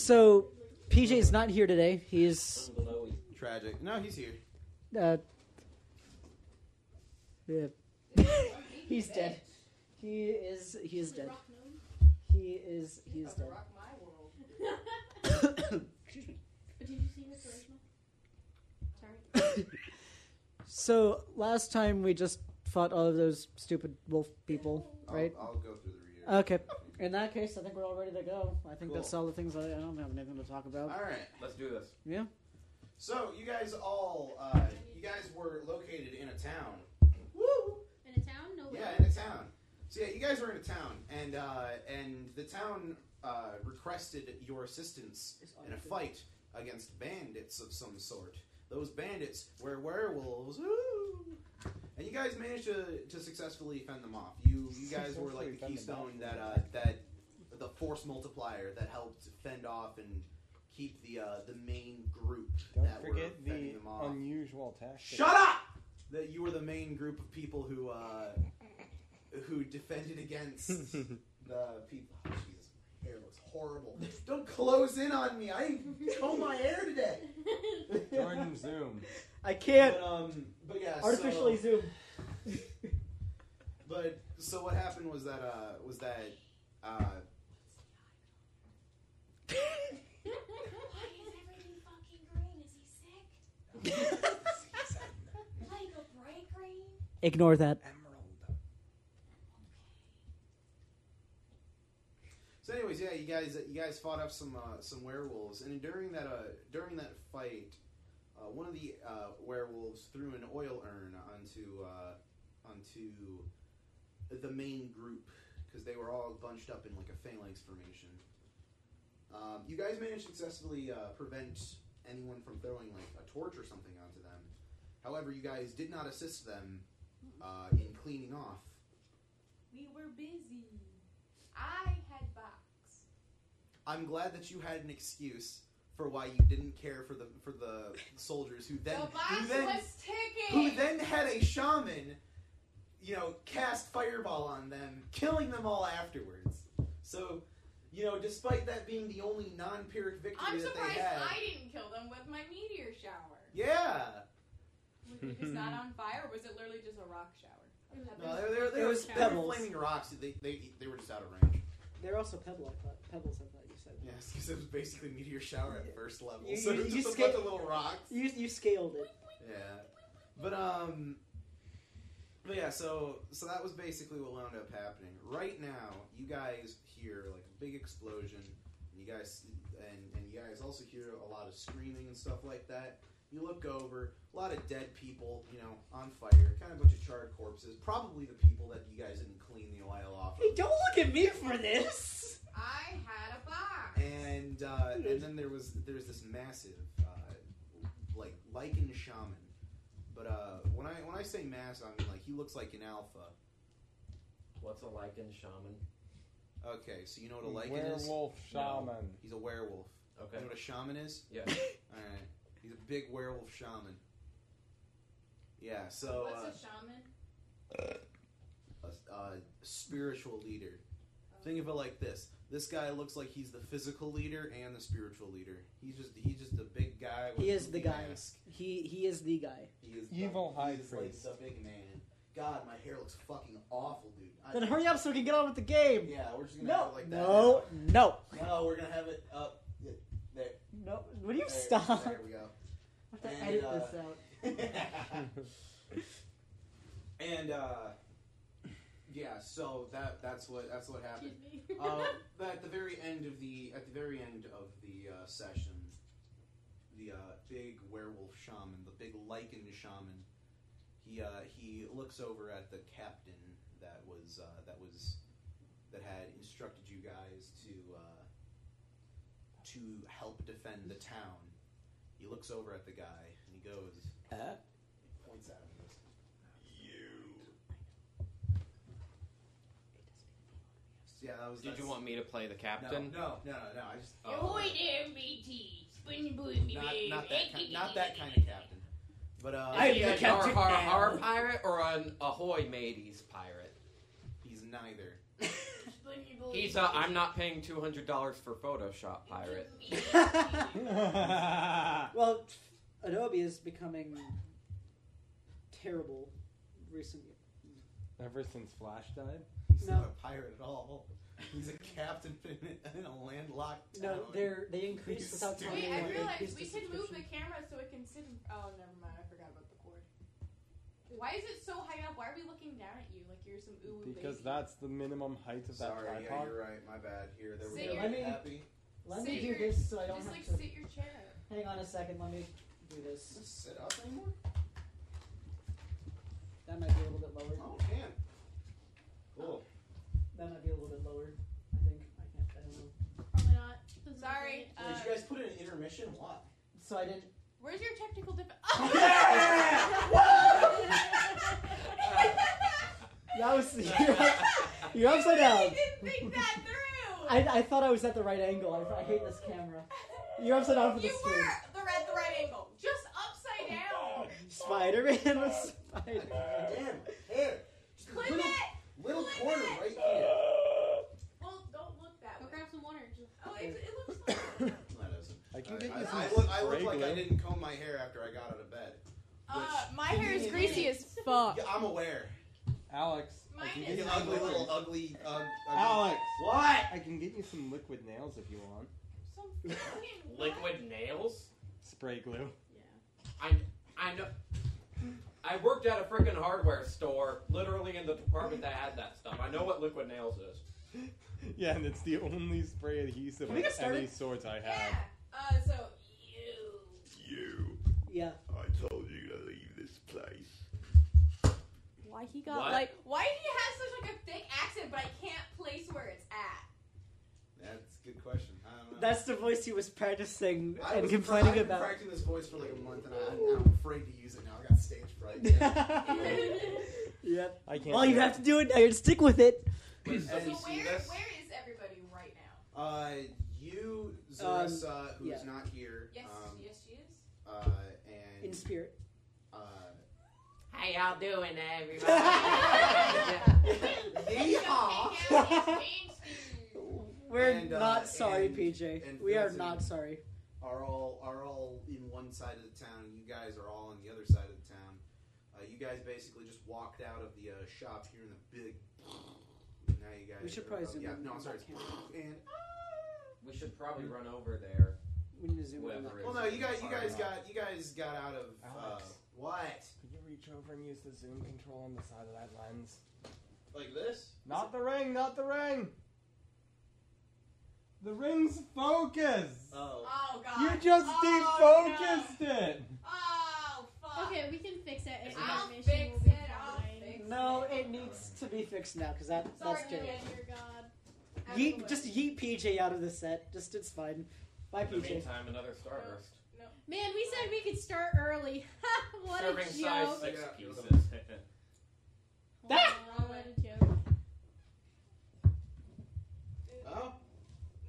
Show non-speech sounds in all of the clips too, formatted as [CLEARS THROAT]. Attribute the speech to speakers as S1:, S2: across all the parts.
S1: So PJ's not here today. He's
S2: Tragic. No, he's here.
S1: uh, yeah. [LAUGHS] he's dead. He is he is dead. He is he is dead. [COUGHS]
S3: Rock my world.
S1: Excuse me.
S3: But did you see Miss Charisma? Sorry.
S1: So last time we just fought all of those stupid wolf people,
S2: I'll,
S1: right?
S2: I'll go through the reader.
S1: Okay. In that case, I think we're all ready to go. I think
S2: Cool.
S1: that's all the things I, I don't have anything to talk about.
S2: All right.
S4: Let's do this.
S1: Yeah.
S2: So you guys all, uh, you guys were located in a town. Woo!
S3: In a town? No
S2: Yeah,
S3: way.
S2: in a town. So yeah, you guys were in a town, and uh, and the town uh, requested your assistance in a fight against bandits of some sort. Those bandits were werewolves. Ooh. And you guys managed to, to successfully fend them off. You you guys were
S1: Successfully
S2: like the
S1: fend them off.
S2: keystone that uh, that the force multiplier that helped fend off and keep the uh, the main group
S5: Don't
S2: that
S5: forget
S2: were fending
S5: the
S2: them off.
S5: unusual tactic.
S2: Shut up! That you were the main group of people who uh, who defended against the people. Oh, Jesus, my hair looks horrible. Don't close in on me. I comb my hair today.
S5: Jordan Zoom.
S1: [LAUGHS] I can't
S2: But um, but yeah, so-
S1: artificially zoom.
S2: But so what happened was that uh, was that uh,
S3: [LAUGHS]
S6: Why is everything fucking green? Is he sick? Like a bright green?
S1: [LAUGHS] Ignore that.
S2: So, anyways, yeah, you guys, you guys fought up some uh, some werewolves, and during that uh, during that fight, uh, one of the uh, werewolves threw an oil urn onto uh, onto the main group because they were all bunched up in like a phalanx formation. Um, you guys managed to successfully uh, prevent anyone from throwing like a torch or something onto them. However, you guys did not assist them uh, in cleaning off.
S3: We were busy. I had box.
S2: I'm glad that you had an excuse for why you didn't care for the for the soldiers who then
S3: the box
S2: who then,
S3: was ticking.
S2: who then had a shaman, you know, cast fireball on them, killing them all afterwards. So, you know, despite that being the only non-pyrrhic victory
S3: I'm
S2: that
S3: surprised
S2: they had,
S3: I didn't kill them with my meteor
S2: [LAUGHS]
S3: shower.
S2: yeah,
S3: Was it just not on fire? Or was it literally just a rock shower?
S2: no, they, they, they,
S1: It
S2: were-
S1: was
S2: they were
S1: pebbles.
S2: flaming rocks. They, they they were just out of range.
S1: They're also pebble, I thought. pebbles. I thought you said.
S2: Yes, because it was basically meteor shower at first level,
S1: You-
S2: so
S1: you-
S2: it was
S1: you
S2: [LAUGHS] just a
S1: sca-
S2: bunch of little rocks.
S1: You you scaled it.
S2: Yeah, but um, but yeah. So so that was basically what wound up happening. Right now, you guys hear like a big explosion. You guys and and you guys also hear a lot of screaming and stuff like that. You look over, a lot of dead people, you know, on fire, kind of a bunch of charred corpses. Probably the people that you guys didn't clean the oil off.
S1: Hey,
S2: Of.
S1: don't look at me for this.
S3: I had a box.
S2: And uh, and then there was there's this massive uh, like lichen shaman. But uh, when I when I say massive, I mean like he looks like an alpha.
S4: What's a lichen shaman?
S2: Okay, so you know what a lichen is?
S5: Werewolf shaman.
S2: He's a werewolf.
S4: Okay.
S2: You know what a shaman is? [LAUGHS]
S4: Yeah.
S2: All right. He's a big werewolf shaman. Yeah. So
S3: What's
S2: uh,
S3: a shaman?
S2: a s- uh, spiritual leader.
S3: Oh.
S2: Think of it like this: This guy looks like he's the physical leader and the spiritual leader. He's just he's just a big guy. With
S1: He is the
S2: a big
S1: guy.
S2: mask.
S1: He he is the guy.
S2: He is
S5: Evil
S2: the,
S5: high
S2: he is, like,
S5: priest.
S2: the big man. God, my hair looks fucking awful, dude. I-
S1: Then hurry up so we can get on with the game.
S2: Yeah, we're just gonna have
S1: No,
S2: it like that.
S1: no, no,
S2: now. No, we're gonna have it up there.
S1: no. Would you
S2: there,
S1: stop?
S2: There we go.
S1: I have to
S2: And,
S1: edit
S2: uh,
S1: this
S2: [LAUGHS]
S1: out. [LAUGHS]
S2: and uh, yeah, so that that's what that's what happened.
S3: [LAUGHS] Excuse
S2: [LAUGHS]
S3: me.
S2: uh,
S3: [LAUGHS]
S2: at the very end of the at the very end of the uh, session, the uh, big werewolf shaman, the big lichen shaman, he uh, he looks over at the captain that was uh, that was that had instructed you guys to uh, to help defend the town. He looks over at the guy and he goes, he points at him. and goes, You. So, yeah, that was.
S4: Did
S2: that's-
S4: you want me to play the captain? Oh.
S2: no, no, no, no. I just
S6: Ahoy there, matey. Spin boy, me
S2: not,
S6: babe.
S2: not that kind, not that kind of captain. But uh,
S1: I-
S4: Is he
S1: I'm
S4: a
S1: the captain
S4: Har,
S1: now.
S4: har, har pirate or an ahoy mateys pirate?
S2: he's neither.
S6: Spin when you believe
S4: He's a I'm not paying two hundred dollars for Photoshop pirate.
S2: [LAUGHS]
S1: Well, Adobe is becoming terrible recently.
S5: Ever since Flash died?
S2: He's
S1: No.
S2: not a pirate at all. He's a captain [LAUGHS] in a, in a landlocked town.
S1: No, they're they increase
S2: He's
S1: without telling
S2: stupid.
S3: Wait,
S1: anyone.
S3: I
S1: They
S3: realized
S1: increased
S3: we
S1: the
S3: can move the
S1: subscription.
S3: camera so it can sit. In, oh, never mind. I forgot about the cord. Why is it so high up? Why are we looking down at you like you're some ooh ooh
S5: Because
S3: baby?
S5: that's the minimum height of that
S2: Sorry, yeah,
S1: [LAUGHS]
S5: tripod.
S2: you're right. My bad. Here, there
S3: So
S2: we go.
S3: you're-
S1: Let me-
S2: happy.
S1: Let me
S3: Sit
S1: do
S3: your-
S1: this so I don't
S3: Just
S1: have
S3: like
S1: to.
S3: sit your chair.
S1: Hang on a second. Let me do
S2: Does
S1: this.
S2: this sit up anymore?
S1: That might be a little bit lower.
S2: Oh, it can. Cool.
S1: That might be a little bit lower. I think I can't. I don't know.
S6: Probably not. Doesn't
S3: Sorry.
S6: matter.
S2: Wait,
S3: Uh,
S2: did you guys put in an intermission? Why?
S1: So I didn't.
S3: where's your technical [LAUGHS] diff? [LAUGHS]
S1: That was [LAUGHS] you're upside
S3: I
S1: down.
S3: didn't think that through.
S1: [LAUGHS] I, I thought I was at the right angle. I, I hate this camera. You're upside down for the
S3: you
S1: screen.
S3: were the right, the right angle, just upside down.
S1: Spider Man was Spider.
S2: Uh, Damn, here. Just a
S3: Clip
S2: little,
S3: it.
S2: little
S3: Clip
S2: corner
S3: it.
S2: right here.
S3: Well, don't look that
S6: Go
S3: way.
S6: grab some water. Just
S3: Oh, it, it looks.
S1: [LAUGHS]
S3: Fine.
S2: That doesn't.
S5: I can
S2: I,
S5: get you some
S2: I, I look, I look
S5: spray
S2: like I
S5: glue.
S2: didn't comb my hair after I got out of bed.
S3: Uh, my
S2: Which-
S3: hair is greasy as fuck.
S2: [LAUGHS] Yeah, I'm aware.
S5: Alex, I
S3: Mine
S5: can
S3: is
S5: get
S2: You
S5: you some
S2: ugly
S3: like-
S5: liquid.
S2: little ugly. Ug, ugly.
S5: Alex,
S2: What?
S5: I can get you some liquid nails if you want.
S3: Some [LAUGHS] fucking what?
S4: Liquid nails?
S5: Spray glue. [LAUGHS]
S6: yeah.
S4: I I know. I worked at a freaking hardware store, literally in the department that had that stuff. I know what liquid nails is.
S5: Yeah, and it's the only spray adhesive
S1: Can we
S5: of
S1: get
S5: any
S1: started?
S5: sort I
S3: Yeah.
S5: have.
S3: Uh, so you.
S7: You.
S1: [LAUGHS] Yeah.
S7: I told you to leave this place.
S3: Why he got
S4: What?
S3: like? Why did he have such like a thick accent? But I can't place where it's at.
S2: That's a good question. I don't know.
S1: That's the voice he was practicing
S2: I
S1: and
S2: was- I've
S1: complaining
S2: been
S1: about.
S2: practicing this voice for like a month, and I, I'm afraid to use it now. I got stage
S1: [LAUGHS]
S2: fright. Yeah.
S1: yep.
S5: I can't.
S1: All
S5: do
S1: you
S5: it.
S1: have to do it and stick with it.
S4: Wait, does
S2: Hey,
S4: somebody
S3: so
S4: see
S3: where
S4: this?
S3: where is everybody right now?
S2: uh, you, Zarissa, who's
S1: Um, yeah.
S2: not here,
S3: Yes,
S2: um,
S3: yes she is.
S2: uh,
S1: In
S2: and
S1: spirit. [LAUGHS]
S2: uh,
S4: How y'all doing, everybody? [LAUGHS]
S2: Yeehaw!
S1: We're
S2: And, uh,
S1: not sorry,
S2: and-
S1: PJ.
S2: and
S1: we are
S2: Vincent.
S1: not sorry.
S2: are all are all in one side of the town. You guys are all on the other side of the town. Uh, you guys basically just walked out of the uh, shop here in the big. and Now you guys.
S1: We should
S2: are-
S1: probably
S2: oh,
S1: zoom
S2: yeah,
S1: in
S2: No,
S1: on
S2: I'm sorry.
S1: that
S2: it's [LAUGHS] And
S4: We should probably run over there.
S1: We need to zoom in. on
S4: Whatever.
S2: well, no, you guys, you guys got, you guys got out of uh,
S5: Alex.
S2: what?
S5: Could you reach over and use the zoom control on the side of that lens?
S2: Like this?
S5: Not the ring, not the ring! The ring's focus!
S2: Oh.
S3: Oh god.
S5: you just
S3: oh,
S5: defocused it!
S3: No. Oh fuck.
S6: Okay, we can fix it. If
S3: I'll
S6: animation
S3: fix
S6: will be
S3: it, I'll
S6: fine.
S3: fix
S1: that. No, it needs to be fixed now because that,
S3: Sorry,
S1: that's
S6: Oh,
S1: good.
S3: Julian.
S6: dear God.
S3: Out of the
S1: Yeet,
S3: way.
S1: just yeet PJ out of the set. Just it's fine. Bye,
S4: In the
S1: PJ.
S4: meantime, another starburst.
S6: Man, we said we could start early. [LAUGHS] what a
S4: Serving
S6: joke.
S4: size [LAUGHS] six
S2: Yeah.
S4: pieces.
S1: That-
S6: Oh, what a joke.
S2: Oh. All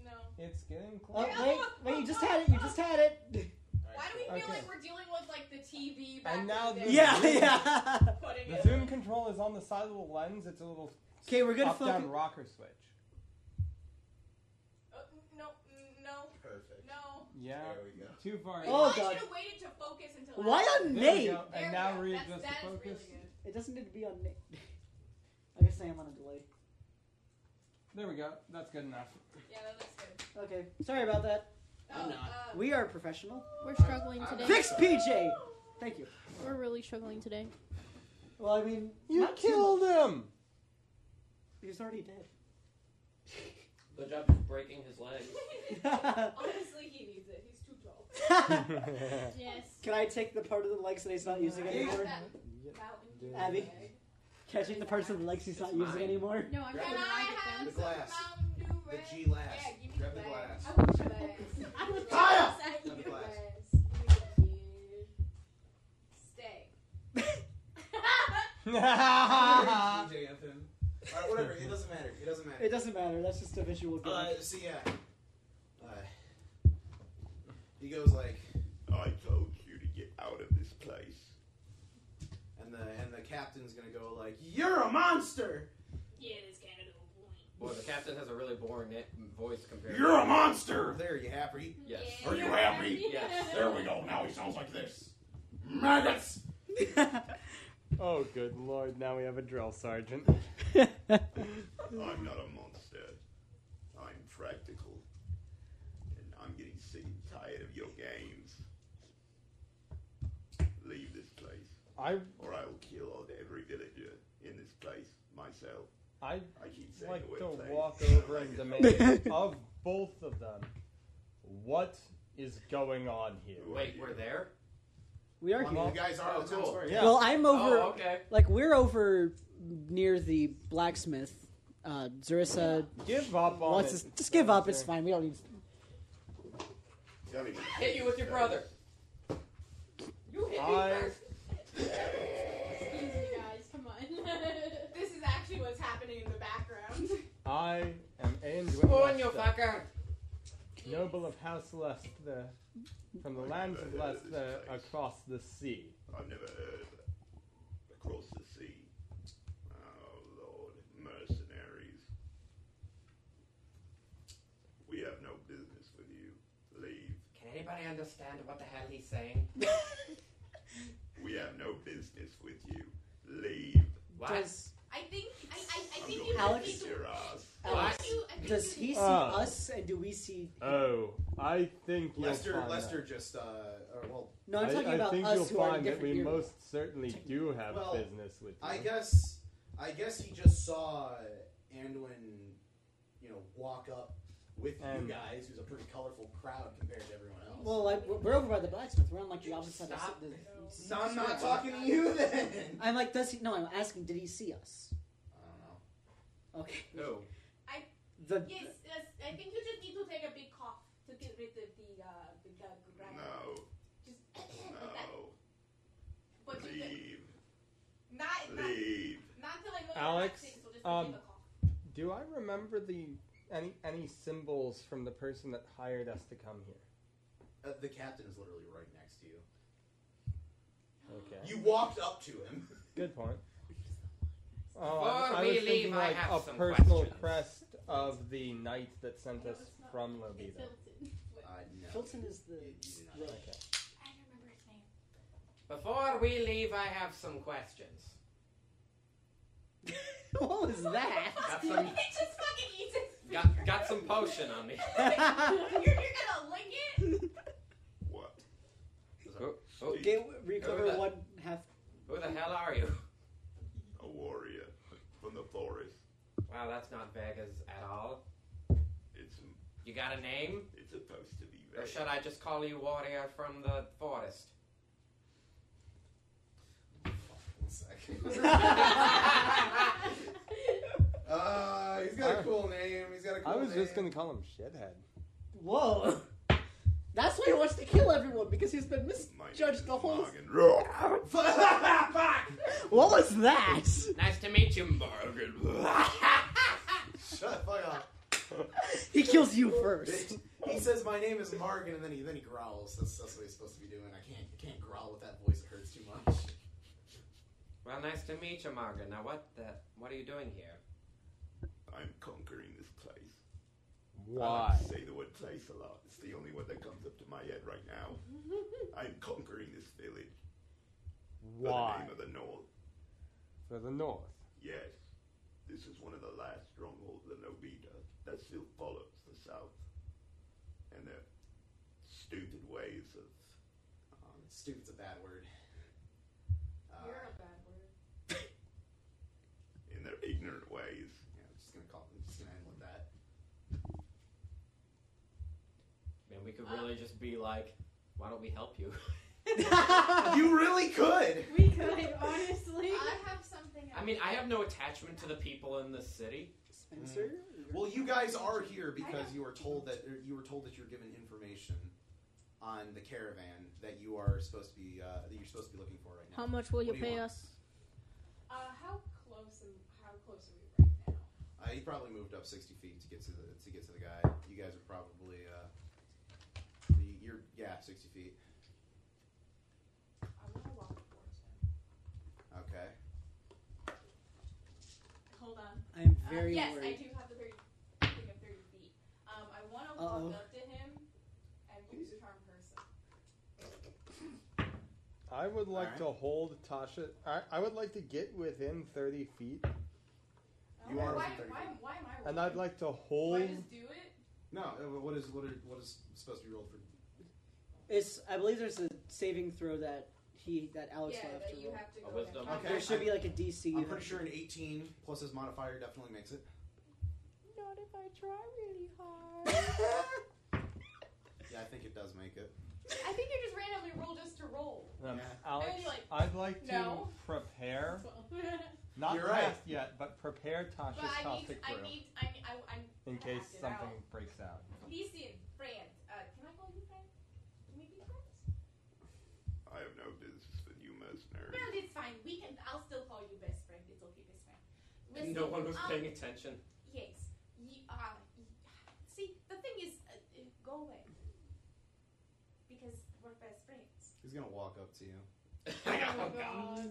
S3: No.
S5: It's getting
S1: Oh,
S5: close.
S3: Yeah.
S1: wait, wait! You just had it. You just had it.
S2: right,
S3: Why do we feel
S5: Okay.
S3: like we're dealing with like the TV back
S5: And now
S3: in the
S5: the-
S3: day?
S1: [LAUGHS] Yeah, yeah.
S3: Putting
S5: The
S3: it-
S5: zoom control is on the side of the lens, it's a little
S1: Okay, we're gonna
S5: up down
S1: focus.
S5: rocker switch.
S3: Uh, no, mm, no,
S2: Perfect.
S3: no.
S5: Yeah.
S2: There we go.
S5: Too far.
S1: Oh,
S3: I
S1: God.
S3: should have waited to focus until.
S1: Why
S5: There
S1: on
S5: we
S1: Nate?
S5: go.
S3: There
S5: And
S3: we
S5: now
S3: go.
S5: readjust
S3: That's,
S5: the
S3: that is
S5: focus.
S3: really good.
S1: It doesn't need to be on Nate. I guess I am on a delay.
S5: There we go. That's good enough.
S3: Yeah, that looks good.
S1: Okay, sorry about that.
S3: Oh,
S2: I'm not.
S3: uh,
S1: We are professional.
S6: We're struggling
S2: I'm-
S6: today.
S1: Fix PJ. Thank you.
S6: We're really struggling today.
S1: Well, I mean,
S5: You
S1: not too-
S5: killed him!
S3: [LAUGHS]
S5: [LAUGHS]
S1: He's already dead.
S4: Good job of breaking his legs.
S3: [LAUGHS] honestly, he needs it. He's too tall.
S6: Yes.
S1: [LAUGHS] Can I take the part of the legs that he's not using
S5: Yeah.
S1: anymore?
S3: Mountain Dew
S1: Abby.
S3: leg.
S1: Can I take the parts of the legs he's not
S4: It's
S1: using
S4: mine.
S1: anymore?
S6: No, I'm
S2: Grab
S3: Can
S6: gonna
S2: the-
S3: I
S6: write
S3: have
S2: the
S3: some
S2: glass.
S3: Mountain Dew
S2: The
S3: red?
S2: G glass.
S3: Yeah, give me
S2: Grab the
S3: glass.
S2: glass.
S3: I want your glass. I want your
S2: Kyle!
S3: glass. I
S2: Grab
S3: need
S2: the glass.
S3: glass. Thank you. [LAUGHS] Stay.
S5: it
S2: DJ of him. All right, whatever. It doesn't matter. It doesn't
S1: [LAUGHS]
S2: matter.
S1: It doesn't matter. That's just a visual gimmick.
S2: Uh, so yeah, uh, he goes like,
S7: I told you to get out of this place.
S2: and the and the captain's gonna go like, "You're a monster."
S6: Yeah, that's kind of the whole point.
S2: But
S4: Boy, the captain has a really boring na- voice compared. to-
S8: You're a monster!
S2: There, you happy?
S4: Yes.
S8: Are you happy?
S4: Yes.
S8: There we go. Now he sounds like this. Maggots!
S1: [LAUGHS]
S5: Oh, good lord, now we have a drill sergeant.
S8: I'm not a monster. I'm practical. And I'm getting sick and tired of your games. Leave this place,
S5: I,
S8: or I will kill all, every villager in this place myself.
S1: [COUGHS]
S5: I
S8: I keep saying
S5: like
S8: the word
S5: to
S8: place. [LAUGHS]
S5: walk
S8: I
S5: over
S8: like
S5: and
S8: it.
S5: demand of both of them what is going on here.
S4: Wait, we're there.
S1: we are
S2: I mean,
S1: here.
S2: you guys are
S4: Oh,
S2: on the town
S4: cool.
S2: square.
S5: Yeah.
S1: Well, I'm over.
S4: Oh, okay.
S1: Like we're over near the blacksmith. Uh, Zerissa
S5: Give up on
S1: wants
S5: it.
S1: us just give up. It's fine. We don't need.
S8: Don't even-
S4: Hit you with your brother.
S3: You hit me
S5: I-
S3: first.
S9: Excuse me, guys. Come on.
S3: This is actually what's happening in the background.
S5: I am
S4: On your
S5: Anduin,
S4: fucker.
S5: noble of House Lust, the, from the lands of Lust, the, across the sea.
S8: I've never heard of it. Across the sea. Oh, Lord. Mercenaries. We have no business with you. Leave.
S4: Can anybody understand what the hell he's saying?
S8: We have no business with you. Leave.
S4: What?
S1: Does
S3: [LAUGHS] I think I, I, I
S8: I'm
S3: think
S8: going
S3: you
S8: to
S1: Alex?
S3: need
S8: beat
S3: to-
S8: your ass.
S3: I
S1: Alex,
S3: think you- I think
S1: does
S3: you
S1: he see
S5: Ah.
S1: us and do we see?
S5: Oh, I think you'll
S2: Lester,
S5: find
S2: Lester just, uh, or, well,
S1: No, I'm
S5: I-
S1: talking
S5: I,
S1: about
S5: think
S1: us
S5: you'll
S1: who are in
S5: find that
S1: different.
S5: we
S1: ear-
S5: most certainly do have
S2: Well,
S5: business with you.
S2: I guess, I guess he just saw Anduin, you know, walk up with
S5: Um,
S2: you guys, who's a pretty colorful crowd compared to everyone else.
S1: well, like we're- we're over by the blacksmith. We're on like the opposite side. of
S4: Stop.
S1: the,
S2: so I'm not talking to
S1: [LAUGHS]
S2: you then.
S1: I'm like, does he? No, I'm asking. Did he see us?
S2: I don't know.
S1: Okay.
S4: No.
S1: The
S3: Yes, yes, I think you just need to take a big cough to get rid of the uh, the, the gravel.
S8: No.
S3: Just [COUGHS] like that.
S8: No.
S3: But just the-
S8: Leave.
S3: not, not
S8: Leave.
S3: not till I know
S5: Alex,
S3: you're vaccinated, so just
S5: um,
S3: give a cough.
S5: Do I remember the any any symbols from the person that hired us to come here?
S2: Uh, the captain is literally right next to you.
S5: Okay.
S2: You walked up to him. [LAUGHS]
S5: Good point. Oh,
S4: Before
S5: I, I
S4: we
S5: was
S4: leave,
S5: thinking
S4: I
S5: like
S4: have
S5: a
S4: some
S5: personal
S4: questions.
S5: crest of the knight that sent
S9: No,
S5: us
S9: it's not.
S5: from
S9: It's
S5: Lobito.
S9: Hilton.
S2: Uh, no.
S1: Filton is the.
S2: You do not.
S1: Look.
S9: I don't remember his name.
S4: Before we leave, I have some questions.
S1: [LAUGHS] what was that?
S4: Got some,
S3: [LAUGHS] It just fucking eats
S8: [LAUGHS]
S3: its
S4: got, got some potion on me. [LAUGHS]
S2: [LAUGHS]
S3: you're, you're gonna lick it?
S8: What?
S4: Who, who,
S1: Get recover
S4: Over.
S1: one half.
S4: who the hell are you?
S8: A warrior from the forest.
S4: Wow, that's not Vegas at all.
S8: It's
S4: You got a name?
S8: it's supposed to be
S4: Or
S8: very.
S4: should I just call you Warrior from the Forest?
S2: One second.
S3: [LAUGHS]
S2: [LAUGHS] uh, he's
S5: got
S2: got
S5: a
S2: a cool name. He's got a cool
S5: I was just gonna call him shithead.
S1: Whoa. That's why he wants to kill everyone because he's been
S8: My name
S1: misjudged
S8: is
S1: the whole.
S8: Morgan. Roar.
S2: [LAUGHS]
S1: What was that?
S4: Nice to meet you.
S8: [LAUGHS]
S2: Shut the fuck up.
S1: He kills you first.
S2: Bitch. He says my name is Morgan, and then he then he growls. That's that's what he's supposed to be doing. I can't I can't growl with that voice. It hurts too much.
S4: Well, nice to meet you, Margaret. Now, what the, what are you doing here?
S8: I'm conquering this place. I
S5: Why?
S8: like to say the word place a lot. It's the only one that comes up to my head right now. I'm conquering this village by
S5: Why?
S8: the name of the North.
S5: For the north.
S8: Yes, this is one of the last strongholds of Nobita that still follows the South and their stupid ways of.
S2: Um, stupid's a bad word. Uh,
S3: You're a bad word.
S8: in their ignorant ways.
S2: yeah, I'm just gonna call. I'm just gonna end with that.
S4: Man, we could really
S3: Uh.
S4: just be like, why don't we help you? [LAUGHS]
S2: you really could.
S6: [LAUGHS]
S9: We could, honestly.
S3: I have something.
S4: I mean, I have no attachment to the people in the city.
S1: Spencer?
S2: Mm. Well, you guys are here because you were told that er, you were told that you're given information on the caravan that you are supposed to be uh, that you're supposed to be looking for right now.
S10: How much will you
S2: What do you
S10: pay
S2: want?
S10: us?
S3: Uh, how close am how close are we right now?
S2: Uh, he probably moved up 60 feet to get to the to get to the guy. You guys are probably uh, the- you're yeah 60 feet.
S3: I'm gonna walk towards him.
S2: Okay.
S3: Hold on.
S1: I'm
S3: Uh,
S1: very
S3: yes, I
S1: worried.
S3: Um, do have the very Um,
S5: I would like
S2: Alright.
S5: to hold Tasha. I, I would like to get within 30 feet,
S2: You
S3: Okay,
S2: are
S3: Oh, why,
S2: within
S3: why,
S2: 30.
S3: why am I
S5: and I'd
S3: rolling?
S5: like to
S3: Do I
S5: hold.
S3: just do it?
S2: No, uh, what is what are, what is supposed to be rolled for?
S1: It's I believe there's a saving throw that he that Alex
S3: yeah,
S1: will have
S3: that
S1: Oh, to
S3: you
S1: roll.
S3: have to
S4: A
S3: go
S4: wisdom.
S3: down.
S2: Okay.
S1: There should be like a DC.
S2: I'm
S1: that-
S2: pretty sure an 18 plus his modifier definitely makes it.
S3: Not if I try really
S5: [LAUGHS]
S3: hard.
S2: Yeah, I think it does make it.
S3: I think you just randomly roll just to roll.
S5: Um,
S2: Yeah.
S5: Alex,
S3: And you're like,
S5: I'd like to
S3: no.
S1: [LAUGHS]
S5: prepare,
S3: So-
S5: not
S2: You're right.
S5: cast yet, but prepare
S3: [LAUGHS] but I
S5: Tasha's
S3: need,
S5: caustic
S3: I
S5: brew
S3: need, I need, I, I'm.
S5: in
S3: I
S5: case
S3: acted
S5: something
S3: out.
S5: breaks out.
S3: He's in friend. Uh, can I call you friend? Can we be friends?
S8: I have no business with you mercenaries.
S3: Friend is fine. We can. I'll still call you best friend. It's okay, best friend.
S4: [LAUGHS]
S3: Listen,
S4: No one was
S3: um,
S4: paying attention. [LAUGHS]
S3: Yes. You, uh, y- see, the thing is, uh, uh, go away. Because we're best friends.
S2: He's gonna walk up to you.
S3: oh
S6: Oh
S9: Oh
S4: Oh,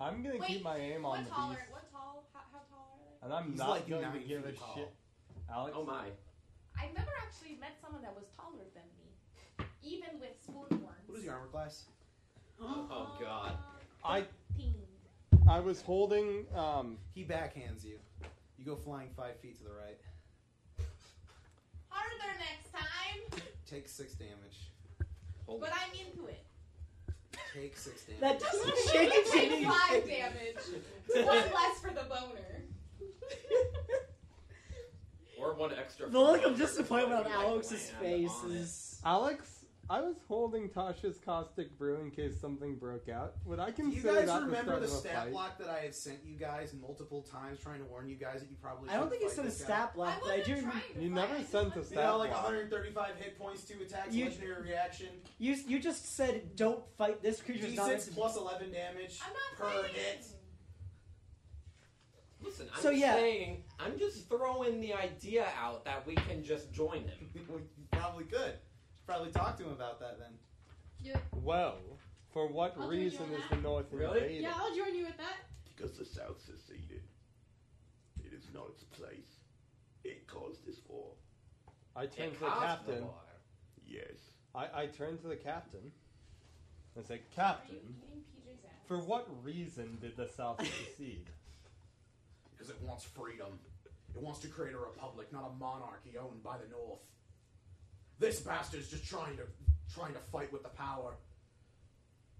S5: I'm gonna
S3: Wait,
S5: keep my aim on
S3: What
S5: the
S3: tall are,
S5: beast,
S3: what tall, how, how tall are they?
S5: and I'm
S2: He's
S5: not
S2: like
S5: going to
S2: nine
S5: give a
S2: feet tall.
S5: shit. Alex,
S4: Oh my.
S3: I've never actually met someone that was taller than me. Even with Uh, spoon horns.
S2: What is your armor class?
S4: Oh god.
S5: I
S3: Teen.
S5: I was holding. Um,
S2: He backhands you. You go flying five feet to the right.
S3: Harder next time.
S2: Take six damage. Oh.
S4: Holy.
S3: But I'm into
S2: [LAUGHS]
S3: it.
S2: Take six damage.
S1: That doesn't change
S3: Take five
S1: anything.
S3: damage. One less for the
S2: [LAUGHS]
S3: boner.
S4: Or one extra.
S1: The look
S4: floor.
S1: of disappointment
S4: [LAUGHS]
S1: on
S4: Like,
S1: Alex's
S4: land
S1: face
S4: on it.
S1: is.
S5: Alex, I was holding Tasha's caustic brew in case something broke out. Would I
S2: Do you
S5: consider
S2: guys
S5: that
S2: remember
S5: the
S2: the
S5: start
S2: stat
S5: of a fight?
S2: block that I had sent you guys multiple times, trying to warn you guys that you probably?
S1: I don't think it's
S2: shouldn't
S1: in a
S2: fight this guy?
S1: stat block, but I
S3: wasn't
S1: do.
S3: trying
S1: Remember,
S3: to
S5: You
S3: fight.
S5: never
S3: I just
S5: sent
S3: wanted-
S5: us
S2: You
S5: Stat
S2: know, like
S5: block.
S2: 135 hit points, two attacks,
S1: You-
S2: legendary reaction,
S1: you you just said don't fight this creature's not.
S2: d6 plus 11 damage
S3: I'm not
S2: per
S3: fighting.
S2: hit.
S4: Listen, I'm
S1: So, yeah.
S4: saying, I'm just throwing the idea out that we can just join
S1: [LAUGHS]
S4: them.
S2: Well, [LAUGHS] you probably could. Probably talk to him about that then.
S5: Well, for what
S3: I'll join Oh, you
S5: reason
S3: on
S5: is
S3: that.
S5: the North
S4: Really?
S5: invaded?
S3: Yeah, I'll join you with that.
S8: Because the South seceded. It is not its place. It caused this war.
S5: I turned
S4: It
S5: to the
S4: costs
S5: captain.
S4: war.
S8: Yes.
S5: I, I turned to the captain. I said,
S3: Are you
S5: Captain,
S3: eating PJ's ass?
S5: for what reason did the South secede?
S2: Because it wants freedom. It wants to create a republic, not a monarchy owned by the North. This bastard's just trying to trying to fight with the power.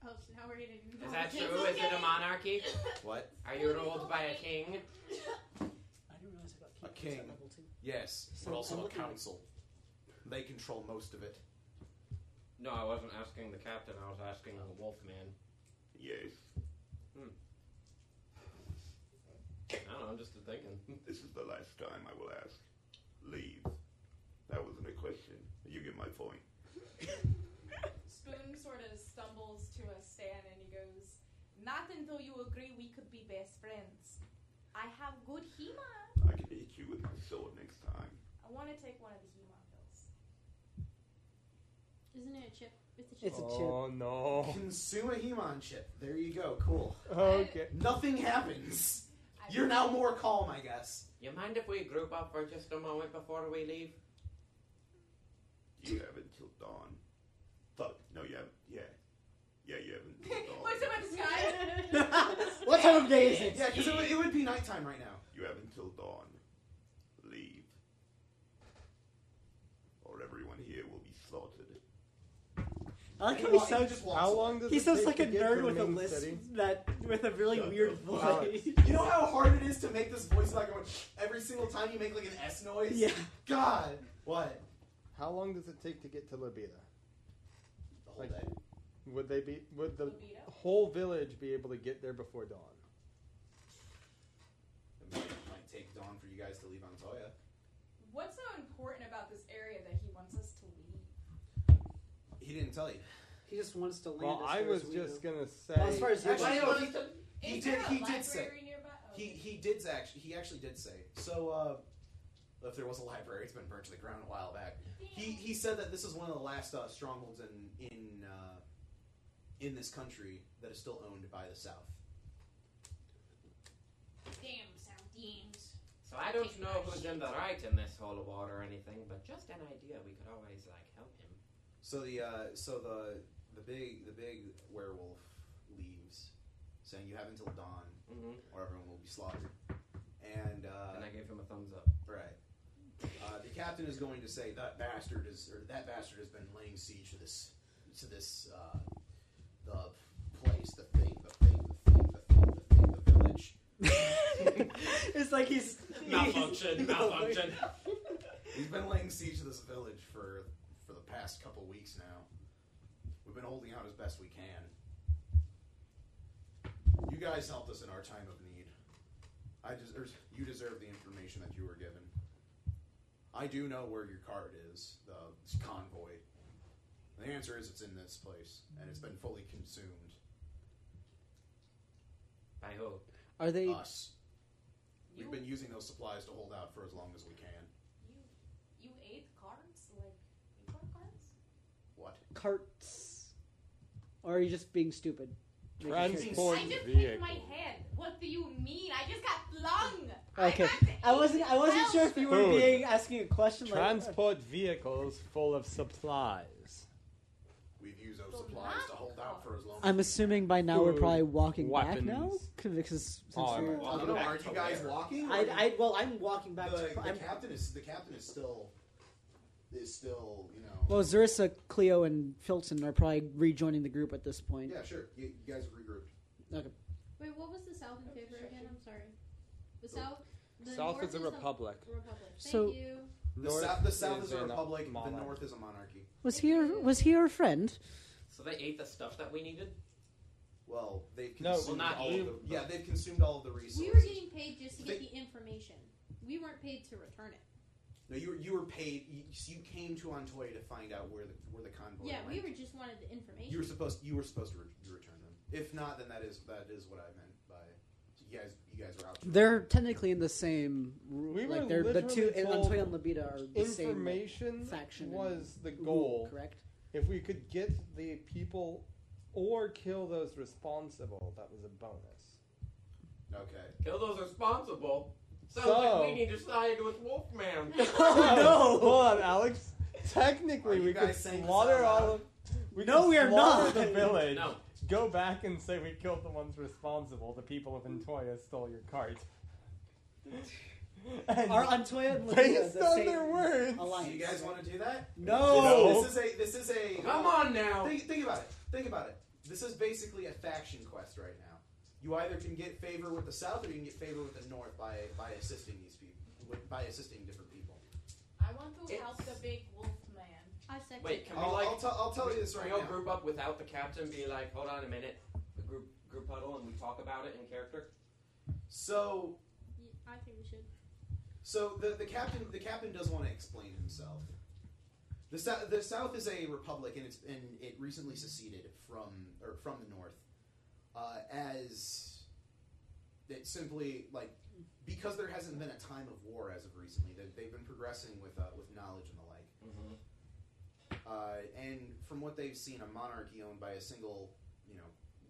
S3: Oh, so now we're eating.
S4: Is that true? Is it a monarchy?
S2: [LAUGHS] What?
S4: Are you ruled by a king?
S1: I didn't realize I
S2: A
S1: got keys at
S2: king.
S1: level two.
S2: Yes,
S1: So I'm looking-
S2: They control most of it.
S4: No, I wasn't asking the captain. I was asking the wolf man.
S8: Yes.
S4: I don't know. I'm just thinking. [LAUGHS]
S8: This is the last time I will ask. Leave. That wasn't a question. You get my point.
S2: [LAUGHS]
S3: Spoon sort of stumbles to a stand and he goes, Not until you agree we could be best friends. I have good Hema.
S8: I can hit you with my sword next time.
S3: I want to take one of the Hema
S2: [LAUGHS]
S3: pills.
S6: Isn't it a chip? It's a chip.
S1: It's a chip.
S5: oh
S2: [LAUGHS]
S5: no.
S2: Consume a Heman chip. There you go. Cool.
S5: Okay.
S2: Nothing happens.
S3: I-
S2: You're now more calm,
S4: [LAUGHS]
S2: I guess.
S4: You mind if we group up for just a moment before we leave?
S8: You have until dawn. Fuck. No, you haven't. Yeah. Yeah, you haven't
S3: [LAUGHS]
S8: until dawn.
S3: What's up with this
S9: [LAUGHS]
S3: guy?
S6: [LAUGHS]
S1: what time of day is it?
S2: Yeah, because it, would- it would be nighttime right now.
S8: You have until dawn. Leave. Or everyone here will be slaughtered.
S1: I like
S2: He
S1: how he
S2: wa- he
S1: sounds.
S2: just walks
S5: How
S2: away.
S5: long does
S1: He
S5: it
S1: sounds
S5: take
S1: like
S5: to
S1: a
S5: get
S1: nerd
S5: from
S1: with a
S5: Main
S1: list
S5: City?
S1: that with a really
S8: Shut
S1: weird
S8: the fuck up.
S1: voice.
S2: You know how hard it is to make this voice like going every single time you make like an S noise?
S1: yeah.
S2: God. What?
S5: How long does it take to get to Libida?
S2: The whole
S5: Like-
S2: day.
S5: Would they be? Would the
S3: Libido?
S5: whole village be able to get there before dawn?
S2: It might, it might take dawn for you guys to leave Antoya.
S3: What's so important about this area that he wants us to leave?
S2: He didn't tell you.
S1: He just wants to land.
S5: Well,
S1: as
S5: I
S1: far
S5: was
S1: as we
S5: just
S1: know.
S5: gonna say.
S1: Well, as far as you
S2: Actually,
S1: know,
S2: no, he, He
S3: Is
S2: did-
S3: there a
S2: he did say-
S3: library nearby? Oh,
S2: he,
S3: okay.
S2: he did actually he actually did say. So uh if there was a library, it's been burnt to the ground a while back. He he said that this is one of the last uh, strongholds in in uh, in this country that is still owned by the South.
S6: Damn, sound deems.
S4: So I don't know who's in the right in this whole war or anything, but just an idea. We could always like help him.
S2: So the uh, so the the big the big werewolf leaves, saying you have until dawn,
S4: Mm-hmm.
S2: or everyone will be slaughtered. And uh,
S4: And I gave him a thumbs up.
S2: Right. Uh, the captain is going to say that bastard is, or that bastard has been laying siege to this, to this, uh, the place, the thing, the thing, the thing, the thing, the thing, the village.
S1: it's like he's
S4: Malfunction,
S1: [LAUGHS] he's-
S4: malfunction.
S2: He's been laying siege to this village for for the past couple weeks now. We've been holding out as best we can. You guys helped us in our time of need. I deserve you deserve the information that you were given. I do know where your card is, the convoy. The answer is it's in this place, and it's been fully consumed.
S4: By who?
S1: Are they?
S5: Uh,
S2: Us.
S3: You,
S2: We've been using those supplies to hold out for as long as we can.
S3: you, you ate cards? Like, you got cards?
S2: What?
S1: carts? Or are you just being stupid? Making sure-
S5: Transport
S3: I just hit my
S5: vehicle.
S3: head. What do you mean? I just got flung.
S1: Okay.
S3: I, got to
S1: I wasn't. I wasn't
S3: Well,
S1: sure if you were
S5: Food.
S1: being asking a question. like,
S5: Transport vehicles full of supplies.
S2: We've used those
S3: The
S2: supplies to hold out for as long. as
S1: I'm
S2: we
S1: assuming by now we're
S5: Food,
S1: probably walking
S5: weapons. Oh,
S1: back now. 'Cause- because since
S5: Armor.
S2: I
S1: we're-
S2: don't know.
S4: Back
S2: Are
S4: to
S2: you guys
S4: where?
S2: walking?
S1: I, I, well, I'm walking back.
S2: the,
S1: to,
S2: the
S1: I'm,
S2: captain is the captain is still is still you know.
S1: well, Zerissa, Cleo, and Filton are probably rejoining the group at this point.
S2: yeah, sure. You, you guys have regrouped.
S1: Okay.
S9: Wait, what was the South in favor again? I'm sorry. The
S2: The-
S9: South. The
S5: South
S9: North
S5: is a republic.
S9: The republic. Thank
S1: So-
S9: you.
S2: The south, the south is, a
S5: an-
S2: republic. The
S5: monarch.
S2: north is a monarchy.
S1: Was he? Our, was he our friend?
S4: So they ate the stuff that we needed?
S2: Well, they've
S5: No,
S2: consumed
S4: well, not
S2: all
S4: you,
S2: of the,
S4: but-
S2: yeah they've consumed all of the resources.
S9: We were getting paid just to get
S2: They-
S9: the information. We weren't paid to return it.
S2: no, you were, you were paid. You, so you came to Antoya to find out where the where the convoy.
S9: Yeah, we
S2: went.
S9: were just wanted the information.
S2: You were supposed you were supposed to re- to return them. If not, then that is that is what I meant by you guys. You guys were out. to-
S1: They're technically in the same. ru-
S5: We
S1: like
S5: were
S1: they're the two.
S5: literally
S1: And
S5: told
S1: Antoine and Labita are the same
S5: Information
S1: faction and
S5: was the
S1: rule,
S5: goal. [LAUGHS]
S1: correct?
S5: If we could get the people or kill those responsible, that was a bonus.
S2: Okay.
S4: Kill those responsible. Sounds
S5: So-
S4: like we
S5: [LAUGHS]
S4: need to side with Wolfman. [LAUGHS]
S5: Oh no! Hold on, Alex. Technically,
S2: Are you
S5: we could
S2: guys saying this
S5: slaughter
S2: out loud?
S5: all of. We
S1: No,
S5: could
S1: we are
S5: slaughter
S1: not.
S5: The village.
S4: no.
S5: Go back and say we killed the ones responsible. The people of Antoya stole your
S1: [LAUGHS]
S5: cart. And
S1: Are Antoya and Labita
S5: based
S1: the
S5: on
S1: same?
S5: their words,
S1: alliance,
S2: Do you guys
S1: right?
S2: want to do that?
S1: No.
S5: No.
S2: This is [LAUGHS]
S5: [LAUGHS]
S2: a this is a
S4: Come on now.
S2: Think, think about it. Think about it. This is basically a faction quest right now. You either can get favor with the South, or you can get favor with the North by by assisting these people, with, by assisting different people.
S3: I want to help
S4: It's-
S3: the big wolf man.
S9: I second.
S4: Wait,
S9: that.
S4: can we
S2: I'll,
S4: like?
S2: I'll, tell- I'll tell you this
S4: we
S2: right
S4: all
S2: now.
S4: group up without the captain. Be like, hold on a minute. We group group huddle and we talk about it in character.
S2: So,
S9: Ye- I think we should.
S2: so the, the captain the captain does want to explain himself. The South, the South is a republic, and it's and it recently seceded from or from the North, uh, as it simply like because there hasn't been a time of war as of recently. That they've been progressing with uh, with knowledge and the like.
S4: Mm-hmm,
S2: Uh, and from what they've seen, a monarchy owned by a single, you know,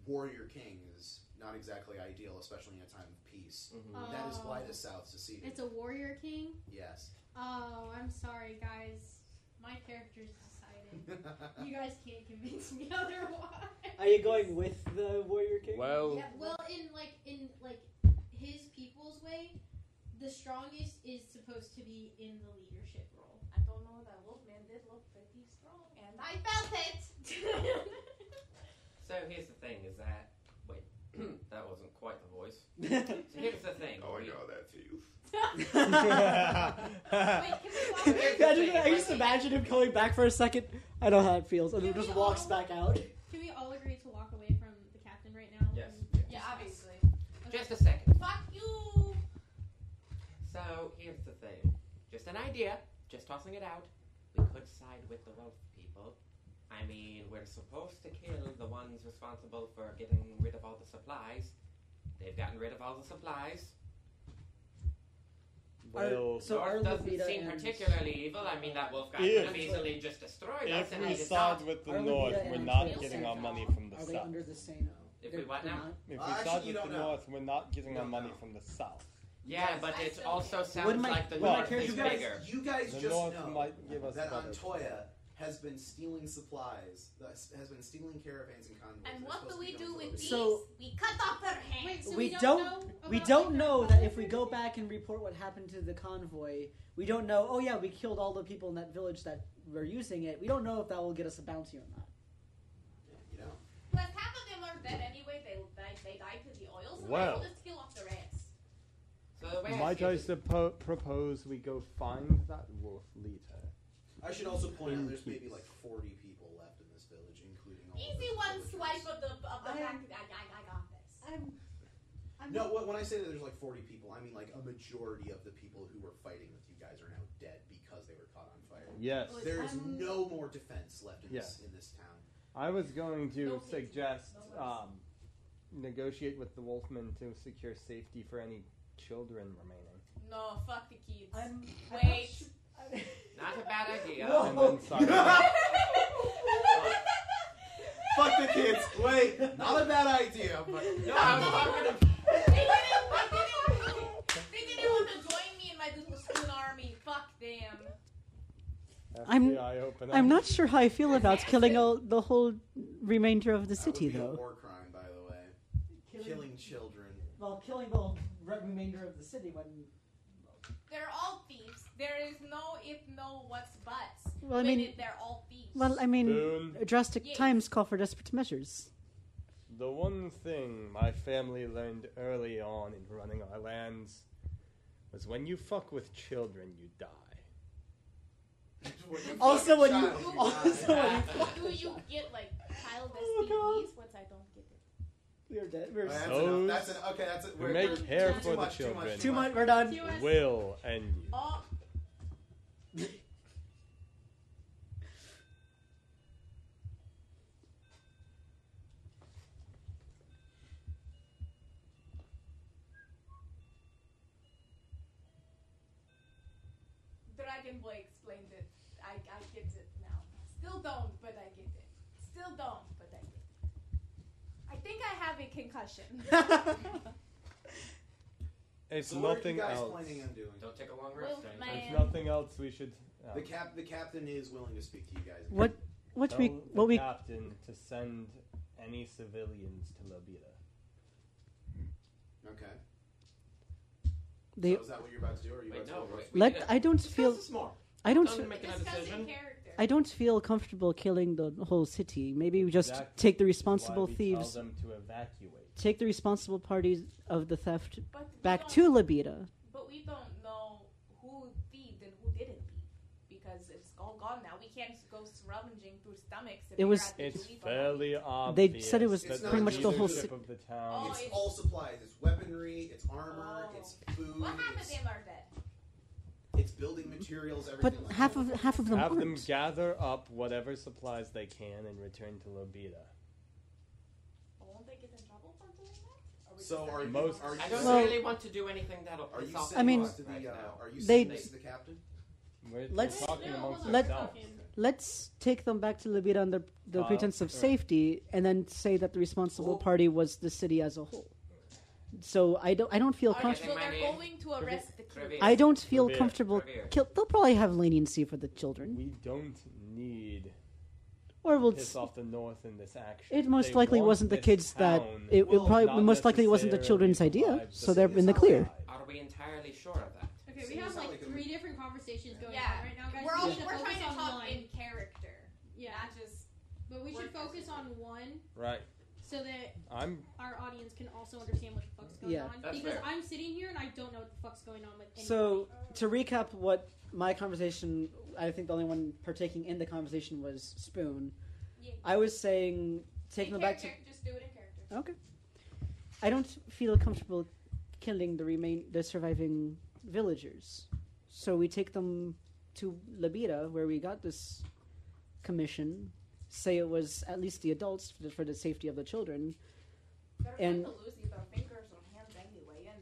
S2: warrior king is not exactly ideal, especially in a time of peace.
S4: mm-hmm.
S9: Uh,
S2: that is why
S9: Oh.
S2: the South seceded.
S9: It's a warrior king.
S2: yes.
S9: Oh, I'm sorry, guys. My character's
S1: [LAUGHS]
S9: decided.
S2: [LAUGHS] I
S9: You guys can't convince me [LAUGHS] otherwise.
S1: Are you going with the Warrior King?
S5: well,
S9: Yeah, well, in like in like his people's way, the strongest is supposed to be in the leadership role. [LAUGHS]
S3: I don't know, that wolf man did look pretty strong, and I felt it! [LAUGHS]
S4: So here's the thing: is that wait, [CLEARS THROAT] that wasn't quite the voice. So here's the thing.
S8: Oh, I
S4: we-
S8: know how that feels.
S9: Wait,
S1: [LAUGHS]
S9: can we walk
S4: Here's the
S1: I just,
S4: thing,
S1: I just
S4: like-
S1: [LAUGHS] imagine him going back for a second. I know how it feels, and then
S9: Can we
S1: just walks
S9: all-
S1: back out.
S9: Can we all agree to walk away from the captain right now?
S4: Yes.
S9: And-
S3: yeah, obviously.
S4: Just a second.
S3: Fuck you!
S4: So here's the thing: just an idea, just tossing it out. We could side with the wolf people. I mean, we're supposed to kill the ones responsible for getting rid of all the supplies. They've gotten rid of all the supplies.
S5: well,
S1: So our
S4: North doesn't
S1: libido
S4: seem
S1: ends.
S4: particularly evil. I mean, that wolf guy
S5: If-
S4: could have easily just destroyed us,
S5: if
S4: and
S5: we
S4: I did
S5: side
S4: not.
S5: with the
S1: Are we
S5: North,
S1: under
S5: we're
S1: the
S5: not
S1: same
S5: getting our
S1: now?
S5: money from the
S1: Are they
S5: South.
S1: under the same?
S4: If
S1: they're-
S4: we what
S1: they're
S4: now?
S1: not?
S5: If
S2: Uh,
S5: we
S2: actually,
S5: side
S2: you
S5: with the
S2: don't know.
S5: North, we're not getting our
S2: Don't
S5: money
S2: know.
S5: from the South.
S4: Yeah,
S3: Yes,
S4: but
S3: I
S4: it
S3: said
S4: also
S3: that.
S4: sounds
S1: Wouldn't my-
S4: like the
S1: wouldn't my
S4: North is
S1: character-
S2: you guys,
S4: bigger.
S2: you guys
S5: The
S2: just
S5: North
S2: know
S5: might give us
S2: that
S5: better
S2: Antoya has been stealing supplies, thus has been stealing caravans and convoys.
S3: And
S2: that are
S3: what do
S2: supposed to be
S3: we
S2: going
S3: do
S2: to
S3: with
S2: Libya.
S3: these?
S1: So-
S3: we cut off their hands.
S9: Wait, so
S1: we
S9: we, don't,
S1: don't-
S9: know.
S1: We
S9: about
S1: don't
S9: their
S1: know that if we go
S9: convoy?
S1: back and report what happened to the convoy, we don't know. Oh yeah, we killed all the people in that village that were using it. We don't know if that will get us a bounty or not.
S2: Yeah, you know,
S3: Plus, half of them are dead anyway. They died, they died to the oil, so
S5: Well.
S3: we'll just kill off the rest.
S4: So the rest
S5: Might I
S4: is-
S5: suppo- propose we go find that wolf leader?
S2: I should also point out there's maybe like 40 people left in this village, including all
S3: Easy
S2: the
S3: one
S2: villagers.
S3: swipe of the of the
S9: I-
S3: back. I, I, I got this.
S9: I'm, I'm
S2: No, wh- when I say that there's like 40 people, I mean like a majority of the people who were fighting with you guys are now dead because they were caught on fire.
S5: Yes.
S9: Well,
S2: There is
S9: I'm-
S2: no more defense left in this in this town.
S5: I was going
S3: No
S5: to
S3: kids,
S5: suggest
S3: no worries.
S5: um, negotiate with the Wolfman to secure safety for any children remaining.
S3: No, fuck the kids. [LAUGHS]
S1: I'm
S3: Wait.
S4: Not a bad idea.
S1: Whoa.
S5: And
S4: [LAUGHS]
S5: then [LAUGHS] silence.
S2: Fuck the kids. Wait, not a bad idea,
S3: [LAUGHS]
S2: but
S4: No, I was talking about
S3: they, didn't, they, didn't, they didn't want to join me in my little spoon army. Fuck them.
S1: I'm-
S5: FBI open
S1: [LAUGHS]
S5: up.
S1: I'm not sure how I feel about killing all, the whole remainder of the
S2: That
S1: city,
S2: would be A
S1: though.
S2: war crime, by the way. Killing children.
S3: [LAUGHS]
S1: well, killing the whole remainder of the city when.
S3: They're all thieves. There is no if, no, what's buts.
S1: Well, I
S3: When
S1: mean-
S3: it- they're all thieves.
S1: Well, I mean,
S5: Boone.
S1: drastic
S3: Yeah.
S1: times call for desperate measures.
S5: The one thing my family learned early on in running our lands was when you fuck with children, you die.
S1: Also, when you-
S2: Child,
S1: also
S2: die.
S1: when you-
S3: do you get like child
S1: Oh,
S3: STDs?
S1: God.
S3: Once I don't get it.
S1: We're dead.
S2: Oh,
S1: We're [LAUGHS]
S2: that's,
S5: so-
S2: enough. that's enough. Okay, that's it.
S5: We
S2: We're,
S5: make
S2: we're-
S5: hair
S2: too
S5: for the
S2: much, too
S5: children.
S2: much,
S1: too much. We're done.
S9: Do us-
S5: Will end you.
S3: Oh, Dragon Boy explained it. I, I get it now. Still don't, but I get it. Still don't, but I get it. I think I have a
S1: [LAUGHS]
S3: concussion.
S5: If
S2: So what are
S5: nothing
S2: you guys
S5: else,
S2: planning on doing?
S4: Don't take a long rest.
S3: Well,
S4: Dave.
S3: my-
S5: if
S3: And-
S5: nothing else, we should uh,
S2: The cap, the captain is willing to speak to you guys.
S1: What? What
S2: [LAUGHS]
S5: tell
S1: we?
S5: the
S1: What we?
S5: captain to send any civilians to Lobita.
S2: Okay.
S1: They
S2: so is that what you're about to do, or are you
S4: Wait,
S2: about
S4: no,
S2: to?
S4: wait. We
S1: let.
S4: didn't-
S1: I don't
S2: Discuss
S1: feel.
S2: this more.
S1: I don't.
S4: Don't
S1: feel-
S4: make another
S3: Discussing
S4: decision.
S3: character.
S1: I don't feel comfortable killing the whole city. Maybe we just
S5: Exactly.
S1: take the
S5: Why
S1: responsible
S5: we
S1: thieves,
S5: Tell them to evacuate.
S1: take the responsible parties of the theft
S3: But we
S1: back
S3: don't-
S1: to Labita.
S3: But we don't know who thieved and who didn't thieve because it's all gone now. We can't go scrummaging through stomachs. and
S1: It was-
S3: figure out who
S5: It's
S3: thieved or not.
S5: fairly obvious.
S1: They said it was
S5: that
S2: pretty much the whole
S5: leadership
S1: ci-
S5: of the town.
S3: Oh,
S2: it's
S3: it's-
S2: all supplies. It's weaponry. It's armor.
S3: Oh.
S2: It's food.
S3: What happened
S2: it's,
S3: to are dead?
S2: it's building materials.
S1: But
S2: Everything. like
S1: half
S2: that.
S1: of half of them
S5: Have them
S1: weren't.
S5: gather up whatever supplies they can and return to Lobita.
S3: Won't they get in trouble for doing that? Or we
S2: So
S3: just
S2: are
S3: have
S2: you-
S5: Most-
S2: are you
S4: I don't
S1: Well-
S4: really want to do anything that'll
S2: Are
S4: piss
S2: you
S4: off
S2: sending
S1: I mean-
S2: us to
S4: the
S2: the?
S4: right
S2: uh,
S4: now.
S2: are you
S1: They-
S2: sending us to the captain?
S5: We're
S1: Let's-
S5: we're talking
S9: No,
S5: amongst
S9: hold on.
S5: ourselves.
S1: Let's take them back to Labita under the
S5: Uh,
S1: pretense of
S5: sure.
S1: safety, and then say that the responsible
S4: Oh.
S1: party was the city as a whole. So I don't. I don't feel
S3: Alright,
S1: comfortable.
S3: so
S4: My
S3: they're
S4: name-
S3: going to arrest the kid.
S4: Revere.
S1: I don't feel
S5: Revere.
S1: comfortable.
S4: Revere.
S1: Kill, they'll probably have leniency for the children,
S5: We don't need
S1: or we'll.
S5: piss off the North in this action.
S1: It most
S5: They
S1: likely
S5: want
S1: wasn't the
S5: this
S1: kids that
S5: town.
S1: it, it
S2: Well,
S1: probably
S5: not
S1: most likely wasn't the
S5: necessarily
S1: children's idea,
S5: alive,
S1: so
S5: the
S1: they're
S5: city
S1: in the
S5: is
S1: clear.
S5: alive.
S4: Are we entirely sure of that?
S9: Okay, we
S2: Seems
S9: have
S2: not
S9: like,
S2: like a-
S9: three different conversations going
S3: Yeah.
S9: on right now, guys.
S3: We're, all,
S9: we should
S3: we're
S9: focus
S3: trying to
S9: on
S3: talk
S9: one.
S3: in character,
S9: Yeah,
S3: not just.
S9: but we should
S3: Work
S9: focus on one
S5: Right.
S9: so that
S5: I'm
S9: our audience can also understand what the fuck's going
S1: Yeah.
S9: on.
S4: That's
S9: because
S4: fair.
S9: I'm sitting here and I don't know what the fuck's going on with. Anybody.
S1: So to recap, what my conversation, I think the only one partaking in the conversation was Spoon.
S3: Yeah.
S1: I was saying
S3: in
S1: taking them back to.
S3: character, Just do it in character.
S1: Okay. I don't feel comfortable killing the remain the surviving villagers, so we take them to Labira, where we got this commission. Say it was at least the adults for the, for the safety of the children.
S3: They're
S1: And-
S3: going to lose either fingers or hands anyway, and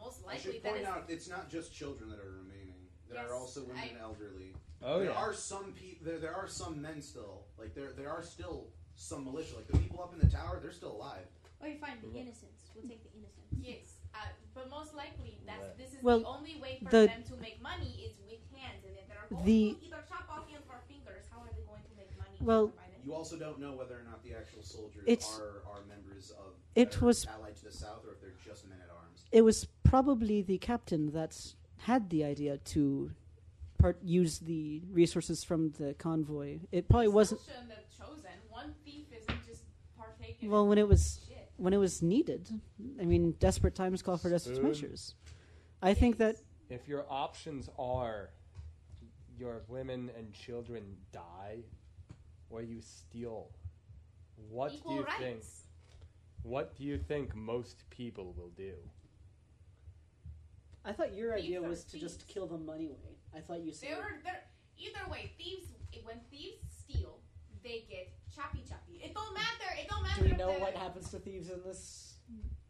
S3: most
S2: I
S3: likely
S2: should
S3: that
S2: point
S3: is.
S2: out it's not just children that are remaining. There
S3: Yes,
S2: are also women
S3: I-
S2: and elderly.
S5: Oh
S2: there
S5: yeah.
S2: are some people. There, there are some men still. Like there, there are still some militia. Like the people up in the tower, they're still alive.
S9: okay, fine. The innocents. We'll take the innocents.
S3: Yes, uh, but most likely that's
S5: Right.
S3: this is
S1: Well,
S3: the only way for
S1: the-
S3: them to make money is with hands, and if they're going
S1: The-
S3: to either chop off hands or fingers, how are they going
S11: we
S1: Well-
S11: can provide it.
S2: You also don't know whether or not the actual soldiers
S1: It's-
S2: are, are members of
S1: It
S2: that are
S1: was-
S2: allied to the South, or if they're just men at arms.
S1: It was probably the captain that's had the idea to part use the resources from the convoy. It probably
S3: They still
S1: wasn't
S3: Shouldn't have chosen. One thief isn't just partaking.
S1: well
S3: in
S1: when it was
S3: shit.
S1: when it was needed. I mean, desperate times call for desperate
S5: Spoon.
S1: measures. I think that
S5: If your options are your women and children die or you steal, what
S3: Equal
S5: do you
S3: rights.
S5: think? What do you think most people will do?
S1: I thought your
S3: Thieves idea are was to just thieves.
S1: kill them anyway. I thought you
S3: They were, they're, either way, thieves. When thieves steal, they get choppy choppy. It don't matter. It don't matter. if they're-
S1: happens to thieves in this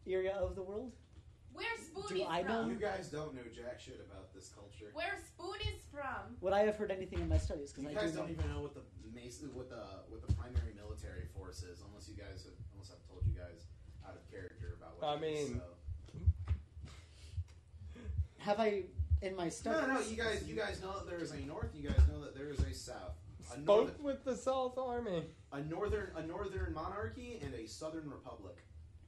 S1: area of the world?
S3: Where Spoon
S1: Do
S3: is
S1: I know?
S3: from.
S2: You guys don't know jack shit about this culture.
S3: Where Spoon is from.
S1: Would I have heard anything in my studies?
S2: You guys don't even know what the mason, what the what the primary military force is, unless you guys have, unless I've told you guys out of character about what.
S5: I
S2: it is,
S5: mean-
S2: so.
S1: have I in my
S2: no, no, you guys, you guys know that there is a north. You guys know that there is a south. A, north,
S5: Spoke with the South Army.
S2: a northern, a northern monarchy and a southern republic.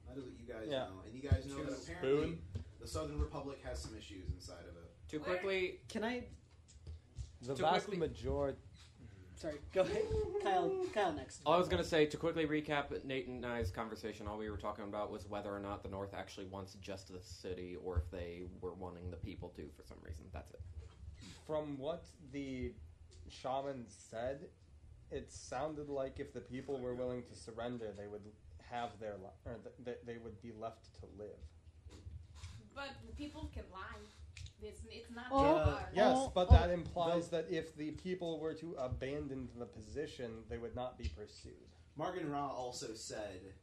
S2: That is what you guys
S5: Yeah.
S2: know, and you guys know that
S5: Choose
S2: apparently
S5: spoon.
S2: the southern republic has some issues inside of it.
S4: Too
S3: Where-
S4: quickly,
S1: Can I?
S5: The
S4: Too
S5: vast
S4: quickly.
S5: majority.
S1: Sorry, go ahead, Kyle. Kyle next.
S4: all I was going to say, to quickly recap Nate and I's conversation, all we were talking about was whether or not the North actually wants just the city or if they were wanting the people too for some reason. That's it.
S5: From what the shaman said, it sounded like if the people were willing to surrender, they would have their li- or th- th- they would be left to live.
S3: But the people can lie. It's, it's not
S1: Oh.
S3: that
S2: Uh,
S3: hard.
S5: Yes,
S1: Oh,
S5: but
S1: oh.
S5: that implies that if the people were to abandon the position, they would not be pursued.
S2: Morgan Ra also said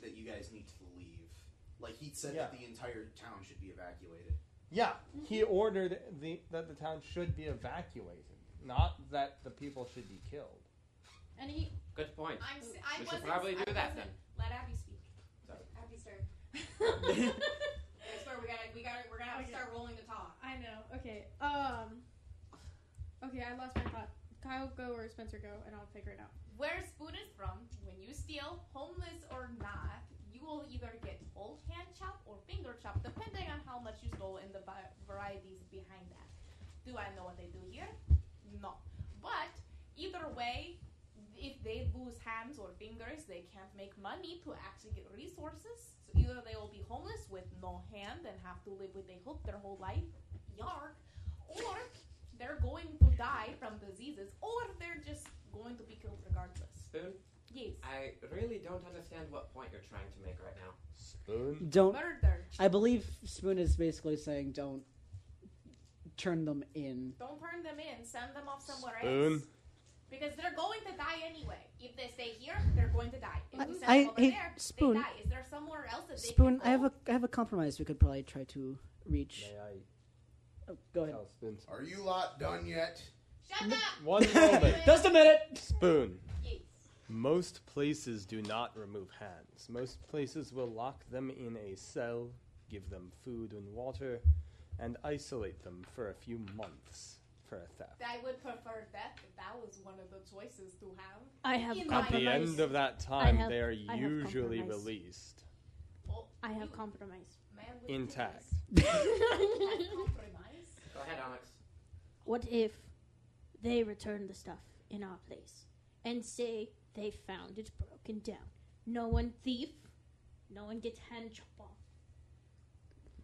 S2: that you guys need to leave. Like he said that
S5: Yeah.
S2: the entire town should be evacuated.
S5: Yeah, he ordered the that the town should be evacuated, not that the people should be killed.
S11: And he
S5: [LAUGHS]
S4: Good point.
S3: I'm, s- I
S4: We should
S3: wasn't-
S4: probably do
S3: I
S4: that
S3: wasn't-
S4: then.
S3: Let Abby speak.
S4: Sorry.
S3: Abby, start. That's where we gotta, we gotta, we're gonna have to start rolling the talk.
S9: I know. Okay. Um. Okay, I lost my thought. Kyle go or Spencer go, and I'll figure it out.
S3: Where Spoon is from, when you steal, homeless or not, you will either get whole hand chop or finger chop, depending on how much you stole and the vi- varieties behind that. Do I know what they do here? No. But either way, if they lose hands or fingers, they can't make money to actually get resources. So either they will be homeless with no hand and have to live with a hook their whole life, yark, or they're going to die from diseases, or they're just going to be killed regardless.
S4: [LAUGHS] Spoon,
S3: Yes.
S4: I really don't understand what point you're trying to make right now.
S5: Spoon. [LAUGHS]
S1: Don't.
S3: Murder.
S1: I believe Spoon is basically saying don't turn them in.
S3: Don't turn them in. Send them off somewhere
S5: Spoon.
S3: else. Because they're going to die anyway. If they stay here, they're going to die. If we send
S1: I-
S3: them over
S1: hey,
S3: there,
S1: Spoon.
S3: they die. Is there somewhere else that they
S1: Spoon,
S3: can
S1: I have
S3: go?
S1: a I have a compromise we could probably try to reach.
S5: May I
S1: Oh, go ahead.
S5: tell Spoon?
S2: Are you lot done yet?
S3: Shut up!
S5: [LAUGHS] One moment.
S1: [LAUGHS] Just a minute.
S5: Spoon.
S3: Yes.
S5: Most places do not remove hands. Most places will lock them in a cell, give them food and water, and isolate them for a few months for a theft.
S3: I would prefer that. if That was one of the choices to have.
S9: I have
S3: In
S5: At the
S9: compromise.
S5: end of that time,
S9: have-
S5: they are
S9: have
S5: usually
S9: compromise.
S5: released
S3: Well,
S9: I have
S3: you-
S9: [LAUGHS] compromise.
S3: Oh, man with
S5: intact.
S3: titties had compromise.
S4: Go ahead, Onyx.
S9: What if they return the stuff in our place and say they found it broken down? No one thief, no one gets hand chop off.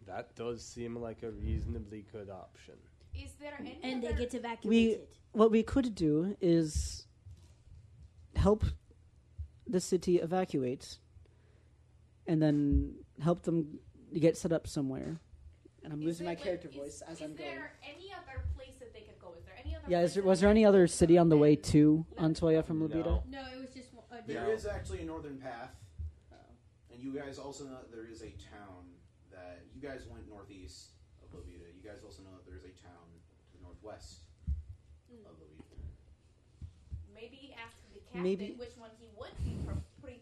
S5: That does seem like a reasonably good option.
S3: [LAUGHS] Is there any
S9: and they
S3: other...
S9: get evacuated.
S1: What we could do is help the city evacuate, and then help them get set up somewhere. And I'm
S3: Is
S1: losing
S3: there,
S1: my
S3: like,
S1: character
S3: is-
S1: voice as
S3: is
S1: I'm going.
S3: there any other place that they could go? Is there any other?
S1: Yeah,
S3: place
S1: is there,
S3: that
S1: was
S3: they
S1: there any
S3: could
S1: other
S3: go
S1: city on the way
S3: than-
S1: to Antoya from Lubita?
S5: No.
S9: No, it was just one. Uh,
S2: There is
S5: No.
S2: actually a northern path,
S5: Oh.
S2: and you guys also know that there is a town that you guys went northeast of Lobita. You guys also know that there is a town to the northwest of Lobita.
S3: Maybe ask the captain
S1: Maybe-
S3: which one he would be pre-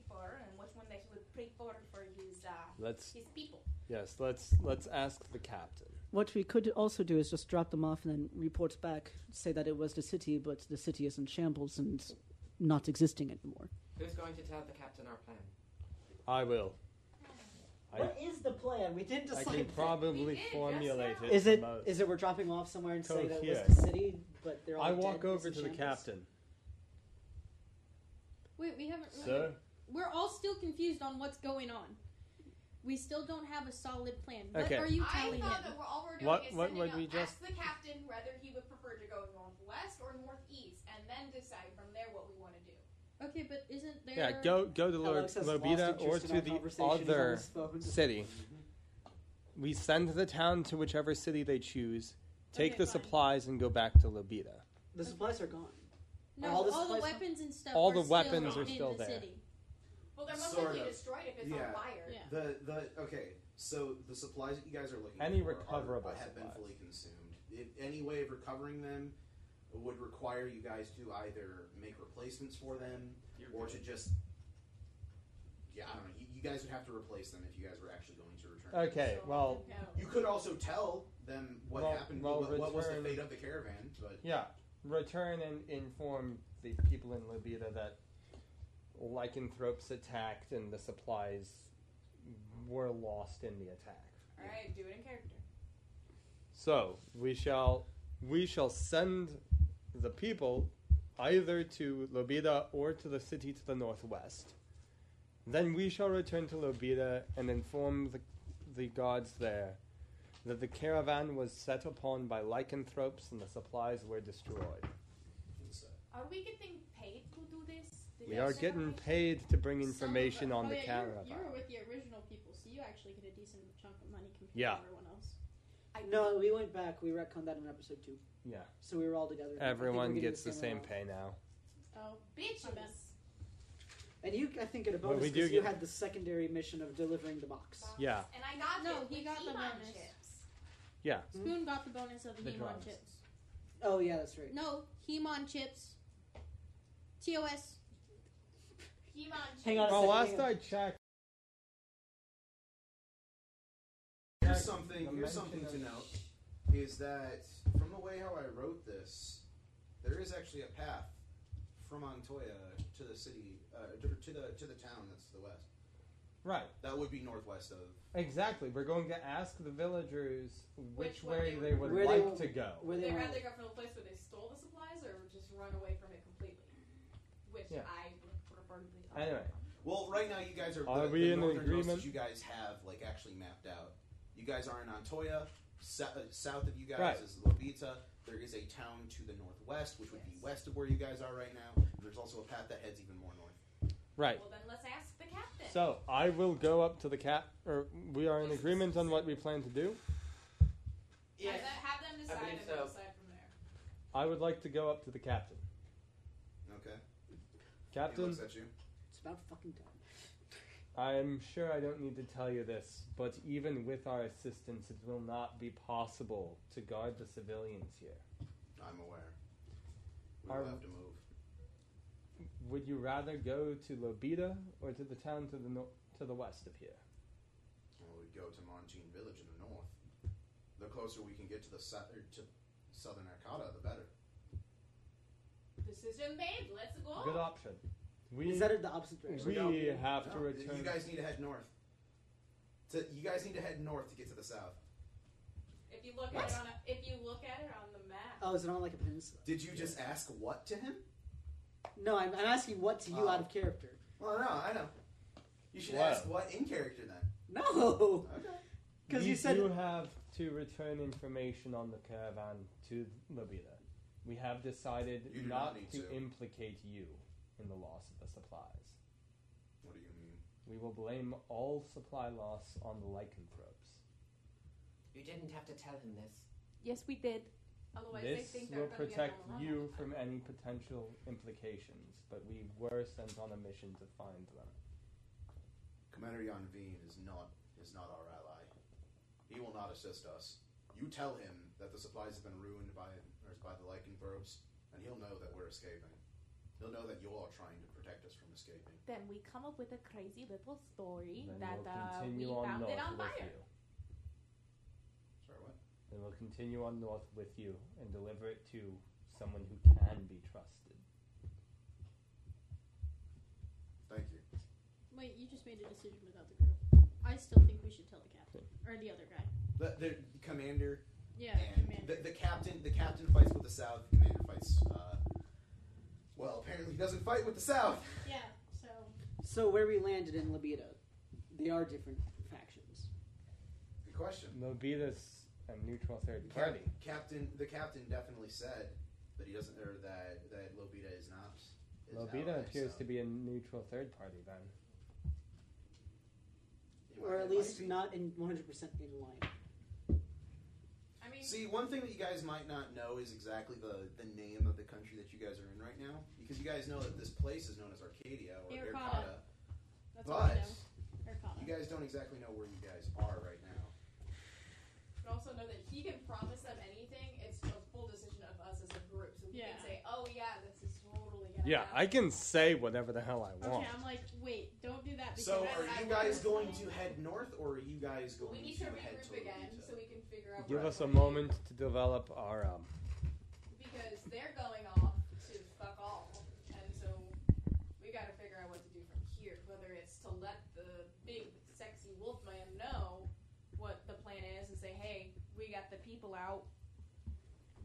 S3: prefer and which one that he would prefer for his uh,
S5: Let's
S3: his people.
S5: yes, let's let's ask the captain.
S1: What we could also do is just drop them off and then report back, say that it was the city, but the city is in shambles and not existing anymore.
S4: Who's going to tell the captain our plan?
S5: I will. I-
S1: what is the plan? We didn't
S5: I
S1: decide.
S5: can
S3: We
S5: probably
S3: did just
S5: formulate
S3: now.
S5: it.
S1: is it
S5: most.
S1: is it we're dropping off somewhere and say that was
S5: Cohere.
S1: the city, but they're all
S5: I
S1: dead,
S5: walk
S1: it's
S5: over
S1: in
S5: to the
S1: shambles?
S5: captain.
S9: Wait, we haven't. Really
S5: Sir,
S9: We're all still confused on what's going on. We still don't have a solid plan. What
S5: Okay.
S9: are you
S3: I
S9: telling
S3: thought
S9: him?
S3: that we're, all we're doing
S5: What-
S3: is
S5: what
S3: sending
S5: would
S3: up,
S5: we
S3: ask
S5: just-
S3: the captain whether he would prefer to go northwest or northeast, and then decide from there what we want to do.
S9: Okay, but isn't there?
S5: yeah, go go to Lord
S1: Alex has lost
S5: Lobita or
S1: interest in
S5: to
S1: our
S5: the
S1: conversation. He's on
S5: other
S1: his phone.
S5: city. We send the town to whichever city they choose. Take
S9: Okay,
S5: the
S9: fine.
S5: supplies and go back to Lobita.
S1: The supplies are gone.
S9: No,
S1: All
S9: all,
S1: this
S9: the
S1: place-
S9: weapons and stuff.
S5: All
S9: are
S5: the
S9: still
S5: weapons
S4: are
S9: in
S5: still
S9: the
S5: there.
S9: City.
S3: Well, they're most
S2: Sort
S3: likely
S2: of.
S3: destroyed if it's
S2: Yeah.
S3: on fire.
S9: Yeah.
S2: The the okay. So the supplies that you guys are looking
S5: Any
S2: for
S5: recoverable
S2: are, have been
S5: supplies.
S2: fully consumed. If any way of recovering them would require you guys to either make replacements for them
S4: You're
S2: or
S4: good.
S2: to just yeah, I don't know. You, you guys would have to replace them if you guys were actually going to return. them.
S5: Okay,
S3: So-
S5: well,
S2: You could also tell them what
S5: Well-
S2: happened,
S5: well,
S2: what, what was the
S5: return-
S2: fate of the caravan, but
S5: yeah. Return and inform the people in Lobita that lycanthropes attacked and the supplies were lost in the attack.
S3: All right, do it in character.
S5: So we shall we shall send the people either to Lobita or to the city to the northwest. Then we shall return to Lobita and inform the, the gods there that the caravan was set upon by lycanthropes and the supplies were destroyed.
S3: Are we getting paid to do this? Did
S5: We
S3: you
S5: are
S3: say
S5: getting
S3: that?
S5: paid to bring information
S9: Some of
S5: on
S9: oh,
S5: the
S9: yeah,
S5: caravan.
S9: You were with the original people, so you actually get a decent chunk of money compared
S5: Yeah.
S9: to everyone else.
S3: I
S1: No, we went back. We retconned that in episode two.
S5: Yeah.
S1: So we were all together. I think we're
S5: Everyone
S1: getting
S5: gets the same
S1: amount.
S5: pay now.
S9: Oh,
S3: bitches.
S9: My bad.
S1: And you, I think, get a
S5: Well,
S1: bonus
S5: we
S1: because
S5: do
S1: you
S5: get-
S1: had the secondary mission of delivering the box.
S5: Yeah.
S3: And I got
S9: No,
S3: it
S9: he
S3: with
S9: got the
S3: Iman
S9: bonus.
S3: chips.
S1: Hmm?
S9: Spoon got the bonus of
S5: The
S9: the Hemon
S5: drugs.
S9: chips.
S1: Oh yeah, that's right.
S9: No, Hemon chips. TOS.
S3: Iman chips.
S1: Hang on a
S5: Well,
S1: second,
S5: last
S1: hang on.
S5: I checked.
S2: Here's something.
S5: The
S2: Here's
S5: mention
S2: something to
S5: of-
S2: note: is that from the way how I wrote this, there is actually a path from Antoya to the city, uh, to, to the to the town that's to the west.
S5: Right.
S2: That would be northwest of.
S5: Exactly. We're going to ask the villagers
S3: Which
S5: which,
S3: way they
S5: way they would
S1: Where they will-
S5: like to go.
S1: Where
S3: Would
S1: they
S3: they
S1: were.
S3: rather go from the place where they stole the supplies or just run away from it completely? Which
S5: Yeah.
S3: I would prefer to be.
S5: Anyway.
S2: Well, right now you guys are.
S5: Are
S2: the,
S5: we
S2: the
S5: in
S2: northern coast
S5: agreement?
S2: that You guys have like actually mapped out. You guys are in Antoya. Sou- uh, south of you guys
S5: Right.
S2: is Lobita. There is a town to the northwest, which would be
S3: Yes.
S2: west of where you guys are right now. There's also a path that heads even more north.
S5: Right.
S3: Well, then let's ask the captain.
S5: So I will go up to the cat, or we are in agreement on what we plan to do.
S3: Yeah,
S4: Yes.
S3: that- have them decide and
S4: believe
S3: we'll
S4: so.
S3: decide from there.
S5: I would like to go up to the captain.
S2: Okay. He
S5: Captain,
S2: looks at you.
S1: It's about fucking time.
S5: I'm sure I don't need to tell you this, but even with our assistance, it will not be possible to guard the civilians here.
S2: I'm aware. We
S5: Are-
S2: will have to move.
S5: Would you rather go to Lobita or to the town to the no- to the west of here?
S2: Well, we'd go to Montine Village in the north. The closer we can get to the sou- er, to southern Arcata, the better.
S3: Decision made. Let's go.
S5: Good option. We
S1: Is that the opposite direction?
S5: we have to
S2: No,
S5: return.
S2: You guys need to head north. To, you guys need to head north to get to the south.
S3: If you look
S2: What?
S3: at it on a, if you look at it on the map,
S1: Oh, is it on like a peninsula?
S2: Did you just ask what to him?
S1: No, I'm, I'm asking what to you
S2: Oh.
S1: out of character.
S2: Well, no, I know. You should
S5: Wow.
S2: ask what in character then.
S1: No, [LAUGHS]
S2: Okay.
S1: because
S5: We
S1: you said
S5: do have to return information on the caravan to Lobita. We have decided
S2: You do not
S5: not,
S2: need
S5: to,
S2: to.
S5: implicate you in the loss of the supplies.
S2: What do you mean?
S5: We will blame all supply loss on the lycanthropes.
S4: You didn't have to tell him this.
S12: Yes, we did.
S3: otherwise they
S5: this
S3: Oh, think they're
S5: will
S3: going to
S5: protect
S3: get on the
S5: you
S3: level.
S5: from any potential implications, but we were sent on a mission to find them.
S2: Commander Yanveen is not is not our ally. He will not assist us. You tell him that the supplies have been ruined by or by the lycanthropes, and he'll know that we're escaping. He'll know that you're trying to protect us from escaping.
S3: Then we come up with a crazy little story
S5: Then
S3: that
S5: we'll
S3: uh, we
S5: continue on
S3: found
S5: north
S3: it on
S5: with
S3: fire.
S5: you.
S2: Sorry, what?
S5: Then we'll continue on north with you and deliver it to someone who can be trusted.
S9: Wait, you just made a decision without the crew. I still think we should tell the captain or the other guy.
S2: The, the commander
S9: Yeah,
S2: and
S9: commander.
S2: the, the captain. The captain fights with the South. The commander fights. Uh, well, apparently he doesn't fight with the South.
S13: Yeah. So
S1: So where we landed in Libido, they are different factions.
S2: Good question.
S5: Lobita's a neutral third
S2: Cap-
S5: party.
S2: captain. The captain definitely said that he doesn't, or that that Lobita is not. is
S5: Lobita
S2: ally,
S5: appears
S2: so-
S5: to be a neutral third party then.
S2: It might-
S1: Or
S2: it
S1: at
S2: might
S1: least
S2: be.
S1: not in 100% in [LAUGHS] line.
S3: I mean,
S2: See, one thing that you guys might not know is exactly the, the name of the country that you guys are in right now, because you guys know that this place is known as Arcadia or
S9: Arcata.
S2: Arcata,
S9: That's all I
S2: but
S9: know. Arcana.
S2: you guys don't exactly know where you guys are right now.
S3: but also know that he can promise them anything. It's a full decision of us as a group. So we
S9: Yeah.
S3: can say, oh, yeah, this is totally going to
S5: Yeah, I can say whatever the hell I want.
S9: Okay, I'm like, wait, don't do that. Because
S2: So,
S3: that's
S2: are
S3: what I
S2: you
S3: wanted
S2: guys
S3: to
S2: going
S3: say.
S2: to head north, or are you guys going
S3: We need
S2: to
S3: to
S2: head
S3: regroup
S2: toward
S3: again
S2: Utah?
S3: so we can figure out
S5: Give
S3: where
S5: us a
S3: we're
S5: moment to develop our um,
S3: headed. Because they're going off to fuck all. And so we got to figure out what to do from here. Whether it's to let the big, sexy wolf man know what the plan is and say, hey, we got the people out.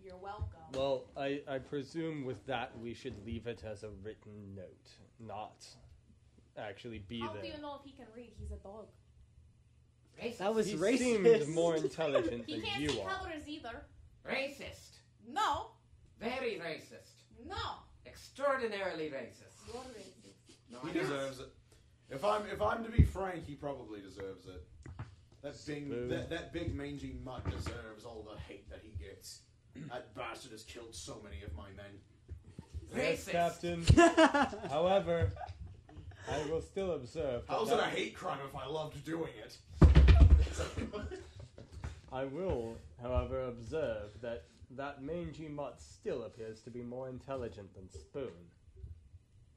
S3: You're welcome.
S5: Well, I, I presume with that we should leave it as a written note, not actually be
S3: How do
S5: there.
S3: you know if he can read? He's a dog.
S4: Racist.
S1: That was
S5: he
S1: racist.
S5: seemed more [LAUGHS] intelligent
S3: He
S5: than
S3: can't
S5: you
S3: see
S5: are.
S3: colors either.
S4: Racist.
S3: No,
S4: Very racist.
S3: no.
S4: Extraordinarily racist.
S3: You're racist.
S4: No,
S2: He
S4: I'm not.
S2: deserves it. If I'm if I'm to be frank, he probably deserves it. That
S5: Boo.
S2: big that, that big mangy mutt deserves all the hate that he gets.
S5: [CLEARS THROAT]
S2: That bastard has killed so many of my men.
S5: Yes,
S4: Racist.
S5: Captain. However, I will still observe. that
S2: How's it a
S5: that-
S2: hate crime if I loved doing it?
S5: I will, however, observe that that mangy mutt still appears to be more intelligent than [LAUGHS] Spoon.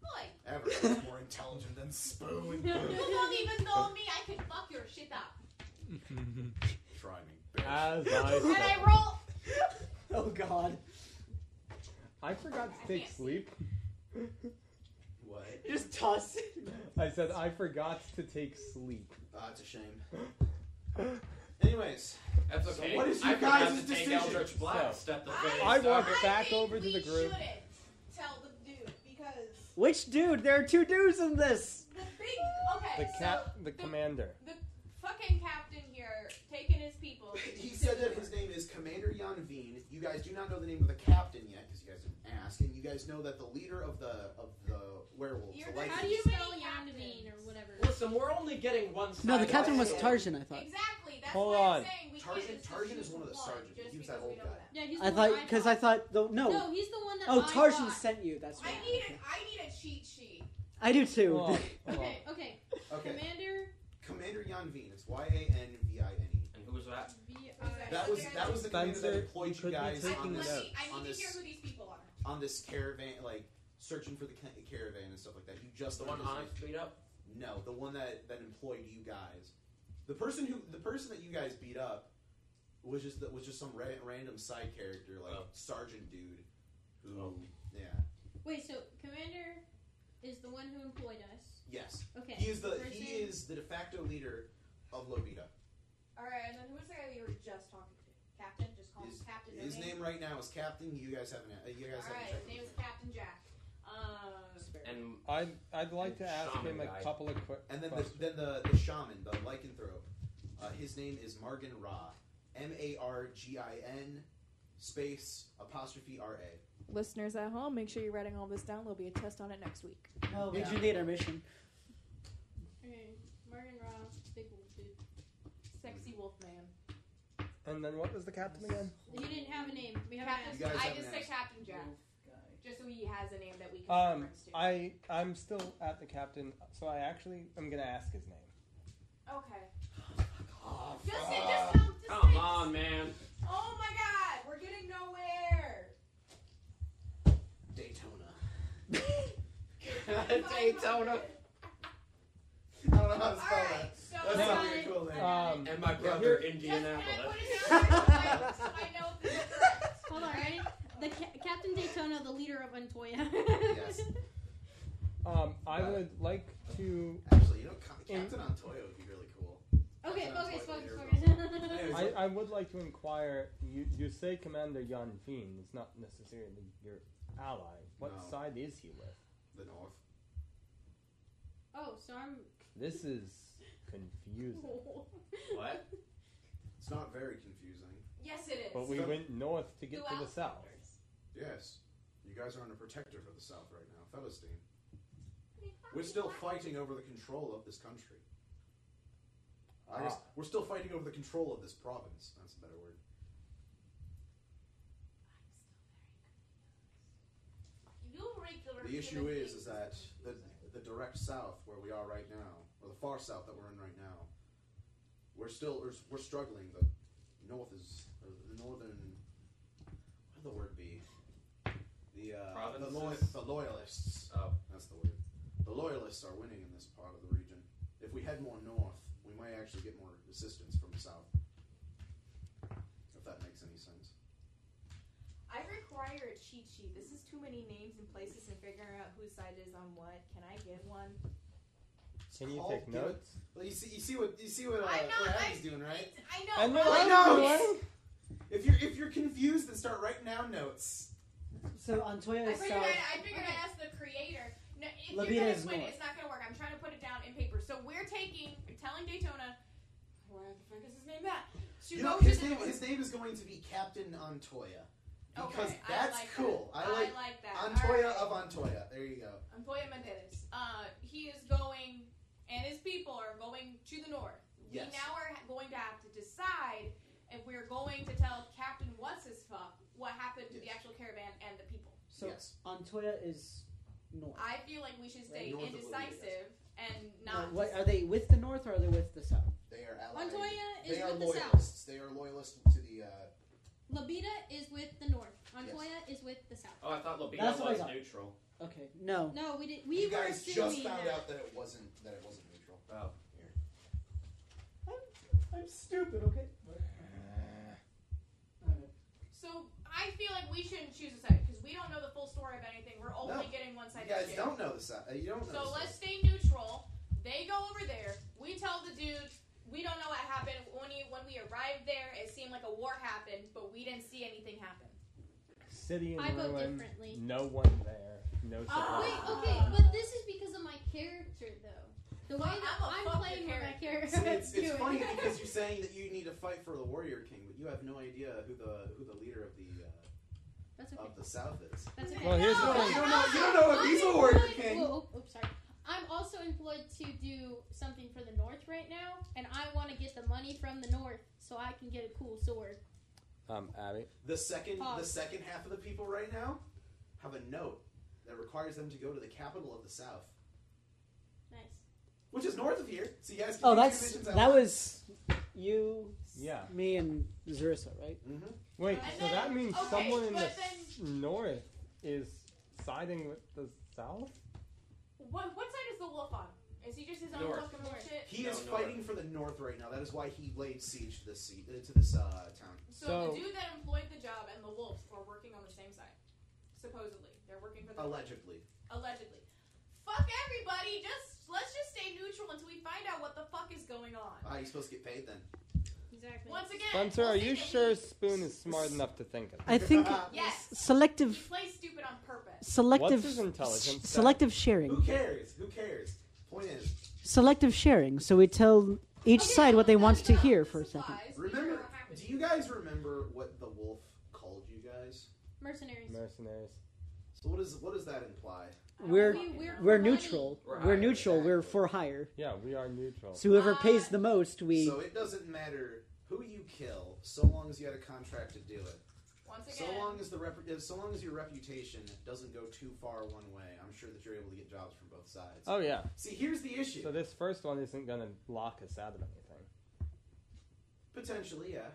S3: Boy, [LAUGHS]
S2: Everyone's more intelligent than
S5: [LAUGHS]
S2: Spoon.
S3: you don't even know me. I can fuck your shit [LAUGHS] up.
S2: Try me, bitch.
S5: As I
S3: And I
S5: said,
S3: roll.
S1: Oh god.
S5: I forgot to take sleep. [LAUGHS]
S2: What?
S1: Just toss.
S5: I said I forgot to take sleep.
S2: Ah, it's a shame. Anyways,
S4: That's
S2: So
S4: okay.
S2: what is
S4: I
S2: your
S4: forgot
S2: guys'
S4: to take
S2: decision?
S4: Eldritch Blast at the very
S5: I
S4: start.
S5: walked back
S3: think
S5: over to
S3: we
S5: the group.
S3: shouldn't tell the dude because
S1: Which dude? There are two dudes in this!
S3: the big. Okay,
S5: The
S3: so
S5: cap, the
S3: the-
S5: commander.
S3: fucking captain here taking his people. to
S2: he
S3: the
S2: said that
S3: sewer.
S2: his name is Commander Jan Veen. You guys do not know the name of the captain yet because you guys didn't ask, and you guys know that the leader of the of the werewolves,
S3: You're
S2: the
S3: the-
S2: White
S9: How do you
S3: Many
S9: spell Yandavine or
S3: captains.
S9: whatever?
S4: Listen, we're only getting one side.
S1: No, the
S4: of
S1: captain was
S4: it.
S1: Tarzan, I thought.
S3: Exactly. That's
S5: Hold
S3: why
S5: on.
S3: I'm saying we
S2: Tarzan-
S3: can't just
S2: Tarzan is
S3: assume
S2: one of the
S3: one,
S2: sergeants.
S3: just
S2: He was
S3: because
S2: that
S3: we
S2: old
S3: know
S2: guy.
S3: that.
S9: Yeah, he's the
S1: I
S9: one
S1: thought, because I
S9: thought.
S1: thought, though, no.
S9: No, he's the one that.
S1: Oh,
S9: I
S1: Tarzan
S9: thought.
S1: sent you, that's
S3: I
S1: why.
S3: need a, I need a cheat sheet.
S1: I do too. [LAUGHS]
S5: Hold on, hold on.
S9: Okay, okay. [LAUGHS]
S2: Okay,
S9: Commander
S2: Commander Jan Veen. It's Y A N V I N E.
S4: And who was that?
S9: V
S3: Okay.
S9: I.
S2: That was that was the commander that
S5: Spencer, you
S2: employed
S5: could
S2: you
S5: be
S2: guys
S3: I,
S5: taking
S2: on
S3: let
S5: it
S2: this
S5: out.
S3: me, I
S2: on
S3: need to hear
S2: this
S3: who these people are.
S2: on this caravan, like searching for the ca- caravan and stuff like that. You just
S4: The
S2: learned
S4: one
S2: his
S4: I
S2: name.
S4: beat up?
S2: No, the one that that employed you guys. The person who the person that you guys beat up was just the, was just some ra- random side character like
S4: Oh.
S2: sergeant dude. Who?
S4: Oh.
S2: Yeah.
S9: Wait, so Commander is the one who employed us.
S2: Yes.
S9: Okay.
S2: He is the
S9: Person-
S2: he is the de facto leader of Lobita.
S3: All right, and then who's the guy that you were just talking to? Captain, just call
S2: His-
S3: him Captain.
S2: His
S3: okay?
S2: name right now is Captain. You guys haven't. uh, You guys
S3: All right,
S2: haven't.
S3: his name
S2: checked
S3: is Captain Jack. Um,
S4: And
S5: I'd, I'd like to
S4: And
S5: ask
S4: shaman
S5: him a
S4: guy.
S5: couple of quick
S2: and then the,
S5: questions.
S2: then the the shaman, the lycanthrope. Uh, his name is Margan Ra. M A R G I N space apostrophe R A.
S14: Listeners at home, make sure you're writing all this down. There'll be a test on it next week.
S1: No, we
S2: Yeah.
S1: do need our mission.
S9: Okay, Morgan Ross, big old dude.
S3: sexy wolf man.
S5: and then what was the captain again?
S9: He didn't have a name. We haven't
S3: Captain,
S9: asked.
S2: You guys
S3: I
S2: haven't
S3: just said
S2: asked.
S3: Captain Jack, just so he has a name that we can
S5: Um,
S3: reference to.
S5: I I'm still at the captain, so I actually I'm gonna ask his name.
S3: okay.
S2: Oh,
S3: Just,
S2: fuck.
S3: say- just tell just
S4: Come
S3: say-
S4: on, man.
S3: Oh my God, we're getting nowhere.
S2: [LAUGHS]
S3: [LAUGHS]
S4: [LAUGHS]
S2: Daytona.
S4: Daytona.
S2: I don't know how to
S3: All
S2: spell
S3: right,
S2: that.
S3: so uh,
S2: That's
S5: No.
S2: not
S3: I-
S2: very cool name.
S5: Um,
S4: And my brother,
S3: Just, can I
S4: Indianapolis.
S3: put it down so I- so I know if this is correct?
S9: [LAUGHS] Hold on, ready? The ca- Captain Daytona, the leader of Montoya.
S2: Yes.
S5: Um, I
S2: Uh,
S5: would like to.
S2: Actually, you know, Ca-
S5: in-
S2: Captain Antoya would be really cool.
S9: Okay,
S2: Captain
S9: focus,
S2: Antoya
S9: focus,
S2: would be really
S9: focus.
S2: cool. Yeah,
S5: I,
S2: he's
S5: I would like to inquire. You you say Commander Yan Fin is not necessarily your ally. What
S2: No.
S5: side is he with?
S2: the North.
S9: Oh, so I'm.
S5: This is confusing.
S3: [LAUGHS]
S9: [LAUGHS]
S2: What? It's not very confusing.
S3: Yes, it is.
S5: But we
S2: So-
S5: went north to get to the
S3: Throughout
S5: south.
S3: Flanders.
S2: Yes. You guys are under protector for the South right now, Philistine. We're still fighting over the control of this country. I guess
S5: Ah.
S2: we're still fighting over the control of this province. That's a better word.
S3: You regularly.
S2: The issue is, is that the, the direct south where we are right now, or the far south that we're in right now, we're still we're, we're struggling. The north is or the northern. What would the word be? The uh, the, loy-
S4: Provinces?
S2: the loyalists.
S4: Oh.
S2: That's the word. The loyalists are winning in this part of the region. If we head more north, we might actually get more resistance from the south. If that makes any sense.
S3: I require a cheat sheet. This is too many names and places and figuring out whose side is on what. Can I get one?
S2: It's
S5: Can you
S2: called-
S5: take
S2: give it-
S5: notes?
S2: Well, you see, you see what you see what uh,
S3: I know,
S2: what
S3: I-
S2: Abby's doing, right?
S3: I know.
S5: I know,
S3: but-
S2: I
S5: know,
S2: Notes! If you're if you're confused, then start writing down notes.
S1: So Antoya
S3: I
S1: is
S3: figured,
S1: south.
S3: I, I figured I asked the creator. No, if
S1: Levita
S3: you're gonna
S1: is
S3: explain
S1: north.
S3: it, it's not gonna work. I'm trying to put it down in paper. So we're taking, we're telling Daytona. Where the frick is his name at? To
S2: You
S3: go
S2: know,
S3: to
S2: his
S3: the
S2: name his name is going to be Captain Antoya because
S3: Okay, I
S2: that's
S3: like that.
S2: cool. I like
S3: that.
S2: Antoya
S3: Alright.
S2: of Antoya. There you go.
S3: Antoya Mendez. Uh, he is going, and his people are going to the north.
S2: Yes.
S3: We now are ha- going to have to decide if we're going to tell Captain What's His Fuck what happened to the
S2: Yes.
S3: actual caravan and the people.
S1: So
S2: yes,
S1: Antoya is north.
S3: I feel like we should stay
S2: Right, north of Bolivia, yes.
S3: indecisive and
S1: Now,
S3: not.
S1: what,
S3: just-
S1: are they with the north or are they with the south?
S2: they are allied.
S9: Montoya is
S2: they are
S9: with the south.
S2: loyalists. They are loyalists to the. Uh,
S9: Labita is with the north. Montoya is with the south.
S4: Oh, I thought Lobito
S1: That's what I
S4: was
S1: got.
S4: neutral.
S1: Okay, no.
S9: No, we didn't. We
S2: you
S9: were
S2: guys
S9: assuming
S2: just found
S9: that.
S2: out that it wasn't that it wasn't neutral.
S4: Oh.
S1: I'm stupid. Okay.
S3: so I feel like we shouldn't choose a side because we don't know the full story of anything. We're only
S2: No.
S3: getting one
S2: You
S3: side.
S2: guys
S3: to choose.
S2: don't know the side. uh, You don't know.
S3: So
S2: the
S3: let's
S2: side.
S3: stay neutral. They go over there. We tell the dude we don't know what happened. When, he, when we arrived there, it seemed like a war happened, but we didn't see anything happen.
S5: City in
S15: I vote
S5: ruin.
S15: differently.
S5: No one there. No
S3: Ah,
S5: supply.
S9: Wait, okay, but this is because of my character, though. The way
S3: Well,
S9: that
S3: I'm a
S9: I'm,
S3: fucking
S9: playing with my character. [LAUGHS]
S2: See, it's,
S9: is
S2: it's
S9: doing.
S2: funny because you're saying that you need to fight for the Warrior King, but you have no idea who the who the leader of the uh,
S9: That's okay.
S2: of the South is.
S9: That's okay.
S5: Well, here's the
S2: You
S5: thing.
S2: don't know. You don't know
S4: Oh,
S2: if
S9: I'm
S2: he's a Warrior
S9: employed-
S2: King.
S9: Whoa, oh, oops, sorry. I'm also employed to do something for the North right now, and I want to get the money from the North so I can get a cool sword.
S5: Um, Abby.
S2: The second, the
S9: Pause.
S2: second half of the people right now have a note that requires them to go to the capital of the South,
S9: Nice.
S2: which is north of here. So you guys. Can
S1: Oh,
S2: do two
S1: that's
S2: missions at
S1: that
S2: once.
S1: was you,
S5: Yeah.
S1: me, and Zerissa, right?
S2: Mhm.
S5: Wait,
S3: And
S5: so that
S3: then-
S5: means
S3: okay,
S5: someone in
S3: but
S5: the s- north is siding with the south?
S3: What, what side is the wolf on? Is he just his own
S4: North.
S3: fucking bullshit?
S2: He
S4: No,
S2: is
S4: no,
S2: fighting for the north right now. That is why he laid siege to this sea, uh, to this uh, town.
S3: So,
S5: So-
S3: the dude that employed the job and the wolves are working on the same side. Supposedly. They're working for the
S2: Allegedly,
S3: allegedly. Fuck everybody. Just let's just stay neutral until we find out what the fuck is going on.
S2: ah, you're supposed to get paid then.
S9: Exactly.
S3: Once again,
S5: Spencer,
S3: we'll
S5: are
S3: say
S5: you
S3: that we-
S5: sure Spoon is smart enough to think of
S1: I think
S3: Yes. He
S1: selective
S3: plays stupid on purpose.
S1: selective
S5: What's his intelligence
S1: s-
S5: stat?
S1: selective sharing.
S2: Who cares? Who cares? Point is,
S1: Selective sharing. So we tell each
S3: Okay,
S1: side what they
S3: now
S1: want
S3: we
S1: to
S3: know
S1: hear
S3: the
S1: for a second.
S3: supplies. We know
S2: remember.
S3: what happened.
S2: Do you guys remember what the wolf called you guys?
S9: Mercenaries.
S5: mercenaries?
S2: So what is what does that imply?
S1: We're-
S9: We- we're-
S1: We're
S9: Money.
S1: neutral.
S4: We're
S1: We're
S4: higher,
S1: neutral. We're
S2: exactly.
S1: for hire.
S5: Yeah, we are neutral.
S1: So whoever
S3: Uh,
S1: pays the most, we.
S2: So it doesn't matter who you kill, so long as you had a contract to do it.
S3: Once
S2: So
S3: again,
S2: long as the rep- uh, so long as your reputation doesn't go too far one way, I'm sure that you're able to get jobs from both sides.
S5: Oh, yeah.
S2: See, here's the issue.
S5: So this first one isn't going to lock us out of anything.
S2: Potentially, yeah.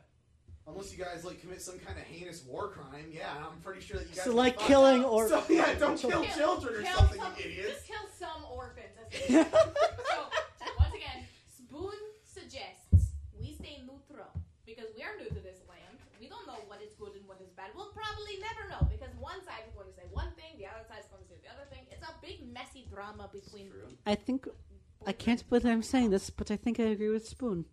S2: Unless you guys like commit some kind of heinous war crime, yeah, I'm pretty sure that you guys.
S1: So
S2: would
S1: like
S2: fuck-
S1: killing or
S2: So yeah, don't kill
S3: Kill-
S2: children or
S3: kill
S2: something,
S3: some-
S2: you idiots.
S3: Just kill some orphans. That's it.
S1: [LAUGHS]
S3: so, once again, Spoon suggests we stay neutral because we are new to this land. We don't know what is good and what is bad. We'll probably never know because one side is going to say one thing, the other side is going to say the other thing. It's a big messy drama come up between.
S1: I think I can't believe I'm saying this, but I think I agree with Spoon.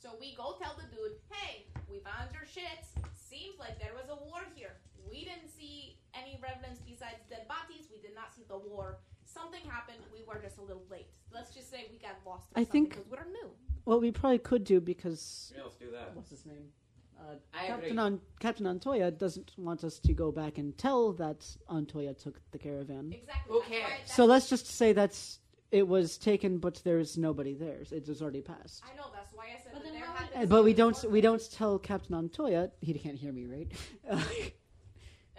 S3: So we go tell the dude, hey, we found your shit. Seems like there was a war here. We didn't see any remnants besides dead bodies. We did not see the war. Something happened. We were just a little late. Let's just say we got lost. Or
S1: I
S3: something
S1: think-
S3: because we're new.
S1: What we probably could do because
S4: Yeah, let's do that.
S1: What's his name? Uh,
S4: I agree.
S1: Captain, An- Captain Antoya doesn't want us to go back and tell that Antoya took the caravan.
S3: Exactly.
S4: Who
S3: that's why-
S4: cares?
S1: So let's just say that's it was taken, but there's nobody there. It was already passed.
S3: I know that's why I said that
S9: But then
S3: there
S9: how
S3: had
S9: would-
S1: Uh,
S3: been
S1: But we don't we don't tell Captain Antoya. He can't hear me, right? [LAUGHS]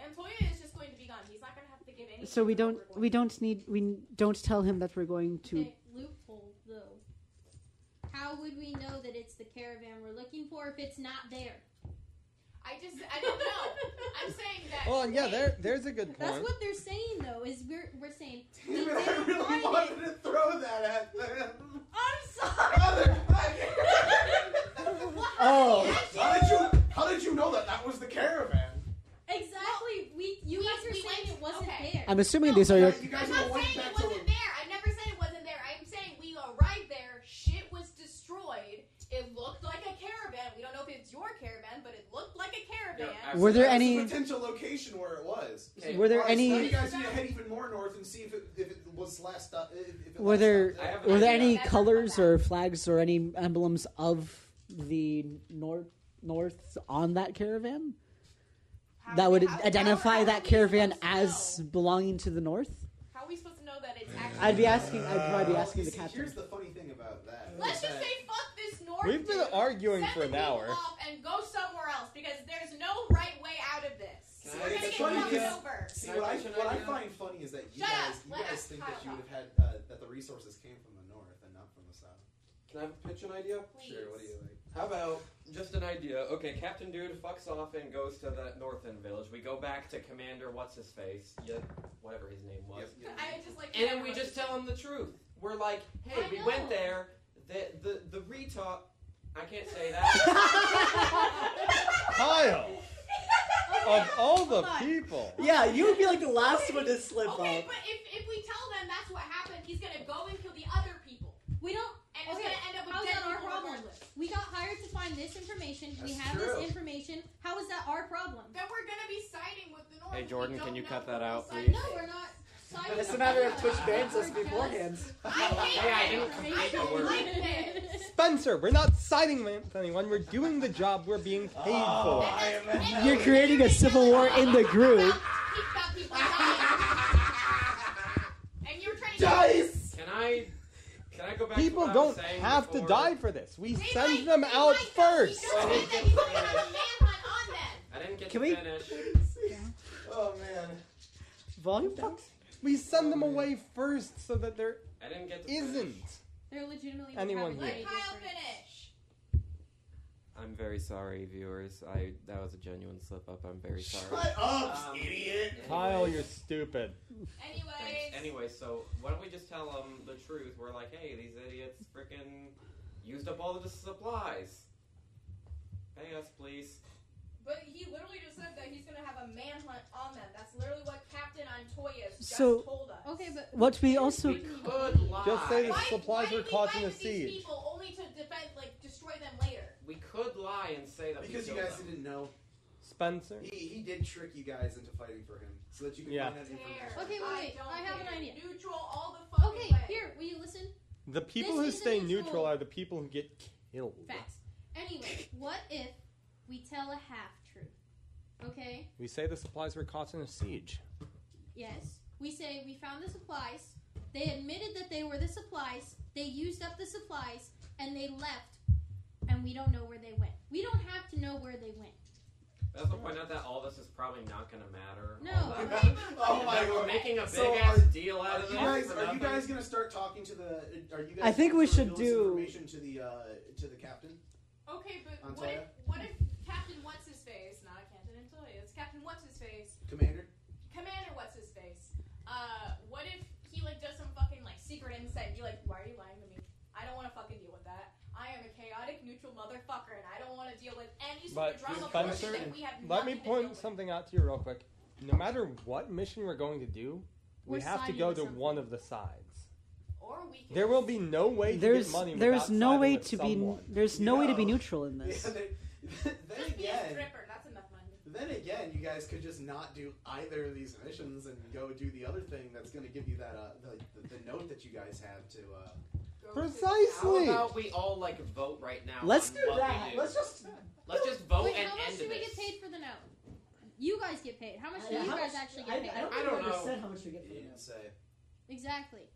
S3: And Toya is just going to be gone. He's not going to have to give any.
S1: so we
S3: reason
S1: don't
S3: for
S1: we
S3: going.
S1: don't need we don't tell him that we're going to.
S9: Okay, loophole though. How would we know that it's the caravan we're looking for if it's not there?
S3: I just I don't know. I'm saying that.
S5: Oh, and yeah,
S3: hey,
S5: there, there's a good
S9: That's
S5: point.
S9: what they're saying though. Is we're we're saying we
S16: Damn it, I
S9: didn't
S16: really
S9: find it.
S16: wanted to throw that at
S2: [LAUGHS]
S16: them.
S9: I'm sorry.
S16: Motherfucker!
S3: [LAUGHS]
S1: Oh,
S16: how did you how did you know that that was the caravan?
S9: exactly. We you
S3: We-
S9: guys were
S3: we
S9: saying
S3: went-
S9: it wasn't
S3: okay.
S9: there.
S1: I'm assuming
S3: No,
S1: these are your.
S16: you guys
S3: I'm
S16: would've
S3: not
S16: went
S3: saying
S16: back
S3: it
S16: to-
S3: wasn't there. I never said it wasn't there. I'm saying we arrived there. Shit was destroyed. It looked like a caravan. We don't know if it's your caravan, but it looked like a caravan.
S4: Yeah,
S1: Were there
S16: That's
S1: any-
S16: the potential location where it was?
S4: Okay,
S1: Were there
S16: Alright, so now
S1: any?
S16: you guys need to head even more north and see if it, if it was last stop. If if it
S1: Were
S16: last
S1: there-
S16: stopped
S4: I have an
S1: Were there
S4: idea.
S1: any
S3: That's
S1: colors
S3: not bad.
S1: or flags or any emblems of the north north on that caravan
S3: How
S1: that
S3: are
S1: would
S3: we- how- how- how
S1: identify
S3: are
S1: that
S3: we
S1: caravan
S3: supposed to
S1: as
S3: know?
S1: belonging to the north?
S3: How are we supposed to know that it's actually?
S1: I'd be asking. I'd probably be
S16: Well,
S1: asking
S16: you
S1: the
S16: Uh, see, Here's
S1: captain.
S16: the funny thing about that.
S3: Let's just
S16: That-
S3: say fuck this north.
S5: We've been
S3: dude.
S5: arguing
S3: Send
S5: for
S3: the
S5: an
S3: people
S5: hour.
S3: Off and go somewhere else because there's no right way out of this.
S4: Can
S3: We're
S4: I
S3: gonna
S16: get
S3: get
S16: some
S3: fucked
S16: ideas?
S3: over.
S16: See
S4: Can I
S16: what I,
S4: pitch an
S16: what I
S4: idea?
S16: find funny is that you
S3: Shut
S16: guys
S3: up.
S16: you
S3: Let
S16: guys
S3: us
S16: think
S3: talk
S16: that you would
S3: about
S16: have had uh, that the resources came from the north and not from the south.
S4: Can I have a pitch an idea?
S3: Please.
S16: Sure, what do you like?
S4: How about just an idea? Okay, Captain Dude fucks off and goes to the North End Village. We go back to Commander What's His Face, yeah, whatever his name was,
S16: Yep, yep.
S3: I just like.
S4: and then we
S3: [LAUGHS]
S4: just tell him the truth. We're like, hey,
S9: I
S4: we
S9: know.
S4: went there. The the the retard. I can't say that.
S5: Kyle,
S9: Okay,
S5: of all the
S9: hold on.
S5: people.
S1: Yeah, you would be like the last one to slip
S3: Okay, but if, if we tell them that's what happened, he's gonna go and kill the other people,
S9: We don't.
S3: and it's
S9: Okay,
S3: gonna end up with
S9: how's
S3: dead
S9: that our
S3: people
S9: problem?
S3: regardless.
S9: We got hired to find this information. we
S16: That's
S9: have
S16: true.
S9: this information. How is that our problem?
S3: Then we're gonna be siding with the North.
S4: Hey,
S3: We
S4: Jordan,
S3: don't
S4: can you
S3: know
S4: cut that
S3: who
S4: out,
S3: we're
S4: please?
S3: siding
S9: No,
S3: with.
S9: we're not. siding
S1: It's a
S9: with
S1: matter
S9: you.
S1: of which bans us
S9: We're just-
S1: beforehand.
S3: [LAUGHS]
S16: [LAUGHS]
S3: I hate
S4: Hey, I
S3: that
S4: didn't complete
S3: information.
S4: the word.
S3: I [LAUGHS] hate it.
S5: Spencer, we're not siding with anyone. We're doing the job we're being paid
S16: Oh,
S5: for.
S16: I am.
S1: You're creating a civil war in the group.
S3: Keep that
S4: [LAUGHS]
S3: people dying. and you're trying
S16: [LAUGHS]
S3: to
S16: Dice.
S4: can I? Can I go back?
S5: People
S4: to what I was
S5: don't
S4: saying
S5: have to
S4: before?
S5: die for this. We
S3: They
S5: send
S3: might-
S5: them
S3: they
S5: out
S3: might though. He
S5: first.
S3: just said that he's gonna have a manhunt on them.
S4: I didn't get
S1: Can
S4: to
S1: we-
S4: finish.
S16: Oh man.
S1: Volume down.
S5: We send them away first so that there
S4: I didn't get to finish.
S5: isn't.
S9: They're legitimately
S5: Anyone
S9: having
S5: here.
S9: a
S3: Let Kyle
S9: difference.
S3: finish.
S4: I'm very sorry, viewers. I that was a genuine slip up. I'm very sorry.
S16: Shut up,
S4: Um,
S16: idiot.
S5: Kyle, you're stupid.
S3: Anyways.
S4: Thanks. Anyway, so why don't we just tell them the truth? We're like, hey, these idiots freaking used up all of the supplies. Pay us, please.
S3: But he literally just said that he's gonna have a manhunt on them. That's literally what Captain Antoya just
S1: So-
S3: told us.
S9: Okay, but
S1: What we also
S4: We could lie.
S5: Just say
S3: Why-
S5: the supplies
S3: why
S5: were
S3: did we
S5: caught
S3: fight
S5: in a
S3: with these
S5: siege.
S3: people only to defend, like destroy them later.
S4: We could lie and say that
S16: Because
S4: we
S16: you
S4: killed
S16: guys
S4: them.
S16: didn't know,
S5: Spencer?
S16: he, he did trick you guys into fighting for him, so that you could
S5: Yeah.
S16: find that information.
S3: Dare.
S9: Okay, wait,
S3: I
S9: wait,
S3: don't
S9: I have an
S3: dare.
S9: idea.
S3: Neutral all the fucking
S9: okay,
S3: way. [LAUGHS]
S9: here, will you listen?
S5: The people who
S9: This is
S5: stay
S9: an
S5: neutral
S9: equal-
S5: are the people who get killed.
S9: Facts. Anyway, what if we tell a half truth? Okay.
S5: We say the supplies were caught in a siege.
S9: Yes. We say we found the supplies. They admitted that they were the supplies. They used up the supplies and they left, and we don't know where they went. We don't have to know where they went.
S4: That's the point out that all this is probably not going to matter.
S9: No.
S4: All that-
S16: [LAUGHS] oh my
S4: We're
S16: god.
S4: making a big
S16: So
S4: ass
S16: are-
S4: deal out
S16: Are
S4: of
S16: you
S4: this.
S16: guys
S4: for
S16: are you
S4: nothing.
S16: guys gonna start talking to the?
S2: uh,
S16: Are you guys?
S1: I think
S16: gonna
S1: we
S16: reveal
S1: should
S16: this
S1: do-
S16: information to the uh, to the captain.
S3: Okay, but
S16: Antoya?
S3: what if what if Captain What's His Face, not Captain Antoya, it's Captain What's His Face,
S1: [LAUGHS]
S16: Commander?
S3: Commander What's His Face. Uh, what if he like does some fucking like secret insight and be like, why are you lying to me? I don't want to fucking deal with that. I am a chaotic neutral motherfucker and I don't want to deal with any sort
S5: But
S3: of drama
S5: Spencer,
S3: bullshit that we have
S5: Let
S3: nothing
S5: me
S3: to deal
S5: point
S3: with.
S5: something out to you real quick. No matter what mission we're going to do, We
S9: We're
S5: have to
S9: siding
S5: go
S9: with
S5: to
S9: something.
S5: one of the sides.
S3: Or we can.
S5: There will be no way to
S1: there's
S5: get money
S1: there's
S5: without
S1: no
S5: siding
S1: way
S5: with
S1: to be
S5: someone.
S1: there's no way to be
S2: Yeah.
S1: neutral in
S2: [LAUGHS]
S1: this.
S2: Yeah, they- then
S3: Just be a
S2: again,
S3: stripper. That's enough money.
S2: then again, you guys could just not do either of these missions and go do the other thing that's going to give you that uh, the, the, the note that you guys have to. Uh,
S4: Go to-
S1: Precisely.
S4: How about we all like vote right now?
S1: Let's
S4: on
S1: do
S4: what we
S2: that.
S4: do?
S2: Let's just.
S4: Let's just vote
S9: Wait,
S4: and
S9: how much
S4: end
S9: do we
S4: this.
S9: get paid for the note? You guys get paid. How much do
S1: Yeah,
S9: you
S1: how
S9: guys
S1: much-
S9: actually get paid?
S4: I don't know.
S1: how much we
S2: You didn't say.
S3: [LAUGHS]
S9: Exactly.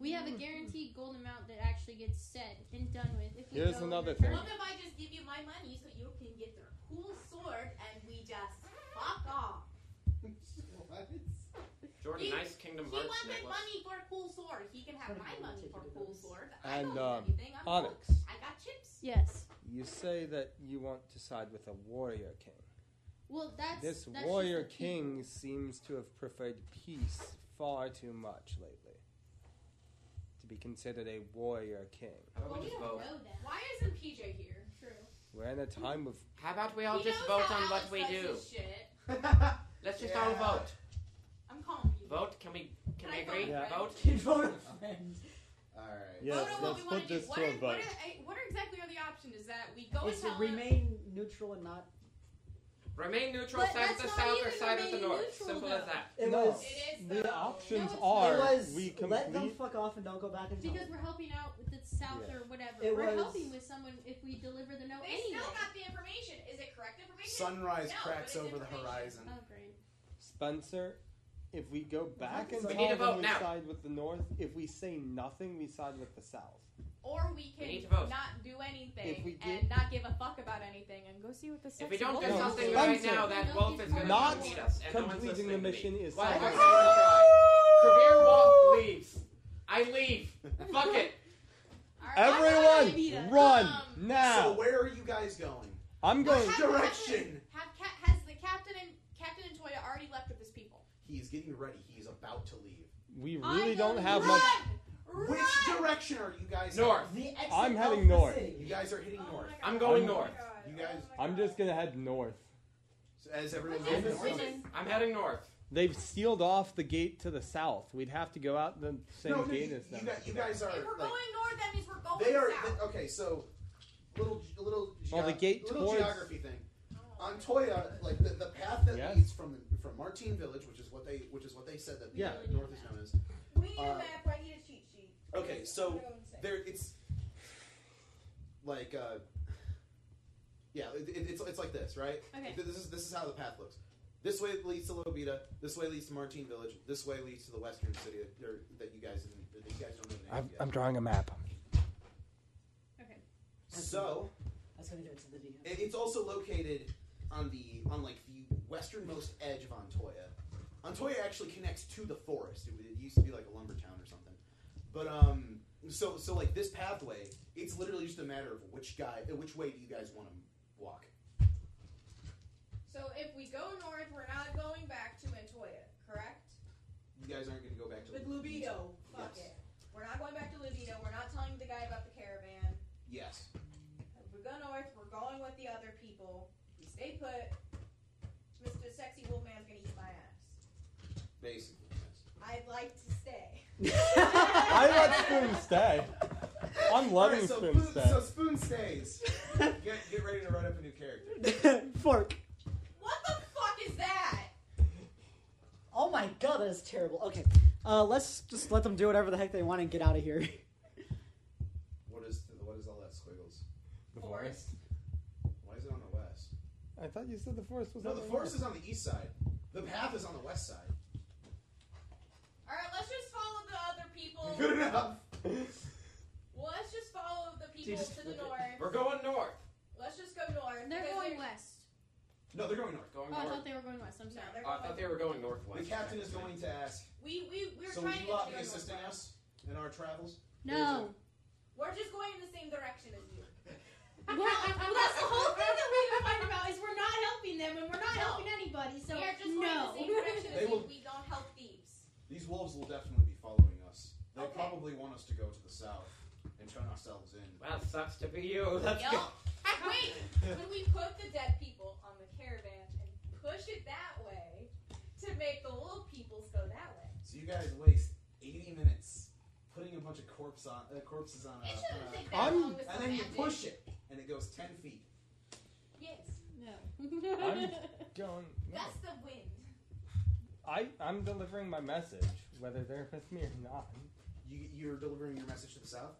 S9: We have a guaranteed gold amount that actually gets said and done with. If we
S5: Here's
S9: go
S5: another
S9: over-
S5: thing.
S3: What if I just give you my money so you can get the cool sword and we just fuck off?
S2: What?
S4: Jordan,
S3: He-
S4: nice Kingdom
S3: He
S4: Hearts
S3: wanted
S4: necklace.
S3: money for a cool sword. He can have
S1: What if
S3: my
S1: you
S3: money
S1: take
S3: for
S1: it
S3: a
S1: to
S3: cool
S1: this?
S3: sword. I
S5: And
S3: don't
S5: um,
S3: need anything. I'm cool.
S5: Onyx,
S3: I got chips.
S9: Yes.
S5: you say that you want to side with a warrior king.
S9: Well, that's
S5: This
S9: that's
S5: warrior
S9: just the people.
S5: king seems to have preferred peace far too much lately. To be considered a warrior king.
S4: How
S9: Well,
S4: about
S9: we
S4: we just
S9: don't
S4: vote?
S9: know that.
S3: Why isn't PJ here?
S9: True.
S5: We're in a time of
S4: How about we all
S3: He
S4: just
S3: knows
S4: vote
S3: how
S4: on what
S3: Alex
S4: we
S3: does
S4: do?
S3: his Shit.
S4: Let's just
S2: Yeah.
S4: all vote.
S3: I'm calling you.
S4: Vote? Can we? Can,
S3: Can
S4: we
S3: I vote,
S4: agree?
S5: Yeah.
S4: Vote.
S2: [LAUGHS] All right.
S5: Yes,
S3: vote on what
S5: let's
S3: we want
S5: put
S3: to do.
S5: this
S3: What,
S5: to a
S3: are, what, are,
S5: vote.
S3: eh, what are exactly are the options? Is that we go
S1: Is
S3: and
S1: it
S3: tell him,
S1: remain neutral and not?
S4: Remain neutral,
S9: But
S4: side
S9: that's
S4: of the
S9: not
S4: south or
S9: even
S4: side of the
S9: remaining
S4: north.
S9: neutral,
S4: Simple as
S9: though.
S4: that.
S1: It
S5: no.
S1: was.
S3: It is,
S5: the
S3: though.
S5: options
S9: No, it's
S5: are
S1: it was.
S5: we
S1: let them
S5: complete.
S1: fuck off and don't go back and tell
S9: Because
S1: them.
S9: we're helping out with the south
S5: Yeah.
S9: or whatever.
S1: It
S9: we're
S1: was-
S9: helping with someone if we deliver the note
S3: they
S9: anyway.
S3: still got the information. Is it correct information?
S2: Sunrise
S3: No,
S2: cracks
S3: but it's
S2: over the
S3: information.
S2: horizon.
S9: Oh, great.
S5: Spencer, if we go back and
S1: We
S5: tell
S4: need to vote
S5: them we
S4: now.
S5: side with the north, if we say nothing, we side with the south.
S3: Or we
S4: We need
S3: can
S4: to vote.
S3: not do anything
S5: If we
S3: and
S5: get-
S3: not give a fuck about anything and go see what the
S4: If
S3: sexy
S4: we don't do
S5: No,
S3: wolf
S4: something
S3: is.
S5: Spencer.
S4: right now, that
S9: Don't
S4: wolf
S9: get
S4: is going
S5: Not
S4: to beat us. And no one's
S5: completing
S4: listening
S5: the
S4: to me.
S5: mission is
S4: Why?
S5: side
S4: Why?
S5: with-
S4: Kabir Walk leaves. I leave.
S3: Uh,
S2: [LAUGHS]
S4: Fuck it.
S3: All right,
S9: Everyone, I beat
S5: Everyone,
S9: us.
S5: run
S3: Um,
S5: now!
S2: So where are you guys going?
S5: I'm
S3: What
S5: going.
S2: happened?
S3: happened-
S2: Direction.
S3: Have, Ca- has the captain and Captain and Toya already left with his people?
S2: He's getting ready. He's about to leave.
S5: We
S9: I
S5: really don't
S9: am
S5: have
S3: run!
S5: much.
S3: Run! Oh
S2: Which direction are you guys?
S4: North.
S1: The exit
S5: I'm
S1: of
S5: heading
S1: the
S5: north.
S1: city.
S2: You guys are hitting
S3: Oh my
S2: north.
S3: God.
S4: I'm going
S5: I'm-
S3: Oh my
S4: north.
S3: God.
S2: You guys-
S3: Oh my
S5: I'm
S3: God.
S5: just gonna head north.
S2: So as everyone
S3: Which
S2: goes
S3: is-
S2: north.
S3: which is-
S4: I'm heading north.
S5: They've sealed off the gate to the south. We'd have to go out the same
S2: no, no,
S5: gate
S2: you,
S5: as
S2: you
S5: them.
S2: guys, you guys are.
S3: If we're
S2: like,
S3: going north, that means we're going
S2: they are
S3: south.
S2: they- okay. So little, little. Geo-
S5: Well, the gate
S2: little
S5: towards-
S2: geography thing. On Toya, like the, the path that
S5: Yes.
S2: leads from from Martine Village, which is what they which is what they said that the
S5: Yeah.
S2: uh, north is known as.
S3: we need
S2: uh,
S3: a map. I need a cheat sheet.
S2: Okay, so there it's like uh yeah it, it- it's, it's like this right
S9: Okay.
S2: Th- this is this is how the path looks this way leads to lobita this way leads to martine village this way leads to the western city that, or, that you guys didn't- that you guys don't know the name
S5: I'm,
S2: of yet.
S5: I'm drawing a map.
S2: so
S1: I was gonna do it to the DM.
S2: it, it's also located on the on like the westernmost edge of Antoya. Antoya actually connects to the forest. It, it used to be like a lumber town or something. But um, so so like this pathway, it's literally just a matter of which guy, uh, which way do you guys want to walk?
S3: So if we go north, we're not going back to Antoya, correct?
S2: You guys aren't going to go back to
S3: With
S2: Lu-
S3: Lubito. Fuck
S2: Yes.
S3: it. We're not going back to Lubito. We're not telling the guy about the caravan.
S2: Yes.
S3: If we go north, we're going with the other people. We stay put. Mr. Sexy Wolfman's gonna eat my ass.
S2: Basically.
S3: I'd like to stay.
S5: I let Spoon stay. I'm
S2: All
S5: letting
S2: right, so
S5: Spoon
S2: Spoon-
S5: stay.
S2: So Spoon stays. Get, get ready to write up a new character.
S1: [LAUGHS] Fork.
S3: What the fuck is that?
S1: Oh my god, that is terrible. Okay, uh, let's just let them do whatever the heck they want and get out of here.
S2: What is what is all that squiggles?
S5: The forest.
S2: Why is it on the west?
S5: I thought you said the forest was.
S2: No,
S5: on
S2: the
S5: the
S2: forest is on the east side. The path is on the west side.
S3: All right, let's just follow the other people.
S2: [LAUGHS] Good enough.
S3: Well, let's just follow the people
S4: Jesus.
S3: to the north.
S4: We're going north.
S3: Let's just go north.
S9: They're
S3: because
S9: going
S3: we're-
S9: west.
S2: No, they're going north.
S4: Going
S9: Oh,
S4: north.
S9: I thought they were going west. I'm
S3: No,
S9: sorry.
S3: they're
S4: Oh, I thought
S3: going.
S4: they were going northwest.
S2: The captain is
S4: actually.
S2: going to ask.
S3: We we we were
S2: so would
S3: trying to
S2: you
S3: get
S2: lot
S3: to go
S2: be assisting
S3: northwest.
S2: us in our travels?
S9: No.
S3: We're just going in the same direction as you.
S9: [LAUGHS] Well, well, that's the whole thing that we complain about is we're not helping them and we're not
S3: No.
S9: helping anybody. So
S3: we are just
S9: no. [LAUGHS]
S3: going in the same direction
S2: They
S3: as
S2: will-
S3: you. We don't help thieves.
S2: These wolves will definitely be following us. They
S3: Okay.
S2: probably want us to go to the south and turn ourselves in.
S4: Well, sucks to be you. [LAUGHS] Let's
S3: Yup.
S4: go.
S3: Wait, when we put the dead people on the caravan and push it that way to make the little peoples go that way.
S2: So you guys waste 80 minutes putting a bunch of corpse on, uh, corpses on a.
S3: It
S2: on
S3: shouldn't
S2: a-
S3: take that
S5: I'm-
S3: long to
S2: and then you
S3: smash
S2: push it, and it goes 10 feet.
S3: Yes,
S9: No. [LAUGHS]
S5: Don't. No.
S3: that's the wind.
S5: I, I'm delivering my message, whether they're with me or not.
S2: You, you're delivering your message to the south?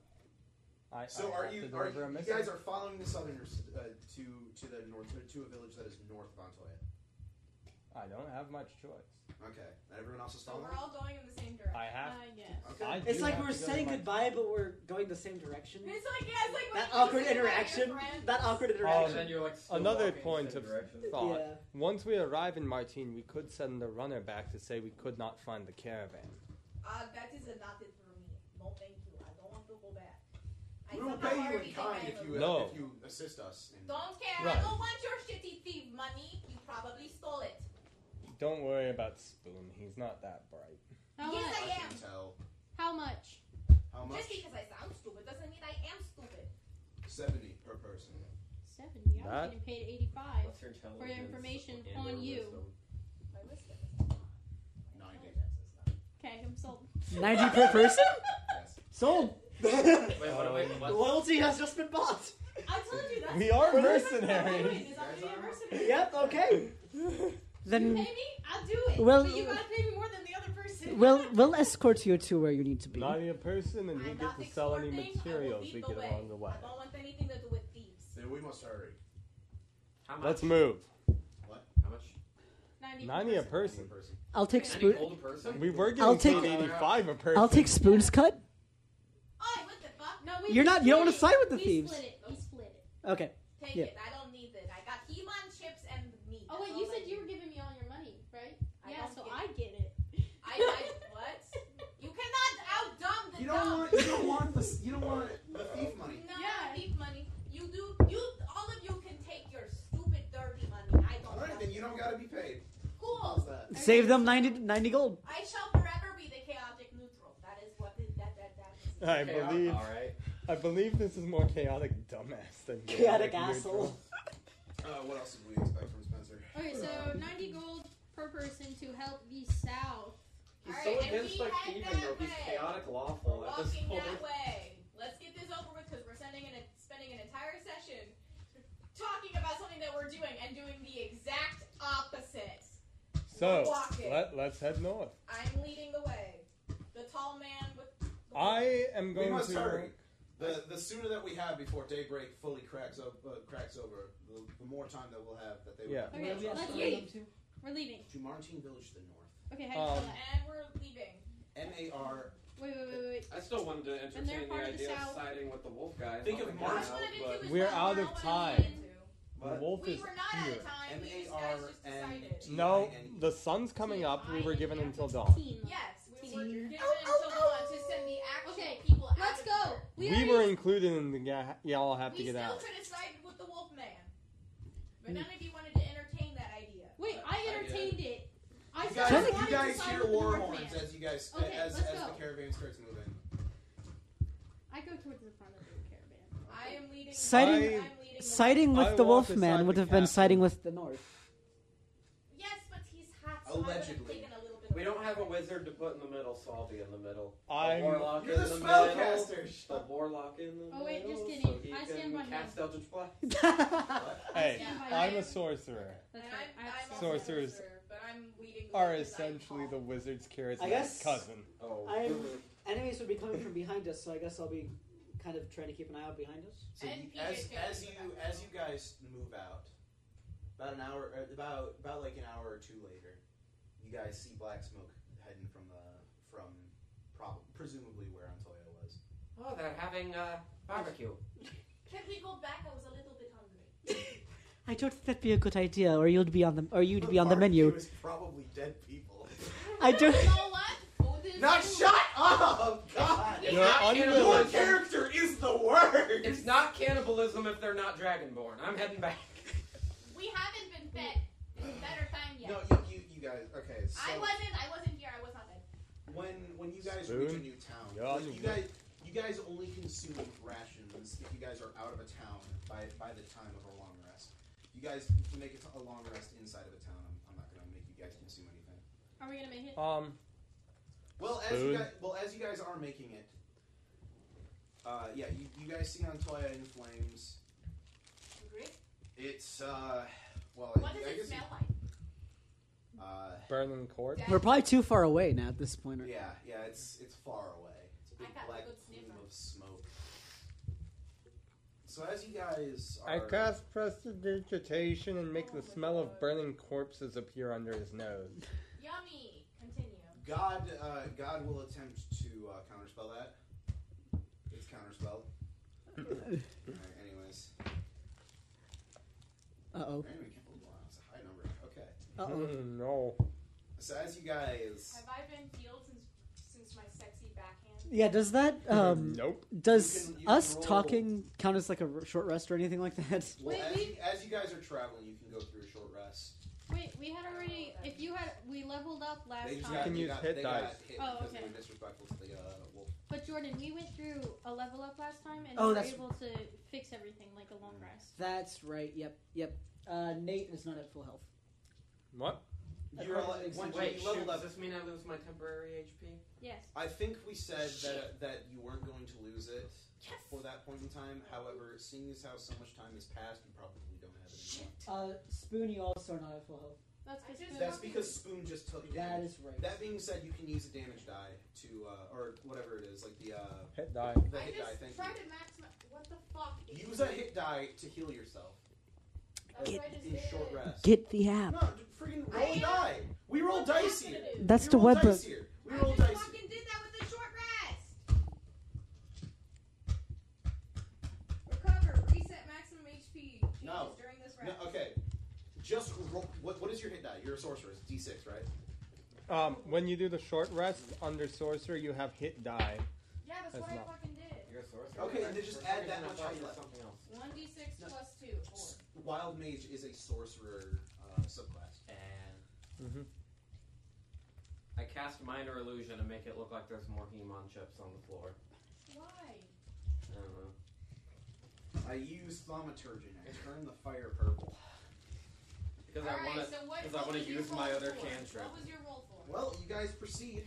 S5: I,
S2: So
S5: I
S2: are
S5: have
S2: you,
S5: to
S2: are
S5: deliver
S2: you,
S5: a
S2: you
S5: message.
S2: guys are following the southerners uh, to to the north or to a village that is north of Montoya.
S5: I don't have much choice.
S2: Okay, and everyone else is
S3: So
S2: following.
S3: we're all going in the same direction.
S5: I have.
S17: yes.
S2: Okay,
S5: I
S1: It's
S5: do
S1: like
S5: have
S1: we're
S5: to go
S1: saying
S5: to my-
S1: goodbye, but we're going the same direction.
S3: It's like yeah, it's like when
S1: That
S3: you
S1: awkward
S3: say goodbye to your
S1: interaction.
S3: friends.
S1: That awkward
S5: Um,
S1: interaction.
S5: then
S4: you're like
S5: Another walking in point the same of-
S4: direction.
S5: Thought.
S1: Yeah.
S5: Once we arrive in Martine, we could send the runner back to say we could not find the caravan.
S3: Uh, that is a not it for me. No, thank you. I don't want to go back. I
S2: we will
S3: somehow
S2: pay you
S3: already
S2: in
S3: think
S2: kind
S3: I
S2: if
S3: am
S2: you uh,
S5: No.
S2: if you assist us. In,
S3: Don't care.
S5: Right.
S3: I don't want your shitty thief money. You probably stole it.
S5: Don't worry about Spoon. He's not that bright.
S9: How
S3: Yes,
S2: I
S9: much?
S3: I am.
S2: can tell
S9: How much?
S2: how much
S3: Just because I sound stupid doesn't mean I am stupid.
S2: seventy per person.
S9: Seventy. I
S5: That-
S9: was getting paid eighty-five.
S4: What's your intelligence
S9: information
S4: and
S9: on
S4: or
S9: you.
S4: wisdom?
S3: My wisdom is not. My
S2: Ninety.
S3: intelligence is not.
S9: Okay, I'm sold.
S1: 90 per
S5: [LAUGHS]
S1: person?
S2: Yes.
S1: Sold!
S4: Wait, what, wait,
S5: Um,
S4: what?
S1: Loyalty has just been bought!
S3: I told you that's
S5: We are
S3: that's
S5: mercenaries.
S1: [LAUGHS]
S3: what I'm doing, is I'm
S2: Guys
S3: being a
S2: are-
S3: mercenary.
S1: Yep, okay.
S9: You pay
S1: Then
S9: me, I'll do it.
S1: Well-
S9: but you gotta pay me more than the other person.
S1: we'll, we'll escort you to where you need to be.
S5: Not a person, and we
S3: I'm
S5: get
S3: not
S5: to sell any
S3: extorting, I will
S5: materials
S3: lead
S5: we
S3: the
S5: get
S3: way.
S5: along the way.
S3: I don't want anything to do with thieves.
S2: Then we must hurry.
S4: How much?
S5: Let's move.
S4: How much?
S5: Ninety
S9: 90
S5: a
S2: Ninety
S5: person.
S2: per person.
S1: I'll take
S4: Any
S1: Spoon.
S4: old person?
S5: We were
S1: I'll
S5: getting
S1: take-
S5: paid eighty-five a person.
S1: I'll take Spoon's cut.
S3: Oh, what the fuck?
S9: No, we
S1: You're not- you don't wanna
S9: split it.
S1: side with the
S9: we
S1: thieves.
S9: Split it. We split it.
S1: Okay.
S3: Take
S1: Yeah.
S3: it. I don't need it. I got He-Man chips and meat.
S9: Oh wait,
S3: That's
S9: you
S3: all I
S9: said you
S3: need.
S9: were giving me all your money, right?
S3: I
S9: yeah,
S3: don't
S9: so
S3: get
S9: I get [LAUGHS] it.
S3: I, I what? You cannot outdumb the
S2: You
S3: dumb. [LAUGHS]
S2: don't want you don't want this you don't want the thief money.
S3: No,
S9: Yeah.
S3: thief money. You do. You all of you can take your stupid dirty money. I don't.
S2: All right,
S3: want
S2: then
S3: it.
S2: you don't gotta be paid. Uh, How's
S3: Cool.
S2: that?
S1: Save them 90, 90 gold.
S3: I shall forever be the chaotic neutral. That is what it, that that that is. it.
S5: I
S4: Okay, all-
S5: believe.
S4: All right.
S5: I believe this is more chaotic, dumbass than
S1: Chaotic
S5: neutral.
S1: asshole.
S2: Uh, what else did we expect from Spencer?
S9: [LAUGHS] Okay,
S5: Uh,
S9: so ninety gold per person to help the south.
S4: He's
S3: All
S4: so
S3: right, and
S4: against
S3: we
S4: like
S3: head
S4: thieving,
S3: that
S4: though. He's
S3: way.
S4: chaotic
S3: We're
S4: lawful at this
S3: walking
S4: point.
S3: that way. Let's get this over with because we're sending an, spending an entire session talking about something that we're doing and doing the exact opposite. We're
S5: So
S3: walking.
S5: let, let's head north.
S3: I'm leading the way. The tall man with. The
S5: I am
S2: We
S5: going
S2: must
S5: to.
S2: hurry. The the sooner that we have before daybreak fully cracks up, uh, cracks over, the, the more time that we'll have that they
S5: Yeah.
S2: would
S9: Okay,
S2: have
S9: let's leave. We're leaving.
S2: to Martine Village to the north.
S9: Okay, how do you spell
S5: Um,
S9: that?
S3: And we're leaving.
S2: M A R.
S9: Wait, wait, wait, wait.
S4: I still wanted to
S9: And
S4: entertain
S9: they're
S4: the
S9: part of the
S4: idea
S9: south.
S4: of siding with the wolf guy.
S2: Think
S4: Oh
S2: of
S4: my
S3: Well,
S4: God,
S2: Mark.
S3: that's what I didn't
S4: but-
S3: do is
S5: We're
S3: plan
S5: out
S3: out
S5: of
S3: what we
S5: time.
S3: wanted to.
S5: The wolf
S3: We
S5: is
S3: were not
S5: here.
S3: out of time.
S2: M
S3: We
S2: A
S3: just
S2: R
S3: guys just
S2: N
S3: decided.
S2: T I
S5: No,
S2: N E.
S5: the sun's coming up. We were given until dawn.
S9: Teen.
S3: Yes, we
S9: Teen.
S3: were given
S1: Oh, oh,
S3: until dawn to send the actual
S9: Okay,
S3: people out.
S9: Let's
S3: of
S9: go.
S3: here.
S9: We,
S5: We
S9: already-
S5: were included in the ga- y'all have to
S3: we
S5: get
S3: still
S5: out.
S3: could have sided with the wolf man, but none of you wanted to entertain that idea.
S9: Wait, I entertained it. I
S2: You
S9: said I
S2: guys,
S9: wanted
S2: you
S9: to
S2: guys
S9: side
S2: hear
S9: with the
S2: war
S9: Northman.
S2: horns as you guys
S9: Okay,
S2: as,
S9: let's
S2: as the
S9: go.
S2: caravan starts moving.
S9: I go towards the front of the caravan.
S3: I am leading.
S1: Siding-
S3: I'm leading the
S1: Siding
S5: I
S1: with the
S5: walked
S1: Wolfman
S5: beside
S1: would
S5: the
S1: have been
S5: captain.
S1: siding with the North.
S5: [LAUGHS]
S3: way. Yes, but he's hot. So I
S2: Allegedly.
S3: would have taken a little bit.
S4: We don't have a wizard to put in the middle, so I'll be in the middle.
S5: I'm-
S4: the warlock
S2: You're
S4: in
S2: the
S4: the, middle.
S2: spellcaster.
S4: The warlock in the
S9: Oh, wait,
S4: middle.
S9: just
S4: so
S9: kidding.
S4: he
S9: I
S4: can
S9: stand by
S4: cast Eldritch
S1: [LAUGHS]
S4: Blast.
S5: Hey,
S9: Yeah, I-
S5: I'm a sorcerer.
S3: And
S9: That's right.
S3: I'm,
S9: I have
S3: I'm
S9: to
S3: also
S9: say
S3: a
S9: that.
S5: Sorcerers
S3: sorcerer, but I'm leading. the
S5: Are
S3: way 'cause I'm
S5: essentially the
S3: tall.
S5: wizard's
S1: I
S5: charismatic
S1: guess-
S5: cousin.
S4: Oh,
S1: I'm- Enemies would be coming from behind us, so I guess I'll be kind of trying to keep an eye out behind us.
S2: So
S3: And
S2: you,
S3: PJ
S2: as
S3: carries
S2: as
S3: the
S2: you
S3: backpack.
S2: as you guys move out, about an hour, uh, about about like an hour or two later, you guys see black smoke heading from the from prob- presumably where Antoya was.
S4: oh, they're having uh, barbecue.
S3: Can we go back? I was a little bit hungry.
S1: I don't think that'd be a good idea, or you'd be on the or you'd
S2: The
S1: be on the
S2: barbecue
S1: menu.
S2: Is probably dead people.
S1: I don't.
S3: You know what? Food is
S2: Not
S3: food.
S2: shut up, God.
S3: You're
S5: not
S2: Your
S5: cannibalism.
S2: character is the worst.
S4: It's not cannibalism if they're not dragonborn. I'm heading back.
S3: We haven't been fed. It's better time yet.
S2: No, you, you, you guys. Okay, so
S3: I wasn't. I wasn't here. I was not fed.
S2: when when you guys
S5: Spoon?
S2: reach a new town,
S5: Yeah,
S2: like,
S5: I'm
S2: you
S5: good.
S2: guys you guys only consume rations if you guys are out of a town by by the time of a long rest. You guys can make it to a long rest inside of a town. I'm, I'm not gonna make you guys consume anything.
S9: Are we gonna make it?
S5: Um,
S2: Well, as you
S5: Spoon.
S2: guys, well as you guys are making it, uh, yeah, you, you guys see Antoya in flames.
S3: Rick,
S2: It's uh, well,
S3: what
S2: I,
S3: does
S2: I
S3: it
S2: guess
S3: smell like?
S2: it- uh,
S5: Burning corpse.
S1: We're probably too far away now at this point. right?
S2: yeah, yeah, it's it's far away. It's a big
S3: I got a
S2: black
S3: good
S2: plume
S3: sniffer.
S2: of smoke. So as you guys are,
S5: I cast prestidigitation and make
S3: Oh
S5: the
S3: my
S5: smell
S3: God.
S5: of burning corpses appear under his nose.
S3: Yummy. Continue.
S2: God, uh, God will attempt to uh, counterspell that. It's counterspelled. Alright, anyways,
S1: Uh oh.
S2: anyway, oh, wow, it's a high number. Okay,
S1: Uh oh.
S5: Hmm, no.
S2: so as you guys,
S3: Have I been healed since since my sexy backhand?
S1: [LAUGHS] Yeah. Does that um
S5: nope.
S1: does
S2: You can- you can
S1: us
S2: roll.
S1: talking count as like a r- short rest or anything like that?
S2: well,
S9: Wait,
S2: as,
S9: we-
S2: you, as you guys are traveling, you can go through a short rest.
S9: Wait, we had already. If you had, we leveled up last
S2: They just
S9: time.
S2: got,
S5: Can
S2: they
S5: use
S2: got,
S5: hit
S2: they got
S5: dice.
S2: hit
S9: Oh,
S2: because
S9: okay.
S2: they were disrespectful to the uh, wolf.
S9: But Jordan, we went through a level up last time, and
S1: Oh,
S9: we were
S1: that's-
S9: able to fix everything like a long rest.
S1: That's right. Yep. Yep. Uh, Nate is not at full health.
S5: What?
S2: You're
S1: According
S2: alle-
S1: to the
S2: once
S4: Wait,
S2: you
S4: shoot,
S2: leveled
S4: does
S2: up.
S4: this mean I lose my temporary HP?
S9: Yes.
S2: I think we said that that you weren't going to lose it
S9: Yes.
S2: for that point in time. However, seeing as how so much time has passed, you probably don't have it anymore.
S1: Uh, Spoon, you also are not at full health.
S9: That's
S3: I
S9: because
S3: just-
S2: That's because Spoon just took
S1: That
S2: damage.
S1: is right.
S2: That being said, you can use a damage die to, uh, or whatever it is, like the, uh,
S5: Hit die.
S2: the
S3: I
S2: hit die.
S3: just
S2: Thank
S3: try
S2: you.
S3: to max my. What the fuck? is
S2: Use a
S3: this?
S2: hit die to heal yourself
S3: That's
S1: Get-
S3: what I just
S2: in
S3: did.
S2: short rest.
S1: Get the app.
S2: No, d- freaking roll a
S3: am-
S2: die. We roll
S3: What's that
S2: dice
S3: gonna
S2: here.
S3: do?
S1: That's
S2: we
S1: the
S2: roll
S1: web
S2: dice here. We
S3: I
S2: roll
S3: just
S2: dice here.
S3: fucking did that with a short rest. Recover. Reset maximum HP. Changes
S2: No.
S3: During this
S2: No,
S3: rest.
S2: okay. Just roll. What, what is your hit die? You're a sorcerer. It's D6, right?
S5: Um, when you do the short rest under sorcerer, you have hit die.
S3: Yeah, that's,
S5: That's
S3: what
S5: not-
S3: I fucking did.
S4: You're a sorcerer.
S2: Okay,
S4: right?
S2: then just
S4: For
S2: add
S4: some
S2: that
S4: reason I
S2: much
S4: thought
S2: height
S4: you were
S2: left.
S4: Something else.
S3: One d six
S2: No.
S3: plus two. Four.
S2: Wild mage is a sorcerer uh, subclass.
S4: And
S1: Mm-hmm.
S5: Mhm.
S4: I cast minor illusion and make it look like there's more Hemon chips on the floor.
S3: Why?
S4: I don't know.
S2: I use thaumaturgy. I turn the fire purple.
S4: Because I
S3: Alright,
S4: want to.
S3: so what-
S4: because I
S3: what
S4: wanna
S3: was your
S4: use my
S3: roll
S4: other
S3: for?
S4: cantrip.
S3: What was your roll for?
S2: Well, you guys proceed,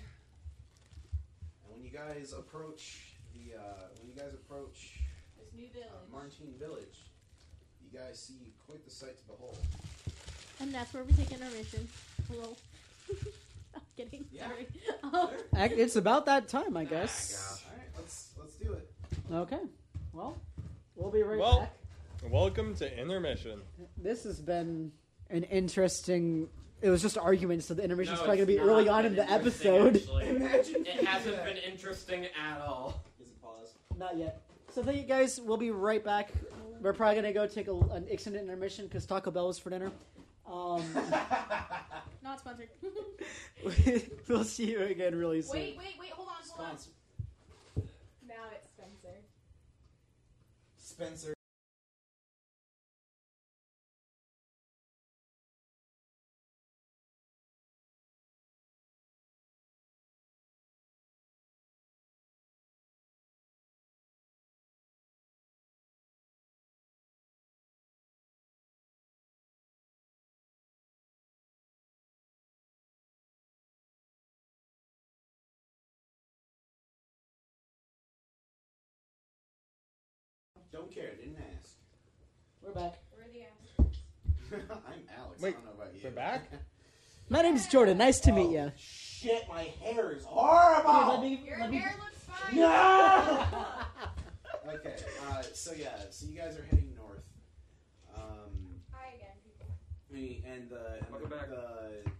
S2: and when you guys approach the uh, when you guys approach
S3: This new
S2: uh,
S3: village.
S2: Martine Village, you guys see quite the sight to behold.
S18: And that's where we take intermission. Hello. [LAUGHS] I'm kidding.
S2: Yeah.
S9: [LAUGHS]
S18: Sorry. Oh,
S1: It's about that time, I
S4: Ah,
S1: guess.
S4: gosh.
S2: All right, let's let's do it.
S1: Okay. Well, we'll be right
S5: Well-
S1: back.
S5: Welcome to intermission.
S1: This has been an interesting. It was just arguments, so the intermission's
S4: No,
S1: probably going
S4: it's
S1: to be
S4: not
S1: early on in the
S4: interesting, [LAUGHS]
S1: episode.
S4: actually.
S1: [LAUGHS]
S2: Imagine
S4: It hasn't been interesting at all.
S2: Is it pause?
S1: Not yet. So thank you guys. We'll be right back. We're probably gonna go take a, an extended intermission because Taco Bell was for dinner. Um, [LAUGHS]
S9: not sponsored.
S1: we'll see you again really soon.
S3: Wait, wait, wait. Hold on, hold on.
S2: Sponsor.
S19: Now it's Spencer.
S2: Spencer. Don't care. Didn't ask. [LAUGHS]
S1: We're back.
S3: Where are the apps?
S2: I'm Alex.
S5: Wait,
S2: I don't know about you.
S5: we're
S2: [LAUGHS]
S5: back?
S1: My name's Jordan. Nice to meet
S2: Oh,
S1: you.
S2: Shit, my hair is horrible.
S3: Your hair looks fine.
S2: No! okay, uh, so yeah, so you guys are heading north. Um,
S3: Hi again, people.
S2: he- and the and
S4: Welcome
S2: the,
S4: back.
S2: the-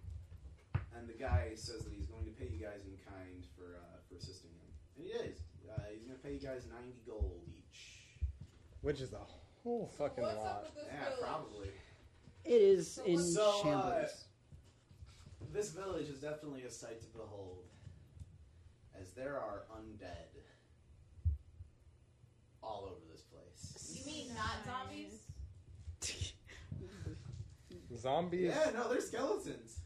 S2: and the guy says that he's going to pay you guys in kind for uh, for assisting him, and he is. Uh, he's going to pay you guys ninety gold each.
S5: Which is a whole fucking
S3: What's up
S5: lot.
S3: with this
S2: Yeah,
S3: village?
S2: probably.
S1: It is in
S2: So, uh,
S1: shambles.
S2: This village is definitely a sight to behold, as there are undead all over this place.
S3: You mean not zombies?
S5: Zombies,
S2: Yeah, no, they're skeletons.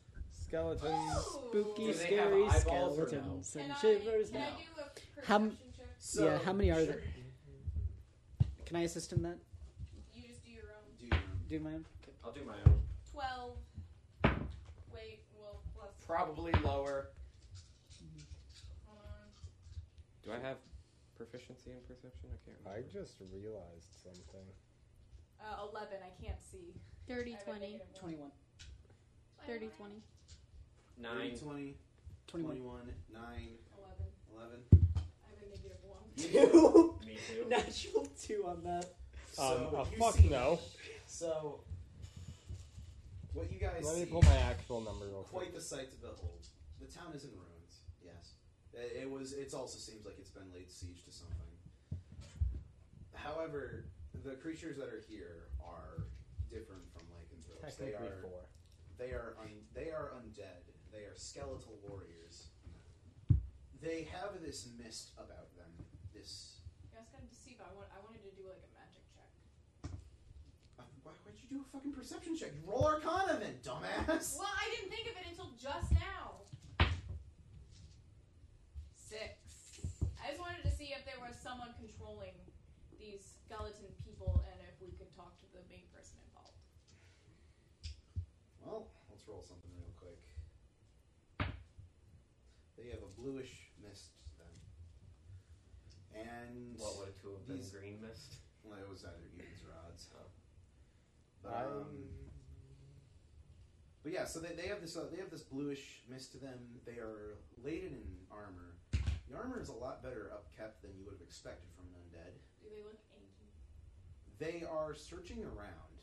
S5: skeletons.
S1: Spooky,
S4: Do they have
S1: scary
S4: eyeballs or no?
S1: skeletons
S3: Can
S1: and
S3: I,
S1: shivers.
S3: can I
S1: Now.
S3: do a perception
S1: How m-
S3: check?
S2: So,
S1: Yeah, how many are
S2: sure.
S1: there? Can I assist in that?
S3: You just do your own.
S2: Do you remember?
S1: Do my own.
S4: I'll do my own.
S3: Twelve. Wait, well, plus.
S4: Probably lower. Do I have proficiency in perception? I can't
S5: [GASPS] I
S4: remember.
S5: just realized something.
S3: Uh, 11, I can't see.
S9: 30,
S3: I have a
S9: 20.
S3: negative one.
S1: 21.
S9: 30, 20.
S4: Nine.
S2: 20,
S1: 21.
S2: 9,
S3: 11.
S2: 11.
S3: I have a negative 1.
S2: [LAUGHS]
S1: Two!
S4: Me too.
S1: Natural two on that.
S5: Um,
S2: So
S5: oh,
S2: you
S5: fuck
S2: see-
S5: no.
S2: So, what you guys
S5: Let me
S2: see-
S5: pull my actual number real quick.
S2: quite the sight to behold. The town is in ruins. Yes, it, it was. It also seems like it's been laid siege to something. However, the creatures that are here are different from lycanthropes. They
S5: Technically
S2: are.
S5: four.
S2: They are. Un, they are undead. They are skeletal warriors. They have this mist about them. This.
S3: I was going to deceive. I, want, I wanted to do like a magic check.
S2: Uh, why would you do a fucking perception check? Roll Arcana, then, dumbass.
S3: Well, I didn't think of it until just now. Six. I just wanted to see if there was someone controlling these skeleton people and if we could talk to the main person involved.
S2: Well, let's roll something real quick. They have a bluish mist then. And
S4: What would two of them
S2: These-
S4: green mist?
S2: well, it was either evens or odds. Oh. Um,
S5: I'm-
S2: but yeah, so they, they have this uh, they have this bluish mist to them. They are laden in armor. The armor is a lot better upkept than you would have expected from an undead.
S3: Do they look anky?
S2: they are searching around.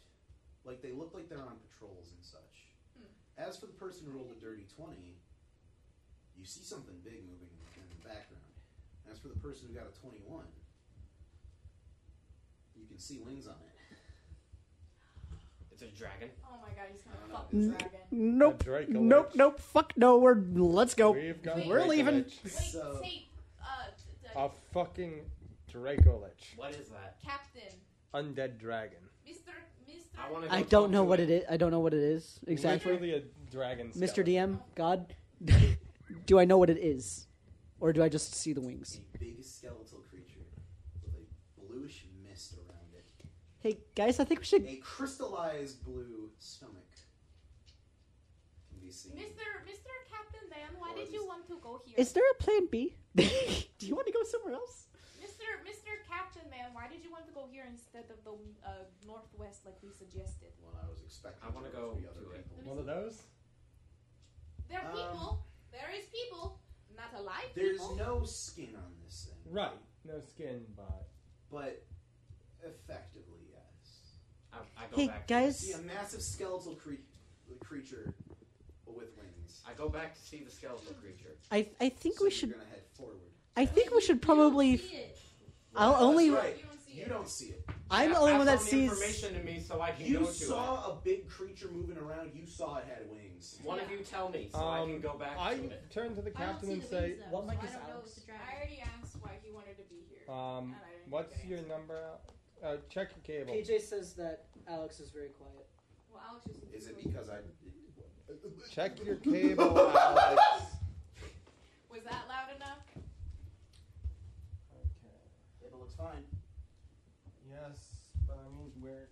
S2: Like they look like they're on patrols and such.
S3: Hmm.
S2: As for the person who rolled a dirty 20, you see something big moving in the, in the background. As for the person who got a 21, you can see wings on it.
S4: It's a dragon.
S3: Oh my god, he's
S2: I
S3: gonna
S2: don't
S3: fuck the
S2: know.
S3: dragon.
S5: Nope.
S1: Nope.
S5: Draco
S1: Nope.
S5: Nope, Lich.
S1: Nope. Fuck no. We're let's go.
S5: We've got
S3: Wait,
S1: we're
S5: Draco
S1: leaving.
S4: Mm.
S5: Lich.
S3: Wait,
S2: So-
S3: say, uh, th- th-
S5: A fucking Draco Lich.
S4: What is that?
S3: Captain,
S5: Undead dragon.
S3: Mr. Mr.
S4: I wanna-
S1: I don't know what it is. I don't know what it is exactly.
S5: Literally a dragon.
S1: Mr.
S5: D.
S1: DM, God, [LAUGHS] do I know what it is, or do I just see the wings?
S2: A big skeletal creature with a bluish mist around it.
S1: Hey guys, I think we should.
S2: A crystallized blue stomach can be seen.
S3: Mr. Mr. Captain Van, why
S2: Or
S3: did
S2: is
S3: you
S2: this-
S3: want to go here?
S1: Is there a plan B? [LAUGHS] do you want to go somewhere else?
S3: Mr. Mr. Captain Man, why did you want to go here instead of the uh, northwest like we suggested?
S2: One I was expecting.
S4: I wanna
S2: to
S4: go
S2: be other
S4: to it.
S2: people.
S5: One of those?
S3: There are
S2: Um,
S3: people. There is people. Not alive
S2: There's
S3: people.
S2: no skin on this thing.
S5: Right. No skin, but.
S2: but effectively, yes.
S4: I, I go
S1: Hey
S4: back
S2: See
S1: guys,
S2: a massive skeletal cre- creature with wings.
S4: To, I go back to see the skeletal creature.
S1: I I think
S2: So
S1: we
S2: you're
S1: should.
S2: gonna head forward.
S1: I think we should
S9: You
S1: probably.
S9: don't see it.
S1: I'll
S2: That's
S1: only.
S2: right.
S3: You don't see
S2: You
S3: it.
S2: don't see it.
S1: I'm the
S4: Yeah,
S1: only
S4: pass
S1: one that
S4: on the
S1: sees.
S4: information to me so I can
S2: You
S4: go to it.
S2: saw a big creature moving around. You saw it had wings.
S4: One of you tell me so I can
S5: Um,
S4: go back
S5: I
S4: to it.
S5: turn to the
S9: I don't
S5: captain
S9: see
S5: and
S9: the
S5: say,
S9: wings, though,
S1: what
S9: so
S1: mic
S9: I
S1: is
S9: don't know
S1: Alex?
S9: if it's a
S3: I
S9: dragon.
S3: already asked why he wanted to be here.
S5: um,
S3: and I didn't
S5: what's
S3: get an
S5: your
S3: answer.
S5: number? out? Uh, check your cable.
S1: AJ says that Alex is very quiet.
S3: Well, Alex just
S2: Is it because I?
S5: Check your
S9: [LAUGHS]
S5: cable, Alex.
S3: was that loud enough?
S5: Okay.
S2: It looks fine.
S5: Yes, but I mean, we're.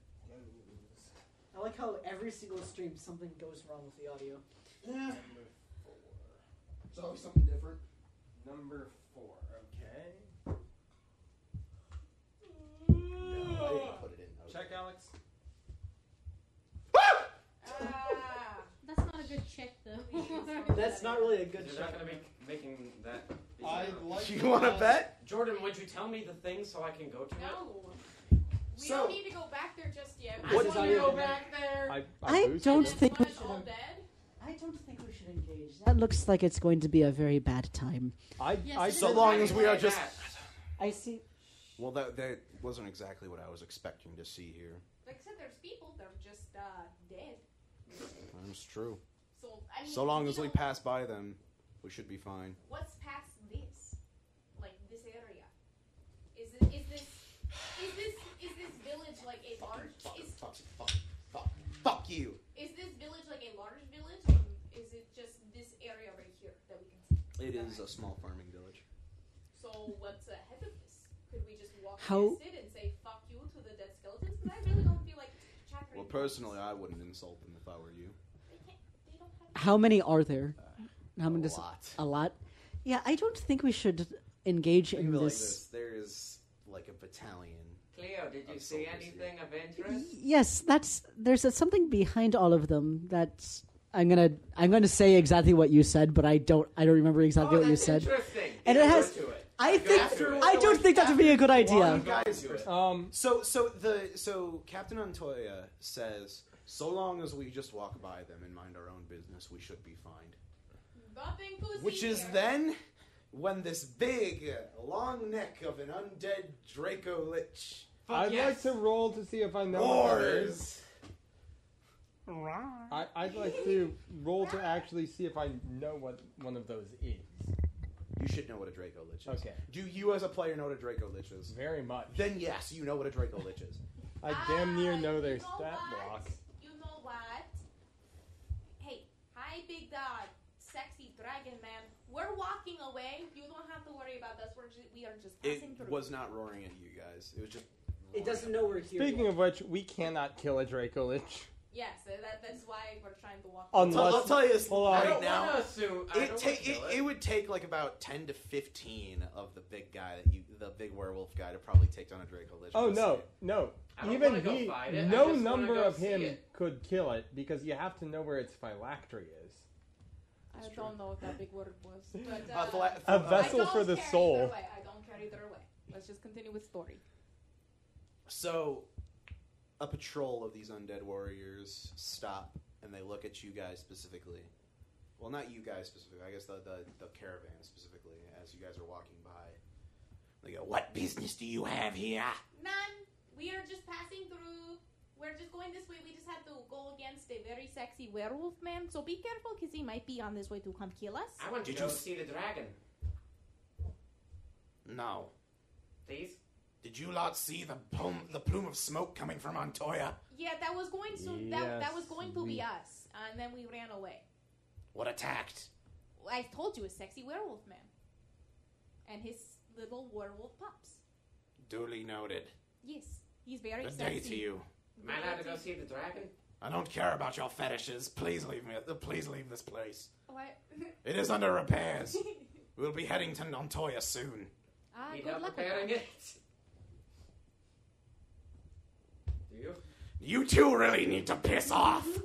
S1: I like how every single stream something goes wrong with the audio.
S2: Yeah. It's always something different.
S5: Number four, okay.
S2: No, I didn't put it in. Okay.
S5: Check, Alex.
S3: Ah,
S9: That's not a good check, though. [LAUGHS]
S1: That's not really a good
S4: You're
S1: show.
S4: not gonna be making that.
S5: I like.
S2: You want to
S5: ask-
S2: bet?
S4: Jordan, would you tell me the thing so I can go to it?
S3: no. We
S2: So-
S3: don't need to go back there just yet.
S1: What
S3: We
S1: is
S3: just want
S1: on
S3: to
S1: your
S3: go
S1: agenda?
S3: back there.
S5: I,
S1: I
S5: boosted
S1: don't
S5: it.
S3: This
S1: think we
S3: one's
S1: should
S3: all
S1: have-
S3: dead.
S1: I don't think we should engage. That looks like it's going to be a very bad time.
S5: I,
S9: Yes,
S5: I
S9: it
S5: so
S9: is.
S5: long.
S9: long as we
S4: Why
S9: are
S4: is
S9: just-
S4: that?
S1: I see.
S2: Well, that that wasn't exactly what I was expecting to see here.
S3: Like I said, there's people. They're just uh,
S5: [LAUGHS]
S3: dead.
S2: That's true.
S3: So I mean,
S2: So long
S3: we
S2: as we
S3: don't-
S2: pass by them, we should be fine.
S3: What's past this? Like this area? Is it is this is this is this village like a large
S2: Fuck,
S3: is
S2: fuck, fuck, fuck, fuck you!
S3: is this village like a large village or is it just this area right here that we can see?
S2: It is a small farming village.
S3: So what's ahead of this? Could we just walk
S1: How-
S3: past it and say fuck you to the dead skeletons? Because I really don't feel like chattering.
S2: Well, personally, I wouldn't insult them if I were you.
S3: they can't they don't have
S1: How many are there? How many?
S2: a
S1: Does,
S2: lot.
S1: a lot. Yeah, I don't think we should engage
S2: Think
S1: in
S2: of it like
S1: this.
S2: this. There is like a [LAUGHS] battalion.
S4: Cleo, did you
S2: Of
S4: see
S2: soldiers
S4: anything of interest?
S1: Yes, that's there's a, something behind all of them. That's I'm gonna I'm gonna say exactly what you said, but I don't I don't remember exactly
S4: oh,
S1: what you
S4: that's
S1: said.
S4: Interesting.
S1: And
S4: Yeah,
S1: it
S4: go
S1: has-
S4: to it.
S1: I
S4: Go
S1: think
S4: to it.
S1: I don't think that would be a good
S2: While
S1: idea.
S2: you guys
S4: Do it.
S5: Um,
S2: So so the so Captain Antoya says so long as we just walk by them and mind our own business, we should be fine.
S3: Nothing pussy
S2: Which is
S3: here.
S2: then when this big long neck of an undead Draco Lich
S4: Fuck
S5: I'd
S4: yes.
S5: like to roll to see if I know. what that is.
S2: roars.
S5: I, I'd like to roll to actually see if I know what one of those is.
S2: You should know what a Draco Lich is.
S5: Okay,
S2: Do you as a player know what a Draco Lich is?
S5: very much.
S2: Then yes, you know what a Draco Lich is.
S5: I damn near
S3: Ah,
S5: know
S3: you
S5: their
S3: know
S5: stat
S3: what?
S5: block.
S3: You know what? Hey, hi, big dog, sexy dragon man. We're walking away. You don't have to worry about us. We're ju- we are just
S2: It
S3: passing through.
S2: was not roaring at you guys. It was just.
S1: It doesn't know we're here.
S5: Speaking of which, we cannot kill a Dracolich.
S3: yes, uh, that, that's why we're trying to walk.
S5: Unless-
S2: I'll, I'll tell you this
S5: Hold on.
S4: I
S2: right
S4: don't
S2: now.
S4: want to assume. I
S2: It,
S4: don't
S2: ta-
S4: wanna
S2: it,
S4: kill
S2: it would take like about ten to fifteen of the big guy that you, the big werewolf guy, to probably take down a Draco Lich.
S5: Oh no, no!
S4: I don't
S5: Even
S4: wanna go
S5: he,
S4: fight it, I just
S5: no
S4: wanna
S5: number
S4: go
S5: of
S4: see
S5: him
S4: it.
S5: could kill it because you have to know where its phylactery is.
S8: I
S2: That's
S8: don't know what that big word
S3: [LAUGHS]
S8: was.
S3: But, uh,
S2: Uh, phila-
S5: A
S2: uh,
S5: vessel
S3: I don't
S5: for the
S3: care
S5: soul.
S3: either way. I don't care either way. Let's just continue with story.
S2: So, a patrol of these undead warriors stop and they look at you guys specifically. Well, not you guys specifically. I guess the the, the caravan specifically, as you guys are walking by. They go, "What business do you have here?"
S3: None. We are just passing through. We're just going this way. We just had to go against a very sexy werewolf man. So be careful, because he might be on this way to come kill us.
S4: I want to
S2: Did
S4: go
S2: you s-
S4: see the dragon.
S2: No.
S4: Please.
S2: Did you lot see the plume, the plume of smoke coming from Antoya?
S3: Yeah, that was going to that, that was
S5: Yes,
S3: going to
S5: we-
S3: be us, and then we ran away.
S2: What attacked?
S3: I told you, a sexy werewolf man, and his little werewolf pups.
S2: Duly noted.
S3: Yes, he's very
S2: Good
S3: sexy.
S2: day to you.
S4: Am I allowed to go see the dragon?
S2: I don't care about your fetishes. Please leave me. Please leave this place.
S3: What?
S2: It is under [LAUGHS] repairs. We'll be heading to Nontoya soon.
S3: ah,
S4: you
S3: good
S4: not
S3: luck with
S4: preparing
S3: [LAUGHS] that.
S4: it. Do you?
S2: You two really need to piss off.
S8: And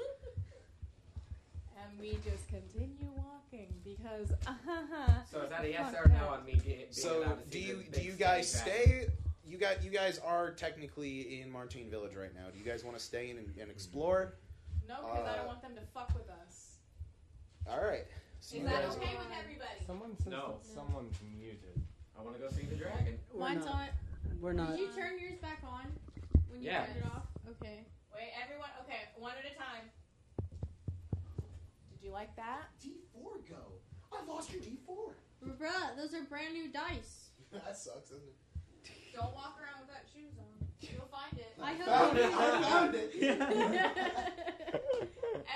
S8: we just continue walking
S3: [LAUGHS]
S8: because.
S3: Ah,
S4: So is that a yes
S8: Fuck
S4: or a no
S8: that.
S4: on me ge- being
S2: So
S4: allowed to
S2: do
S4: see
S2: you
S4: the
S2: do
S4: big
S2: you guys
S4: city
S2: stay? You got you guys are technically in Martine Village right now. Do you guys want to stay in and, and explore?
S3: No, because I
S2: Uh,
S3: don't want them to fuck with us.
S2: All right.
S4: Uh,
S2: So
S3: Is
S2: you
S3: that
S2: guys-
S3: okay with everybody?
S5: Someone says
S4: No.
S5: that someone's
S4: [LAUGHS]
S5: muted.
S4: back? I want to go see the dragon.
S1: we're
S9: Mine's
S1: not.
S9: on.
S1: We're not.
S9: Did you turn yours back on when you
S4: Yeah.
S9: turned it off? Okay.
S3: Wait, everyone. Okay, one at a time. Did you like that?
S2: D four go. I lost your D four.
S9: Bruh, those are brand new dice.
S2: [LAUGHS] that sucks. Isn't it?
S3: Don't walk around without shoes on. You'll find it.
S9: I
S2: Found
S9: hope.
S2: it. I found it.
S3: [LAUGHS]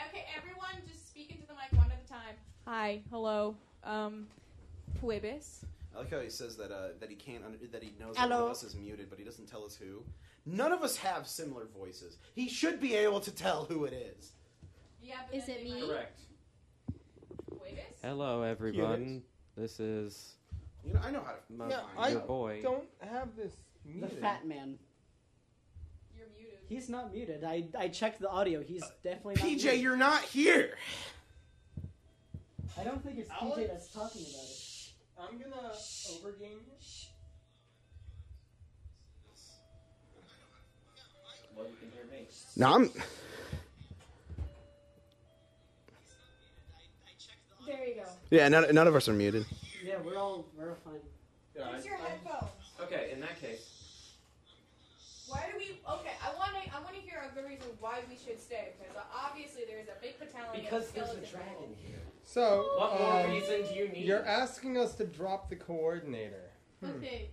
S3: Okay, everyone, just speak into the mic one at a time. Hi, hello, um, Puebes.
S2: I like how he says that uh, that he can't under, that he knows that
S1: Hello.
S2: one of us is muted, but he doesn't tell us who. None of us have similar voices. He should be able to tell who it is.
S3: Yeah,
S9: but Is then it they me? might-
S4: Correct.
S3: Puebes?
S20: Hello, everyone.
S5: Cute.
S20: This is
S2: You know, I know how to.
S20: my,
S5: Yeah,
S20: your
S5: I
S20: boy.
S5: Don't have this
S1: The
S5: muted.
S1: fat man.
S3: You're muted.
S1: He's not muted. I I checked the audio. He's definitely not.
S2: PJ,
S1: muted.
S2: you're not here.
S1: I don't think it's PJ that's talking about it.
S5: I'm gonna overgame you.
S4: Well, you can hear me.
S2: No, I'm.
S3: There you go.
S2: Yeah, none, none of us are muted.
S1: Yeah, we're all we're all fine.
S5: Yeah, I- I-
S3: headphones.
S4: Okay, in that case,
S3: Why do we? Okay, I want to. I want to hear a good reason why we should stay. Because obviously there's a big battalion. of
S4: because there's a
S3: skeleton
S4: dragon here.
S5: So,
S4: What more
S5: um,
S4: reason do you need?
S5: you're asking us to drop the coordinator. Hmm.
S9: Okay.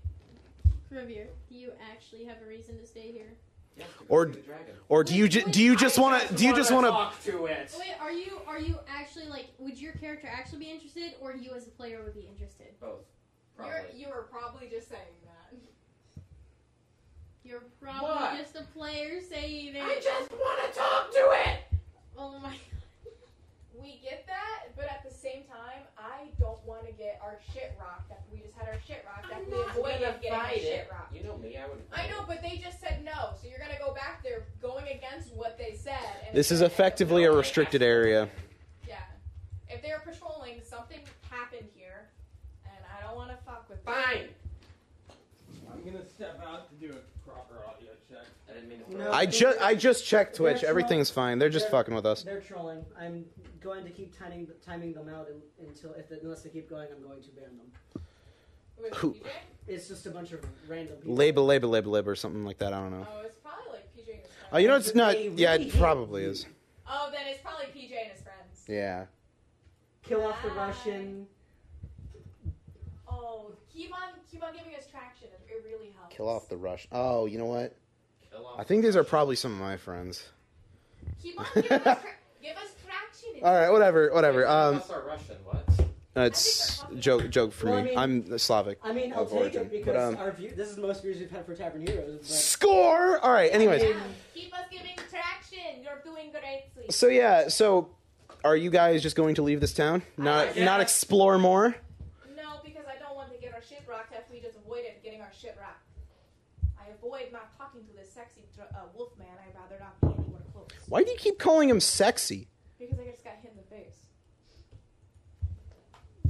S9: Rivier, do you actually have a reason to stay here?
S4: Yes, to go
S2: Or-
S4: see the dragon.
S2: Or do you ju- do you just
S4: I
S2: want to do you just want to?
S4: talk to it?
S9: Oh, Wait, are you are you actually like? Would your character actually be interested, or you as a player would be interested?
S4: Both. Probably.
S3: You're, you were probably just saying that.
S9: You're probably
S4: What?
S9: just a player saying it.
S4: I just want to talk to it.
S9: oh my. [LAUGHS]
S3: We get that, but at the same time, I don't want to get our shit shit rocked. After we just had our shit rocked.
S9: I'm
S3: After
S9: not
S3: we avoided
S4: gonna
S3: getting our
S4: fight
S3: shit
S4: it.
S3: rocked.
S4: You know me, I wouldn't.
S3: I
S4: fight
S3: know,
S4: it.
S3: but they just said no. So you're gonna go back there going against what they said. And
S2: This is effectively a restricted area.
S3: Yeah. If they were patrolling, something happened here, and I don't want to fuck with. them.
S4: Fine.
S5: I'm gonna step out to do a proper audio check.
S4: I didn't mean to.
S2: I just I just checked
S1: They're
S2: Twitch.
S1: troll-
S2: Everything's fine. They're just fucking with us.
S1: They're trolling. I'm going to keep timing timing them out un- until if unless they keep going, I'm going to ban them.
S2: Who-
S1: It's just a bunch of random people.
S2: Label, label, label, label, or something like that. I don't know.
S3: Oh, it's probably like PJ and his friends.
S2: Oh, you know it's not.
S1: They
S2: Yeah,
S1: really
S2: it probably is.
S3: Oh, then it's probably PJ and his friends.
S2: Yeah.
S1: Kill off the Russian.
S3: Oh, keep on keep on giving us traction. It it really helps.
S2: Kill off the rush. Oh, you know what?
S4: Kill off
S2: I think these are probably some of my friends.
S3: Keep on giving us
S2: [LAUGHS]
S3: tra- give us traction. It's
S2: All right, whatever, whatever.
S4: None of
S2: Um,
S4: us are Russian. What?
S2: that's joke joke for
S1: Well, I
S2: me.
S1: mean-
S2: I'm Slavic.
S1: I mean, I'll
S2: of
S1: take
S2: origin,
S1: it because
S2: but, um,
S1: our view. This is the most views we've had for Tavern Heroes. But
S2: score. All right. Anyways,
S3: Yeah, keep us giving traction. You're doing great. sweetie.
S2: so yeah, so are you guys just going to leave this town? Not
S1: Uh,
S3: guess.
S2: not explore more.
S3: No, because I don't want to get our shit rocked after we just avoided getting our shit rocked. I avoid not talking to this sexy dr- uh, wolf man. I'd rather not be anywhere close.
S2: Why do you keep calling him sexy?
S3: Because I just got hit in the face.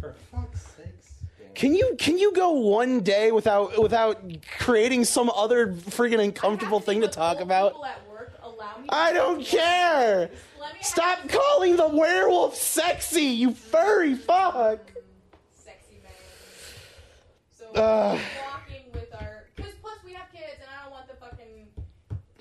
S5: For fuck's sakes.
S2: Can you can you go one day without without creating some other friggin' uncomfortable thing to talk about?
S3: People at work allow me.
S2: I don't care. Stop calling the werewolf sexy, you furry fuck.
S3: Sexy man. So
S2: Ugh.
S3: we're walking with our. Because plus we have kids, and I don't want the fucking.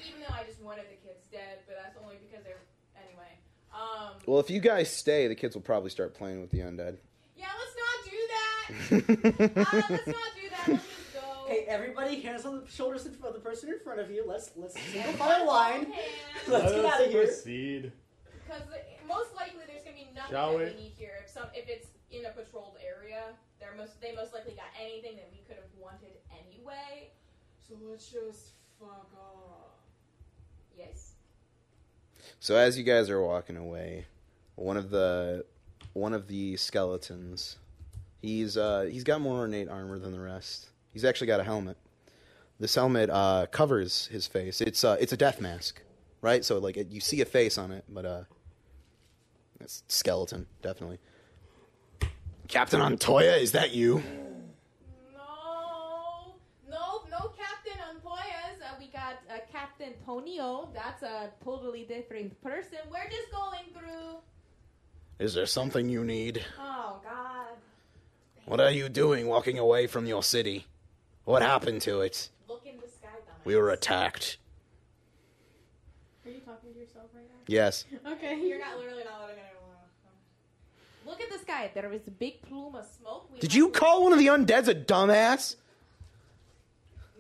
S3: Even though I just wanted the kids dead, but that's only because they're anyway. Um.
S2: Well, if you guys stay, the kids will probably start playing with the undead.
S3: Yeah, let's not do that. uh, let's not do that. Let's
S1: [LAUGHS]
S3: just go.
S1: Okay, everybody, hands on the shoulders of the person in front of you. Let's let's single file line. [LAUGHS] Let's get out of here.
S5: Proceed.
S3: Because most likely there's gonna be nothing
S5: Shall
S3: that
S5: we?
S3: we need here. If some, if it's in a patrolled area, they're most they most likely got anything that we could have wanted anyway. So let's just fuck off. Yes.
S2: So as you guys are walking away, one of the one of the skeletons, he's uh, he's got more ornate armor than the rest. He's actually got a helmet. This helmet uh, covers his face. It's uh, it's a death mask, right? So like it, you see a face on it, but uh, it's skeleton definitely. Captain Antoya, is that you?
S3: No. No. No. Captain Ampoyas. Uh, we got uh, Captain Tonio. That's a totally different person. We're just going through.
S2: Is there something you need?
S3: Oh God.
S2: What are you doing walking away from your city? What happened to it?
S3: Look in the sky, dumbass.
S2: We were attacked.
S3: Are you talking to yourself right now?
S2: Yes.
S3: Okay. [LAUGHS] You're not literally not letting anyone. Look at the sky. There is a big plume of smoke. We
S2: Did you call one of the undeads a dumbass?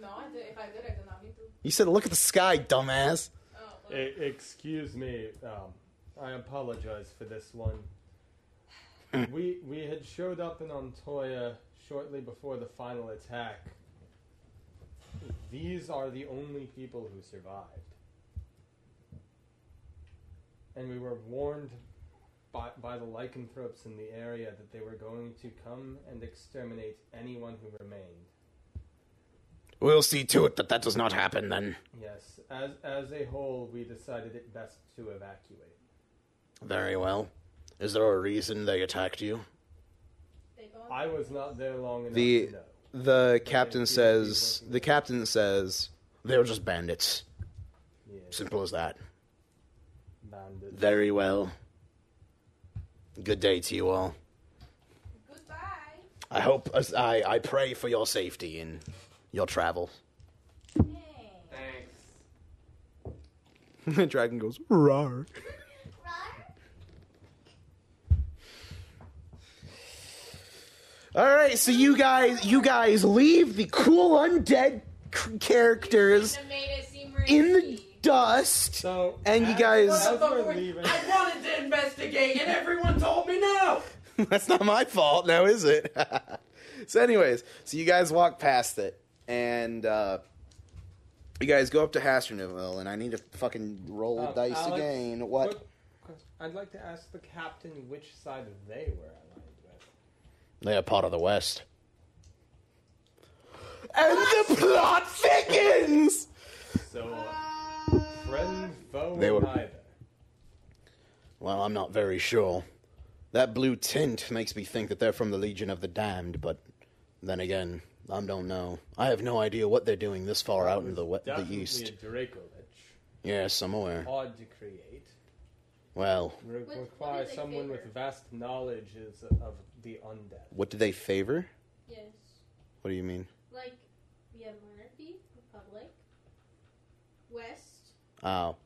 S3: No, I did. If I did, I did not mean to. Oh,
S2: You said, "Look at the sky, dumbass."
S5: E, excuse me. Um, I apologize for this one. we we had showed up in Ontoya shortly before the final attack. These are the only people who survived. And we were warned by, by the lycanthropes in the area that they were going to come and exterminate anyone who remained.
S2: We'll see to it that that does not happen. Then
S5: Yes, as as a whole, we decided it best to evacuate.
S2: very well. Is there a reason they attacked you?
S5: I was not there long enough.
S2: The
S5: to know.
S2: the captain says. The captain says they're just bandits. Simple as that.
S5: Bandit.
S2: Very well. Good day to you all. Goodbye. I hope I I pray for your safety in your travel.
S4: Thanks.
S2: [LAUGHS] the dragon goes rar. All right, so you guys, you guys leave the cool undead c- characters in the dust, and you guys.
S4: I wanted to investigate, and everyone told me no.
S2: [LAUGHS] That's not my fault, now is it? [LAUGHS] so, anyways, so you guys walk past it, and uh, you guys go up to Hasternville, and I need to fucking roll
S5: Um,
S2: dice
S5: Alex,
S2: again. What?
S5: I'd like to ask the captain which side they were aligned with.
S2: They are part of the West. And the plot thickens!
S5: So, friend, foe,
S2: They were-
S5: either.
S2: Well, I'm not very sure. That blue tint makes me think that they're from the Legion of the Damned, but then again, I don't know. I have no idea what they're doing this far out in the, we- the
S5: Definitely
S2: east.
S5: a Draco Lich.
S2: Yeah, somewhere.
S5: Hard to create.
S2: Well,
S5: Re-
S9: What- what
S5: require
S9: did they
S5: someone
S9: figure?
S5: with vast knowledge is of the undead.
S2: what do they favor?
S9: Yes.
S2: What do you mean?
S9: Like, we have monarchy, republic, west,
S2: Oh.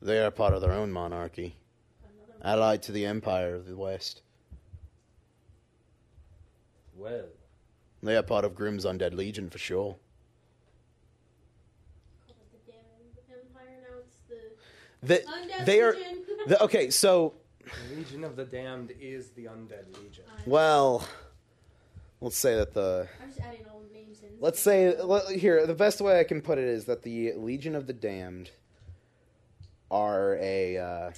S2: They are part of their own monarchy,
S9: another.
S2: allied to the Empire of the West.
S5: Well,
S2: They are part of Grimm's Undead Legion for sure.
S9: called the damn empire. Now it's the
S2: That
S9: Undead
S2: they are.
S9: Legion. [LAUGHS]
S2: the- okay, so
S5: the Legion of the Damned is the undead legion.
S2: well, let's say that the
S9: I'm just adding all the names in.
S2: let's say let, here the best way I can put it is that the Legion of the Damned are a uh,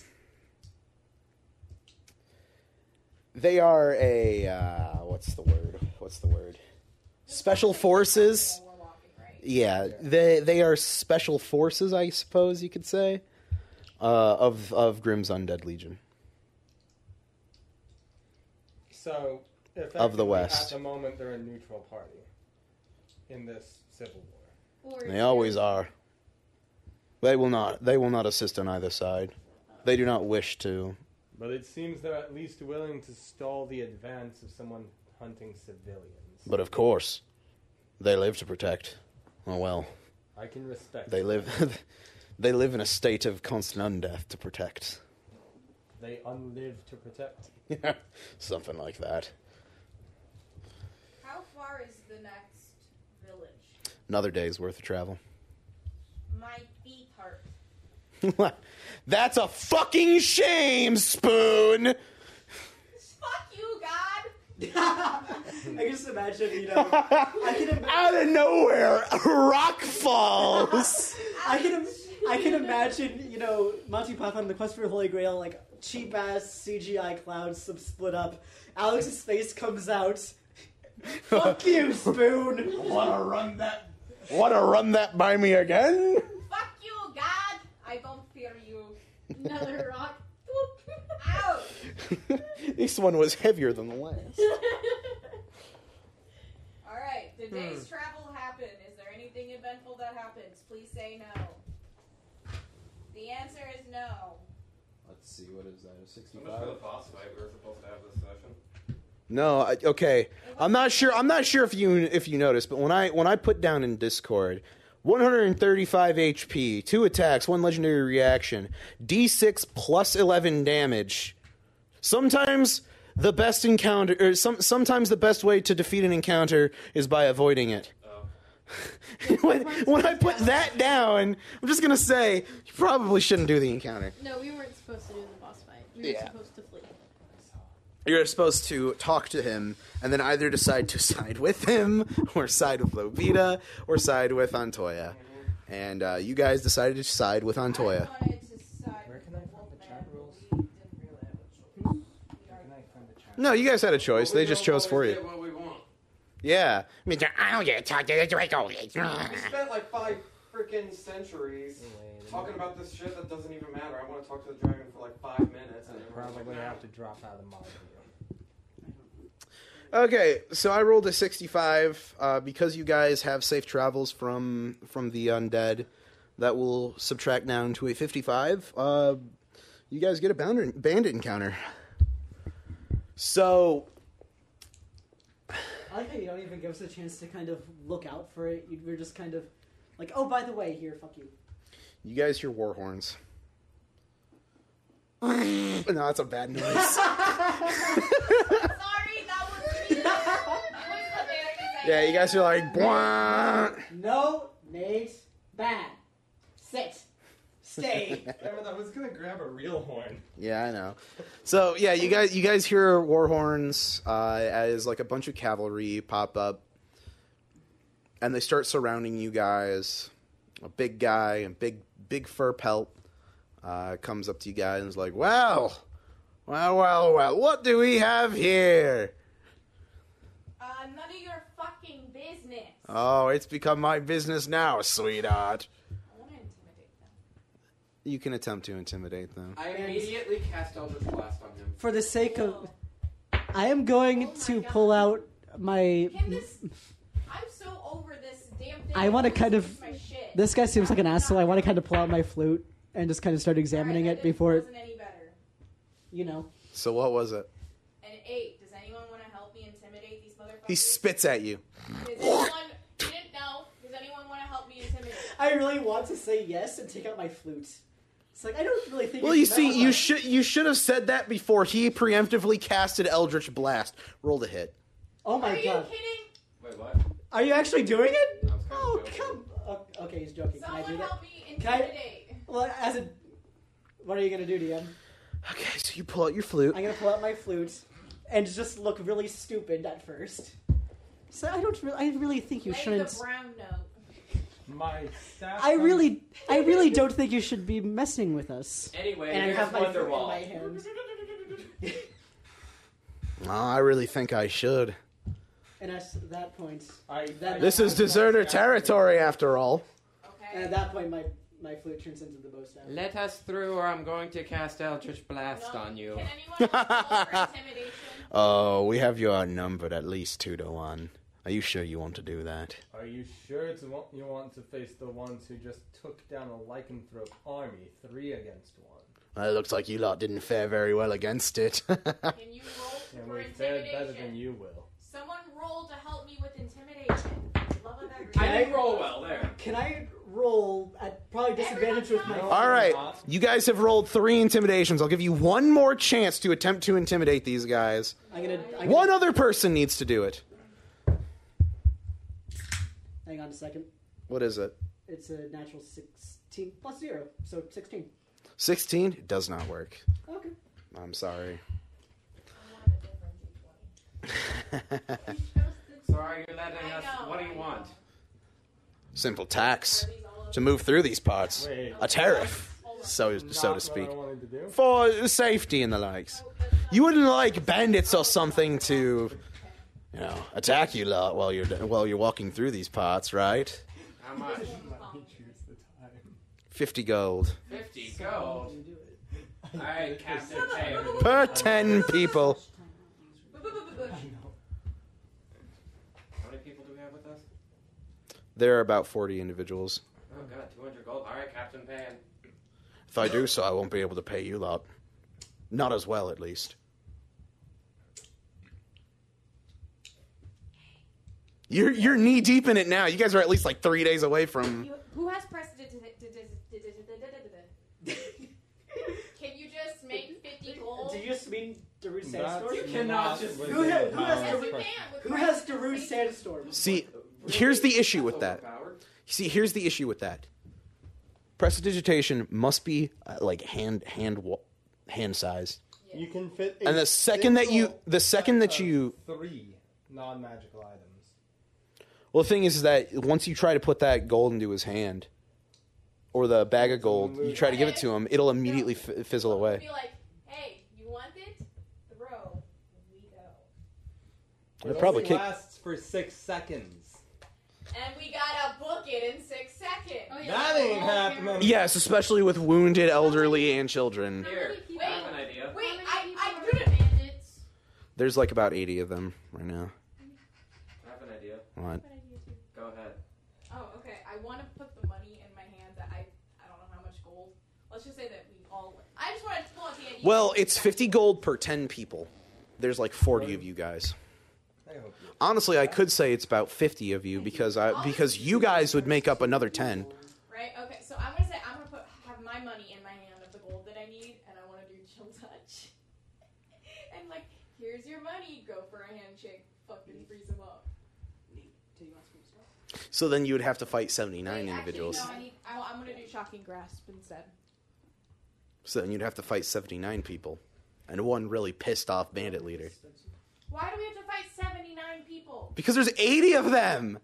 S2: they are a uh, what's the word? What's the word? Special forces. Yeah, they they are special forces, I suppose you could say, uh, of of Grimm's Undead Legion.
S5: So,
S2: Of the
S5: effectively,
S2: West.
S5: At the moment, they're a neutral party in this civil war.
S9: Or
S2: They always are. They will not. They will not assist on either side. They do not wish to.
S5: But it seems they're at least willing to stall the advance of someone hunting civilians.
S2: But of course, they live to protect. Oh well,
S5: I can respect.
S2: they
S5: that.
S2: live. [LAUGHS] they live in a state of constant undeath to protect. [LAUGHS]
S5: They unlive to protect.
S2: Something like that.
S3: How far is the next village?
S2: Another day's worth of travel. [LAUGHS]
S3: My feet hurt.
S2: That's a fucking shame, Spoon. [LAUGHS]
S3: Fuck you, God!
S1: I just imagine, you know, I can, im-
S2: Out of nowhere, a rock falls. [LAUGHS]
S1: I can, im- I can imagine, you know, Monty Python and the Quest for the Holy Grail, like cheap ass CGI clouds some split up. Alex's face comes [LAUGHS] out. Fuck you, Spoon.
S2: Wanna run that? Wanna run that by me again? [LAUGHS]
S3: Fuck you, God! I don't fear you.
S2: [LAUGHS]
S9: another rock.
S3: Ow!
S2: this one was heavier than the last.
S3: Alright,
S1: Hmm.
S3: today's travel happened. Is there anything eventful that happens? Please say no. The answer is no.
S16: Let's see, what is that?
S4: So much for the boss fight. We were supposed to have this session.
S2: No, I, okay. I'm not sure. I'm not sure if you if you noticed, but when I when I put down in Discord, 135 HP, two attacks, one legendary reaction, D6 plus 11 damage. Sometimes the best encounter, or some sometimes the best way to defeat an encounter is by avoiding it. [LAUGHS] when, when I put that down, I'm just gonna say you probably shouldn't do the encounter.
S9: No, we weren't supposed to do the boss fight. We were
S2: Yeah.
S9: supposed to flee.
S2: You're supposed to talk to him and then either decide to [LAUGHS] side with him or side with Lobita or side with Antoya. And uh, you guys decided to side with Antoya.
S5: Where can I find the chat rules? Hmm? Where can I find the chat?
S2: No, you guys had a choice.
S4: Well, we
S2: They just
S4: don't
S2: chose for
S4: always
S2: you.
S4: Get what we want.
S2: Yeah. Mr. I don't get to talk to the Draco. Ah.
S4: We spent like five freaking centuries talking about this shit that doesn't even matter. I want to talk to the dragon for like five minutes, and
S5: I
S4: everyone's like,
S5: probably
S4: "Nah."
S5: have to drop out of the mob.
S2: Okay, so I rolled a 65 uh, because you guys have safe travels from from the undead. That will subtract down to a 55. Uh, you guys get a bounder, bandit encounter. So
S1: I like how you don't even give us a chance to kind of look out for it. You, we're just kind of like, oh, by the way, here, fuck you.
S2: you guys hear war horns. no, that's a bad noise.
S3: Sorry, that was
S5: [LAUGHS]
S3: me. That was the very thing.
S2: yeah, you guys are like, "Bwah."
S1: No, Nate, bad. Sit. Stay.
S5: I was gonna grab a real horn.
S2: Yeah, I know. So yeah, you guys you guys hear war horns uh, as like a bunch of cavalry pop up, and they start surrounding you guys. A big guy and big big fur pelt uh, comes up to you guys and is like, "Well, well, well, well, what do we have here?
S3: Uh, none of your fucking business.
S2: Oh, it's become my business now, sweetheart.
S3: I want to intimidate them.
S2: You can attempt to intimidate them.
S4: I immediately cast Eldritch Blast on him.
S1: [LAUGHS] For the sake of, I am going to pull out my.
S3: Oh Can this? I'm so over this damn thing.
S1: I want to
S3: This
S1: kind
S3: is
S1: of.
S3: my shit.
S1: This guy seems like an asshole. I want to kind of pull out my flute and just kind of start examining
S3: Alright,
S1: it
S3: that
S1: before it.
S3: Wasn't any better.
S1: You know.
S2: So what was it?
S3: An eight. Does anyone want to help me intimidate these motherfuckers?
S2: He spits at you.
S3: Does anyone? You didn't know. Does anyone want to help me intimidate?
S1: I really want to say yes and take out my flute. It's like I don't really think.
S2: Well, you see, you should you should have said that before he preemptively casted Eldritch Blast. Rolled a hit.
S1: Oh my
S3: Are you
S1: god!
S3: kidding?
S4: Wait, what?
S1: Are you actually doing it?
S4: I was kind
S1: Oh
S4: of joking.
S1: come! Oh, okay, he's joking. Can I do
S3: Someone
S1: that?
S3: help me
S1: Can I-
S3: intimidate.
S1: Well, as a, what are you gonna do, DM?
S2: Okay, so you pull out your flute.
S1: I'm gonna pull out my flute and just look really stupid at first. So I don't. Re- I really think you
S3: Lay
S1: shouldn't.
S3: the brown note.
S5: My staff.
S1: I really, I
S3: [LAUGHS]
S1: really don't think you should be messing with us.
S4: Anyway,
S1: and I
S4: here's
S1: have my flute in
S4: Wonderwall.
S1: my hand,
S2: Oh, I really think I should.
S1: and at that point,
S5: I,
S1: that
S2: This is deserter territory, after all.
S1: And at that point, my my flute turns into the bow staff.
S4: Let us through, or I'm going to cast Eldritch Blast on you.
S3: Can anyone roll for intimidation?
S2: Oh, we have you outnumbered at least two to one. Are you sure you want to do that?
S5: Are you sure it's wa- you want to face the ones who just took down a lycanthrope army, three against one?
S2: Well, it looks like you lot didn't fare very well against it. [LAUGHS]
S3: Can you roll
S5: And
S3: for
S5: we fared better
S3: intimidation?
S5: than you will.
S3: Someone roll to help me with intimidation. Love of that
S4: I
S3: reason.
S4: didn't roll well there.
S1: Can I roll at probably disadvantage with my?
S2: All right, you guys have rolled three intimidations. I'll give you one more chance to attempt to intimidate these guys.
S1: I'm gonna. I'm gonna-
S2: One other person needs to do it.
S1: Hang on a second.
S2: What is it?
S1: It's a natural sixteen plus zero, so sixteen.
S2: 16? It does not work.
S1: Okay.
S2: I'm sorry. [LAUGHS]
S4: So are you letting
S3: I
S4: us?
S3: know,
S4: What do
S3: I
S4: you
S3: know.
S4: want?
S2: Simple tax to move through these parts. A tariff, so so to speak, for safety and the likes. You wouldn't like bandits or something to, you know, attack you lot while you're while you're walking through these parts, right?
S4: How much?
S1: [LAUGHS]
S5: Let me choose the time.
S2: Fifty gold
S4: Fifty gold.
S1: You do it.
S4: All
S1: [LAUGHS]
S4: right, Captain Taylor.
S2: per ten people.
S4: How many people do we have with us?
S2: There are about forty individuals.
S4: Oh god, 200 gold. All right, Captain Pan.
S2: If I do so, I won't be able to pay you lot. Not as well, at least. You're you're knee deep in it now. You guys are at least like three days away from.
S3: You- Who has precedent? Can you just [LAUGHS] make 50
S1: [LAUGHS]
S3: gold?
S1: Do you just mean Darude Sandstorm?
S5: That's
S4: You cannot
S5: not
S4: just-
S5: what
S1: Who has-
S5: the
S1: who has
S5: power
S3: Yes, you
S5: question-
S3: can, with
S1: Who has
S3: precedent.
S1: Darude Sandstorm?
S2: See, here's the issue with that.
S4: Overpowered.
S2: See, here's the issue with that. Prestidigitation must be uh, like hand hand wa- hand sized,
S5: You can fit. a
S2: and the second that you
S5: single
S2: the second that
S5: of
S2: you
S5: three non-magical items.
S2: well, the thing is that once you try to put that gold into his hand, or the bag of gold, you try to give it to him, it'll immediately f- fizzle away.
S3: Be like, hey, you want it? Throw. We go.
S2: It probably
S5: only
S2: kick-
S5: lasts for six seconds.
S3: And we gotta book it in six seconds.
S9: Oh, yeah.
S5: That ain't happening.
S2: Yes, especially with wounded elderly and children.
S4: Here,
S9: Wait.
S4: I have an idea.
S3: Wait,
S9: How many
S3: I, I
S9: people are
S3: couldn't.
S9: bandits?
S2: There's like about 80 of them right now.
S4: I have an idea.
S2: What?
S4: Go ahead.
S3: Oh, okay. I want to put the money in my hand that I, I don't know how much gold. Let's just say that we all. I just want to pull out the idea.
S2: Well, it's 50 gold per 10 people. There's like 40 of you guys.
S5: I hope you.
S2: Honestly, I could say it's about 50 of you because I because you guys would make up another 10.
S3: Right. Okay. So I'm gonna say I'm gonna put have my money in my hand of the gold that I need, and I want to do chill touch. [LAUGHS] and like, here's your money. Go for a handshake.
S1: Mm.
S3: Fucking freeze them up.
S2: So then you would have to fight
S3: Wait,
S2: 79 individuals.
S3: Actually, no, I need. I, I'm gonna do shocking grasp instead.
S2: So then you'd have to fight 79 people and one really pissed off bandit leader.
S3: Why do we have to fight 79 people?
S2: Because there's 80 of them.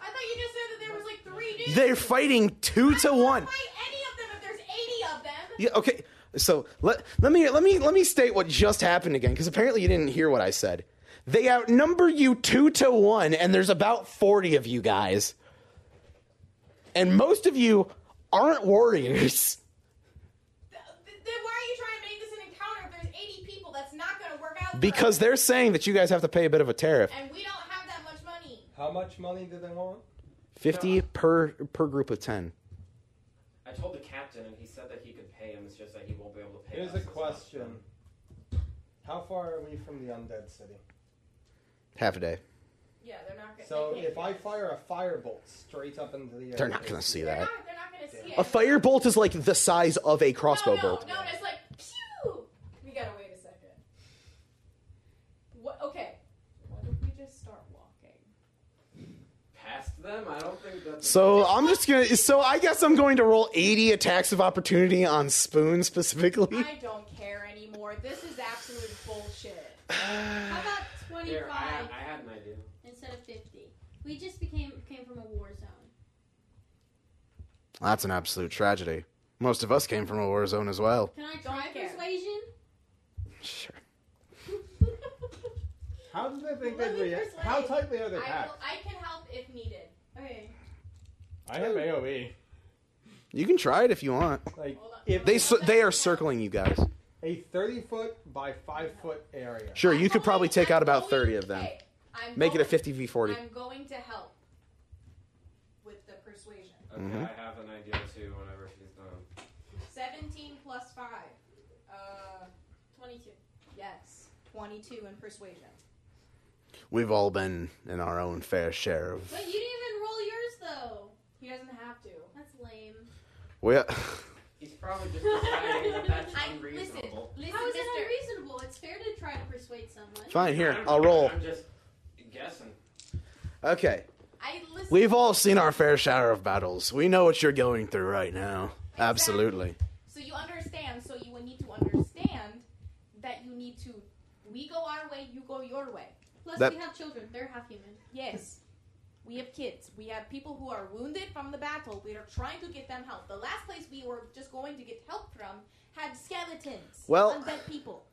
S3: I thought you just said that there was like three dudes.
S2: They're fighting 2
S3: I
S2: to
S3: don't
S2: 1.
S3: Fight any of them if there's 80 of them.
S2: Yeah, okay. So let let me let me let me state what just happened again because apparently you didn't hear what I said.
S21: They outnumber you two to one, and there's about 40 of you guys. And most of you aren't warriors.
S3: Th- Then why are you trying to make this an encounter if there's 80 people? That's not going to work out. for
S2: [LAUGHS] Because
S3: us.
S2: they're saying that you guys have to pay a bit of a tariff.
S3: And we don't have that much money.
S5: How much money do they want?
S2: 50 per per group of 10.
S4: I told the captain, and he said that he could pay him. It's just that he won't be able to pay.
S5: Here's
S4: us
S5: a
S4: as much.
S5: question. How far are we from the undead city?
S2: Half a day.
S3: Yeah, they're not going to
S5: So if I fire a firebolt straight up into the air,
S2: They're not going to see that.
S3: They're not going to see it.
S2: A firebolt is like the size of a crossbow
S3: no, no,
S2: bolt.
S3: No, no, it's like, pew! We got to wait a second. What? Okay. What if we just start walking?
S4: Past them, I don't think that's.
S2: So I'm just going to so I guess I'm going to roll 80 attacks of opportunity on Spoon specifically. [LAUGHS]
S3: I don't care anymore. This is absolute bullshit.
S2: [SIGHS]
S3: How
S9: about
S2: uh,
S9: 25
S4: Here, I, had- I had an idea.
S9: instead of 50? We just became came from a war zone.
S2: That's an absolute tragedy. Most of us came from a war zone as well.
S9: Can I try persuasion?
S2: Sure.
S3: [LAUGHS]
S5: how do they think
S3: Let
S5: they'd
S3: me
S5: react?
S3: persuade.
S5: How tightly are they
S3: I, will,
S5: packed?
S3: I can help if needed. Okay.
S5: I have E. AOE.
S2: You can try it if you want.
S5: Like
S2: If they s- they are circling you guys.
S5: a 30 foot by 5 foot area.
S2: Sure, you could probably take out about 30 of them.
S3: Okay. I'm
S2: Make it a
S3: going-
S2: 50 v 40.
S3: I'm going to help with the persuasion.
S4: Okay,
S2: Mhm.
S4: I have an idea too. Whenever she's done.
S3: 17 plus 5. Uh, 22. Yes. 22 in persuasion.
S2: We've all been in our own fair share of
S9: But you didn't even roll yours though.
S3: He doesn't have to.
S9: That's lame.
S2: we [LAUGHS]
S4: He's probably just deciding that that's
S9: I-
S4: unreasonable.
S9: How is
S3: mister.
S9: that unreasonable? It's fair to try to persuade someone.
S2: Fine, here,
S4: I'm-
S2: I'll roll.
S4: I'm just guessing.
S2: Okay.
S3: I listen.
S2: We've all seen our fair share of battles. We know what you're going through right now. Absolutely.
S3: So you understand, so you will need to understand that you need to. We go our way, you go your way.
S9: Plus,
S2: That-
S9: we have children. They're half human.
S3: Yes. We have kids. We have people who are wounded from the battle. We are trying to get them help. The last place we were just going to get help from had skeletons.
S2: Well-
S3: undead people.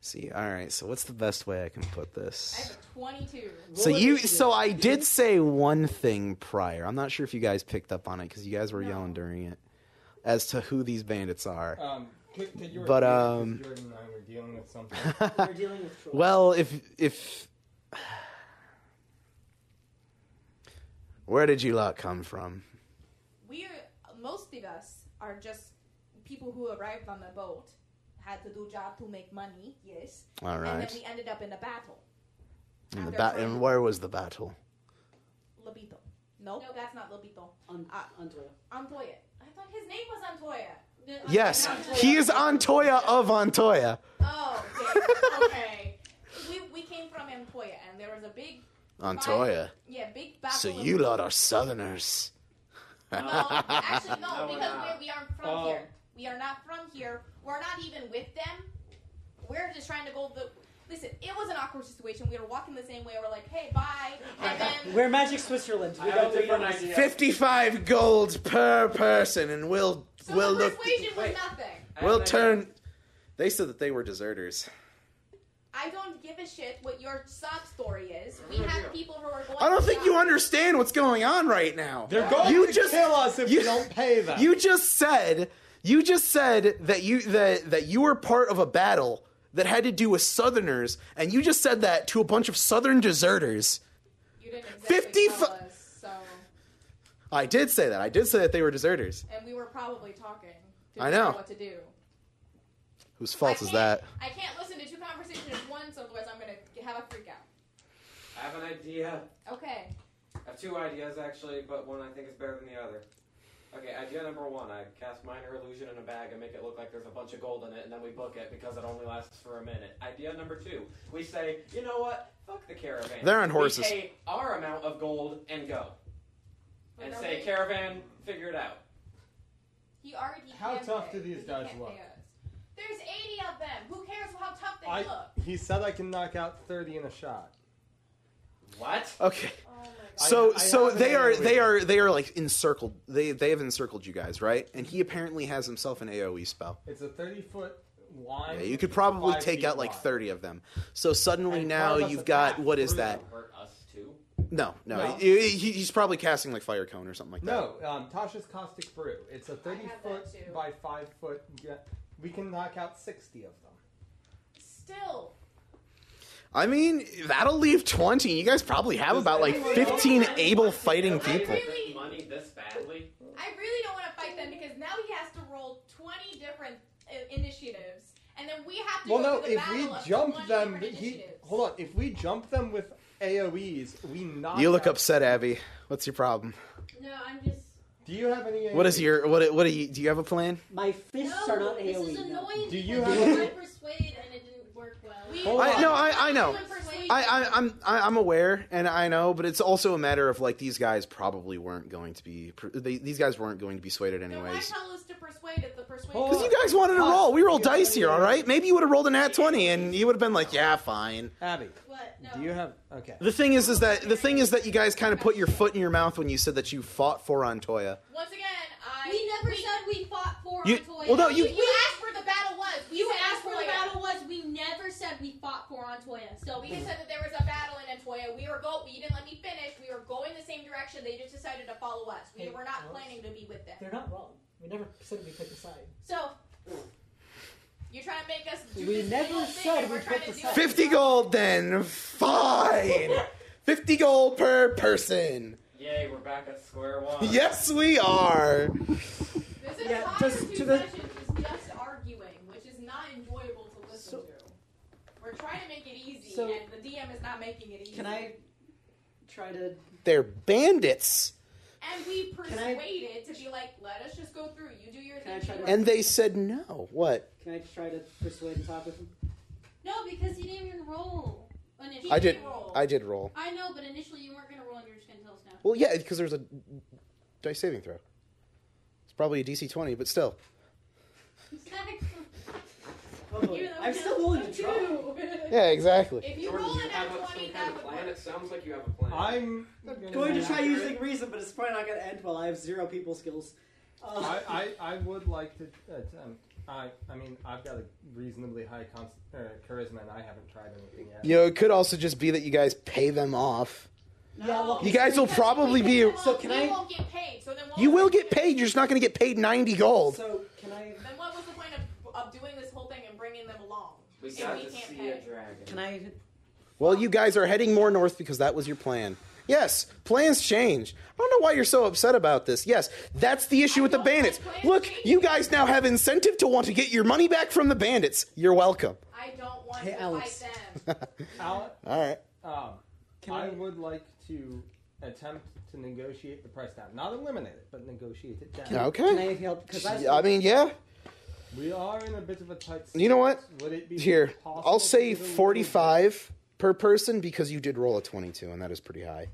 S2: See, all right. So what's the best way I can put
S3: I have
S2: this?
S3: a 22.
S2: So you so I did say one thing prior. I'm not sure if you guys picked up on it cuz you guys were yelling during it as to who these bandits are.
S5: Um, could, could you
S2: But,
S5: repeat it? 'Cause
S2: um,
S5: Jordan and I were dealing
S2: [LAUGHS]
S5: with something.
S3: Oh,
S2: Well, if if [SIGHS] Where did you lot come from?
S3: We're most of us are just people who arrived on the boat, had to do job to make money. Yes.
S2: All
S3: And then
S2: right.
S3: we ended up in a battle.
S2: And, the
S3: After
S2: ba-
S3: trying-
S2: and where was the battle?
S3: Lobito. No, that's not Lobito.
S1: Antoya.
S3: Antoya. I thought his name was Antoya.
S2: Yes, he is Antoya of Antoya.
S3: Oh, okay. [LAUGHS] okay. We, we came from Antoya, and there was a big.
S2: Antoya.
S3: Yeah, big battle.
S2: So
S3: of-
S2: you lot are Southerners.
S3: [LAUGHS] No, actually, no,
S4: No, we're
S3: because
S4: not.
S3: we're, we aren't from
S2: Oh.
S3: here. We are not from here. We're not even with them. We're just trying to go. The, listen, it was an awkward situation. We were walking the same way. We're like, hey, bye. And then
S1: We're Magic Switzerland.
S4: I have a different idea.
S2: Fifty-five gold per person, and we'll
S3: so
S2: we'll
S3: the
S2: look.
S3: persuasion was
S4: Wait.
S3: nothing.
S2: We'll turn. They said that they were deserters.
S3: I don't give a shit what your sob story is. We have people who are going.
S2: I don't
S3: to
S2: think
S3: die.
S2: you understand what's going on right now.
S5: They're going
S2: you
S5: to
S2: just,
S5: kill us if
S2: you-
S5: we don't pay them.
S2: You just said you just said that you that that you were part of a battle that had to do with Southerners, and you just said that to a bunch of Southern deserters.
S3: You didn't exactly
S2: 55
S3: tell us, so
S2: I did say that. I did say that they were deserters.
S3: and we were probably talking. To
S2: I
S3: figure out
S2: know.
S3: what to do.
S2: Whose
S3: I
S2: fault is
S3: can't-
S2: that?
S3: I can't listen to two conversations at once, otherwise I'm gonna have a freak out.
S4: I have an idea.
S3: Okay.
S4: I have two ideas actually, but one I think is better than the other. Okay, idea number one: I cast minor illusion in a bag and make it look like there's a bunch of gold in it, and then we book it because it only lasts for a minute. Idea number two: we say, you know what? Fuck the caravan.
S2: They're on
S4: We
S2: horses.
S4: pay our amount of gold and go,
S3: But
S4: and
S3: are
S4: say,
S3: we-
S4: caravan, figure it out.
S3: He already.
S5: How
S3: can
S5: tough
S3: pay.
S5: do these
S3: He
S5: guys
S3: can't
S5: look?
S3: pay us. There's 80 of them. Who cares how tough they
S5: I,
S3: look?
S5: he said I can knock out 30 in a shot.
S4: What?
S2: Okay.
S3: Oh
S5: I-
S2: So
S5: I
S2: so
S5: have an E.
S2: they are
S5: AoE.
S2: they are they are like encircled. They they have encircled you guys, right? And he apparently has himself an AoE E spell.
S5: It's a 30 foot line.
S2: Yeah, you could probably
S5: five
S2: take
S5: feet
S2: out like
S5: wide.
S2: 30 of them. So suddenly
S5: And
S2: now
S5: carve us a
S2: you've got
S5: path
S2: what is
S5: through
S2: that?
S5: them.
S4: Hurt us too.
S2: No, no,
S5: No.
S2: He, he- he's probably casting like fire cone or something like that.
S5: No, um, Tasha's caustic brew. It's a thirty foot by five foot. ge- We can knock out sixty of them.
S3: Still,
S2: I mean, that'll leave 20. You guys probably have about like 15 able fighting people.
S4: This money this badly.
S3: I really don't want to fight them because now he has to roll 20 different uh, initiatives, and then we have to go
S5: Well, no,
S3: through the
S5: if
S3: battle
S5: we
S3: of
S5: jump
S3: 20
S5: them,
S3: different
S5: he
S3: initiatives.
S5: hold on. If we jump them with AOE's, we knock.
S2: You look
S5: out-
S2: upset, Abby. What's your problem?
S22: No, I'm just.
S5: Do you have any?
S2: What is your what? What do you do? You have a plan?
S1: My fists
S22: no,
S1: are not E,
S22: this
S1: AoE.
S22: is annoying.
S2: Do you
S22: because
S2: have-
S22: I tried persuade and it didn't work well.
S2: I, no, I, I know.
S22: Persuade.
S2: I, I, I'm I, I'm aware, and I know, but it's also a matter of like these guys probably weren't going to be pr- they, these guys weren't going to be swayed
S3: My
S2: anyways.
S3: tell is to persuade if the persuade.
S2: Because you guys wanted to roll, we rolled dice here, all right? Maybe you would have rolled a nat twenty, and you would have been like, "Yeah, fine."
S5: Abby, do you have? Okay.
S2: The thing is, is that the thing is that you guys kind of put your foot in your mouth when you said that you fought for Antoya.
S3: Once again, I.
S9: We never said we fought for
S2: You-
S9: Antoya.
S2: well, no, you-
S9: We-
S3: You asked where the battle was. We
S9: You
S3: said
S9: asked where the
S3: Antoya.
S9: battle was. We never said we fought for Antoya. So
S3: We just said that there was a battle in Antoya. We were go. You didn't let me finish. We were going the same direction. They just decided to follow us. We
S1: Hey,
S3: were not
S1: Alex.
S3: planning to be with them.
S1: They're not wrong. We never said we picked a side.
S3: So you're trying to make us. Do
S1: We
S3: this
S1: never
S3: little thing
S1: said
S3: and
S1: we
S3: we're trying
S1: picked
S3: to
S1: a
S3: do it.
S2: Fifty gold, then fine. Fifty gold per person.
S4: Yay, we're back at square
S2: [LAUGHS]
S4: one.
S2: Yes, we are.
S3: This is
S1: Yeah,
S3: yeah,
S1: just
S3: two
S1: to the-
S3: sessions is just arguing, which is not enjoyable to listen to. We're trying to make it easy,
S1: So-
S3: and the DM is not making it easy.
S1: Can I try to?
S2: They're bandits,
S3: And we
S1: Can I-
S3: persuaded to be like, let us just go through. You do your
S1: Can I
S3: thing.
S1: try
S3: you
S1: to-
S2: and they said no. What?
S1: Can I try to persuade and talk with them?
S22: Oh,
S9: no, because he didn't even roll initially.
S2: I did. I did roll.
S9: I know, but initially you weren't going to roll and you're just going to tell us [LAUGHS] now.
S2: Well, yeah, because there's a dice saving throw. It's probably a DC twenty, but still.
S1: boy. I'm still willing to try.
S2: Yeah, exactly.
S3: [LAUGHS] If you
S4: Jordan,
S3: roll
S4: do
S3: it
S4: you have
S3: at
S4: a-
S3: 20,
S4: some kind
S3: that
S4: of
S3: would
S4: plan.
S3: work.
S4: It sounds like you have a plan.
S5: I'm
S1: going to try
S4: Accurate.
S1: using reason, but it's probably not going to end well. I have zero people skills. Uh,
S5: I, I, I would like to attempt. I I mean I've got a reasonably high cons- er, charisma and I haven't tried anything yet.
S2: You know, it could also just be that you guys pay them off.
S1: yeah, look,
S2: You guys will probably be.
S1: So can
S3: we
S1: I?
S3: won't get paid. So then, what
S2: You
S3: was
S2: will
S3: the
S2: get paid. You're just not going to get paid ninety gold.
S1: So can I?
S3: Then what was the point of, of doing this whole thing and bringing them along?
S4: We
S3: if
S4: got
S3: we
S4: to
S3: can't
S4: see
S3: pay.
S4: a dragon.
S1: Can I?
S2: Well, you guys are heading more north because that was your plan. Yes, plans change. I don't know why you're so upset about this. Yes, that's the issue with the bandits. Look, you guys now have incentive to want to get your money back from the bandits. You're welcome.
S3: I don't want
S1: Hey,
S3: to
S1: Alex.
S3: fight them.
S5: Al-
S2: All right.
S5: um,
S1: Can
S5: I
S1: I-
S5: would like to attempt to negotiate the price down, not eliminate it, but negotiate it down.
S2: Okay.
S1: Can I help? Because
S2: I mean, yeah.
S5: We are in a bit of a tight. Spot.
S2: You know what?
S5: Would it be
S2: Here,
S5: possible
S2: I'll
S5: to
S2: say
S5: get a little
S2: forty-five per person because you did roll a twenty-two, and that is pretty high.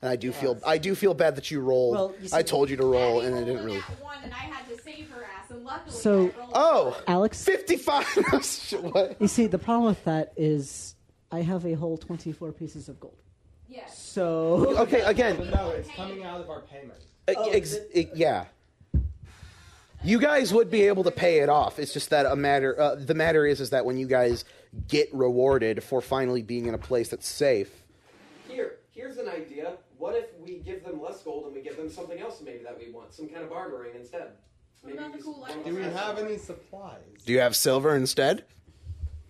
S2: And I do feel I do feel bad that you rolled.
S1: Well, you see-
S2: I told you to [LAUGHS] roll, and I
S3: Rolled
S2: didn't
S3: a [LAUGHS]
S2: really.
S3: nat one, and I had to save her ass, and luckily
S1: So-
S3: I rolled a
S2: Oh,
S1: Alex,
S2: 55. [LAUGHS] Shit, what?
S1: you see, the problem with that is I have a whole twenty-four pieces of gold.
S3: Yes.
S1: So
S2: [LAUGHS] Okay,
S5: bit-
S2: again,
S5: No, it's coming out of our payment.
S2: uh, ex- it- yeah. You guys would be able to pay it off. It's just that a matter. Uh, the matter is, is that when you guys get rewarded for finally being in a place that's safe,
S4: Here, here's an idea. What if we give them less gold and we give them something else maybe that we want? Some kind of bartering instead.
S9: What about the
S4: you-
S9: cool
S5: Do we have any supplies?
S2: do you have silver instead?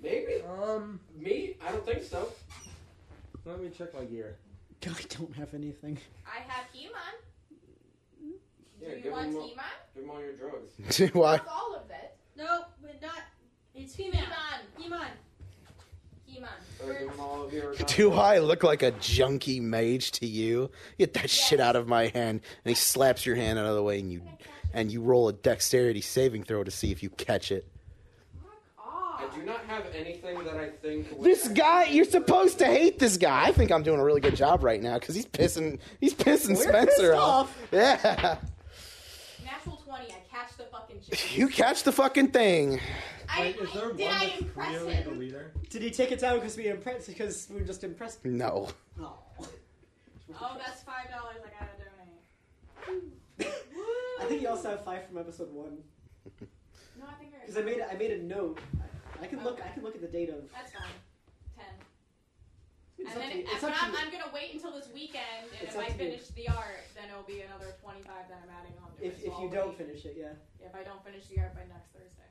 S4: Maybe.
S5: Um,
S4: Me? I don't think so.
S5: let me check my gear.
S1: [LAUGHS] I don't have anything.
S3: I have Heman.
S4: Yeah,
S3: Do
S4: give
S3: you want
S4: him all-
S3: Heman?
S4: Give them all your drugs.
S2: [LAUGHS] Why?
S3: That's all of it.
S9: No, but not. It's female.
S3: Heman.
S9: Iman.
S3: Heman.
S4: Or Uh, give them all of your
S2: [LAUGHS]
S4: uh,
S2: Do I look like a junky mage to you? Get that shit out of my hand. And he slaps your hand out of the way and you and you roll a dexterity saving throw to see if you catch it.
S4: I do not have anything that I think. would
S2: This
S4: actually
S2: guy, you're
S4: work.
S2: supposed to hate this guy. I think I'm doing a really good job right now cuz he's pissing he's pissing
S1: We're
S2: Spencer
S1: pissed
S2: off. Yeah.
S3: Natural 20. I catch the fucking shit.
S2: You catch the fucking thing.
S3: I,
S5: Wait, is there
S3: I,
S5: one
S3: did I
S5: that's
S3: impress
S5: clearly the
S3: him?
S5: leader?
S1: Did he take it down because we impressed? Because we were just impressed.
S2: No.
S1: Oh.
S3: Oh,
S1: [LAUGHS]
S3: that's five dollars I gotta donate.
S1: I think you also have five from episode one
S3: No, I think I
S1: because I made I made a note. I can look. I can look at the date of.
S3: That's fine. Ten.
S1: It's
S3: and
S1: up
S3: then,
S1: to you.
S3: uh,
S1: It's
S3: but
S1: up to
S3: I'm,
S1: you.
S3: I'm gonna wait until this weekend, and
S1: It's
S3: if
S1: up
S3: I
S1: to you.
S3: finish the art, then it'll be another twenty-five that I'm adding on to
S1: If
S3: it.
S1: if
S3: so I'll
S1: you don't
S3: wait.
S1: finish it, yeah.
S3: if I don't finish the art by next Thursday,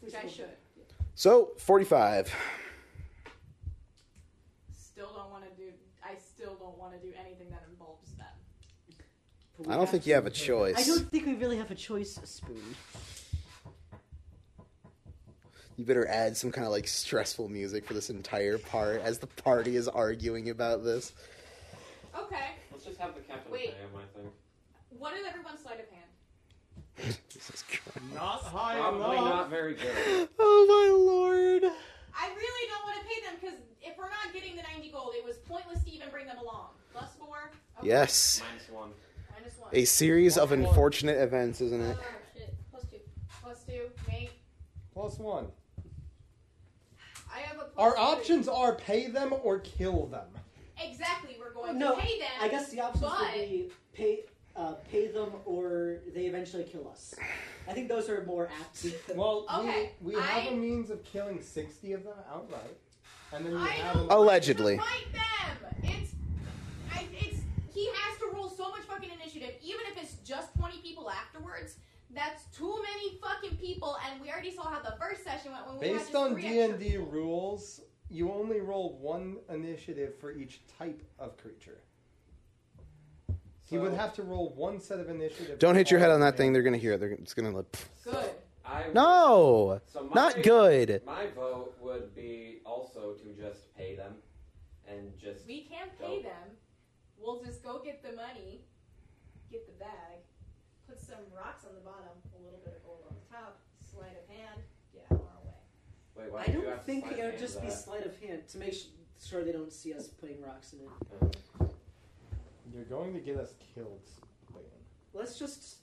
S3: which I should.
S2: So, 45.
S3: Still don't want to do. I still don't want to do anything that involves them.
S2: I don't think you have a choice.
S1: I don't think we really have a choice, Spoon.
S2: You better add some kind of like stressful music for this entire part as the party is arguing about this.
S3: Okay.
S4: Let's just have the captain
S3: Wait.
S4: pay him, I think.
S3: What is everyone's sleight of hand?
S5: Not high
S4: Probably
S5: enough.
S4: not very good.
S2: oh my lord.
S3: I really don't want to pay them because if we're not getting the ninety gold, it was pointless to even bring them along. Plus four. Okay.
S2: Yes.
S4: Minus one.
S3: Minus one.
S2: A series of unfortunate events, isn't
S9: Oh,
S2: it?
S3: shit. Plus two. Plus two. Nate.
S5: Plus one.
S3: I have a plus
S5: Our
S3: two.
S5: options are pay them or kill them.
S3: Exactly. We're going
S1: no,
S3: to pay them.
S1: I guess the options
S3: but
S1: would be pay uh, pay them or they eventually kill us. I think those are more
S4: [LAUGHS]
S1: apt. [LAUGHS]
S5: Well,
S3: Okay,
S5: we, we have a means of killing 60 of them outright. And then we
S3: I
S5: have
S3: don't
S5: an-
S2: Allegedly.
S3: fight them. It's, I, it's. He has to roll so much fucking initiative, even if it's just twenty people afterwards. That's too many fucking people, and we already saw how the first session went when we had
S5: Based
S3: just
S5: on
S3: three
S5: D
S3: extra
S5: and D rules, you only roll one initiative for each type of creature. he would have to roll one set of initiative.
S2: Don't
S5: for
S2: hit your
S5: all
S2: head on
S5: of
S2: that
S5: them.
S2: thing. They're gonna hear. it. They're it's gonna like. pff.
S3: Good.
S4: I,
S2: No,
S4: So my-
S2: not good.
S4: My vote would be also to just pay them, and just
S3: We can pay
S4: Go.
S3: them. We'll just go get the money, get the bag, put some rocks on the bottom, a little bit of gold on the top, sleight of hand, get out of our way.
S4: Wait, why
S1: I
S4: did you
S1: don't
S4: have
S1: think
S4: to
S1: it
S4: sign
S1: would just
S4: in
S1: be
S4: that?
S1: sleight of hand to make su- sure they don't see us putting rocks in it.
S5: You're going to get us killed. Clayton.
S1: Let's just.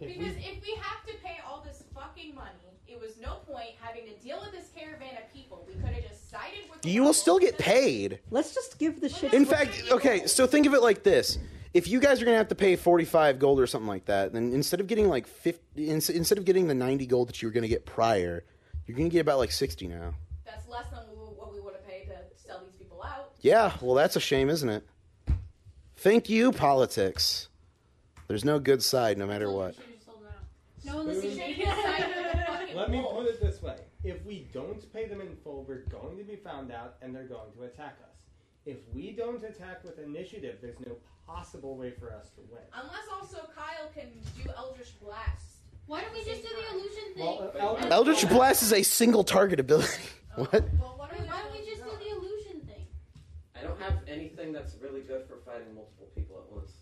S5: If we-
S3: because if we have to pay all this fucking money, it was no point having to deal with this caravan of people. We could have just sided with.
S2: You will still get paid.
S1: Let's just give the shit.
S2: In fact, okay. So think of it like this: if you guys are gonna have to pay forty-five gold or something like that, then instead of getting like fifty, ins- instead of getting the ninety gold that you were gonna get prior, you're gonna get about like sixty now.
S3: That's less than we- what we would have paid to sell these people out.
S2: Yeah, well, that's a shame, isn't it? Thank you, politics. There's no good side, no matter what.
S9: No
S5: one listens to you. Let me put it this way: if we don't pay them in full, we're going to be found out, and they're going to attack us. If we don't attack with initiative, there's no possible way for us to win.
S3: Unless also Kyle can do Eldritch Blast.
S9: Why don't we just do [LAUGHS] the illusion thing?
S5: Well, uh, Eldritch-
S2: Eldritch Blast is a single target ability. [LAUGHS]
S3: Um,
S2: What?
S9: Wait, why don't we just do the illusion thing?
S4: I don't have anything that's really good for fighting multiple people at once.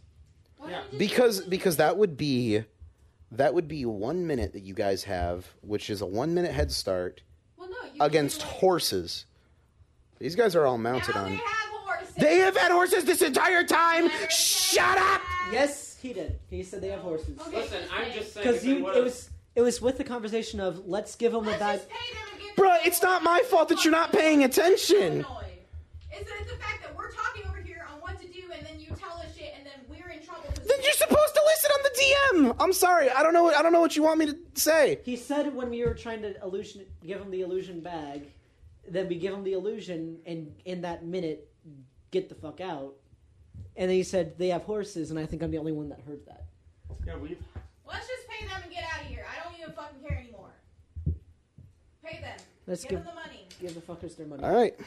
S2: Because because that would be that would be one minute that you guys have, which is a one minute head start against horses. These guys are all mounted on. They have had horses this entire time. Shut up.
S1: Yes, he did. He said they have horses.
S4: Listen, I'm just saying.
S1: Because
S4: if they
S1: you, it
S4: would've-
S1: was it was with the conversation of let's give them a bag.
S2: Bruh, it's not my fault that you're not paying attention.
S3: Is it the fact that we're talking over here on what to do, and then you tell us shit, and then we're in trouble? 'cause
S2: Then you're supposed to listen on the DM. I'm sorry. I don't know. What, I don't know what you want me to say.
S1: He said when we were trying to illusion, give him the illusion bag, then we give him the illusion, and in that minute, get the fuck out. And then he said they have horses, and I think I'm the only one that heard that.
S5: Yeah, we've
S3: Let's just pay them and get out of here. I don't even fucking care anymore. Pay them.
S1: Let's
S3: give,
S1: give-
S3: them the money.
S1: Give the fuckers their money.
S2: All right.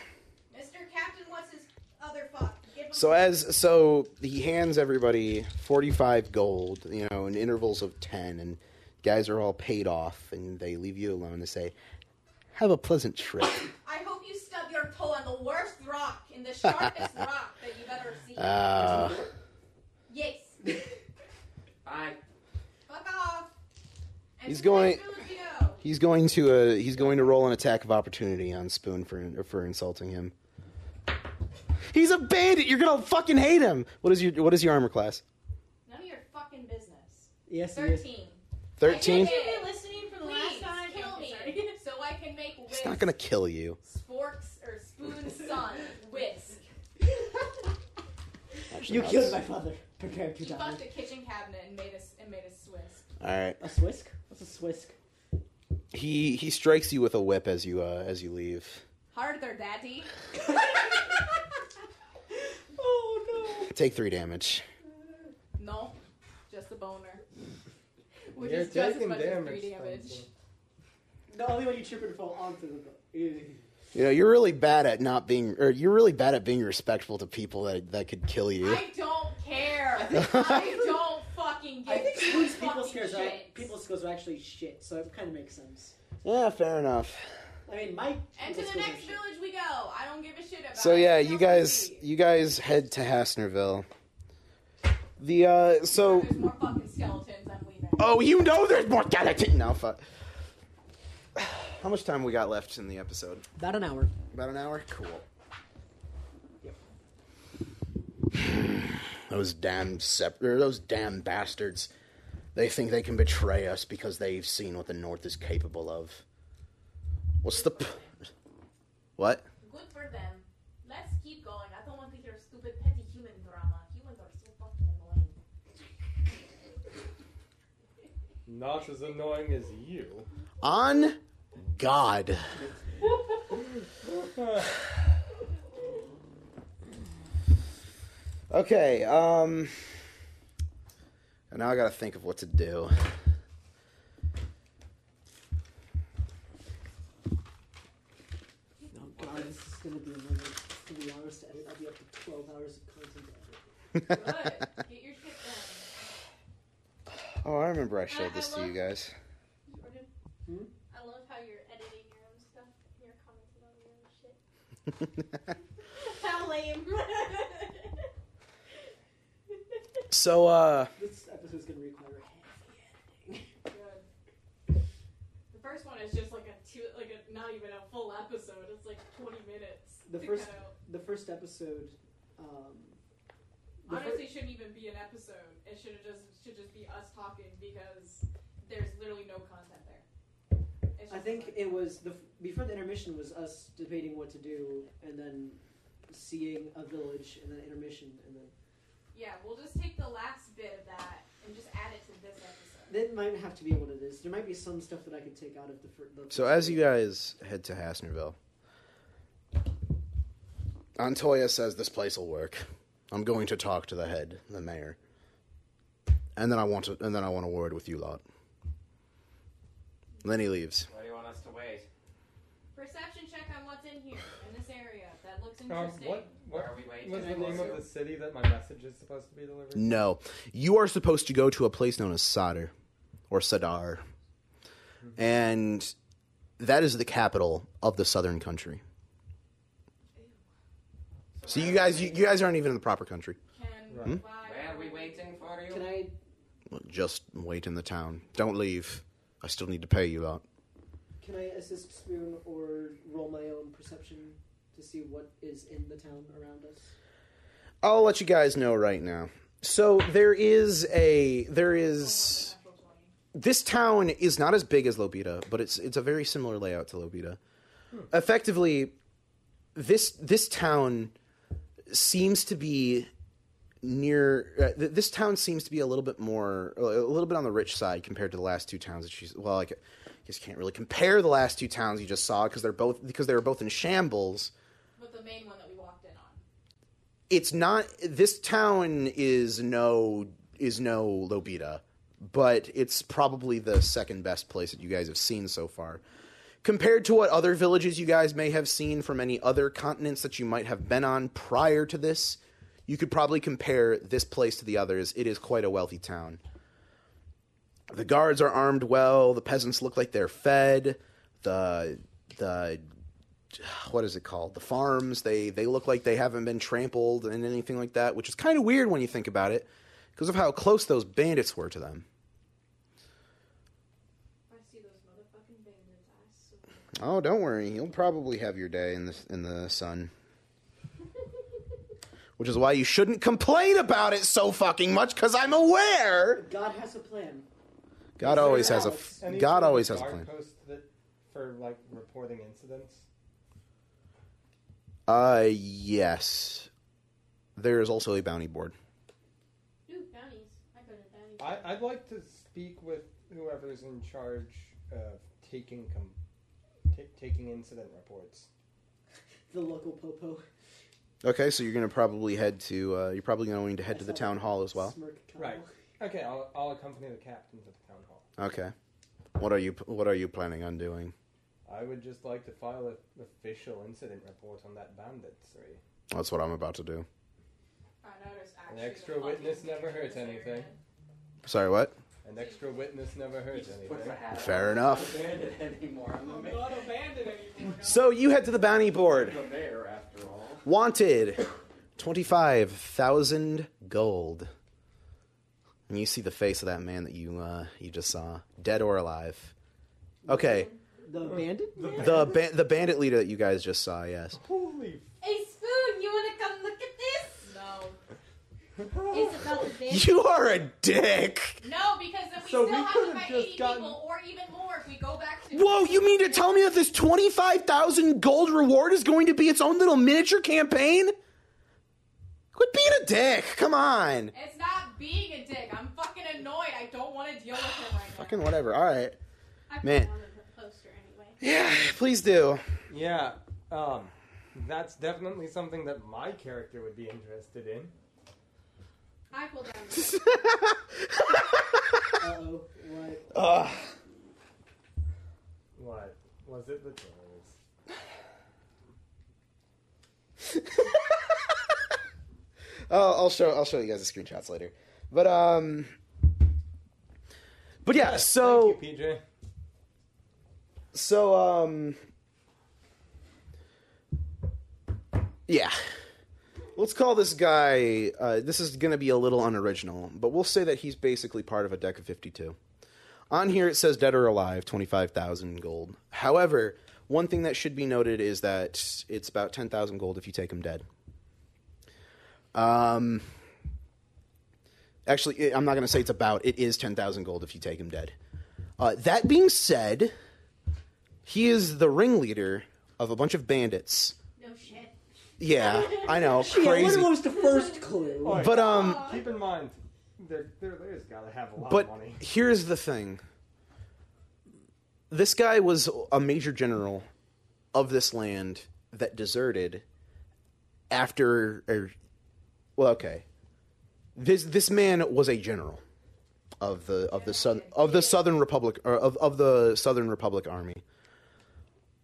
S3: Mr. Captain wants his other fuck. Give him
S2: So as so he hands everybody forty five gold, you know, in intervals of ten, and guys are all paid off, and they leave you alone to say, "Have a pleasant trip."
S3: I hope you stub your toe on the worst rock in the
S2: [LAUGHS]
S3: sharpest rock that you've ever seen.
S2: Ah. [LAUGHS]
S3: yes.
S4: Bye.
S3: Fuck off. And
S2: He's
S3: to
S2: going.
S3: the next Filipino.
S2: He's going to uh, he's going to roll an attack of opportunity on Spoon for for insulting him. He's a bandit. You're gonna fucking hate him. What is your what is your armor class?
S3: None of your fucking business.
S1: Yes, he is.
S3: Thirteen.
S2: Thirteen.
S3: been listening for the
S9: last time.
S3: Kill me so I can make
S2: He's
S3: whisk
S2: not gonna kill you.
S3: forks or
S2: [LAUGHS]
S3: spoon son whisk.
S2: Actually,
S1: You
S2: no,
S1: killed
S2: it's-
S1: my father. Prepare to
S3: He
S1: die.
S3: fucked a kitchen cabinet and made us and made us Swiss.
S2: All right.
S1: A swisk? What's a swisk?
S2: He he strikes you with a whip as you uh, as you leave.
S3: Harder, daddy.
S1: Oh,
S2: Take three damage.
S3: [LAUGHS] no, just a boner.
S1: Which
S2: You're
S1: is just as
S2: taking
S1: much as
S2: damage,
S1: three damage.
S2: Stanza.
S1: [LAUGHS] The only one you trip and fall onto the boat. [LAUGHS]
S2: You know you're really bad at not being, or you're really bad at being respectful to people that that could kill you.
S3: I don't care. I don't fucking
S1: I
S3: give
S1: think
S3: two
S1: people's people
S3: fucking
S1: skills are
S3: shit.
S1: people skills are actually shit, so it kind of makes sense.
S2: Yeah, fair enough.
S1: I mean, my
S3: And to the next village we go. I don't give a shit about.
S2: So
S3: it.
S2: yeah, you guys you guys head to Hasnerville. The uh so
S3: More fucking skeletons. I'm leaving.
S2: Oh, you know there's more skeleton. No, fuck. [SIGHS] How much time we got left in the episode?
S1: About an hour.
S2: About an hour. Cool. Those damn sep- or those damn bastards. They think they can betray us because they've seen what the North is capable of. What's the p- What?
S3: Good for them. Let's keep going. I don't want to hear stupid petty human drama. Humans are so fucking annoying.
S5: Not as annoying as you.
S2: On God. Okay, um and now I gotta think of what to do.
S1: Oh god, this is gonna be another it's gonna be hours to edit. I'll be up to twelve hours of content to edit. [LAUGHS]
S3: Good. Get your shit [LAUGHS]
S2: Oh, I remember I showed this to you guys.
S9: Jordan, I love how you're editing your own stuff and you're commenting on your own shit.
S3: How lame.
S2: [LAUGHS] So uh
S1: This episode's gonna require heavy editing.
S3: The first one is just like a two, like a not even a full episode. It's like 20 minutes.
S1: The
S3: to
S1: first
S3: cut out.
S1: the first episode, um the fir-
S3: Honestly, shouldn't even be an episode. It should have just should just be us talking because there's literally no content there. It's
S1: I
S3: just
S1: think
S3: like-
S1: it was the before the intermission was us debating what to do and then seeing a village and then intermission and then
S3: yeah, we'll just take the last bit of that and just add it to this episode.
S1: that might have to be what it is. There might be some stuff that I could take out of the first. The
S2: So as you guys head to Hasnerville, Antoya says this place will work. I'm going to talk to the head, the mayor, and then I want to, and then I want a word with you lot. Then he leaves.
S4: Why do you want us to wait?
S3: Perception check on what's in here in this area that looks
S5: Um,
S3: interesting.
S5: what what
S4: Are we waiting?
S5: was the
S4: Can I
S5: name
S4: go?
S5: of the city that my message is supposed to be delivered?
S2: No, you are supposed to go to a place known as Sadr, or Sadar, and that is the capital of the southern country. So you guys, you, you guys aren't even in the proper country. Hmm?
S4: Where are we waiting for you?
S1: Can I?
S2: Well, Just wait in the town. Don't leave. I still need to pay you out.
S1: Can I assist Spoon or roll my own perception to see what is in the town around us?
S2: I'll let you guys know right now. So there is a there is this town is not as big as Lobita, but it's it's a very similar layout to Lobita. Effectively, this this town seems to be near uh, th- this town seems to be a little bit more a little bit on the rich side compared to the last two towns that she's well like I guess you can't really compare the last two towns you just saw because they're both because they were both in shambles
S3: But the main one that we walked in on.
S2: it's not this town is no is no Lobita, but it's probably the second best place that you guys have seen so far. Compared to what other villages you guys may have seen from any other continents that you might have been on prior to this, you could probably compare this place to the others. It is quite a wealthy town. The guards are armed well, the peasants look like they're fed, the the what is it called? The farms they they look like they haven't been trampled and anything like that, which is kind of weird when you think about it because of how close those bandits were to them.
S3: If I see those motherfucking bandits, I [LAUGHS] swear.
S2: Oh, don't worry, you'll probably have your day in the in the sun. Which is why you shouldn't complain about it so fucking much cuz I'm aware.
S1: God has a plan.
S2: God always has a f-
S5: Any sort
S2: God
S5: of
S2: always has a
S5: guard
S2: plan.
S5: post that- for like reporting incidents.
S2: Uh yes. There is also a bounty board.
S9: Ooh, bounties. I go to bounties.
S5: I, I'd like to speak with whoever's in charge uh, taking com- ta taking incident reports.
S1: The local popo.
S2: Okay, so you're gonna probably head to. Uh, you're probably going to head to the town hall as well.
S5: Right. Okay, I'll, I'll accompany the captain to the town hall.
S2: Okay. What are you What are you planning on doing?
S5: I would just like to file an official incident report on that bandit. Sorry.
S2: That's what I'm about to do.
S5: An extra witness never hurts anything.
S2: Sorry, what?
S5: An extra witness never hurts anything.
S2: Fair
S4: [LAUGHS]
S2: enough.
S4: anymore. I'm, I'm
S23: not a bandit anymore.
S2: So you head to the bounty board.
S4: The mayor, after all.
S2: Wanted, twenty-five thousand gold. And you see the face of that man that you uh, you just saw, dead or alive. Okay,
S1: The bandit?
S2: the ba- the bandit leader that you guys just saw. Yes.
S5: Holy.
S9: Hey, Spoon, you want to come look at this? No. it's
S2: [LAUGHS]
S9: about the bandit.
S2: You are a dick.
S3: No, because if we still
S2: So we
S3: have
S2: could've
S3: to fight
S2: just
S3: 80
S2: gotten-
S3: people or even more if we go back to.
S2: Whoa, you mean to tell me that this 25,000 gold reward is going to be its own little miniature campaign? Quit being a dick. Come on.
S3: It's not being a dick. I'm fucking annoyed. I don't want to deal with him right
S2: Fucking whatever. All right. Man,
S3: poster anyway.
S2: yeah, please do.
S5: Yeah, um, that's definitely something that my character would be interested in.
S9: I pulled down.
S1: Uh oh. What?
S2: [LAUGHS] Ugh.
S5: What? Was it the toys?
S2: Oh, I'll show I'll show you guys the screenshots later. But um But yeah, so
S5: Thank you, PJ.
S2: so um Yeah. Let's call this guy uh, this is going to be a little unoriginal, but we'll say that he's basically part of a deck of 52. On here it says dead or alive, 25,000 gold. However, one thing that should be noted is that it's about 10,000 gold if you take him dead. Um, actually, I- I'm not going to say it's about. It is 10,000 gold if you take him dead. Uh, that being said, he is the ringleader of a bunch of bandits.
S9: No shit.
S2: Yeah, I know.
S1: Shit,
S2: crazy.
S1: what was the first clue?
S2: But, um,
S5: keep in mind, their their layers gotta have a lot
S2: But
S5: of money. [LAUGHS]
S2: here's the thing. This guy was a major general of this land that deserted after or, well okay. This this man was a general of the of the southern of the Southern Republic or of, of the Southern Republic Army.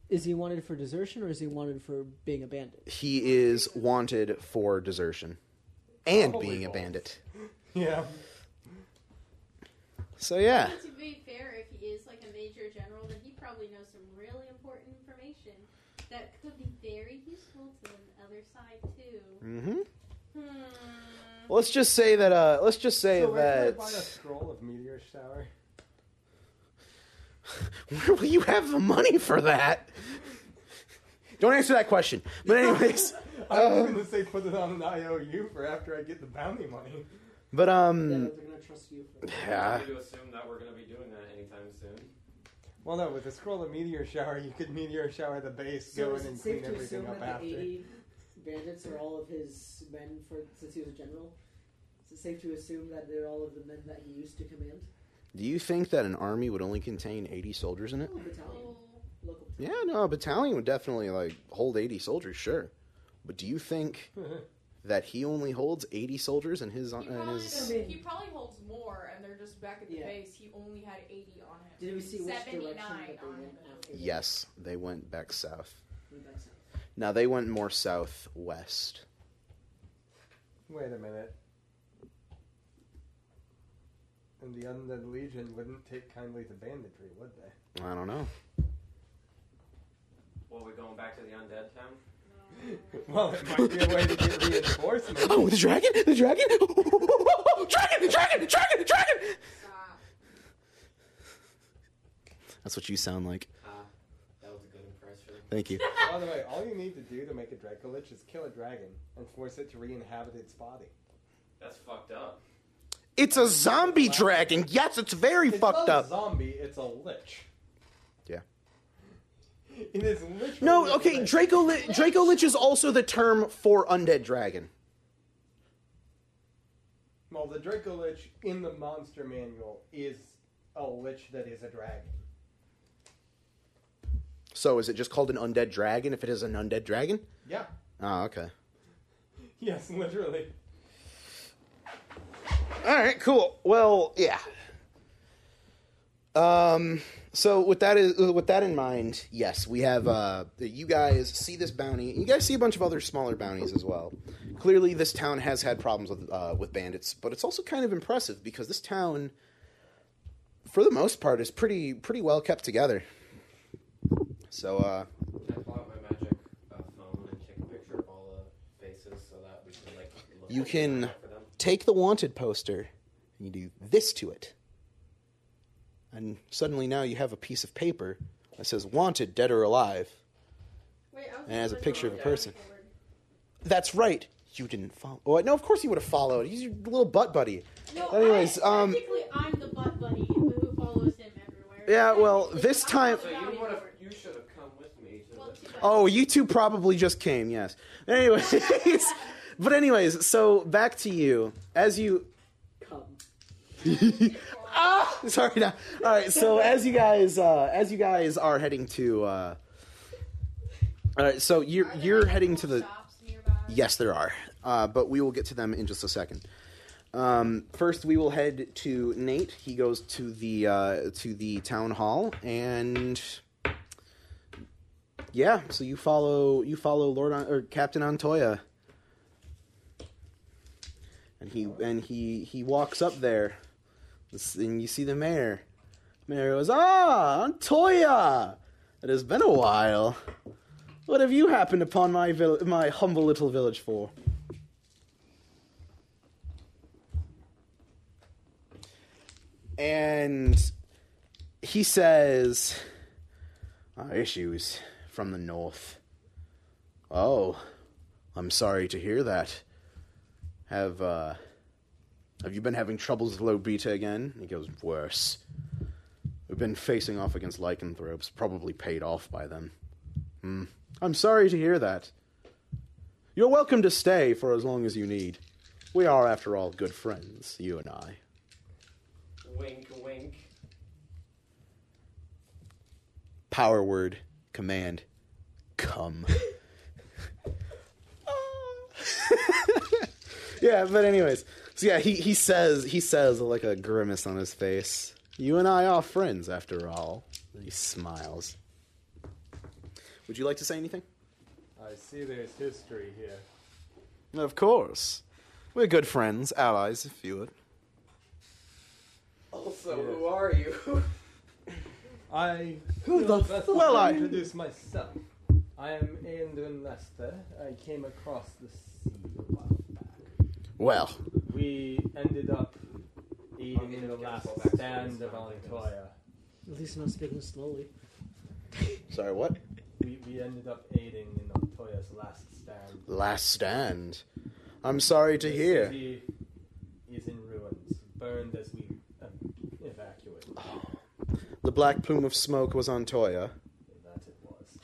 S1: Is he wanted for desertion or is he wanted for being a bandit?
S2: He is wanted for desertion and
S1: Probably
S2: being a
S1: both.
S2: bandit.
S5: Yeah.
S2: So yeah.
S9: To be fair, if he is like a major general, then he probably knows some really important information that could be very useful to the other side too.
S2: Mhm.
S9: Hmm.
S2: Let's just say that uh let's just say
S5: so where
S2: that
S5: can I find a scroll of meteor shower?
S2: [LAUGHS]
S5: [LAUGHS]
S2: Where will you have the money for that? Don't answer that question. But
S5: [LAUGHS]
S2: anyways,
S5: I was
S2: uh,
S5: gonna say put it on an IOU for after I get the bounty money.
S2: but um,
S1: gonna trust you.
S2: yeah.
S4: I'm going to assume that we're going to be doing that anytime soon.
S5: Well, no, with a scroll of meteor shower, you could meteor shower the base,
S1: So
S5: go
S1: is
S5: in
S1: it
S5: and clean
S1: safe to
S5: everything
S1: assume
S5: up
S1: that
S5: after.
S1: the 80 bandits are all of his men for since he was a general? Is it safe to assume that they're all of the men that he used to command?
S2: Do you think that an army would only contain eighty soldiers in it?
S1: Oh, battalion. Local
S2: Yeah, no, a battalion would definitely like hold eighty soldiers, sure. But do you
S5: [LAUGHS]
S2: think that he only holds eighty soldiers in his
S3: He
S2: in
S3: probably,
S2: his?
S3: he probably holds more, and they're just back at the
S1: Yeah.
S3: base. He only had 80 on him.
S1: Did we see which direction
S3: 79
S1: that they
S3: on him.
S1: went after?
S2: Yes, they went back south.
S1: Went back south.
S2: Now they went more southwest.
S5: Wait a minute. And the Undead Legion wouldn't take kindly to banditry, would they? [LAUGHS]
S2: I don't know.
S4: Well, we're going back to the undead town?
S5: Well, it might be a way to get reinforcements.
S2: [LAUGHS] Oh, the dragon! The dragon! [LAUGHS] dragon! Dragon! Dragon! Dragon!
S3: Oh,
S2: That's what you sound like.
S4: Ah, that was a good impression.
S2: Thank you.
S5: By the way, all you need to do to make a Dracolich is kill a dragon and force it to re-inhabit its body.
S4: That's fucked up.
S2: It's a zombie dragon. Yes, it's very
S5: It's
S2: fucked
S5: not
S2: up.
S5: a zombie, it's a lich.
S2: Yeah.
S5: [LAUGHS] It is literally
S2: No,
S5: a
S2: okay.
S5: lich.
S2: Draco Li- Draco Lich is also the term for undead dragon.
S5: Well, the Dracolich in the monster manual is a lich that is a dragon.
S2: So is it just called an undead dragon if it is an undead dragon?
S5: Yeah. [LAUGHS]
S2: Oh, okay.
S5: Yes, literally.
S2: All right, cool. Well, yeah. Um, so with that is with that in mind, yes, we have uh, you guys see this bounty. You guys see a bunch of other smaller bounties as well. Clearly, this town has had problems with uh, with bandits, but it's also kind of impressive because this town, for the most part, is pretty pretty well kept together. So, uh,
S4: I pull out my magic uh, phone and take a picture of all the faces so that we can like look
S2: You
S4: at
S2: can
S4: them for them.
S2: take the wanted poster and you do this to it. And suddenly now you have a piece of paper that says wanted, dead or alive, and it has a picture of a person. That's right. You didn't follow. Oh, no, of course you would have followed. He's your little butt buddy.
S22: No,
S2: Anyways,
S22: I,
S2: um,
S22: technically I'm the butt buddy who follows him everywhere.
S2: yeah, well, this time.
S4: So you would have, you should have come with me. To the,
S2: Oh, you two probably just came, yes. Anyways, [LAUGHS] but anyways, so back to you. As you [LAUGHS] ah, sorry. Now. All right. So as you guys, uh, as you guys are heading to, uh, all right. So you're you're heading to the. Yes, there are. Uh, but we will get to them in just a second. Um, first, we will head to Nate. He goes to the uh, to the town hall, and yeah. So you follow you follow Lord An- or Captain Antoya, and he and he he walks up there, This- and you see the mayor. Mayor goes, Ah, Antoya, it has been a while. What have you happened upon my vill- my humble little village for? And he says, "Our issues from the north." Oh, I'm sorry to hear that. Have uh, have you been having troubles with low beta again? He goes, "Worse. We've been facing off against lycanthropes, probably paid off by them." Hmm. I'm sorry to hear that. You're welcome to stay for as long as you need. We are, after all, good friends, you and I.
S4: wink, wink.
S2: Power word, command, come. [LAUGHS] yeah, but anyways, so yeah, he, he says he says like a grimace on his face. You and I are friends, after all. And he smiles. Would you like to say anything?
S5: I see there's history here.
S2: Of course, we're good friends, allies, if you would.
S4: Also, who are you? [LAUGHS]
S5: I
S4: Who
S5: feel
S4: the
S5: best
S4: fuck
S5: to
S4: are you?
S5: introduce myself. I am Andrin Lester. I came across the sea a while back.
S2: Well,
S5: We ended up eating the last stand of Antoya.
S1: At least I'm not speaking slowly.
S2: Sorry, what?
S5: We, we ended up aiding in Antoya's last stand.
S2: Last stand. I'm sorry to
S5: The
S2: hear.
S5: city is in ruins, burned as we um, evacuated.
S2: The black plume of smoke was on Toya.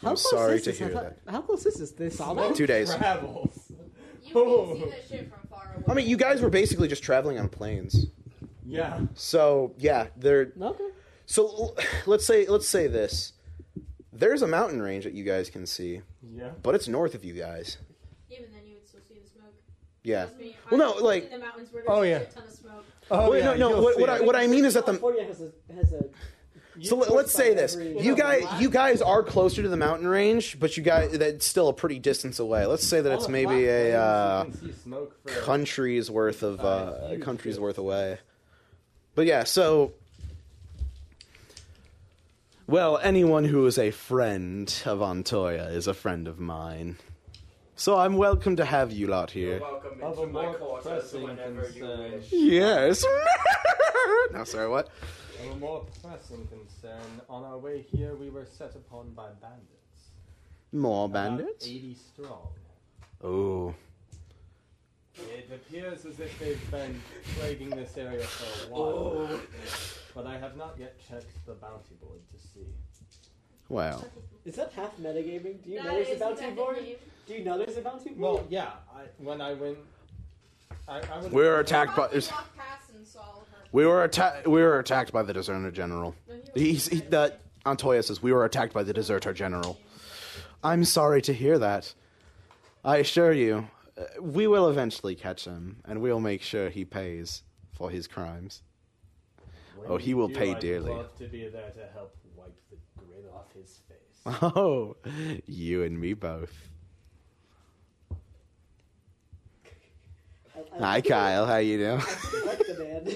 S5: How
S2: I'm
S5: close
S2: sorry
S1: is
S2: to
S1: this?
S2: hear
S1: I
S2: that.
S1: thought- How close is this? This
S2: Two days.
S5: Travels. [LAUGHS]
S2: Oh.
S3: See that shit from far away.
S2: I mean, you guys were basically just traveling on planes.
S5: Yeah.
S2: So yeah, they're
S1: okay.
S2: So l- let's say let's say this. There's a mountain range that you guys can see.
S5: Yeah.
S2: But it's north of you guys.
S22: Even then, you would still see the smoke.
S2: Yeah.
S22: Trust me,
S2: Well,
S22: I
S2: no,
S22: was
S2: like.
S22: in the mountains where
S2: Oh,
S22: there's
S2: yeah.
S22: a ton of smoke.
S2: Oh, Wait, no, no. What, what I what I mean is that the
S1: California has a has a.
S2: so let, let's say this:
S1: every-
S2: you guys, you guys are closer to the mountain range, but you guys that's still a pretty distance away. Let's say that
S5: All
S2: it's
S5: Oh, the
S2: maybe a uh,
S5: flatlands, you can see smoke for-
S2: country's worth of
S5: Uh,
S2: uh,
S5: huge
S2: country's worth away. But yeah, so well, anyone who is a friend of Antoya is a friend of mine. So I'm welcome to have you lot here.
S4: Welcome
S5: Of
S4: into
S5: a
S4: my
S5: more
S4: quarters
S5: pressing
S4: whenever you
S5: concern.
S4: wish.
S2: Yes. no, sorry, what?
S5: Of a more pressing concern, on our way here we were set upon by bandits.
S2: More
S5: About
S2: bandits?
S5: Eighty strong.
S2: Oh.
S5: It appears as if they've been plaguing this [LAUGHS] area for a
S2: Oh.
S5: while. But I have not yet checked the bounty board to see.
S2: Well.
S1: Is that half metagaming? Do you
S22: That
S1: know there's
S22: is
S1: a bounty board?
S22: metagaming.
S1: Do you know there's a bounty board?
S5: Well, yeah, I, when I went. I, I was
S2: We were attacked by
S3: Pass and saw her.
S2: we were attacked we were attacked by the discerner general. He's Oh. he, the Antoya says, We were attacked by the deserter general. I'm sorry to hear that. I assure you, uh, we will eventually catch him, and we'll make sure he pays for his crimes. [LAUGHS] oh, he will pay dearly.
S5: love to be there to help wipe the grin off his face.
S2: [LAUGHS] Oh, you and me both. Hi, Kyle. How you doing?
S1: like the man.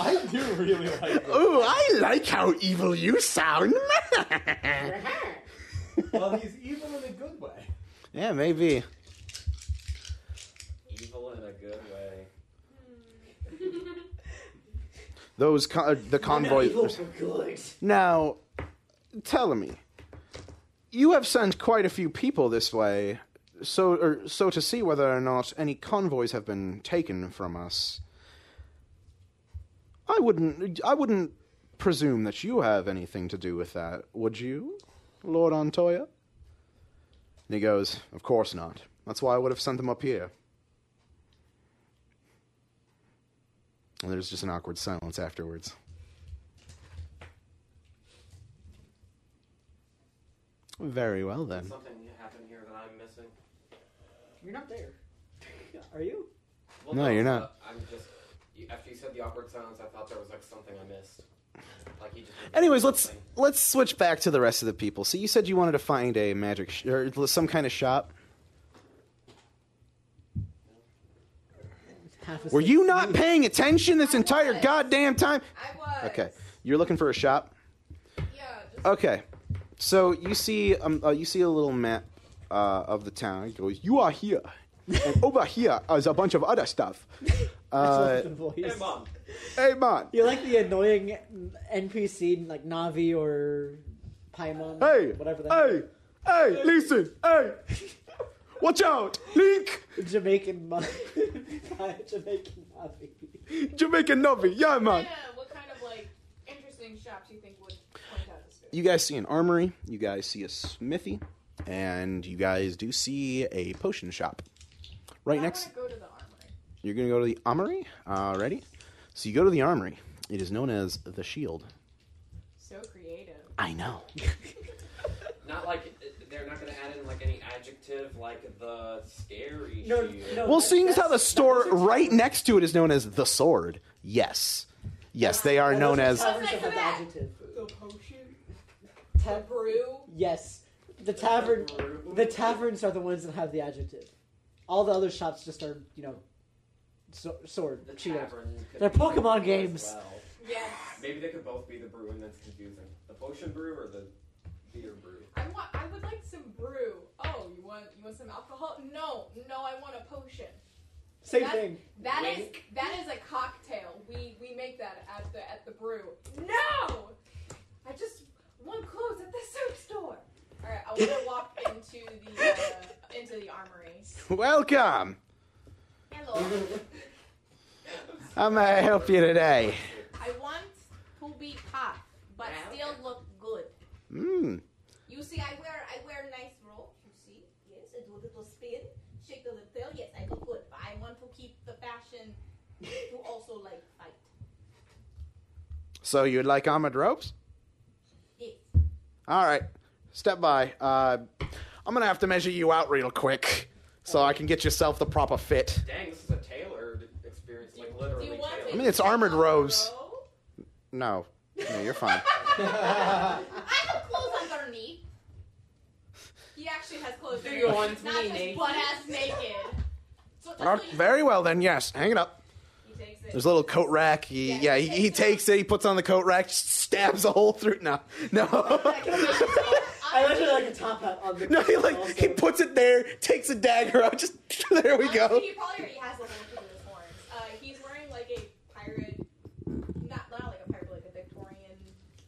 S5: I do really
S21: [LAUGHS]
S5: like
S21: Ooh, I like how evil you sound.
S5: well, he's evil in a good way.
S2: [LAUGHS] Yeah, maybe.
S4: Evil in a good way.
S2: Those con- uh, the convoy.
S23: evil for good.
S2: Now, tell me, you have sent quite a few people this way, so or, so to see whether or not any convoys have been taken from us. I wouldn't. I wouldn't presume that you have anything to do with that, would you, Lord Antoya? And he goes, "Of course not. That's why I would have sent them up here." And there's just an awkward silence afterwards. Very well then.
S4: Something happened here that I'm missing.
S1: You're not there. Are you?
S4: Well,
S2: No, you're not.
S4: uh, I'm just. you- After you said the awkward silence, I thought there was like something I missed. Like he just.
S2: Anyways, let's let's switch back to the rest of the people. So you said you wanted to find a magic sh- or some kind of shop.
S1: Half
S2: Were you not paying attention this entire goddamn time?
S3: I was.
S2: Okay, you're looking for a shop. Okay, so you see um, uh, you see a little map uh, of the town. It goes, you are here, and over here is a bunch of other stuff.
S1: [LAUGHS]
S2: Uh,
S1: voice.
S2: hey, man.
S1: You're like the annoying NPC, like Navi or Paimon.
S2: Hey,
S1: whatever that.
S2: hey, hey, listen, hey, watch out, Link.
S1: Jamaican, Mo- [LAUGHS] Jamaican Navi.
S2: Jamaican Navi, yeah, man.
S3: Yeah, what kind of like interesting shops you think would point out this?
S2: You guys see an armory. You guys see a smithy, and you guys do see a potion shop. Right next,
S3: Go to the armory.
S2: you're gonna go to the armory. Alrighty. So you go to the armory. It is known as the Shield.
S3: So creative.
S2: I know.
S4: Not like they're not going to add in like any adjective like the scary.
S1: No,
S4: shield.
S1: no.
S2: well, seeing as how the store right next to it is known as the Sword, yes, yes, they are known as.
S1: Taverns of the adjective.
S23: The potion.
S1: Ta- Yes, the tavern. The taverns are the ones that have the adjective. All the other shops just are, you know, so, sword, Cheetos.
S4: could
S1: They're
S4: be
S1: Pokemon
S4: as
S1: games.
S4: well.
S3: Yes.
S4: Maybe they could both be the brew, and that's confusing. The potion brew or the beer brew?
S3: I want. I would like some brew. Oh, you want you want some alcohol? No, no. I want a potion.
S1: Same
S3: That-
S1: thing.
S3: That is that is a cocktail. We we make that at the at the brew. No, I just want clothes at the soup store. All right, I want to walk into the uh, into the armory.
S2: Welcome.
S3: Hello.
S2: How may I help you today?
S3: I want to be tough, but still look good.
S2: Hmm.
S3: You see, I wear I wear nice robe. You see, yes, I do a little spin, shake the little tail. Yes, I look good, but I want to keep the fashion to also like fight.
S2: So you'd like armored ropes?
S3: Yes.
S2: All right, step by. Uh, I'm gonna have to measure you out real quick so I can get yourself the proper fit.
S4: Dang, this is a tailored experience. Like literally.
S3: you want
S4: tailored.
S2: I mean, it's armored robes. No, [LAUGHS] no,
S3: [LAUGHS]
S2: you're fine.
S3: I have clothes underneath. He actually has clothes.
S4: Do
S3: underneath.
S4: you want
S3: He's not
S4: me
S3: just
S4: naked?
S3: butt ass naked. So that's
S2: All
S3: what
S2: right, very well then. Yes, hang it up.
S3: he takes it.
S2: There's
S3: [LAUGHS]
S2: a little coat rack. He, yeah, he, he takes it. He puts on the coat rack. Stabs a hole through. No, no, [LAUGHS]
S1: I imagine like a top hat on the.
S2: [LAUGHS] no. He like he puts it there. Takes a dagger out. Just [LAUGHS] there we go.
S3: He probably already has a little bit of his horns. Uh, he's wearing like a pirate, not not like a pirate, but like a Victorian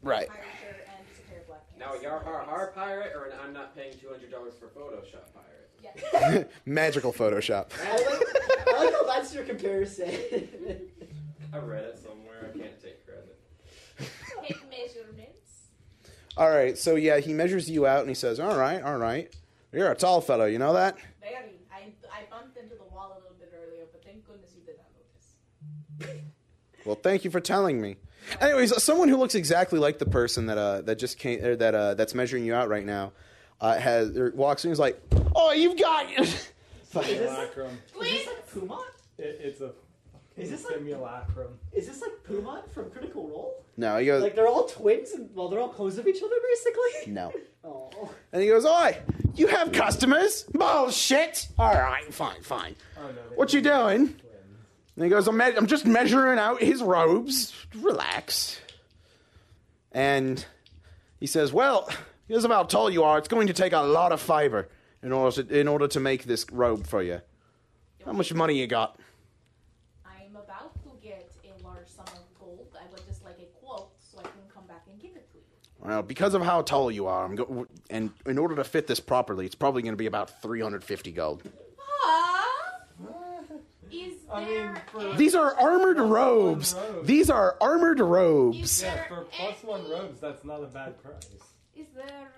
S2: Right. [LAUGHS]
S3: pirate shirt and just a pair of black pants.
S4: Now a yar har har pirate or an I'm not paying two hundred dollars for Photoshop pirate.
S3: [LAUGHS]
S2: Magical Photoshop. [LAUGHS]
S1: I like, I like how that's your [LAUGHS] comparison.
S4: I read it somewhere. I can't take credit.
S3: [LAUGHS] Take measurements.
S2: All right. So yeah, he measures you out and he says, "All right, all right. You're a tall fellow. You know that."
S3: Very. I I bumped into the wall a little bit earlier, but thank goodness you did not notice.
S2: Well, thank you for telling me. Anyways, uh, someone who looks exactly like the person that uh, that just came or that uh, that's measuring you out right now uh, has or walks in and is like, "Oh, you've got." [LAUGHS]
S5: Simulacrum.
S3: Please.
S23: Puma?
S5: It, it's a
S1: Is this like
S5: simulacrum.
S1: is this like Puma from Critical Role?
S2: no, he goes.
S1: Like they're all twins and well, they're all clones of each other basically.
S2: No.
S1: Oh.
S2: And he goes, "Oi, you have customers? Bullshit! All right, fine, fine. what you doing?" And he goes, "I'm, me- I'm just measuring out his robes. Relax." And he says, "Well, here's about how tall you are. It's going to take a lot of fiber in order to, in order to make this robe for you. How much money you got?"
S3: I'm about to get a large sum of gold. I would just like a quote so I can come back and give it to you.
S2: Well, because of how tall you are, I'm go- and in order to fit this properly, it's probably going to be about 350 gold.
S3: Huh? Is there any-
S2: These are armored robes. These are armored robes.
S5: Yeah, for plus one robes, that's not a bad price.
S3: Is there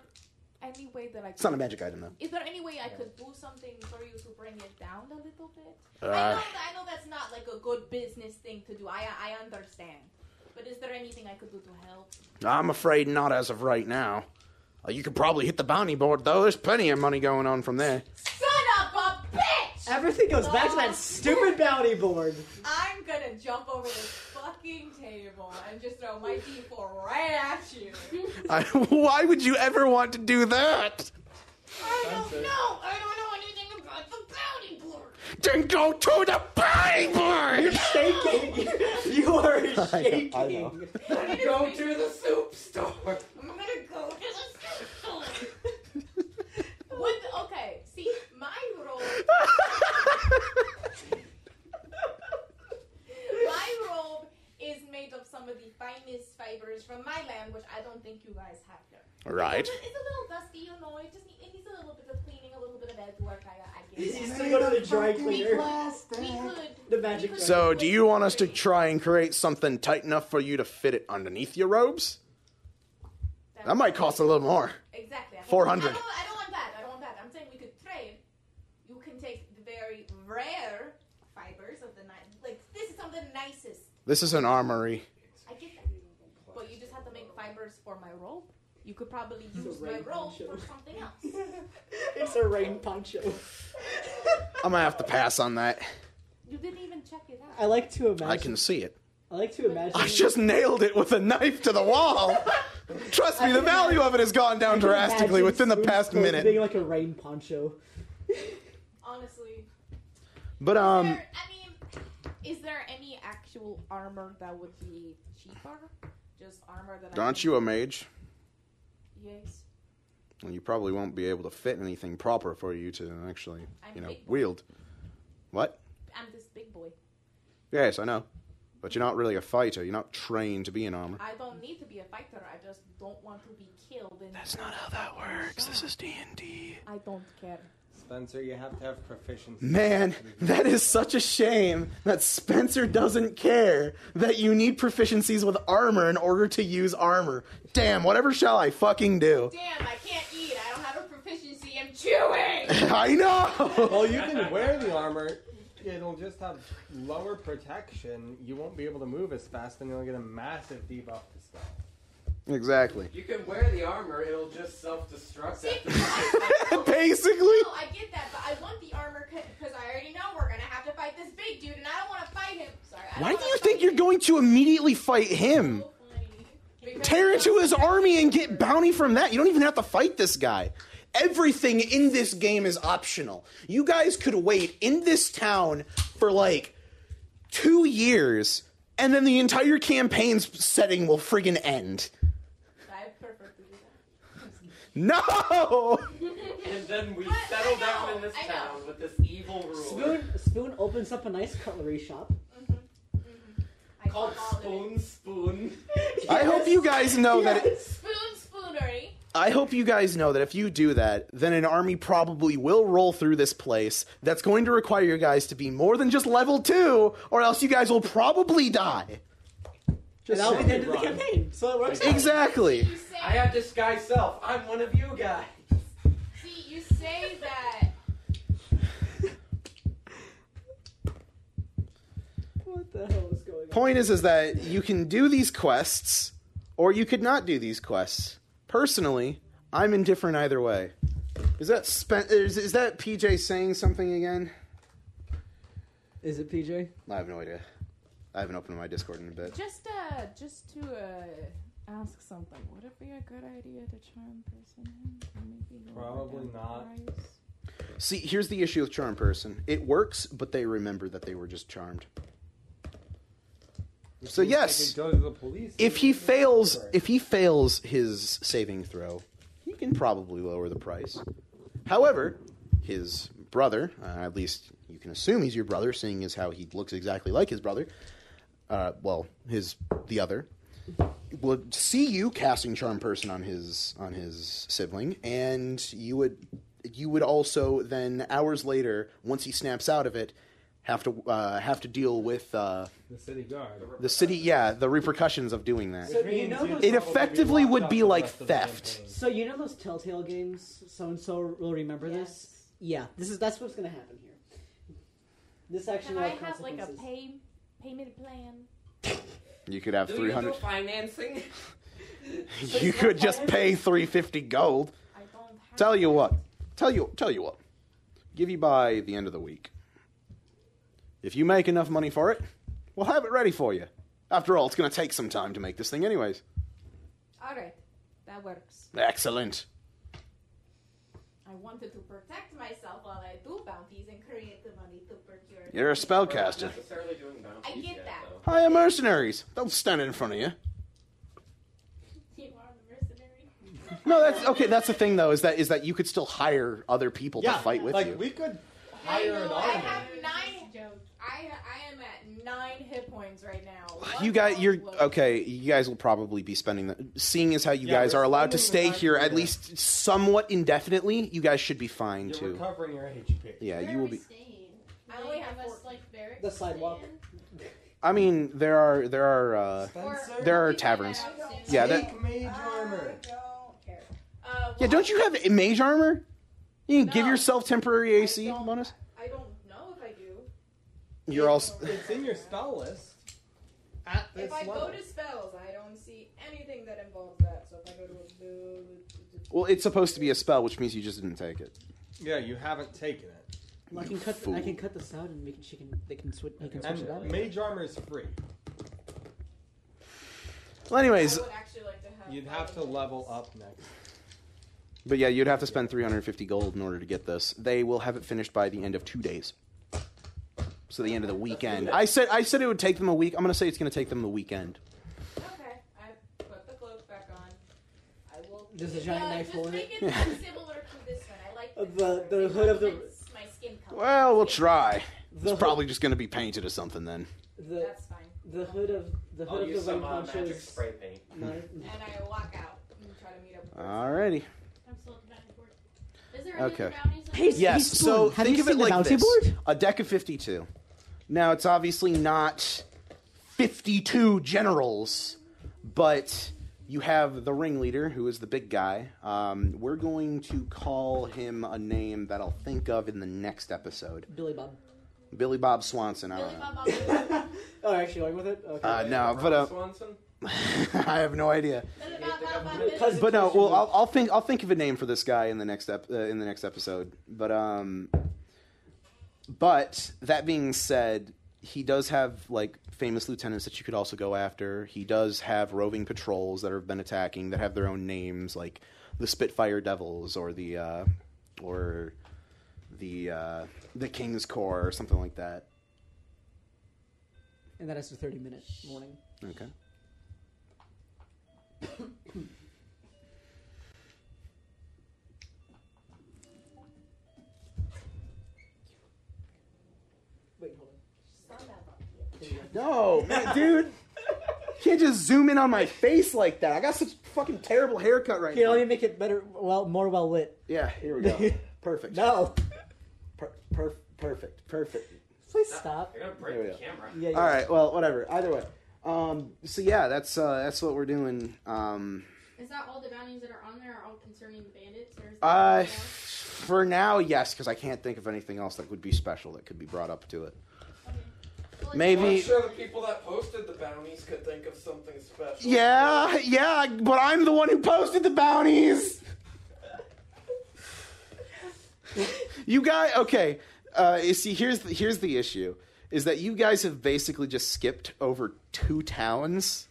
S3: any way that I?
S2: It's not a magic item, though.
S3: Is there any way I could do something for you to bring it down a little bit? I know,
S2: Uh.
S3: I know that's not like a good business thing to do. I I understand. But is there anything I could do to help?
S2: I'm afraid not as of right now. Uh, you could probably hit the bounty board, though. There's plenty of money going on from there. [LAUGHS]
S3: Son of a bitch!
S1: Everything goes back to that stupid bounty board.
S3: I'm gonna jump over this fucking table and just throw my D4 right at you.
S2: I, why would you ever want to do that?
S3: I don't know. I don't know anything about the bounty [LAUGHS] board.
S2: Then go to the bounty board! You're [LAUGHS]
S1: shaking. You are shaking.
S4: Go to the soup store.
S3: I'm gonna go to the [LAUGHS] store. what? The, okay. See, my
S4: [LAUGHS]
S3: role. my robe is made of some of the finest fibers from my land, which I don't think you guys have here.
S2: Right.
S3: It's a, it's a little dusty, you know. It just need, it needs a little bit of cleaning, a little bit of edge work. I, I get
S1: He's
S3: that.
S1: gonna go to the dry cleaner.
S3: We could.
S1: [LAUGHS] The magic.
S2: So, do you want us to try and create something tight enough for you to fit it underneath your robes? That might cost a little more.
S3: Exactly. I don't-
S2: 400.
S3: I don't, I don't want that. I don't want that. I'm saying we could trade. You can take the very rare fibers of the night. Like, this is some of the nicest.
S2: This is an armory.
S3: I get that. But you just have to make fibers for my rope. You could probably use my
S1: rain
S3: rope
S1: poncho.
S3: for something else.
S1: It's a rain poncho.
S2: [LAUGHS] I'm gonna have to pass on that.
S3: You didn't even check it out.
S1: I like to imagine.
S2: I can see it.
S1: I like to imagine.
S2: I just nailed it with a knife to the wall. Trust me, the value of it has gone down drastically
S1: Imagine
S2: within the
S1: Spoon's
S2: past
S1: clothes
S2: minute.
S1: Being like a rain poncho.
S3: Honestly.
S2: But um,
S3: I mean, is there any actual armor that would be cheaper? Just armor that I
S2: aren't
S3: can-
S2: you a mage?
S3: Yes.
S2: Well, you probably won't be able to fit anything proper for you to actually, you know, wield. What?
S3: I'm this big boy.
S2: Yes, I know. But you're not really a fighter. You're not trained to be in armor.
S3: I don't need to be a fighter. I just don't want to be killed. And
S2: That's not how that works. This is D and D.
S3: I don't care.
S5: Spencer, you have to have proficiency.
S2: Man, that is such a shame that Spencer doesn't care that you need proficiencies with armor in order to use armor. Damn, whatever shall I fucking do? [LAUGHS]
S3: Damn, I can't eat. I don't have a proficiency. I'm [LAUGHS] chewing.
S2: I know.
S5: well, you can wear the armor. It'll just have lower protection. You won't be able to move as fast, and you'll get a massive debuff to stuff.
S2: Exactly.
S4: You can wear the armor, it'll just self destruct after
S2: Basically.
S3: No, I get that, but I want the armor because I already know we're gonna have to fight this big dude, and I don't want to fight him. Sorry. I
S2: Why
S3: don't
S2: do you think you're going to immediately fight him?
S3: Because-
S2: Tear into his army and get bounty from that. You don't even have to fight this guy. Everything in this game is optional. You guys could wait in this town for like two years, and then the entire campaign's setting will friggin' end.
S3: I prefer to do that.
S2: No!
S4: and then we settle down in this
S3: I know.
S4: town with this evil ruler
S1: Spoon Spoon opens up a nice cutlery shop.
S4: called Spoon Spoon.
S2: I hope you guys know that. It,
S3: Spoon spoonery.
S2: I hope you guys know that if you do that, then an army probably will roll through this place. That's going to require you guys to be more than just level two, or else you guys will probably die.
S1: and that'll be the end of the campaign. So it works.
S2: Exactly.
S4: I have disguised self. I'm one of you guys.
S3: See, you say that.
S1: What the hell is going
S2: Point is, is that you can do these quests, or you could not do these quests. Personally, I'm indifferent either way. Is that Spen- is, is that PJ saying something again?
S1: Is it PJ?
S2: I have no idea. I haven't opened my Discord in a bit.
S24: Just uh, just to uh, ask something. Would it be a good idea to charm person in? Maybe lower
S5: Probably
S24: down the
S5: not.
S24: price?
S2: See, here's the issue with charm person. It works, but they remember that they were just charmed. So
S5: means they
S2: yes,
S5: could go to the police
S2: if
S5: and
S2: he fails, if he fails his saving throw, he can probably lower the price. However, his brother, uh, at least you can assume he's your brother, seeing as how he looks exactly like his brother. Uh, well, his the other would see you casting charm person on his on his sibling, and you would you would also then hours later, once he snaps out of it, have to uh, have to deal with. Uh,
S5: The city guard.
S2: the city, yeah, the repercussions of doing that.
S1: So do you know those-
S2: it effectively would be like
S1: the
S2: theft.
S1: So you know those Telltale games? So and so will remember this. Yeah, this is that's what's going to happen here. This actually.
S3: Can
S1: will
S3: I
S1: have
S3: have like a
S1: consequences.
S3: pay payment plan?
S2: You could have
S4: Do
S2: three
S4: you
S2: hundred.
S4: do financing?
S2: [LAUGHS] You could just pay three fifty gold. Tell you what, tell you tell you what, give you by the end of the week. If you make enough money for it, we'll have it ready for you. After all, it's going to take some time to make this thing, anyways.
S3: All right, that works.
S2: Excellent.
S3: I wanted to protect myself while I do bounties and create the money to procure.
S2: You're a spellcaster.
S4: We're not necessarily doing
S3: I
S4: bounties
S3: get
S4: yet,
S3: that.
S4: though.
S2: Hire mercenaries. They'll stand in front of you.
S3: You are the mercenary.
S2: No, that's okay. That's the thing, though, is that is that you could still hire other people
S5: Yeah,
S2: to fight with
S5: like,
S2: you.
S5: we could
S3: I
S5: hire an
S3: know, I
S1: Oh.
S5: army.
S3: have nine. I I am at nine hit points right now. What
S2: You guys, you're okay. You guys will probably be spending the. Seeing as how you
S5: Yeah,
S2: guys
S5: we're
S2: are allowed to stay
S5: spending the
S2: here
S5: time
S2: at least somewhat indefinitely, you guys should be fine
S5: You're
S2: too.
S5: recovering your HP.
S2: Yeah, you will be.
S3: I only have us like barracks.
S1: The sidewalk.
S2: I mean, there are there are uh,
S1: Spencer?
S2: there are taverns. Yeah, that,
S5: mage armor.
S3: Uh,
S2: yeah. Don't you have mage armor? You can give yourself temporary AC bonus.
S3: I don't know if I do.
S2: You're also. [LAUGHS]
S5: It's in your spell list. At this
S3: If I
S5: level.
S3: go to spells, I don't see anything that involves that. So if I go to a
S2: Well, it's supposed to be a spell, which means you just didn't take it.
S5: Yeah, you haven't taken it.
S1: Well, I can cut. I can cut this out and make it. She can. They can switch. They can switch it out.
S5: And mage armor is free.
S2: Well, anyways,
S5: You'd have to level up next.
S2: but yeah, you'd have to spend 350 gold in order to get this. They will have it finished by the end of two days. So the end of the weekend. I said I said it would take them a week. I'm gonna say it's gonna take them the weekend.
S3: Okay, I put the cloak back on. I will.
S1: There's a giant
S3: No,
S1: knife
S3: just
S1: hole in
S3: make
S1: it.
S3: similar to this one. I like this.
S1: The the hood of the
S3: It's my skin color.
S2: Well, we'll try.
S1: The-
S2: It's probably just gonna be painted or something then.
S1: the the hood of the
S4: I'll
S1: hood
S4: use
S1: of the
S4: some
S1: white
S4: uh,
S1: poncho.
S4: magic
S1: is-
S4: spray paint.
S1: Knife-
S3: And I walk out and try to meet up.
S2: Alrighty.
S22: I'm still looking back and forth. Is there any
S2: Okay.
S22: other bounties? on this?
S2: yes. So think of it like this: a deck of fifty-two. Now it's obviously not fifty-two generals, but you have the ringleader, who is the big guy. Um, we're going to call him a name that I'll think of in the next episode.
S1: Billy Bob.
S2: Billy Bob Swanson. I don't know.
S1: oh, actually, going with it. Okay.
S2: Uh, no, but uh, [LAUGHS] I have no idea. But um, no, well, I'll, I'll think I'll think of a name for this guy in the next ep- uh, in the next episode. But um, but that being said, he does have like famous lieutenants that you could also go after. He does have roving patrols that have been attacking that have their own names, like the Spitfire Devils or the uh, or the uh, the King's Corps or something like that.
S1: and that is a thirty-minute warning.
S2: Okay.
S1: Wait, hold
S2: No, man, dude. [LAUGHS] Can't just zoom in on my face like that. I got such fucking terrible haircut right
S1: on. Here,
S2: now.
S1: let me make it better. Well, more well lit.
S2: Yeah, here we [LAUGHS] go.
S1: [LAUGHS]
S2: perfect.
S1: No.
S2: Per- per- perfect. Perfect.
S1: Please stop.
S4: You're gonna
S2: There we
S4: break
S2: go.
S4: the camera.
S1: Yeah,
S2: All right. Well, whatever. Either way. Um, so yeah, that's uh, that's what we're doing. Um,
S22: Is that all the bounties that are on there are all concerning the bandits? Or is there
S2: uh, for now, yes, because I can't think of anything else that would be special that could be brought up to it.
S21: Maybe.
S25: I'm sure the people that posted the bounties could think of something special.
S21: Yeah, yeah, but I'm the one who posted the bounties.
S2: You guys, okay. Uh, you see, here's the, here's the issue: is that you guys have basically just skipped over two towns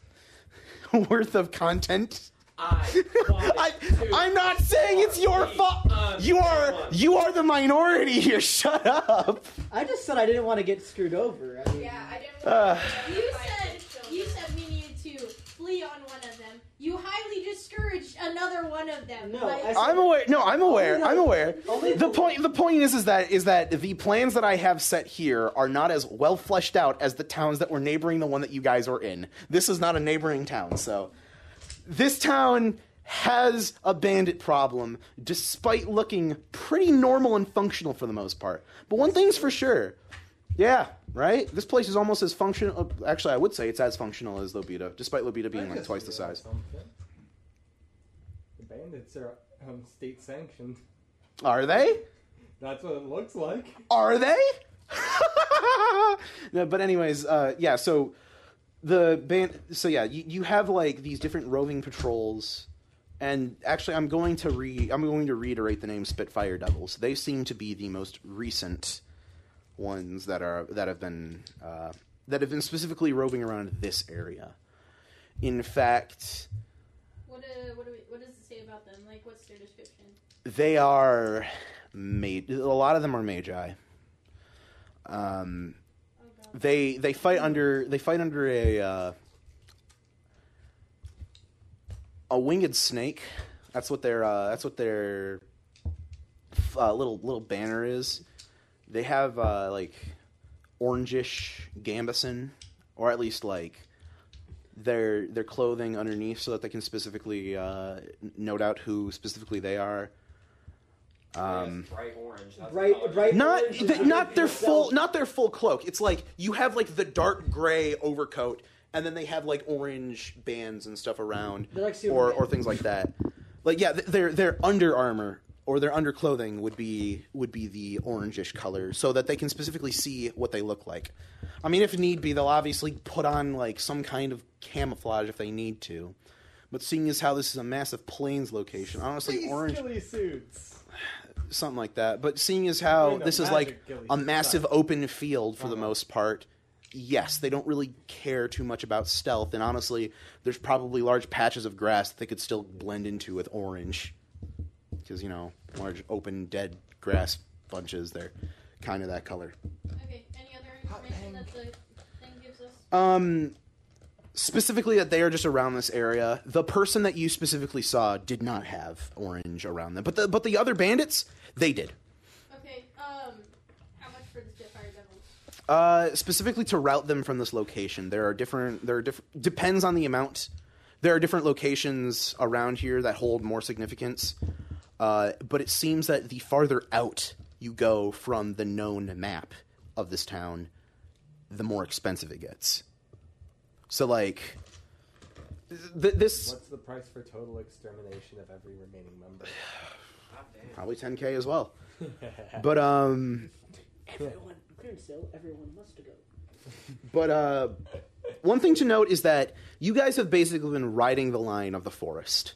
S2: [LAUGHS] worth of content.
S21: I, I'm not saying it's your fault.
S4: Uh,
S21: You are you are the minority
S2: [LAUGHS]
S21: here. Shut up.
S1: I just said I didn't want to get screwed over. I mean,
S9: Yeah, I didn't.
S21: Uh.
S9: you said you said we needed to flee on one of them. You highly discouraged another one of them. No,
S2: I'm aware. No, I'm aware. I'm aware. The point. The point is, is that is that the plans that I have set here are not as well fleshed out as the towns that were neighboring the one that you guys were in. This is not a neighboring town, so this town has a bandit problem, despite looking pretty normal and functional for the most part. But one thing's for sure. Yeah, right. This place is almost as functional. Actually, I would say it's as functional as Lobito, despite Lobito being like twice the size.
S5: The bandits are um, state sanctioned.
S2: Are they?
S5: That's what it looks like.
S2: Are they? [LAUGHS] no, but anyways, uh, yeah. So the band. So yeah, you, you have like these different roving patrols, and actually, I'm going to re. I'm going to reiterate the name Spitfire Devils. They seem to be the most recent ones that are that have been uh, that have been specifically roving around this area. In fact,
S9: What uh, what, do we, what does it say about them? Like, what's their description?
S2: they are made. A lot of them are magi. Um, they they fight under they fight under a uh, a winged snake. That's what their uh, that's what their uh, little little banner is. They have uh, like orangish gambeson, or at least like their their clothing underneath, so that they can specifically uh, n- note out who specifically they are. Um,
S4: Bright orange. That's
S1: Bright, bright.
S2: not
S1: orange is
S2: th- not their
S1: itself.
S2: full not their full cloak. It's like you have like the dark gray overcoat, and then they have like orange bands and stuff around,
S1: They're like Superman.
S2: or or things like that. Like yeah, th- their their under armor or their underclothing would be would be the orangish color, so that they can specifically see what they look like. I mean, if need be, they'll obviously put on like some kind of camouflage if they need to. But seeing as how this is a massive plains location, honestly,
S5: These
S2: orange
S5: Ghillie suits.
S2: something like that. But seeing as how
S5: Wait, no,
S2: this is
S5: magic
S2: like
S5: ghillie
S2: a
S5: suit,
S2: massive open field for the most part, yes, they don't really care too much about stealth. And honestly, there's probably large patches of grass that they could still blend into with orange, because you know, large open dead grass bunches. They're kind of that color.
S9: Okay, any other information that the thing gives us?
S2: Um, specifically that they are just around this area. The person that you specifically saw did not have orange around them, but the but the other bandits they did.
S9: Okay, um, how much for the Spitfire Devils?
S2: Uh, specifically to route them from this location, there are different. There are different. Depends on the amount. There are different locations around here that hold more significance. Uh, but it seems that the farther out you go from the known map of this town, the more expensive it gets. So, like, th- this
S5: What's the price for total extermination of every remaining [LAUGHS] member?
S2: probably 10k as well. but um,
S1: Everyone, clearance sale. Everyone must go.
S2: But uh, one thing to note is that you guys have basically been riding the line of the forest.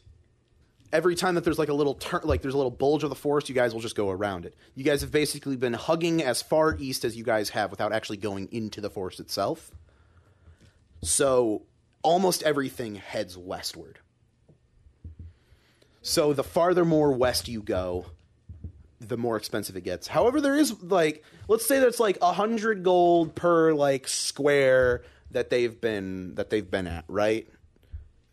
S2: Every time that there's like a little turn, like there's a little bulge of the forest, you guys will just go around it. You guys have basically been hugging as far east as you guys have without actually going into the forest itself. So almost everything heads westward. So the farther more west you go, the more expensive it gets. However, there is like let's say that's like a hundred gold per like square that they've been that they've been at, right?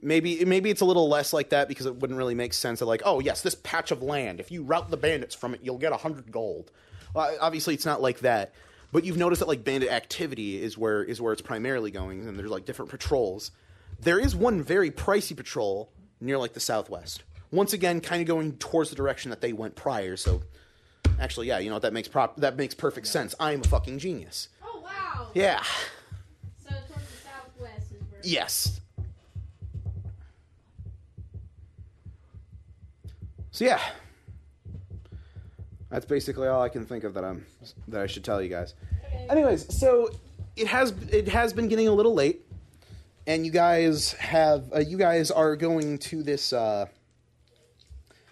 S2: Maybe maybe it's a little less like that because it wouldn't really make sense. Of like, oh yes, this patch of land. If you route the bandits from it, you'll get a hundred gold. Well, obviously, it's not like that. But you've noticed that like bandit activity is where is where it's primarily going, and there's like different patrols. There is one very pricey patrol near like the southwest. Once again, kind of going towards the direction that they went prior. So Actually, yeah, you know what? That makes prop that makes perfect sense. I'm a fucking genius.
S9: Oh wow!
S2: Yeah.
S9: So towards the southwest is where.
S2: Yes. So yeah. That's basically all I can think of that I'm that I should tell you guys. Anyways, so it has it has been getting a little late, and you guys have uh, you guys are going to this. Uh,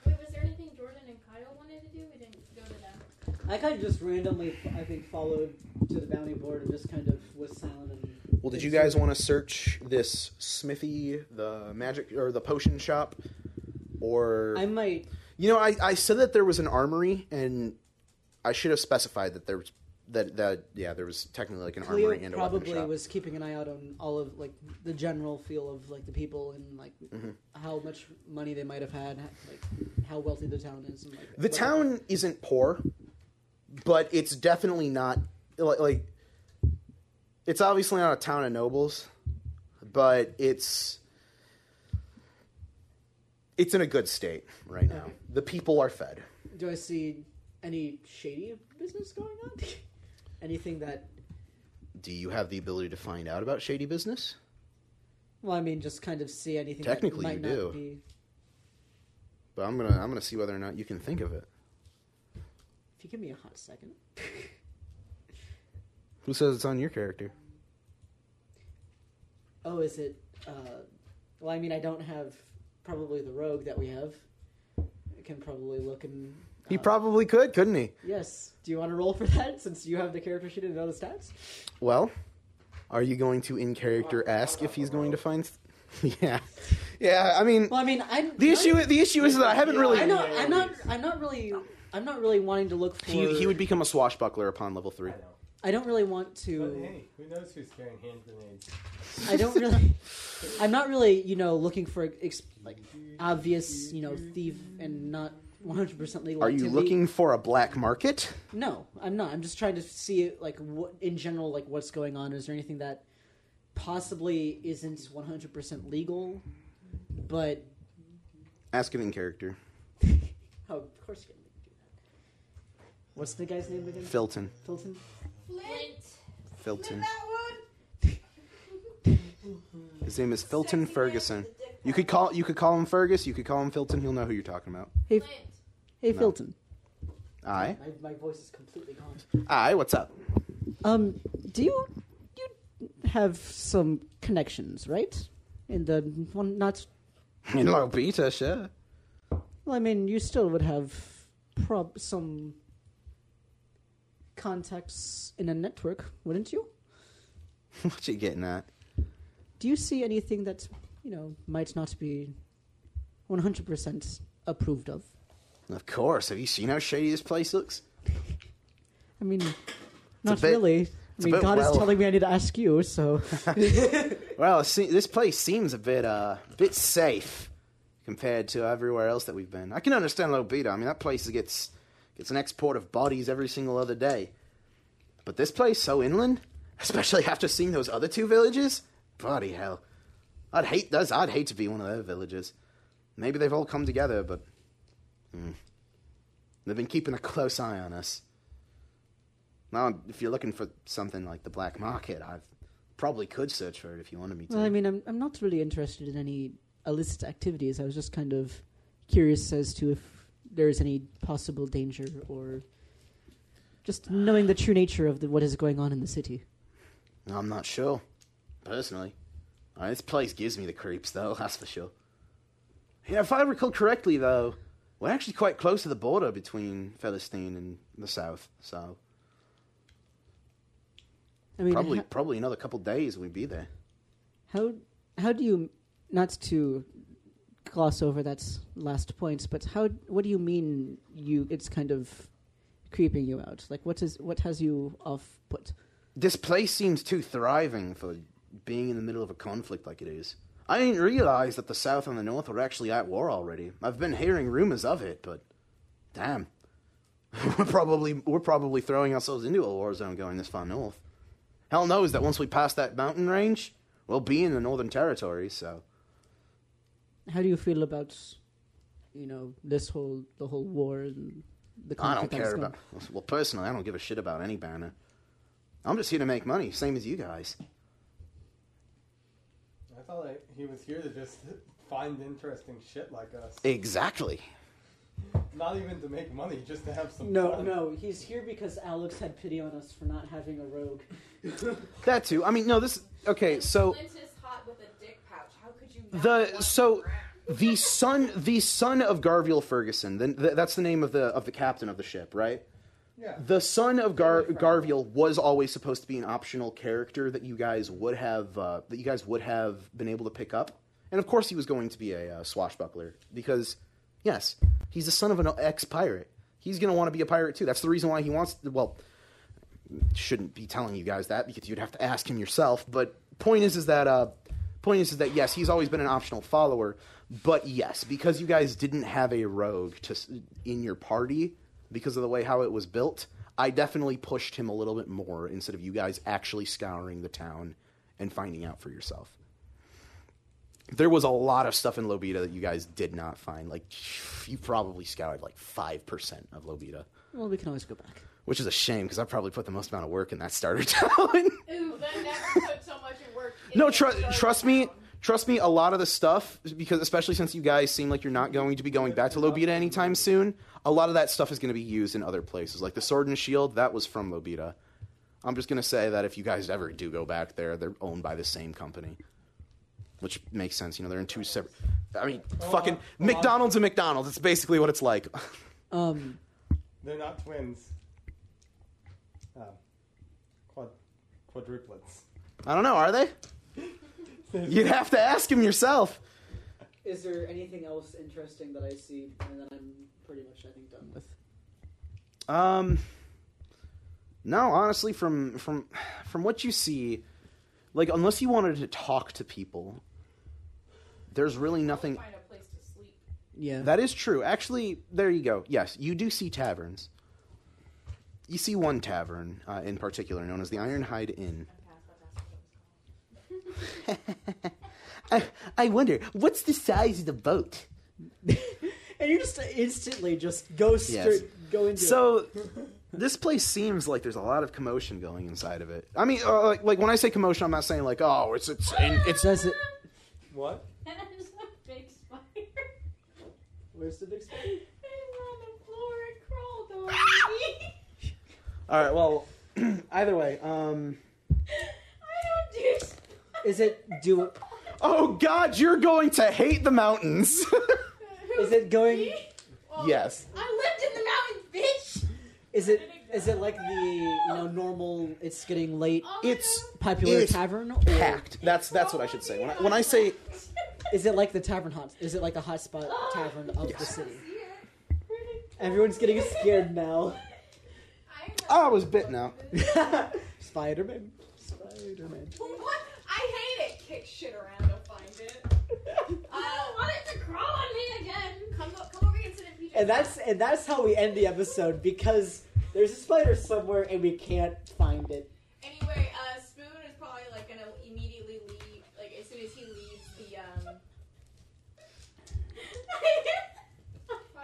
S22: Wait, was there anything Jordan and Kyle wanted to do? We didn't go to them.
S1: I kind of just randomly, I think, followed to the bounty board and just kind of was silent. And
S2: well, did you guys want to search this smithy, the magic or the potion shop, or
S1: I might.
S2: You know, I, I said that there was an armory, and I should have specified that there was that that yeah there was technically like an
S1: Cleo
S2: armory and a weapon
S1: probably
S2: shop.
S1: was keeping an eye out on all of like the general feel of like the people and like
S2: Mhm.
S1: how much money they might have had, like how wealthy the town is. And, like,
S2: The town isn't poor, but it's definitely not like, like it's obviously not a town of nobles, but it's it's in a good state right now. The people are fed.
S1: Do I see any shady business going on? [LAUGHS] Anything that?
S2: Do you have the ability to find out about shady business?
S1: Well, I mean, just kind of see anything.
S2: Technically,
S1: that might
S2: you
S1: not
S2: do.
S1: Be,
S2: But I'm gonna I'm gonna see whether or not you can think of it.
S1: if you give me a hot second,
S2: Who says it's on your character?
S1: Oh, is it? Uh, well, I mean, I don't have probably the rogue that we have. I can probably look and. uh,
S2: He probably could, couldn't he?
S1: Yes. Do you want to roll for that [LAUGHS] since you have the character sheet and all the stats?
S2: Well, are you going to in character ask if he's going to find? [LAUGHS] yeah, yeah. I mean,
S1: well, I mean, I
S2: the issue the issue is that I haven't really.
S1: I know, I'm not. I'm not really. I'm not really wanting to look for.
S2: He, he would become a swashbuckler upon level three.
S1: I don't really want to.
S5: Hey, who knows who's carrying hand grenades?
S1: I don't really. I'm not really, you know, looking for ex- like obvious, you know, thief and not 100 percent legal.
S2: [LAUGHS] Are you
S1: activity.
S2: looking for a black market?
S1: No, I'm not. I'm just trying to see, like, what in general, like, what's going on. Is there anything that possibly isn't 100 percent legal? But
S2: Ask an in character.
S1: oh, of course you can do that. What's the guy's name again?
S2: Filton.
S1: Filton.
S3: Flint.
S2: Filton.
S3: one.
S2: His name is Filton Ferguson. You could call you could call him Fergus. You could call him Filton. He'll know who you're talking about.
S1: Hey, hey,
S2: No.
S1: Filton.
S2: Aye,
S1: My, my voice is completely gone.
S2: aye. What's up? [LAUGHS]
S1: Um, do you you have some connections, right? In the one, not
S2: In Lobita, sure. [LAUGHS]
S1: well. I mean, you still would have prob some contacts in a network, wouldn't you?
S2: what you getting at?
S1: Do you see anything that you know might not be one hundred percent approved of?
S2: Of course. Have you seen how shady this place looks?
S1: I mean, not
S2: bit-
S1: really. I
S2: it's a
S1: mean,
S2: bit
S1: God
S2: well-
S1: is telling me I need to ask you, so
S2: Well, it se- this place seems a bit uh bit safe compared to everywhere else that we've been. I can understand Lobita. I mean, that place gets gets an export of bodies every single other day. But this place so inland, [LAUGHS] especially after seeing those other two villages, bloody hell. I'd hate those. I'd hate to be one of their villages. Maybe they've all come together, but hmm. they've been keeping a close eye on us. Now, if you're looking for something like the black market, I probably could search for it if you wanted me to.
S1: Well, I mean, I'm I'm not really interested in any illicit activities. I was just kind of curious as to if there is any possible danger or just knowing the true nature of the, what is going on in the city.
S2: I'm not sure, personally. Uh, this place gives me the creeps, though, [LAUGHS] that's for sure. Yeah, if I recall correctly, though, we're actually quite close to the border between Philistine and the south, so
S1: I mean,
S2: probably
S1: ho-
S2: probably another couple days we'd be there.
S1: how how do you not to gloss over that s- last point, but how what do you mean you it's kind of creeping you out? Like what is what has you off put?
S2: This place seems too thriving for being in the middle of a conflict like it is. I didn't realize that the south and the north were actually at war already. I've been hearing rumors of it, but damn, [LAUGHS] we're probably we're probably throwing ourselves into a war zone going this far north. Hell knows that once we pass that mountain range, we'll be in the northern territory. So
S1: How do you feel about, you know, this whole the whole war and the
S2: I
S1: conflict
S2: don't
S1: that is
S2: care
S1: going-
S2: about. Well, personally, I don't give a shit about any banner. I'm just here to make money, same as you guys.
S5: I thought [LAUGHS] like, he was here to just find interesting shit like us.
S2: Exactly.
S5: Not even to make money, just to have some
S1: No,
S5: fun.
S1: no, he's here because Alex had pity on us for not having a rogue.
S2: That too. I mean, no. This okay. So
S3: Flint is hot with a dick pouch. How could you? Not
S2: the so the son the son of Garviel Ferguson. Then th- that's the name of the of the captain of the ship, right?
S3: Yeah.
S2: The son of Gar- Garviel was always supposed to be an optional character that you guys would have uh, that you guys would have been able to pick up, and of course he was going to be a uh, swashbuckler because yes, he's the son of an ex pirate. He's going to want to be a pirate too. That's the reason why he wants. Well, shouldn't be telling you guys that because you'd have to ask him yourself. But point is, is that uh, point is, is that yes, he's always been an optional follower. But yes, because you guys didn't have a rogue to s- in your party because of the way how it was built, I definitely pushed him a little bit more instead of you guys actually scouring the town and finding out for yourself. There was a lot of stuff in Lobita that you guys did not find. Like you probably scoured like five percent of Lobita,
S1: Well, we can always go back.
S2: which is a shame because I probably put the most amount of work in that starter [LAUGHS] town.
S3: Ooh, then never put so much at work. in
S2: no,
S3: the
S2: tru-
S3: starter
S2: trust me, trust me. A lot of the stuff, because especially since you guys seem like you're not going to be going back to Lobita anytime soon, a lot of that stuff is going to be used in other places. Like the sword and shield, that was from Lobita. I'm just going to say that if you guys ever do go back there, they're owned by the same company, which makes sense. You know, they're in two separate. I mean,
S5: Hold
S2: fucking
S5: on, hold on.
S2: McDonald's and McDonald's. It's basically what it's like. [LAUGHS]
S1: Um,
S5: They're not twins. Uh, quad, quadruplets.
S2: I don't know. Are they? You'd have to ask him yourself.
S1: Is there anything else interesting that I see and then I'm pretty much, I think, done with?
S2: Um, no, honestly, from from from what you see, like unless you wanted to talk to people, there's really nothing.
S3: find a place to sleep.
S1: Yeah,
S2: that is true. Actually, there you go. Yes, you do see taverns. You see one tavern uh, in particular, known as the Ironhide Inn. [LAUGHS] I, I wonder what's the size of the boat.
S1: [LAUGHS] And you just instantly just go straight, go into
S2: So-
S1: it.
S2: this place seems like there's a lot of commotion going inside of it. I mean, uh, like, like when I say commotion, I'm not saying like, oh, it's it's in, it's
S1: does it.
S3: [LAUGHS]
S5: What?
S6: And there's a big spider.
S1: Where's the big spider?
S6: It's on the
S3: [LAUGHS]
S6: floor. It crawled on me.
S2: All right. Well, [CLEARS THROAT] either way, um,
S6: I don't do.
S1: Is it do?
S2: Oh God, you're going to hate the mountains. [LAUGHS]
S1: Is it going?
S2: yes.
S6: I lived in the mountains, bitch.
S1: Is it is it like the you know normal? It's getting late.
S9: Oh, [LAUGHS]
S2: It's
S1: popular
S2: it's
S1: tavern or
S2: packed. That's that's what I should say. When I, when I say
S1: Is it like the tavern hot? Is it like the
S3: [GASPS]
S1: hotspot tavern of the city? Everyone's getting scared now. [LAUGHS]
S2: I was bit
S9: [LAUGHS]
S2: now.
S1: Spider Man. Spider Man.
S3: What? I hate it. Kick shit around. I'll find it. I don't want it to crawl on me again. Come, o- come over here and sit in PJ.
S1: [LAUGHS] And that's and that's how we end the episode because there's a spider somewhere and we can't find it.
S3: Anyway, uh, Spoon is probably like gonna immediately leave. Like as soon as he leaves the um.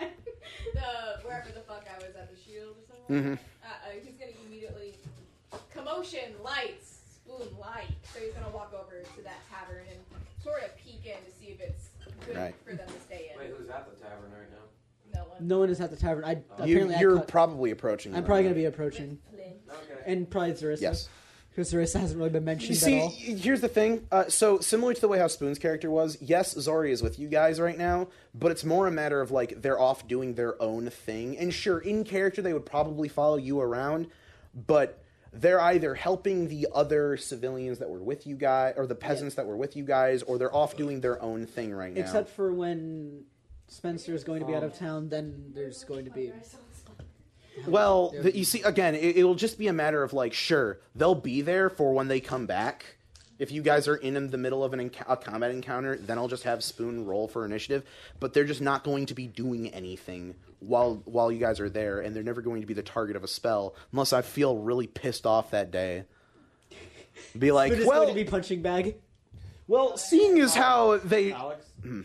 S3: the wherever the fuck I was at the shield or
S2: Mm.
S3: something.
S2: Mm-hmm.
S6: Mhm.
S3: Uh, uh, he's gonna immediately commotion lights. Spoon light. So he's gonna walk over to that tavern and sort of peek in to see if it's good
S1: Right.
S3: for them to stay in.
S4: Wait, who's at the tavern right now?
S3: No one.
S1: No one is at the tavern. I
S2: Oh. you,
S1: apparently I
S2: you're
S1: caught-
S2: probably approaching.
S1: I'm
S2: the
S1: probably gonna
S2: mountain.
S1: be approaching. And probably Zarissa.
S2: Yes.
S1: Because Zarissa hasn't really been mentioned
S2: You
S1: at
S2: see,
S1: all.
S2: y- here's the thing. Uh, so similar to the way how Spoon's character was, yes, Zori is with you guys right now, but it's more a matter of like they're off doing their own thing. And sure, in character they would probably follow you around, but they're either helping the other civilians that were with you guys, or the peasants that were with you guys, or they're off doing their own thing right now.
S1: Except for when Spencer is going to be
S2: Oh.
S1: out of town, then there's going to be.
S2: Well, the, you see, again, it, it'll just be a matter of like, sure, they'll be there for when they come back. If you guys are in the middle of an enc- a combat encounter, then I'll just have Spoon roll for initiative. But they're just not going to be doing anything while while you guys are there, and they're never going to be the target of a spell unless I feel really pissed off that day. Be like,
S1: Spoon is
S2: well,
S1: going to be punching bag.
S2: well, seeing as how they,
S5: Alex,
S2: Hmm.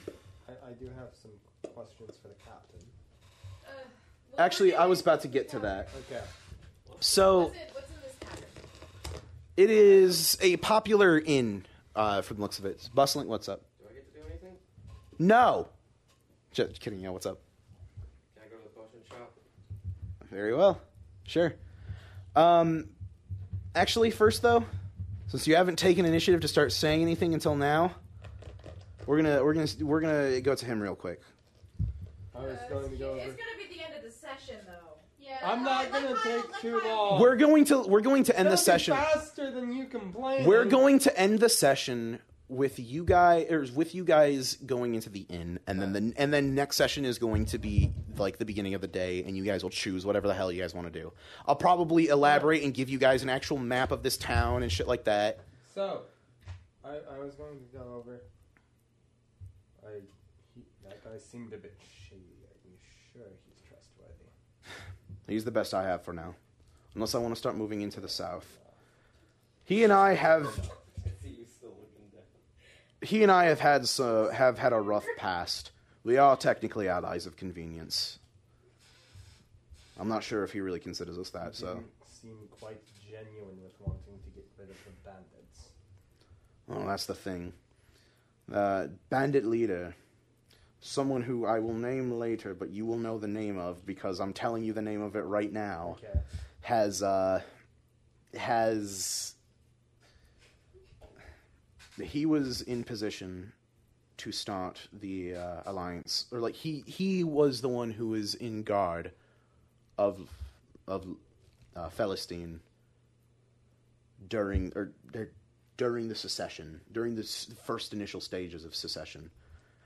S5: I, I do have some questions for the captain.
S2: actually, I was about to get to that.
S5: Okay.
S2: So
S3: What's in this tavern?
S2: it is a popular inn, uh, from the looks of it. It's bustling. What's up?
S4: Do I get to do anything?
S2: No. Just kidding. Yeah, what's up?
S4: Can I go to the bar?
S2: Very well. Sure. Um, actually, first though, since you haven't taken initiative to start saying anything until now, we're gonna we're gonna we're gonna go to him real quick.
S5: I was going to go over.
S3: Uh, It's gonna be the end of the session, though. Yeah.
S5: I'm not going to take too long.
S2: We're going to we're going to end the
S5: That'll be
S2: session.
S5: faster than you complain.
S2: We're going to end the session with you guys or with you guys going into the inn and then the and then next session is going to be like the beginning of the day and you guys will choose whatever the hell you guys want to do. I'll probably elaborate and give you guys an actual map of this town and shit like that.
S5: So, I, I was going to go over. I he, that guy seemed a bit shady. I'm sure he's trustworthy.
S2: He's the best I have for now. Unless I want to start moving into the south. He and I have
S4: [LAUGHS] I see you still looking down.
S2: he and I have had so, have had a rough past. We are technically allies of convenience. I'm not sure if he really considers us that. uh, So,
S5: Didn't seem quite genuine with wanting to get rid of the bandits.
S2: oh, that's the thing. Uh, bandit leader, someone who I will name later, but you will know the name of because I'm telling you the name of it right now.
S5: Okay.
S2: Has uh, has he was in position to start the uh, alliance, or like he he was the one who was in guard of of uh, Philistine during or, or during the secession, during the s- first initial stages of secession.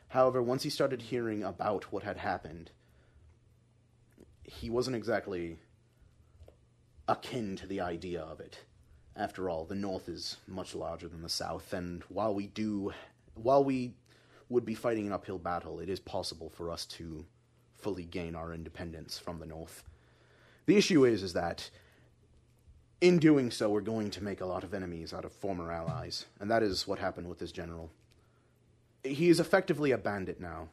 S2: However, once he started hearing about what had happened, he wasn't exactly akin to the idea of it. After all, the North is much larger than the South, and while we do, while we would be fighting an uphill battle, it is possible for us to fully gain our independence from the North. The issue is, is that in doing so, we're going to make a lot of enemies out of former allies, and that is what happened with this general. He is effectively a bandit now,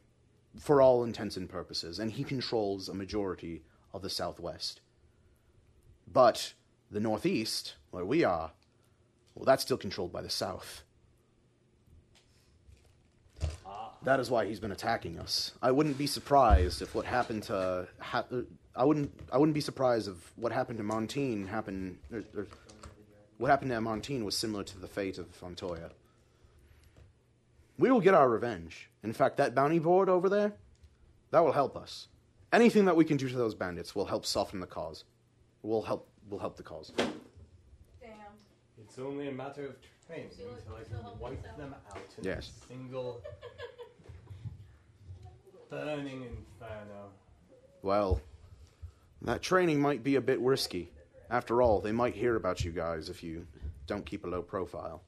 S2: for all intents and purposes, and he controls a majority of the Southwest. But the Northeast, where we are, well, that's still controlled by the South.
S5: Ah,
S2: That is why he's been attacking us. I wouldn't be surprised if what happened to ha- I wouldn't I wouldn't be surprised if what happened to Montine happened. Or, or, what happened to Montine was similar to the fate of Montoya. We will get our revenge. In fact, that bounty board over there, that will help us. Anything that we can do to those bandits will help soften the cause. Will help will help the cause.
S3: Damn.
S5: It's only a matter of training until I can wipe them out in
S2: Yes.
S5: a single burning inferno.
S2: Well, that training might be a bit risky. After all, they might hear about you guys if you don't keep a low profile.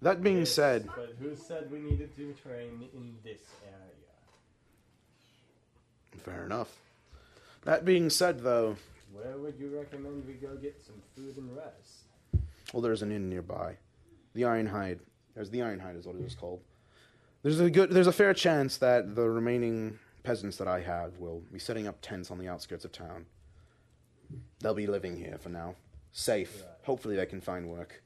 S2: That being said,
S5: But who said we needed to train in this area?
S2: fair enough. That being said, though,
S5: Where would you recommend we go get some food and rest?
S2: well, there's an inn nearby, the Ironhide. There's the Ironhide is what it is called. There's a good, there's a fair chance that the remaining peasants that I have will be setting up tents on the outskirts of town. They'll be living here for now, safe. Hopefully, they can find work.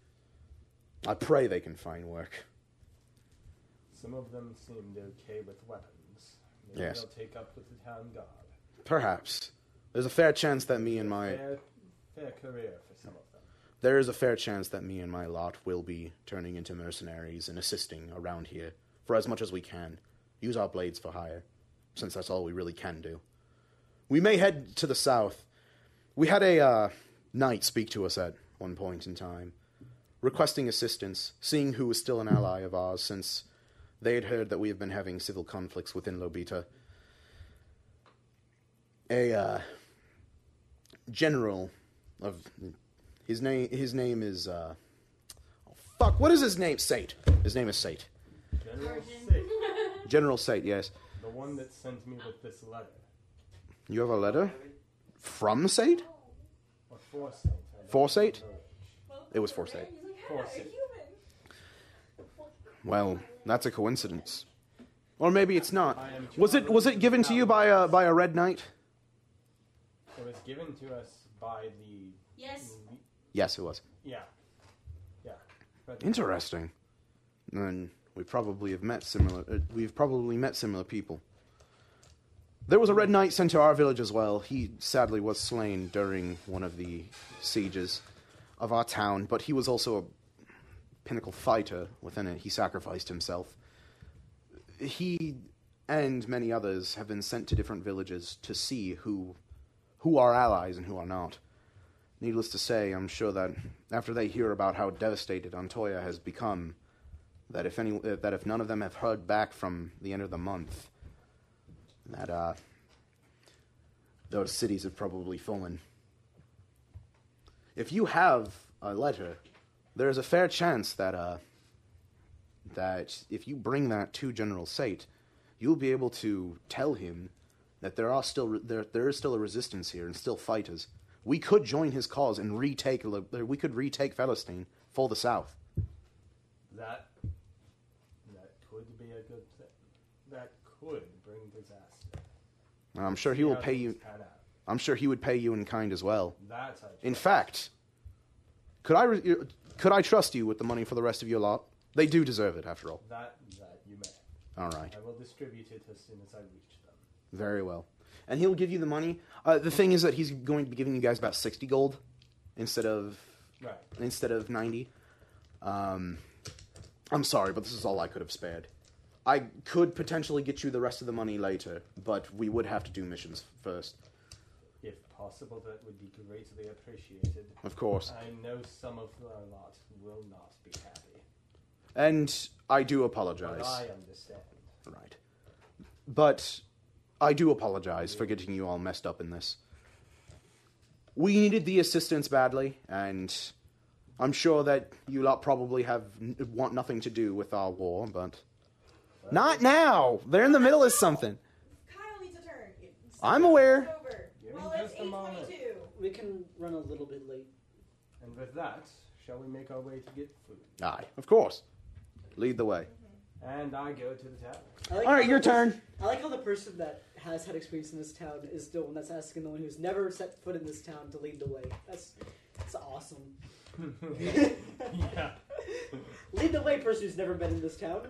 S2: I pray they can find work.
S5: Some of them seemed okay with weapons. Maybe
S2: Yes.
S5: they'll take up with the town guard.
S2: Perhaps. There's a fair chance that me and my
S5: Fair, fair career for some of them.
S2: there is a fair chance that me and my lot will be turning into mercenaries and assisting around here for as much as we can. Use our blades for hire, since that's all we really can do. We may head to the south. We had a uh, knight speak to us at one point in time, requesting assistance, seeing who was still an ally of ours, since they had heard that we have been having civil conflicts within Lobita. A uh, general of his name his name is uh oh, fuck what is his name Sate his name is Sate
S5: General Six,
S2: General Sate yes
S5: the one that sent me with this letter,
S2: you have a letter from Sate
S5: or for Saint. I don't
S2: for Sate
S5: remember.
S2: it was for Sate
S5: For Saint.
S2: well that's a coincidence or maybe it's not was it was it given to you by a by a red knight
S5: It was given to us by the.
S9: Yes.
S2: yes it was
S5: Yeah. Yeah. But-
S2: interesting then we probably have met similar uh, we've probably met similar people There was a red knight sent to our village as well. He sadly was slain during one of the sieges of our town, but he was also a pinnacle fighter within it. He sacrificed himself. He and many others have been sent to different villages to see who who are allies and who are not. Needless to say, I'm sure that after they hear about how devastated Antoya has become, that if any uh, that if none of them have heard back from the end of the month, that uh, those cities have probably fallen. If you have a letter, there is a fair chance that uh, that if you bring that to General Sate, you'll be able to tell him that there are still there there is still a resistance here and still fighters. We could join his cause and retake Le- we could retake Palestine for the South.
S5: That that could be a good thing. That could bring disaster.
S2: I'm sure he
S5: See
S2: will
S5: how
S2: pay
S5: things
S2: you.
S5: pan out.
S2: I'm sure he would pay you in kind as well.
S5: That I
S2: In fact, could I re- could I trust you with the money for the rest of your lot? They do deserve it, after all.
S5: That that you may.
S2: All right.
S5: I will distribute it as soon as I reach them.
S2: Very well. And he'll give you the money. Uh, the thing is that he's going to be giving you guys about sixty gold instead of
S5: Right.
S2: instead of ninety. Um, I'm sorry, but this is all I could have spared. I could potentially get you the rest of the money later, but we would have to do missions first.
S5: If possible, that would be greatly appreciated.
S2: Of course.
S5: I know some of our lot will not be happy.
S2: And I do
S5: But
S2: apologize.
S5: I understand.
S2: Right. But I do apologize for getting you all messed up in this. We needed the assistance badly, and I'm sure that you lot probably have n- want nothing to do with our war, but
S8: Not now. They're in the middle of something.
S26: Kyle needs a turn. It's-
S8: I'm aware.
S26: it's Over. Well, it's
S5: just a moment.
S26: 822.
S1: We can run a little bit late.
S5: And with that, shall we make our way to get food?
S2: Aye, of course. Lead the way.
S5: And I go to the
S2: [LAUGHS]
S5: tavern. [LAUGHS]
S1: I like
S8: All right,
S1: how
S8: your
S1: the person-
S8: turn.
S1: I like how the person that has had experience in this town is the one that's asking the one who's never set foot in this town to lead the way. That's that's
S2: [LAUGHS]
S1: awesome. [LAUGHS] lead the way, person who's never been in this town.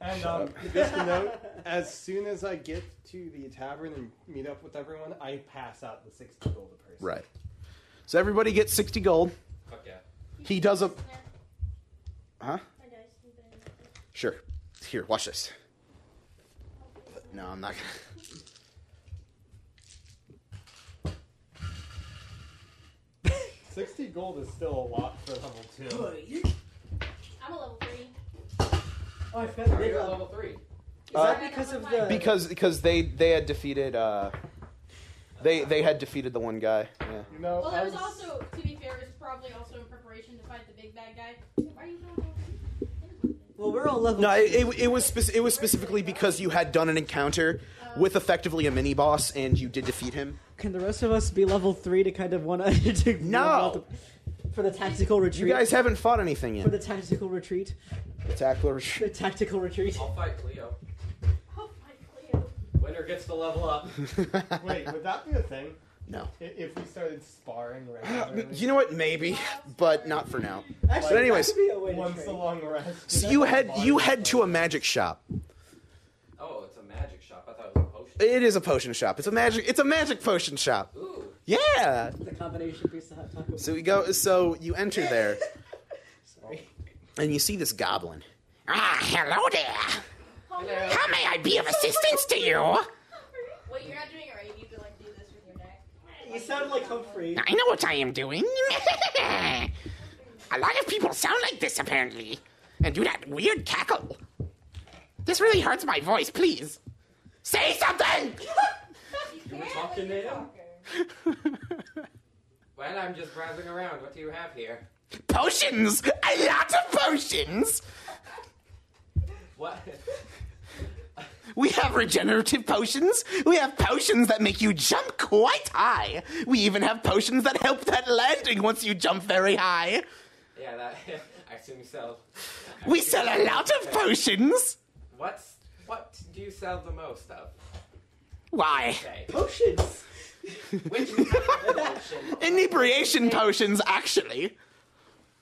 S5: And um,
S1: up.
S5: just a note: as soon as I get to the tavern and meet up with everyone, I pass out the sixty gold a person.
S8: Right.
S2: So everybody gets 60 gold.
S4: Fuck yeah.
S2: He does a. Huh?
S9: My dice have been-
S2: Sure. Here, watch this. No, I'm not gonna.
S5: Sixty gold is still a lot for level two.
S3: I'm a level three.
S1: Oh, I forgot
S4: Are
S1: they
S4: you at
S1: got-
S4: level three?
S1: Is
S8: Uh,
S1: that because of the
S8: Because because they they had defeated uh they they had defeated the one guy. Yeah.
S5: You know,
S3: Well,
S5: I
S3: there was
S5: was-
S3: also, to be fair, it was probably also in preparation to fight the big bad guy. Why are you going over?
S1: Well, we're all level.
S8: No, it, it, it was spec- it was specifically because you had done an encounter
S9: Uh,
S8: with effectively a mini boss and you did defeat him.
S1: Can the rest of us be level three to kind of want [LAUGHS] to, to
S8: No!
S1: for the tactical retreat?
S8: You guys haven't fought anything
S1: for
S8: yet.
S1: the tactical retreat.
S8: Attack or retreat.
S1: The tactical retreat.
S4: I'll fight Cleo.
S3: Oh,
S4: Winner gets the level up.
S8: [LAUGHS]
S5: Wait, would that be a thing?
S8: No. Uh,
S5: I- If we started sparring regularly,
S8: You know what? Maybe, but not for now.
S1: Actually,
S8: but anyways,
S1: that could be a way to
S5: once
S1: train.
S5: a long rest.
S8: so you head you head to a magic shop.
S4: Oh, it's a magic shop. I thought it was a potion.
S8: It is a potion shop. It's a magic it's a magic potion shop.
S4: Ooh.
S8: Yeah.
S1: The combination piece of hot taco.
S8: So we go. So you enter there, and you see this goblin. Ah, hello there. How may I be of assistance to you? I
S27: Wait, you're not doing it right. You need to like do this with your neck.
S1: You sound like Humphrey.
S8: know what I am doing. [LAUGHS] a lot of people sound like this apparently, and do that weird cackle. This really hurts my voice. Please say something.
S4: You were talking to him?
S8: [LAUGHS]
S4: Well, I'm just browsing around. What do you have here?
S8: Potions. A lot of potions. [LAUGHS]
S4: What?
S8: We have regenerative potions. We have potions that make you jump quite high. We even have potions that help that landing once you jump very high.
S4: yeah, that. [LAUGHS] I assume you sell. I
S8: We
S4: assume
S8: sell
S4: you
S8: a lot of
S4: okay.
S8: potions.
S4: What's what do you sell the most of?
S8: Why?
S4: Okay.
S1: Oh, Potions.
S4: Which [LAUGHS] type of potion?
S8: Inebriation potions, actually.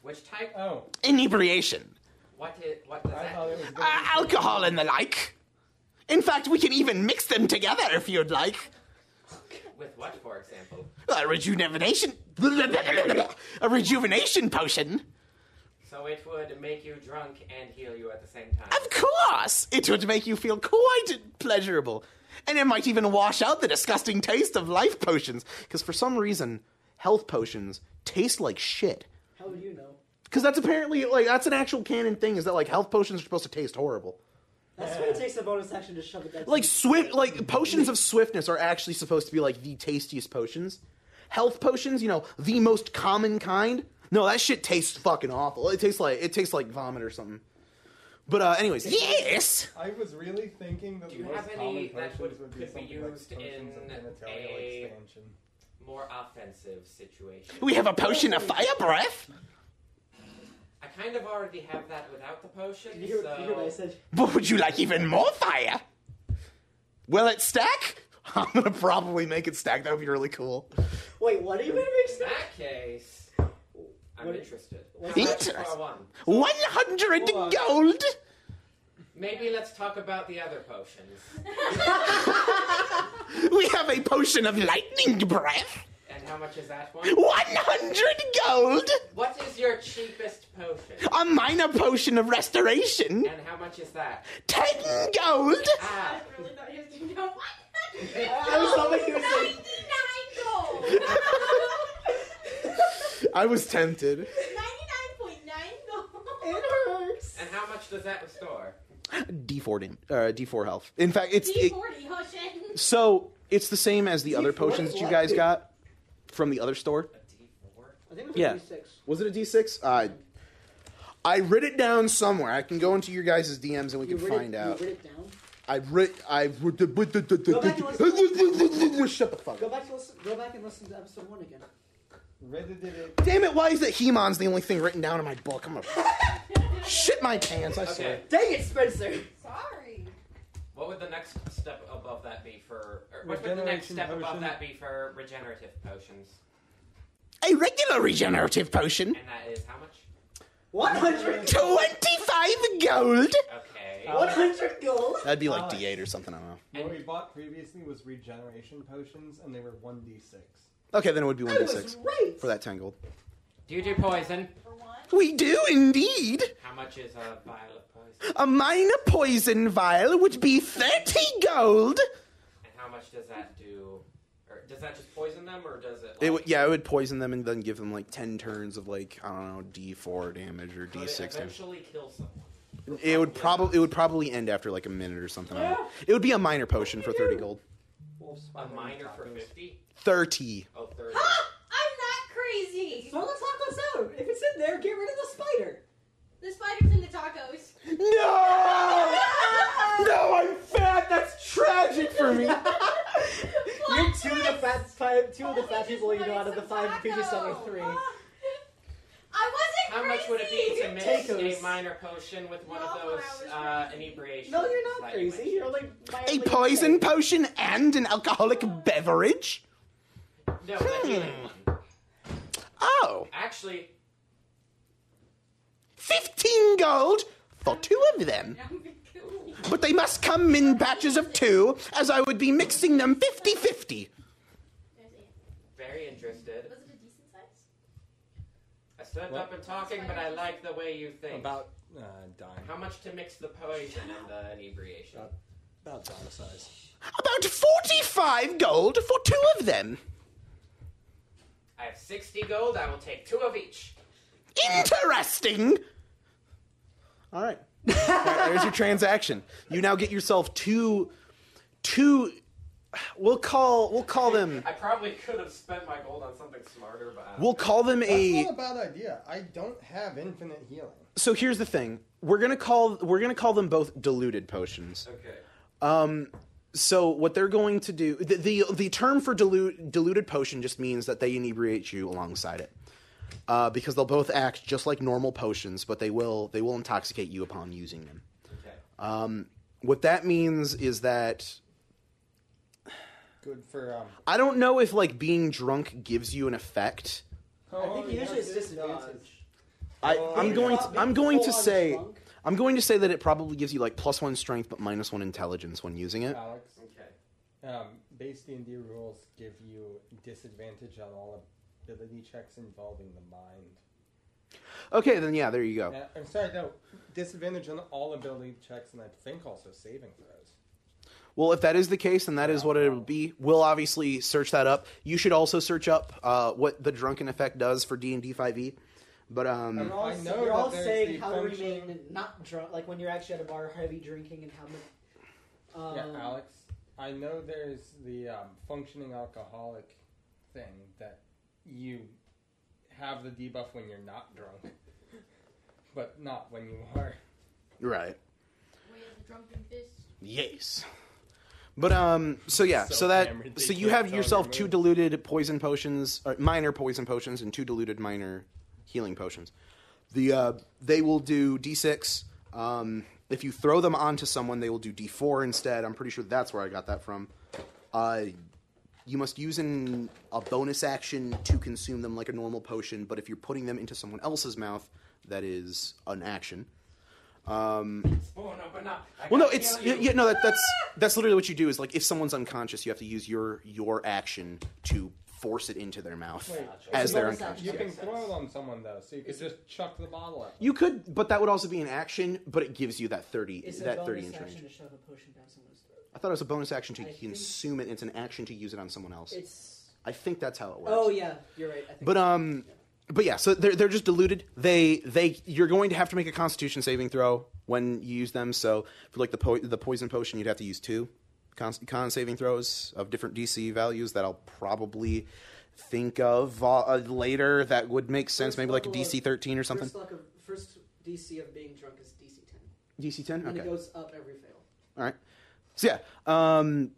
S4: Which type?
S5: Oh.
S8: Inebriation.
S4: What is? What does that?
S8: Ah, Uh, alcohol and the like.
S2: In fact, we can even mix them together if you'd like.
S4: With what, for example?
S2: A
S8: [LAUGHS]
S2: rejuvenation. A rejuvenation potion.
S4: So it would make you drunk and heal you at the same time.
S2: Of course! It would make you feel quite pleasurable. And it might even wash out the disgusting taste of life potions. Because for some reason, health potions taste like shit.
S1: How would you know?
S2: Because that's apparently, like, that's an actual canon thing is that, like, health potions are supposed to taste horrible.
S1: That's what it takes a bonus action to shove it down.
S2: Like, swift, like, potions of swiftness are actually supposed to be, like, the tastiest potions. Health potions, you know, the most common kind. No, that shit tastes fucking awful. It tastes like, it tastes like vomit or something. But, uh, anyways, yes!
S5: I was really thinking that
S4: Do you
S5: the most
S4: have
S5: common
S4: any that
S5: potions
S4: would,
S5: would
S4: could
S5: be
S4: be
S5: something like
S4: used in
S5: potions of genitalia
S4: a
S5: expansion.
S4: more offensive situation?
S2: We have a potion of fire breath?
S4: I kind of already have that without the potion,
S1: You hear,
S4: so
S1: you hear what I said?
S2: But would you like even more fire? Will it stack? [LAUGHS] I'm gonna probably make it stack. That would be really cool.
S1: Wait, what are you gonna make
S4: in that case, I'm interested.
S2: what's
S4: How much
S2: Interesting.
S4: for one?
S2: 100 gold?
S4: Maybe let's talk about the other potions.
S2: We have a potion of lightning breath.
S4: And how much is that
S2: [LAUGHS]
S4: one?
S2: 100 gold?
S4: What is your cheapest potion?
S2: A minor potion of restoration?
S4: And how much is that?
S2: 10 gold? [LAUGHS]
S4: Ah,
S3: really thought he was doing that. What?
S4: [LAUGHS]
S2: I was hoping he was
S3: [LAUGHS]
S2: saying-
S3: 99 gold. [LAUGHS]
S2: I was tempted.
S3: 99.9 gold. It hurts.
S4: and how much does that restore?
S2: D4 damage, uh, D4 health. In fact, it's it-
S3: D40, Hoshin.
S2: so it's the same as the other
S1: D4
S2: potions that you
S1: what?
S2: guys got from the other store.
S1: I think it was
S2: Yeah.
S1: a D6.
S2: Was it a D6? I I writ it down somewhere. I can go into your guys' DMs and we
S1: you
S2: can
S1: wrote
S2: find
S1: it,
S2: out.
S1: You wrote it down?
S2: I writ. I writ. Go
S1: back and
S2: Shut the fuck
S1: Go
S2: up.
S1: back, to listen, go back and listen to episode 1 again.
S2: Damn it! Why is it He-Mon's the only thing written down in my book? I'm gonna shit my pants. I swear.
S4: Okay.
S1: Dang it, Spencer!
S3: [LAUGHS] Sorry.
S4: What would the next step above that be for? Or what would the next
S5: Regeneration
S4: step above
S5: potion.
S4: that be for regenerative potions?
S2: A regular regenerative potion.
S4: And that is how much?
S5: [LAUGHS]
S1: 100
S2: Twenty-five gold.
S4: Okay.
S1: Uh, 100 gold?
S2: That'd be like
S5: Alex.
S2: D8 or something. I don't know.
S5: What we bought previously was regeneration potions, and they were one d six.
S2: Okay, then it would be
S5: I
S2: one
S5: was
S2: D6
S1: right.
S2: for that ten gold.
S4: Do you do poison?
S2: We do indeed.
S4: How much is a vial of poison?
S2: A minor poison vial would be thirty gold.
S4: And how much does that do? Or does that just poison them, or does it? Like,
S2: It would, yeah, it would poison them and then give them like ten turns of like I don't know D four damage or
S4: could
S2: D
S4: it
S2: six damage.
S4: eventually kill someone.
S2: It would probably it would probably end after like a minute or something. I don't know. It would be a minor potion for thirty gold.
S4: A minor for fifty.
S2: Thirty.
S4: Oh, 30.
S9: I'm not crazy.
S1: Throw the tacos out! If it's in there, get rid of the spider!
S9: The spider's in the tacos.
S2: No! [LAUGHS] No, I'm fat. That's tragic for
S1: [LAUGHS]
S2: me.
S1: You're two of the fat five, two of the fat people you know out of the five people you saw are
S3: [LAUGHS]
S1: three.
S9: I wasn't
S4: How
S9: crazy.
S4: much would it be
S3: [LAUGHS]
S4: to mix
S1: Tacos.
S4: a minor potion with one of those uh, inebriation?
S1: No, you're not
S4: that you
S1: crazy. You're like
S2: A
S1: mildly
S2: poison
S1: insane.
S2: potion and an alcoholic beverage.
S4: mentioned? No,
S2: Hmm.
S4: the healing one.
S2: Oh,
S4: Actually,
S2: 15 gold for two of them. But they must come in batches of two, as I would be mixing them 50 50.
S4: very interested.
S9: Was it a decent size?
S4: I stepped
S5: What?
S4: up and talking, but I like the way you think.
S5: About uh, dime.
S4: How much to mix the poison and the inebriation?
S5: About dime size.
S2: About 45 gold for two of them.
S4: I have 60 gold. I will take two of each.
S2: Interesting! All right. There's your transaction. You now get yourself two. Two. We'll call. We'll call them.
S4: I probably could have spent my gold on something smarter, but uh, I don't
S2: We'll call them a.
S5: That's not a bad idea. I don't have infinite healing.
S2: So here's the thing. We're gonna call. We're gonna call them both diluted potions.
S4: Okay.
S2: Um, so what they're going to do the the, the term for dilute, diluted potion just means that they inebriate you alongside it, uh, because they'll both act just like normal potions, but they will they will intoxicate you upon using them.
S4: Okay.
S2: Um, what that means is that
S5: Good for um.
S2: I don't know if like being drunk gives you an effect.
S5: Oh,
S1: I think usually it's disadvantage.
S2: I,
S1: Oh,
S2: I'm
S1: yeah.
S2: going. To, I'm going to say. I'm going to say that it probably gives you like plus one strength but minus one intelligence when using it.
S5: Alex. Okay. Um, base D and D rules give you disadvantage on all ability checks involving the mind.
S2: Okay, then yeah, there you go.
S5: Uh, I'm sorry, no disadvantage on all ability checks, and I think also saving throws.
S2: Well, if that is the case, then that is what it would be. We'll obviously search that up. You should also search up uh, what the drunken effect does for D and D five e. But um,
S5: We're all,
S2: I know
S1: we're
S2: that
S1: all
S2: there's
S1: saying
S2: the
S1: how to
S2: function-
S1: remain not drunk, like when you're actually at a bar, heavy drinking, and how much. Um,
S5: yeah, Alex. I know there's the um, functioning alcoholic thing that you have the debuff when you're not drunk, but not when you are.
S2: right.
S9: Way of the drunken fist.
S2: Yes. But um, so yeah, so,
S5: So
S2: that
S5: hammered they
S2: so you
S5: can't
S2: have
S5: tell
S2: yourself
S5: your
S2: two
S5: moves.
S2: diluted poison potions, or minor poison potions, and two diluted minor healing potions. The uh, they will do d6. Um, if you throw them onto someone, they will do d4 instead. I'm pretty sure that's where I got that from. Uh, you must use an, a bonus action to consume them like a normal potion, but if you're putting them into someone else's mouth, that is an action. Um,
S4: Oh, no, but not. I
S2: well, no,
S4: gotta
S2: it's
S4: kill
S2: yeah,
S4: you.
S2: yeah, no. That, that's that's literally what you do. Is like if someone's unconscious, you have to use your your action to force it into their mouth as they're unconscious.
S5: You
S2: yeah.
S5: can throw it on someone though, so you could just chuck the bottle
S1: [LAUGHS]
S5: at.
S2: You could, but that would also be an action. But it gives you that thirty
S1: it's a
S2: that thirty
S1: bonus
S2: inch
S1: action
S2: range.
S1: to shove a potion down someone's throat.
S2: I thought it was a bonus action to
S1: I think-
S2: consume it. It's an action to use it on someone else.
S1: It's
S2: I think that's how it works.
S1: oh yeah, you're right. I think
S2: But um, but yeah, so they're they're just diluted. They they you're going to have to make a Constitution saving throw when you use them. So for like the po- the poison potion, you'd have to use two con-, con saving throws of different DC values that I'll probably think of uh, uh, later. That would make sense. Maybe like a
S1: level
S2: DC
S1: of-
S2: thirteen or something.
S1: First, luck of, first DC of being drunk is DC ten,
S2: DC ten.
S1: and
S2: Okay.
S1: it goes up every fail.
S2: All right. So yeah, um,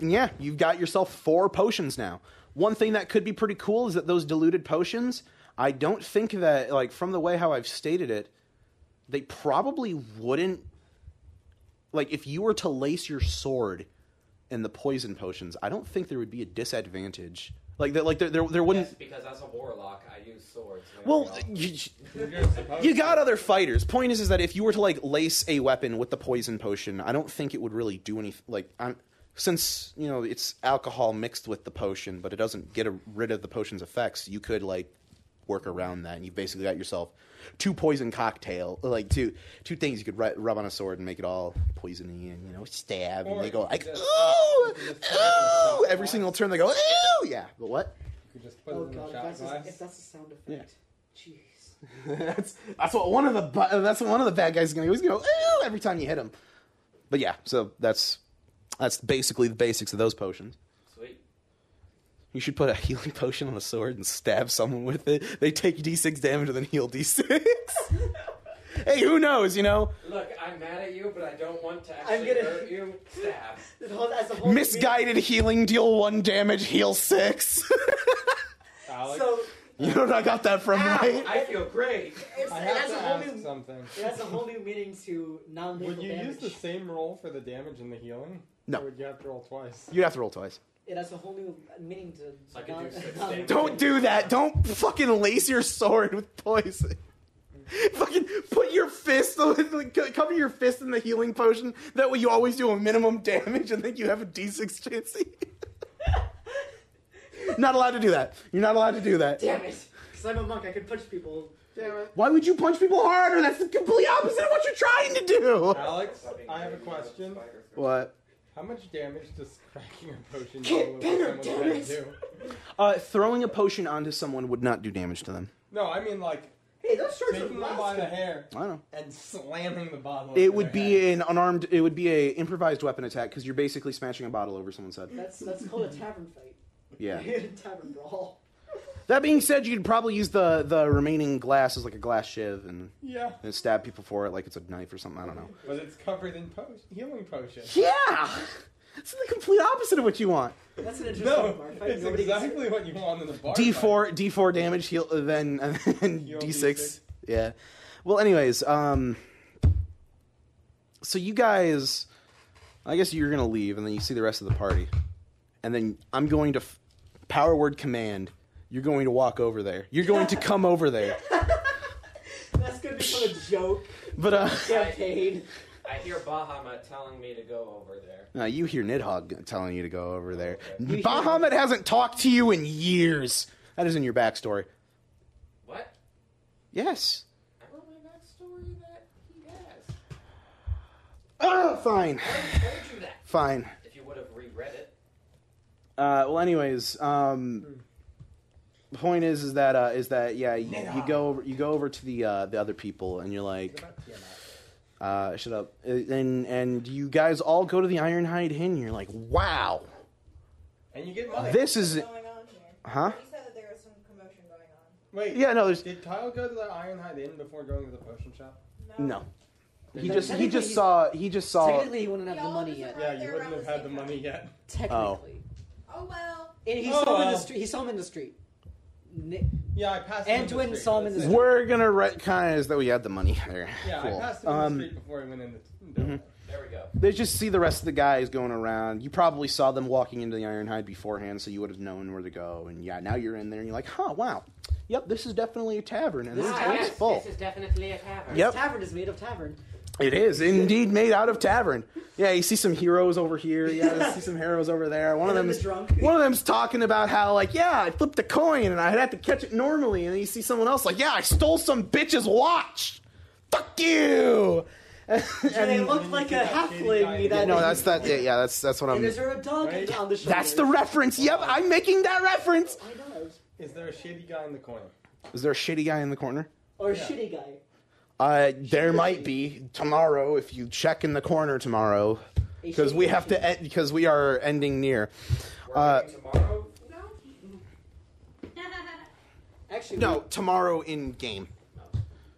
S2: yeah, you've got yourself four potions now. One thing that could be pretty cool is that those diluted potions. I don't think that like from the way how I've stated it, they probably wouldn't. Like if you were to lace your sword in the poison potions, I don't think there would be a disadvantage. Like that, like there, there, there wouldn't.
S4: Yes, because as a warlock, I use swords. and
S2: Well,
S4: everything
S2: you,
S4: else.
S2: you got other fighters. Point is, is that if you were to like lace a weapon with the poison potion, I don't think it would really do anything. Like, I'm, since you know it's alcohol mixed with the potion, but it doesn't get a, rid of the potion's effects. You could like work around that, and you basically got yourself two poison cocktail, like two two things you could ru- rub on a sword and make it all poisony, and you know stab, and they go like ooh, ooh, every single turn they go ooh, yeah. But what?
S5: You could just put
S1: Oh
S5: it in
S1: god,
S5: a
S1: if
S5: shot
S1: that's, a,
S5: glass.
S1: if that's a sound effect,
S2: Yeah.
S1: jeez. [LAUGHS]
S2: [LAUGHS] that's that's what one of the bu- that's what one of the bad guys is gonna go. He's gonna go "Ew," every time you hit him. But yeah, so that's that's basically the basics of those potions.
S4: Sweet.
S2: You should put a [LAUGHS] healing potion on a sword and stab someone with it. They take d6 damage and then heal d6. [LAUGHS] hey, who knows? You know,
S4: Look, I'm mad at you, but I don't want to
S1: I'm
S4: actually
S1: gonna-
S4: hurt you.
S2: [LAUGHS]
S4: Stab.
S1: As a whole
S2: misguided healing deal one damage, heal six. [LAUGHS]
S5: Alex,
S1: So
S2: you know what I got that from, right?
S4: I feel great.
S1: it's,
S5: I
S1: it
S5: have
S1: has
S5: to
S1: a whole
S5: ask
S1: new
S5: something.
S1: it has a whole new meaning to non-lethal
S5: Would you
S1: damage.
S5: use the same roll for the damage and the healing?
S2: No.
S5: Or would you have to roll twice?
S2: You'd have to roll twice.
S1: It has a whole new uh, meaning to
S4: So I could
S1: non-
S4: do six
S1: non- [LAUGHS]
S4: damage.
S2: Don't do that. Don't fucking lace your sword with poison. fucking put your fist, cover your fist in the healing potion. That way you always do a minimum damage and then you have a d6 chance. [LAUGHS] not allowed to do that. You're not allowed to do that.
S1: Damn it! Because I'm a monk, I can punch people. Damn it!
S2: Why would you punch people harder? That's the complete opposite of what you're trying to do.
S5: Alex, I have a question.
S2: What?
S5: How much damage does cracking a potion
S1: Get
S5: do?
S1: better,
S5: someone's
S1: damn
S5: head
S1: it.
S5: do?
S2: Uh, throwing a potion onto someone would not do damage to them.
S5: No, I mean like
S1: Hey, those shorts are
S5: taking them by the
S1: blasting.
S5: hair
S2: I don't know.
S5: and slamming the bottle.
S2: It would be an unarmed. It would be a improvised weapon attack because you're basically smashing a bottle over someone's head.
S1: That's that's called a tavern fight.
S2: Yeah.
S1: [LAUGHS] tavern brawl.
S2: That being said, you could probably use the the remaining glass as like a glass shiv and,
S5: Yeah,
S2: and stab people for it like it's a knife or something. I don't know.
S5: but it's covered in po- healing potion.
S2: Yeah, it's the complete opposite of what you want.
S1: That's an interesting
S5: No,
S1: bar fight.
S5: it's
S1: Nobody gets-
S5: exactly what you want in a bar.
S2: D
S5: fight.
S2: four D four damage heal uh, then [LAUGHS] and then
S5: Heal
S2: D
S5: D6.
S2: six. Yeah. Well, anyways, um, so you guys, I guess you're gonna leave and then you see the rest of the party, and then I'm going to f- power word command. [LAUGHS] You're going to walk over there. You're going to come over there.
S1: That's gonna become a
S4: joke.
S2: But, uh, [LAUGHS]
S4: Champagne. I, hear Bahama telling me to go over there.
S2: No, you hear Nidhogg telling you to go over there. Bahamut hasn't talked to you in years. That is in your backstory.
S4: What?
S2: Yes.
S4: I wrote my backstory that he has.
S2: Oh, fine.
S4: I told you that.
S2: Fine.
S4: If you would have reread it.
S2: Uh, well, anyways, um, the point is, is that uh, is that yeah, you, you go over, you go over to the uh, the other people, and you're like, uh, shut up, Uh, and and you guys all go to the Ironhide Inn. You're like, wow,
S28: And you get
S2: money. This is-
S28: going on here.
S2: huh?
S28: You said that there was some commotion going on.
S5: Wait.
S2: Yeah, no, there's-
S5: Did Kyle go to the Ironhide Inn before going to the potion shop?
S2: No, he
S5: Technically,
S2: just he just
S5: he's-
S2: saw he just saw.
S1: Technically, he wouldn't have the money yet.
S5: Yeah, you wouldn't have had the money
S1: [LAUGHS]
S5: yet.
S2: Oh,
S28: Oh well.
S1: And he
S5: Oh,
S1: saw him in the
S5: well.
S1: street. He saw him in the street.
S5: yeah, I passed.
S1: him. Antoine saw him in the street.
S2: we're gonna retcon is that we had the money there.
S5: Yeah,
S2: Cool.
S5: I passed him in
S2: Um,
S5: the street before I went in. The
S2: mhm.
S4: There we go.
S2: They just see the rest of the guys going around. You probably saw them walking into the Ironhide beforehand, so you would have known where to go. And yeah, now you're in there, and you're like, "Huh, wow, yep, this is definitely a tavern, and this
S4: Ah,
S2: place
S4: yes,
S2: is full.
S4: This is definitely a tavern.
S2: Yep.
S1: Tavern is made of tavern.
S2: It is indeed made out of tavern. Yeah, you see some heroes over here. Yeah, you see some heroes over there. One
S1: And
S2: of
S1: then
S2: them's
S1: the drunk.
S2: One of them's talking about how like, yeah, I flipped a coin and I had to catch it normally. And then you see someone else like, yeah, I stole some bitch's watch. Fuck [LAUGHS] you. And,
S1: they looked like a halfling. That
S2: no, that's that. Yeah, yeah, that's that's what I'm.
S1: And is there a dog on the shoulder?
S2: That's the reference. Yep, I'm making that reference.
S5: Is there a shitty guy in the corner?
S2: Is there a shitty guy in the corner?
S1: Or a shitty guy.
S2: Uh, there might be tomorrow if you check in the corner tomorrow, because we have to end because we are ending near. Uh,
S4: tomorrow?
S1: Actually,
S2: no, tomorrow in game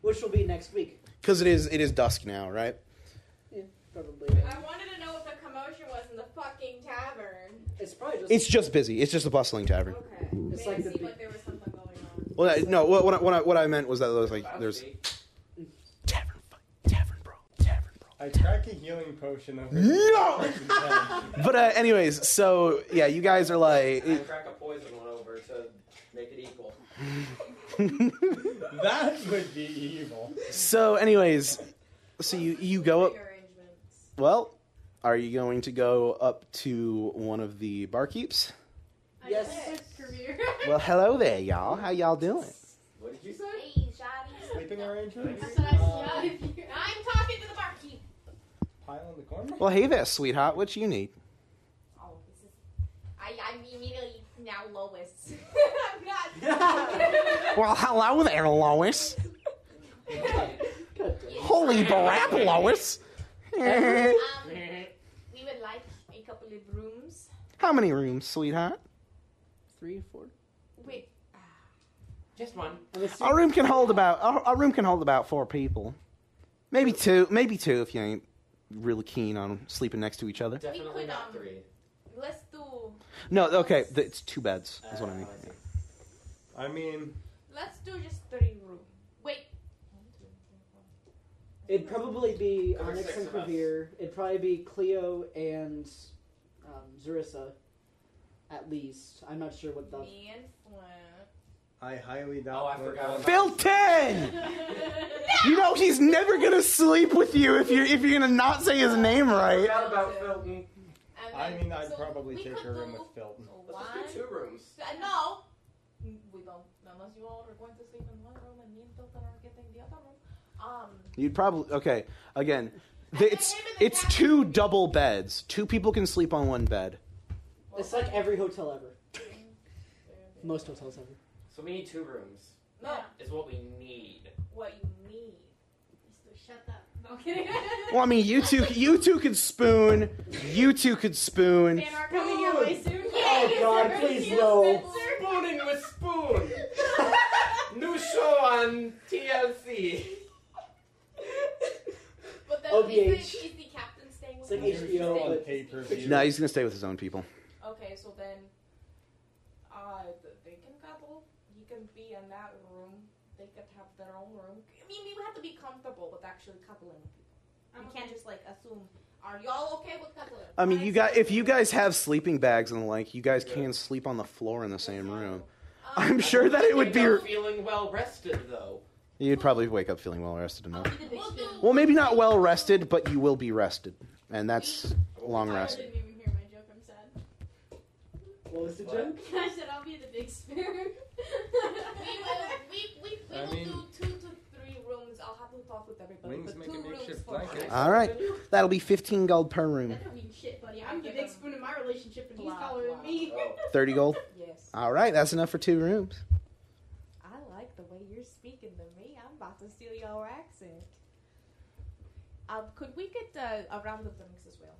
S1: which will be next week.
S2: because it is it is dusk now, right?
S1: Yeah, probably.
S3: I wanted to know what the commotion was in the fucking tavern.
S1: It's probably just.
S2: It's just busy. It's just a bustling tavern.
S3: Okay.
S1: It's like the.
S3: Like there was something going on.
S2: Well, that- no, what what I, what I, what I meant was that there was like there's [LAUGHS]
S5: I crack a healing potion over.
S2: No! [LAUGHS] but uh, anyways, so yeah, you guys are like [LAUGHS]
S4: I crack a poison one over to make it equal.
S5: that would be evil.
S2: so. Anyways, so you you go up. Well, are you going to go up to one of the barkeeps?
S1: Yes.
S9: [LAUGHS]
S2: Well, hello there, y'all. How y'all doing?
S4: What did you say?
S5: Sleeping arrangements?
S3: I'm talking to the barkeep.
S5: Uh, Pile in the corner?
S2: Well, hey there, sweetheart. What you need?
S3: Oh, this is. I, I'm immediately now Lois. [LAUGHS] I'm not.
S2: Well, hello there, Lois. [LAUGHS] Holy barap, Lois. [LAUGHS]
S3: um, we would like a couple of rooms
S2: How many rooms, sweetheart?
S1: Three, four.
S3: with
S4: [LAUGHS] Just one.
S2: Our room can hold about our, our room can hold about four people, maybe two, maybe two if you ain't really keen on sleeping next to each other.
S4: Definitely not three.
S3: Let's do
S2: No, okay, th- it's two beds. Is what I mean.
S4: Uh,
S5: I mean,
S3: let's do just three room. Wait,
S1: It'd probably be uh,
S4: There were
S1: Onyx
S4: six
S1: and
S4: of us.
S1: Kravir. It'd probably be Cleo and um, Zarissa, at least. I'm not sure what the.
S3: me and Flint.
S5: I highly doubt. Oh, I forgot.
S2: Phil ten.
S3: [LAUGHS]
S2: You know he's never gonna sleep with you if you if you're gonna not say his name right.
S4: Forgot about Filton.
S5: [LAUGHS] I mean, I'd probably take a room with Philton.
S4: Let's just do two rooms.
S3: Uh, No, Mm, we don't. Unless you all are going to sleep in one room and me and Philton are getting the other room. Um,
S2: You'd probably okay. Again, th- it's it's two double beds. Two people can sleep on one bed.
S1: It's like every hotel ever. Most hotels ever.
S4: So we need two rooms.
S3: no,
S4: Is what we need.
S3: what you need is to shut up. No I'm kidding. [LAUGHS]
S2: Well, I mean, you two you two could spoon. You two could spoon.
S3: Fan are coming your way soon.
S1: Oh, God, please, no.
S4: Spooning with spoon. New show on TLC.
S3: But then
S1: OBH.
S3: Is, the, is the captain staying with
S1: It's like
S3: us?
S1: HBO,
S5: on
S1: but-
S5: pay-per-view.
S2: No, he's gonna stay with his own people.
S3: Okay, so then, uh, th- they can cuddle. He can be in that room. They could have their own room. I mean, we have to be comfortable with actually cuddling with people. You can't just like assume. Are y'all okay with cuddling?
S2: I mean, you got if you guys have sleeping bags and the like, you guys can sleep
S3: um,
S2: on the floor in the same room. I'm sure that it would be.
S5: [LAUGHS]
S4: feeling well rested though.
S2: You'd probably wake up feeling well rested enough.
S9: [LAUGHS]
S3: We'll do
S2: Well, maybe not well rested, but you will be rested, and that's long
S6: I
S2: rest.
S6: didn't even hear my joke. I'm sad.
S1: What was the
S6: joke?
S9: [LAUGHS]
S6: I said I'll be the big spear.
S3: we will, we, we, we
S2: I
S3: will
S2: mean-
S3: do two to three rooms. I'll have to talk with everybody.
S5: Wings
S3: but
S5: make a
S3: two
S5: makeshift
S3: rooms for
S5: blanket.
S3: us.
S2: All right, that'll be fifteen gold per room.
S6: That don't mean shit, buddy. I'm the big spoon in my relationship, and he's
S3: Blah,
S6: taller than me.
S5: Oh,
S2: Thirty gold.
S3: Yes.
S2: All right, that's enough for two rooms.
S3: I like the way you're speaking to me. I'm about to steal your accent. Um, could we get uh, a round of drinks as well?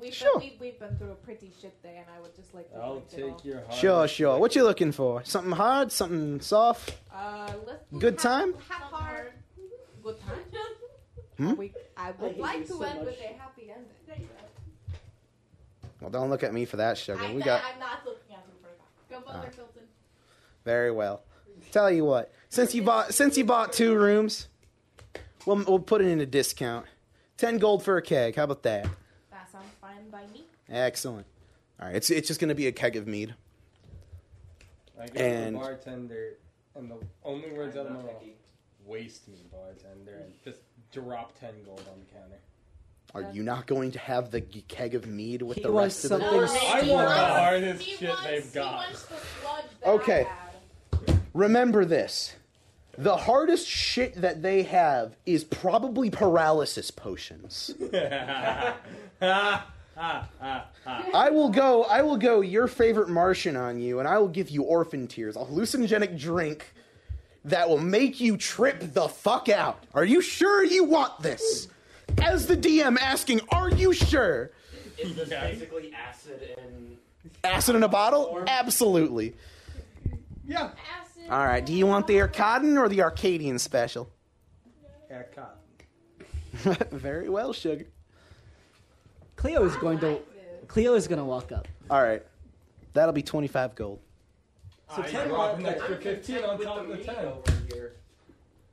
S3: We've,
S2: Sure.
S3: been, we've, we've been through a pretty shit day, and I would just like to
S5: I'll
S3: drink it
S5: take your heart.
S2: Sure, sure. What you looking for? Something hard, something soft.
S3: all. Uh, let's do
S2: Good
S3: half-
S2: time?
S3: Half hard. Good time.
S2: Hmm?
S3: [LAUGHS] We, I
S6: I
S3: would
S6: hate you
S3: like to
S6: so
S3: end
S6: much.
S3: with a happy ending.
S2: Well, don't look at me for that, sugar.
S3: I,
S2: We got Ah.
S3: I'm not looking at him for that. Go bother Hilton.
S2: very well. Tell you what, since you bought since you bought two rooms, we'll we'll put it in a discount. Ten gold for a keg. How about that?
S3: That sounds fine by me.
S2: Excellent. All right, it's it's just gonna be a keg of mead.
S5: I go
S2: And-
S5: to the bartender, and the only words out of my mouth, waste me, bartender, and just drop 10 gold on the counter. [LAUGHS]
S2: Are you not going to have the g- keg of mead with
S5: He
S2: the
S5: wants
S2: rest of the
S5: something I want the hardest
S3: He
S5: shit
S3: wants-
S5: they've got.
S3: He wants the sludge that
S2: Okay.
S3: I had.
S2: Remember this. The hardest shit that they have is probably paralysis potions. I will go. I will go. Your favorite Martian on you, and I will give you orphan tears, a hallucinogenic drink that will make you trip the fuck out. Are you sure you want this? As the DM asking, are you sure?
S25: Is this basically acid and
S2: Acid in a bottle? Absolutely.
S5: Yeah.
S2: All right. Do you want the Arcadon or the Arcadian special? [LAUGHS]
S5: Haircut.
S2: Very well, sugar.
S1: Cleo is going
S3: [LAUGHS]
S1: to. Cleo is going to walk up.
S2: All right. That'll be twenty-five gold.
S5: So 10 drop an extra 15 on top of the 10.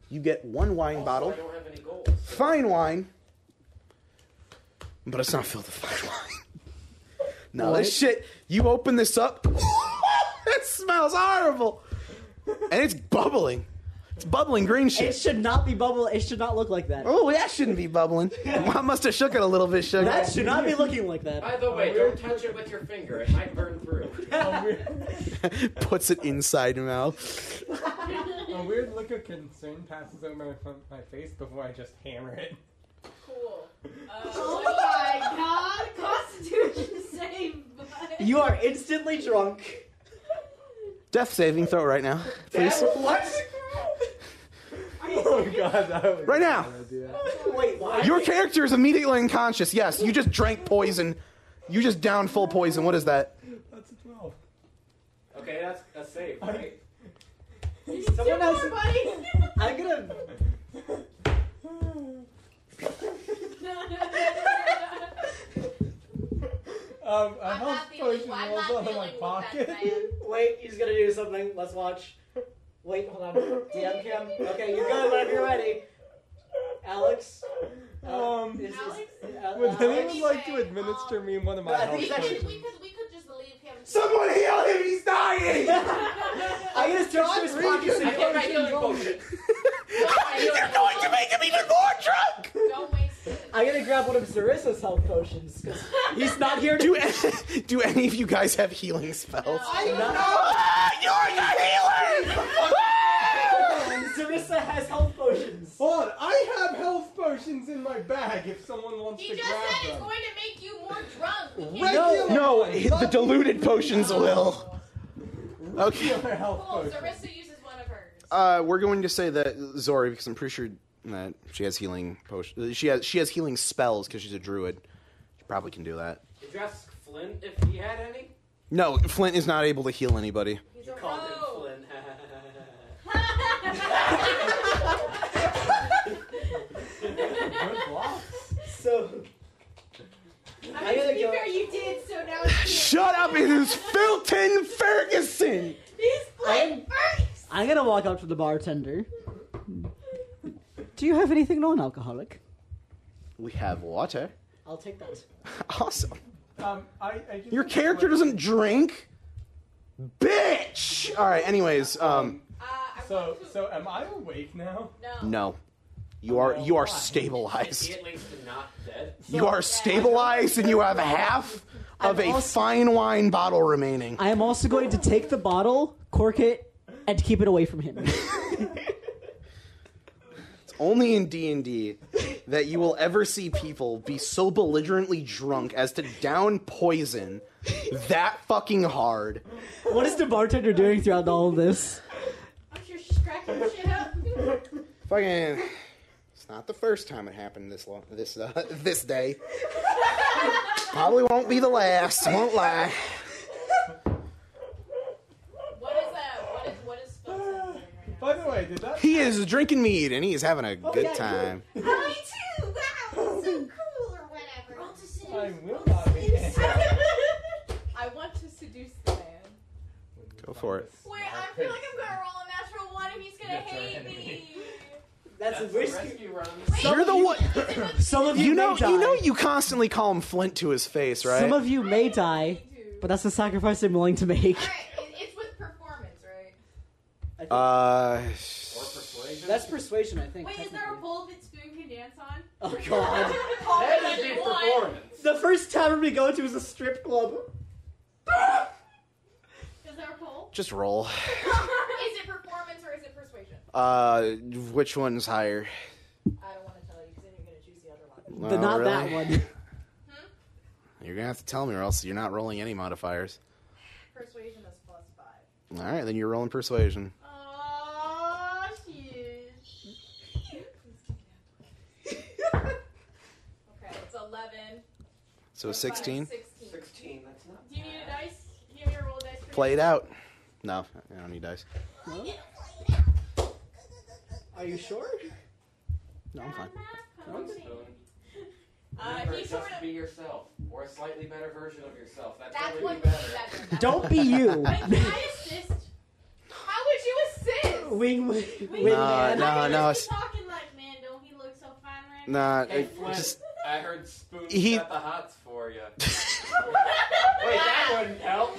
S2: You get one wine bottle.
S25: I don't have any gold.
S2: fine wine, but it's not filled with fine wine. [LAUGHS] No,
S21: What?
S2: this shit. You open this up, [LAUGHS] it smells horrible,
S5: [LAUGHS]
S2: and it's bubbling. It's bubbling green shit.
S1: It should not be bubble. It should not look like that.
S2: Oh, that shouldn't be
S1: [LAUGHS]
S2: bubbling. I must have shook it a little bit, sugar.
S1: That should not be looking like that.
S4: By the way, don't touch it with your finger. It might burn
S5: [LAUGHS]
S4: through.
S2: [LAUGHS] Puts it inside mouth.
S5: A weird look of concern passes over my, front- my face before I just hammer it.
S6: Cool. oh my god! Constitution save. bud.
S1: You are instantly drunk.
S2: Death saving throw right now, please.
S1: what?
S5: [LAUGHS] Oh god, that was
S2: Right now.
S3: Oh
S1: Wait, why?
S2: Your character is immediately unconscious. Yes, you just drank poison. You just downed full poison. What is that?
S5: That's a 12.
S25: Okay, that's a save, right?
S1: Someone else. [LAUGHS] I'm gonna.
S5: Um, I
S1: I'm
S5: health
S1: not feeling-
S5: potion
S1: I'm
S5: rolls
S1: not
S5: out of my
S1: feeling what that
S5: pocket.
S1: Wait, he's gonna do something. Let's watch. Wait, hold on. DM Kim. Okay, you're good whenever you're ready. Alex.
S5: [LAUGHS] Um,
S1: Is- is- uh,
S5: Would
S1: uh,
S5: anyone like to administer me one of my
S1: I
S5: health
S1: think
S3: um, We
S1: it's
S3: could,
S5: potions?
S3: we could, we could just leave him. [LAUGHS]
S5: Someone heal him,
S2: [LAUGHS]
S5: he's dying!
S1: I just search for his pockets and
S6: get my
S1: potions roll.
S2: [LAUGHS]
S6: You're going to make him even
S2: more drunk.
S3: Don't waste it.
S1: I'm gonna grab one of Zarissa's health potions because he's not here to. [LAUGHS]
S2: Do, do any of you guys have healing spells? Ah, you're the healer!
S1: [LAUGHS] Zarissa has health potions.
S5: Hold on, I have health potions in my bag if someone wants
S3: He
S5: to
S3: just
S5: grab
S3: said it's
S5: them.
S3: going to make you more drunk. We can't
S2: No, no, hit the diluted potions will. [LAUGHS] Okay.
S3: Cool. Sarissa uses one of hers.
S2: Uh, we're going to say that Zori, because I'm pretty sure that she has healing potion. She has she has healing spells because she's a druid. She probably can do that.
S25: Did you ask Flynn if he had any?
S2: No, Flint is not able to heal anybody.
S25: you called him
S3: [LAUGHS]
S25: Flynn.
S3: [LAUGHS]
S1: So.
S6: I mean,
S1: gotta
S6: to be
S1: go-
S6: fair, you did, so now
S2: [LAUGHS] [LAUGHS]
S6: it's
S2: Shut up! It is Filton Ferguson.
S6: He's playing first.
S1: I'm gonna walk up to the bartender. Do you have anything non-alcoholic?
S2: We have water.
S1: I'll take that.
S2: Awesome.
S5: Um, I, I just
S2: Your character doesn't drink. Bitch. All right. Anyways, um,
S3: Uh, I
S5: So, so am I awake now?
S2: No. You are you
S4: [LAUGHS]
S2: are
S4: Is he
S2: stabilized.
S4: at least not dead?
S2: You are stabilized and you have half of a fine wine bottle remaining.
S1: I am also going to take the bottle, cork it, and keep it away from [LAUGHS] him.
S2: It's only in D&D that you will ever see people be so belligerently drunk as to down poison that fucking hard.
S1: what is the bartender doing throughout all of this?
S3: shit up.
S2: Fucking It's not the first time it happened this long, this uh, [LAUGHS] this day. Probably won't be the last. Won't lie.
S3: What is that? What is what is Phil saying?
S5: By the way, did that?
S2: He is drinking mead and he is having a
S5: Oh,
S2: good
S5: yeah,
S2: time.
S5: [LAUGHS]
S6: Me too! Wow! So cool or whatever. I'll just sit
S5: I will not be
S3: [LAUGHS] I want to seduce the man.
S2: Go for it.
S3: Wait, I feel like I'm gonna roll a natural one and he's gonna hate me.
S1: That's,
S29: a risky run.
S2: You're the one.
S1: Some of you,
S2: You know,
S1: may die.
S2: you know, you constantly call him Flint to his face, right?
S1: Some of you may die, but that's the sacrifice I'm willing to make.
S3: It's with performance, right?
S2: Uh,
S4: Or persuasion?
S1: That's persuasion, I think.
S3: Wait, is there a bowl that Spoon can dance on?
S1: Oh
S3: [LAUGHS]
S1: god.
S3: Call it what you want.
S1: The first tavern we go to is a strip club.
S3: Is there a
S2: [LAUGHS]
S3: bowl?
S2: just roll.
S3: is it performance or is it persuasion?
S2: Uh, which one's higher?
S30: I don't want to tell you because then you're going to choose the other one.
S2: No,
S1: But not that
S2: really? [LAUGHS]
S1: one.
S2: You're gonna have to tell me, or else you're not rolling any modifiers.
S3: Persuasion is plus five.
S2: All right, then you're rolling persuasion.
S3: Oh shit. okay, it's eleven.
S2: So 16.
S3: Sixteen.
S4: Sixteen. That's not.
S3: Do you need a dice? Do you want me to roll a dice? for
S2: Play
S3: you?
S2: it out. No, I don't need dice.
S1: Are you sure?
S2: No, I'm fine.
S3: Uh,
S4: Remember,
S3: he's
S4: just
S3: sort of-
S4: be yourself, or a slightly better version of yourself. That's,
S3: That's
S4: what
S3: what
S4: we
S3: we
S4: better.
S3: better.
S1: Don't be
S2: [LAUGHS]
S1: you.
S3: Wait, can I assist? How would you assist?
S1: Wing, wing,
S3: Wait,
S2: No,
S1: man.
S2: no,
S3: I
S2: no.
S3: just
S2: it's-
S3: be talking like, man, don't he look so fine right
S2: Nah,
S4: Hey,
S2: it-
S4: Flint,
S2: just [LAUGHS]
S4: I heard Spoon
S2: He-
S4: got the hots for you.
S3: now?
S4: Wait, that wouldn't help.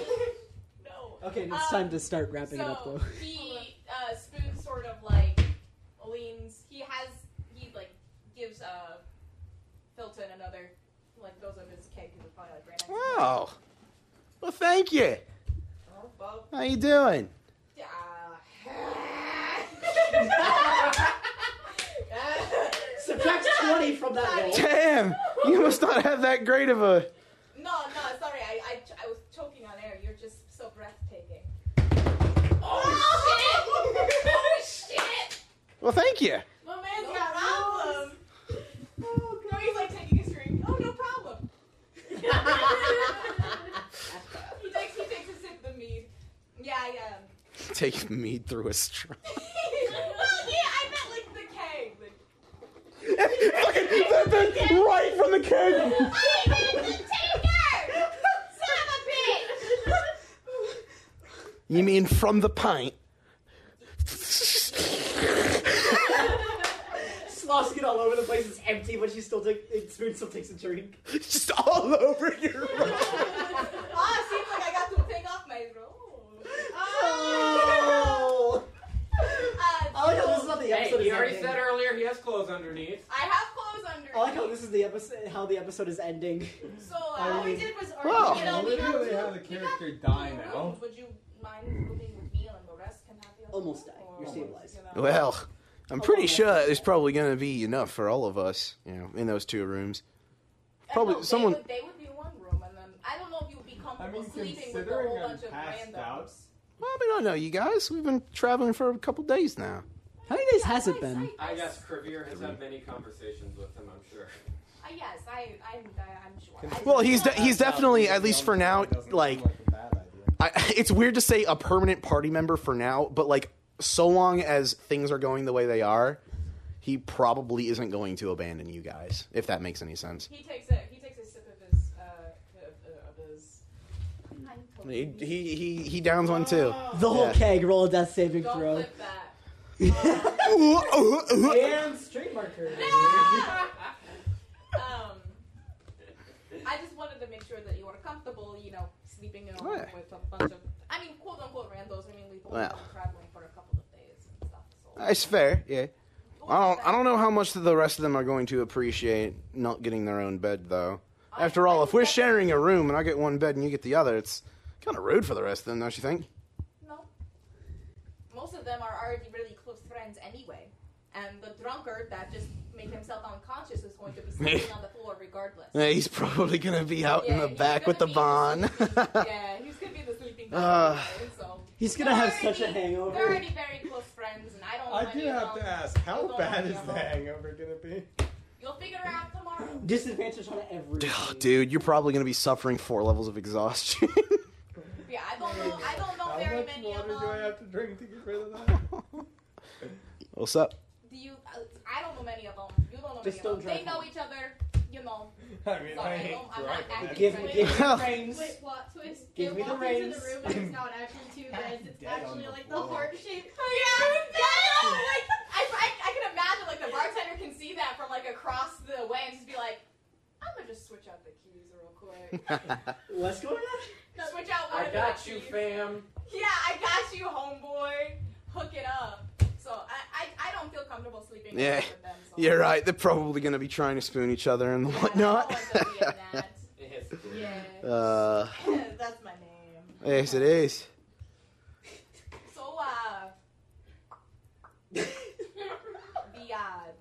S1: Okay, it's time to start wrapping it up
S3: So
S1: though.
S3: he uh, spoon sort of like leans. He has he like gives uh Filton another like goes up his keg because it's probably like right next to him.
S2: Oh, well, thank you.
S3: Oh, well,
S2: How you doing?
S3: [LAUGHS]
S1: Subtract 20 from that roll. [LAUGHS]
S2: Damn, you must not have that great of a.
S3: No, no, sorry, I, I, ch- I was choking on air. You're just so breathtaking. Oh, shit! oh shit!
S2: Well, thank you. [LAUGHS]
S3: My man's got problem. Oh, no, he's like taking a drink. Oh, no [LAUGHS] problem. he takes he takes a sip of the mead. Yeah, um, yeah.
S2: Take me through a straw. [LAUGHS]
S3: well, yeah, I meant like the keg. Like,
S2: right from
S1: [LAUGHS]
S2: the keg. You mean from the pint? [LAUGHS]
S1: Sloshing it all over the place. It's empty, but she still takes. Spoon still takes a drink.
S2: Just all over your room.
S3: Ah, seems like I got to take off my robe.
S1: Oh!
S3: Uh,
S1: [LAUGHS] I like how this is not the
S4: Hey,
S1: episode.
S4: he
S1: is
S4: already
S1: ending.
S4: said earlier he has clothes underneath.
S3: I have clothes under.
S1: I like how this is the episode. How the episode is
S3: [LAUGHS]
S1: ending.
S3: So uh, all we did was argue.
S1: Wow.
S3: You know, we have
S5: Literally
S3: two
S5: how the character die now.
S3: rooms. Would you mind moving with me and the rest can have the other
S1: Almost
S3: room,
S1: die.
S3: or-
S1: You're stabilized.
S2: [LAUGHS] Well, I'm pretty sure there's probably going to be enough for all of us, you know, in those two
S3: Uh,
S2: rooms. Probably
S3: no, they
S2: someone.
S3: Would, they would be one room, and then I don't know if you would be
S5: I
S3: comfortable
S5: mean,
S3: sleeping with a whole
S5: considering I'm
S3: bunch of
S5: passed out,
S3: randoms.
S2: Well, we don't know you guys. We've been traveling for a couple days now.
S1: How many days has it been?
S4: I guess Crevier has had many conversations with him, I'm
S3: [LAUGHS]
S4: sure.
S3: Uh, yes, I, I'm, I, I'm sure. I uh,
S2: Well,
S3: just-
S2: he's de- he's definitely at least for now like. I, [LAUGHS] it's weird to say a permanent party member for now, but like so long as things are going the way they are, he probably isn't going to abandon you guys. If that makes any sense.
S3: He takes a he takes a sip of his uh, of, of his.
S2: He he he, he downs one [LAUGHS] too.
S1: The whole keg roll a death saving
S3: Don't
S1: throw.
S3: flip that.
S2: [LAUGHS]
S1: and street
S3: [LAUGHS]
S1: marker.
S3: um, I just wanted to make sure that you are comfortable, you know, sleeping in a room
S2: Yeah.
S3: with a bunch of, I mean, quote unquote randos. I mean, we've only
S2: Well.
S3: been traveling for a couple of days.
S2: It's fair, yeah. I don't, I don't know how much the rest of them are going to appreciate not getting their own bed, though. After all, if we're sharing a room and I get one bed and you get the other, it's kind of rude for the rest of them, don't you think?
S3: No. Most of them are already really close friends anyway. And the drunkard that just made himself unconscious is going
S1: [LAUGHS]
S3: to be sleeping on the floor regardless.
S2: Yeah, he's probably going to be out in
S3: Yeah,
S2: the
S3: he's
S2: back with the Vaughn. [LAUGHS]
S3: yeah, he's gonna be the sleeping dog.
S2: Uh,
S1: Ah.
S3: anyway, so
S1: He's gonna
S3: They're
S1: have such a
S3: already-
S1: hangover.
S3: They're already very close friends, and I don't.
S5: I
S3: want
S5: do
S3: you
S5: have
S3: know,
S5: to ask,
S3: you
S5: how
S3: don't
S5: bad
S3: want
S5: is
S3: your
S5: the
S3: home.
S5: hangover gonna be?
S3: You'll figure it out
S5: [LAUGHS]
S3: tomorrow.
S1: Disadvantage on everything.
S2: Dude, you're probably going to be suffering four levels of exhaustion.
S3: Yeah, I don't know. I don't know
S5: How
S3: very
S5: much
S3: many
S5: water
S3: of
S5: do
S3: them.
S5: I have to drink to get rid of that?
S2: [LAUGHS]
S5: [LAUGHS]
S2: What's up?
S3: Do you? uh, I don't know many of them. You don't know
S1: Just
S3: many
S1: don't
S3: of them. They
S1: drive
S3: know each other. You know.
S5: I mean,
S3: so
S5: I
S3: I
S5: hate
S3: don't, I'm not acting
S5: Give-
S3: friendly.
S5: give me the
S3: Wait,
S5: reins.
S3: wait,
S22: Walk to his,
S5: Give
S22: they
S5: me the
S22: walk into
S5: reins.
S22: the room and it's not actually two beds. It's
S5: Dead on
S22: actually
S5: the
S22: like
S5: floor.
S22: the heart shape.
S3: Yeah, yeah, like, I, I, I can imagine like the bartender can see that from like across the way and just be like, I'm gonna just switch out the keys real quick.
S1: What's going on?
S3: switch out one
S4: I
S3: of
S4: got
S3: the
S4: you,
S3: keys.
S4: fam.
S3: Yeah, I got you, homeboy. Hook it up. So I, I, I don't feel comfortable sleeping
S2: Yeah.
S3: with them. So.
S2: [LAUGHS] You're right. They're probably going to be trying to spoon each other and
S3: [LAUGHS]
S2: whatnot.
S3: Yeah.
S2: [LAUGHS] uh,
S3: [LAUGHS] That's my name.
S2: yes, it is.
S3: So uh, the uh,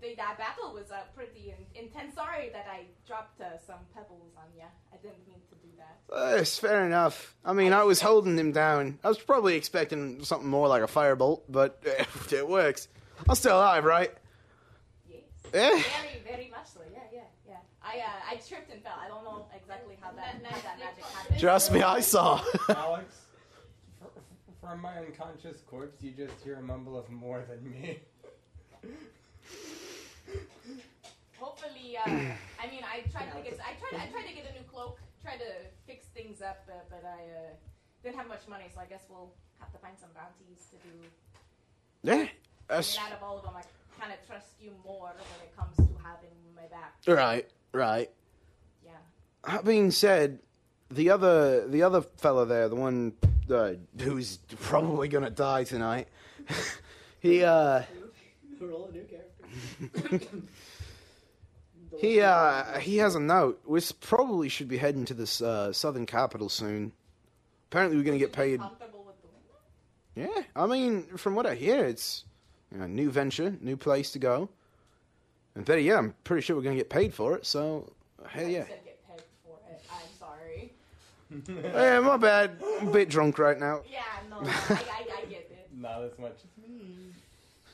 S3: the that battle was uh, pretty in- intense. Sorry that I dropped uh, some pebbles on ya. I didn't mean to do that.
S2: Uh, it's fair enough. I mean, I was holding him down. I was probably expecting something more like a firebolt, but [LAUGHS] it works. I'm still alive, right? Eh?
S3: Very, very much so. Yeah, yeah, yeah. I uh, I tripped and fell. I don't know exactly how that how that magic happened.
S2: Trust me, I saw.
S5: Alex, fr- from my unconscious corpse, you just hear a mumble of more than me.
S3: Hopefully, uh, I mean, I tried to get I tried I tried to get a new cloak. Tried to fix things up, uh, but I uh, didn't have much money, so I guess we'll have to find some bounties to do.
S2: [LAUGHS] Yeah.
S3: I
S2: That's
S3: mean, out of all of them, I kind of trust you more when it comes to having my back.
S2: right. Right.
S3: Yeah.
S2: That being said, the other the other fella there, the one uh, who's probably gonna die tonight, [LAUGHS] he uh [LAUGHS]
S1: Roll a new character.
S2: he uh he has a note. We s- probably should be heading to this uh, southern capital soon. Apparently, we're gonna get paid.
S3: Comfortable with the
S2: Yeah, I mean, from what I hear, it's you know, new venture, new place to go. And better yeah, I'm pretty sure we're gonna get paid for it. So hell yeah.
S3: I said get pegged for it. I'm sorry.
S2: Yeah, my bad. I'm a bit drunk right now.
S3: Yeah, no, I, I, I get [LAUGHS] it.
S5: Not as much as
S3: Hmm.
S5: me.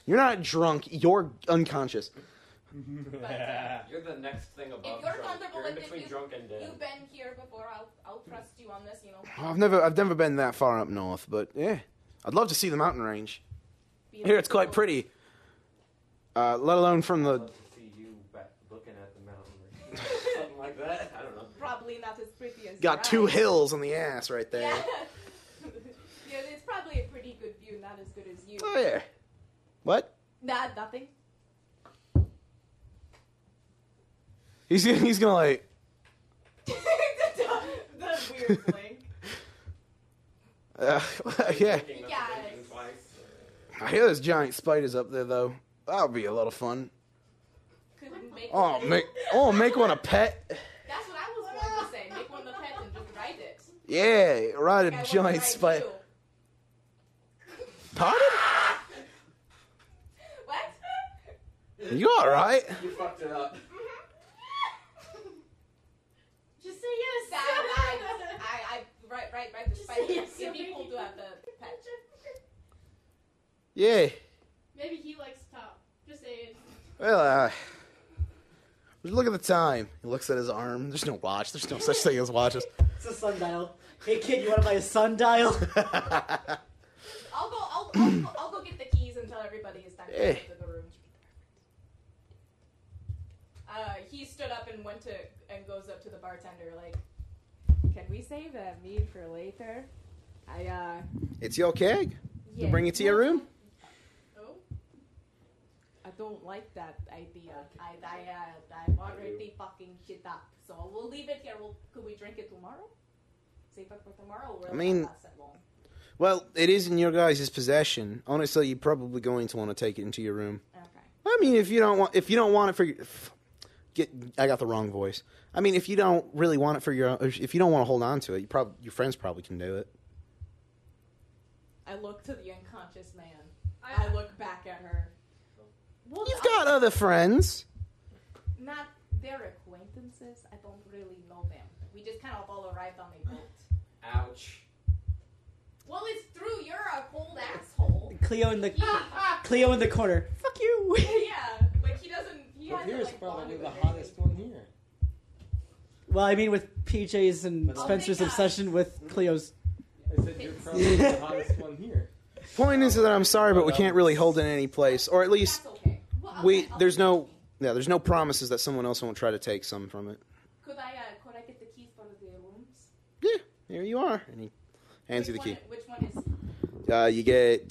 S2: You're not drunk. You're unconscious.
S4: You're the next thing above
S3: you're
S4: drunk.
S3: comfortable
S4: You're in
S3: with it,
S4: between
S3: you-
S4: drunk and dead.
S3: You've been here before. I'll, I'll trust you on this. You know.
S2: I've never, I've never been that far up north, but yeah, I'd love to see the mountain range.
S3: Beautiful.
S2: Here, it's quite pretty. Uh, let alone from the.
S4: See you back looking at the mountain,
S3: [LAUGHS]
S4: something like that. I don't know.
S3: Probably not as pretty as.
S2: Got
S3: your [LAUGHS]
S2: two
S3: eyes.
S2: hills on the ass right there.
S3: Yeah. [LAUGHS] yeah, it's probably a pretty good view. Not as good as you.
S2: Oh yeah. What?
S3: Nah, nothing. [LAUGHS]
S2: He's gonna, he's gonna like.
S3: the, the
S2: [LAUGHS]
S3: weird blink.
S2: Uh, [LAUGHS] [LAUGHS] yeah.
S3: Yes.
S2: I hear there's giant spiders up there though. That'll be a lot of fun.
S3: Couldn't make.
S2: Oh
S3: it.
S2: make, oh make one a pet.
S3: That's what I was going to say. Make one the pet and just ride it.
S2: Yeah, ride
S3: Like, I
S2: a
S3: wanna
S2: giant
S3: ride
S2: spider.
S3: you.
S2: Pardon?
S3: [LAUGHS] What?
S2: You all right?
S4: You fucked it up.
S3: Mm-hmm. Just say yes. I, I, I, I right, right, right. The
S22: Just
S3: spider.
S22: say yes,
S3: It'd be
S22: Sylvie.
S3: cool to have the pet.
S2: Yeah.
S22: Maybe he likes top. Just saying.
S2: Well, uh, just look at the time. He looks at his arm. There's no watch. There's no such thing as [LAUGHS] watches.
S1: It's a sundial. Hey kid, you want to buy a sundial? [LAUGHS]
S3: I'll go. I'll, I'll, go, I'll go get the keys and tell everybody it's time to go
S1: Eh.
S3: to the room. Uh, he stood up and went to and goes up to the bartender like,
S31: Can we save that mead for later? I uh.
S2: It's your keg.
S31: Yeah.
S2: Bring it to your room.
S3: oh,
S31: I don't like that idea.
S3: I, I, uh, I'm already fucking shit up. So we'll leave it here. We'll, could we drink it tomorrow? Save it for tomorrow. Or
S2: I mean-
S3: not last that long.
S2: Well, it is in your guys' possession. Honestly, you're probably going to want to take it into your room.
S31: Okay.
S2: I mean, if you don't want, if you don't want it for, your, f- get, I got the wrong voice. I mean, if you don't really want it for your, own, if you don't want to hold on to it, you probably your friends probably can do it.
S28: I look to the unconscious man. I, look back at her.
S3: Well,
S2: You've got other friends.
S3: Not their acquaintances. I don't really know them. We just kind of all arrived on a boat.
S4: Ouch.
S3: Well, it's true. You're a cold asshole.
S1: Cleo in the
S3: [LAUGHS]
S1: Cleo in the corner. Fuck you.
S3: yeah, like he doesn't. He
S32: Well,
S3: hasn't,
S32: here's
S3: like,
S32: probably
S3: bonded
S32: the
S3: with
S32: hottest one here.
S1: Well, I mean, with PJ's and
S32: But- Oh my
S1: Spencer's
S32: God.
S1: obsession with Cleo's.
S32: I said you're probably
S3: [LAUGHS]
S32: the hottest one here.
S2: Point is that I'm sorry, but we can't really hold it in any place, or at least we there's no yeah there's no promises that someone else won't try to take some from it.
S3: Could I? Uh, could I get the keys for the rooms?
S2: Here you are, and he hands you the key.
S3: Which one is?
S2: Uh, you get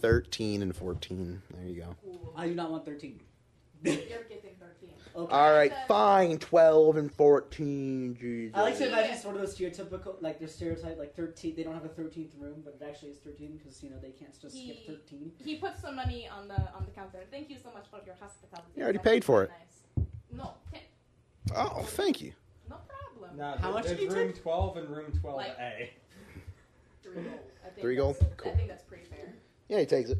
S2: thirteen and fourteen. There you go. [LAUGHS]
S1: I do not want thirteen. [LAUGHS]
S3: You're getting thirteen.
S1: Okay.
S2: All right, fine. Twelve and fourteen. Jesus.
S1: I like to imagine it's one of those stereotypical, like their stereotype, like thirteen. They don't have a thirteenth room, but it actually is thirteen because you know they can't just
S3: He-
S1: skip thirteen.
S3: He put some money on the on the counter. Thank you so much for your hospitality.
S2: You already paid for it.
S3: Nice. No, ten,
S2: Oh, thank you.
S3: no problem.
S32: Nah,
S1: How
S32: there-
S1: much
S32: there's
S1: did you
S32: room 12 and room 12A. [LAUGHS]
S3: Three gold. I think
S2: Three gold?
S3: that's-
S2: Cool.
S3: I think that's pretty fair.
S2: Yeah, he takes it.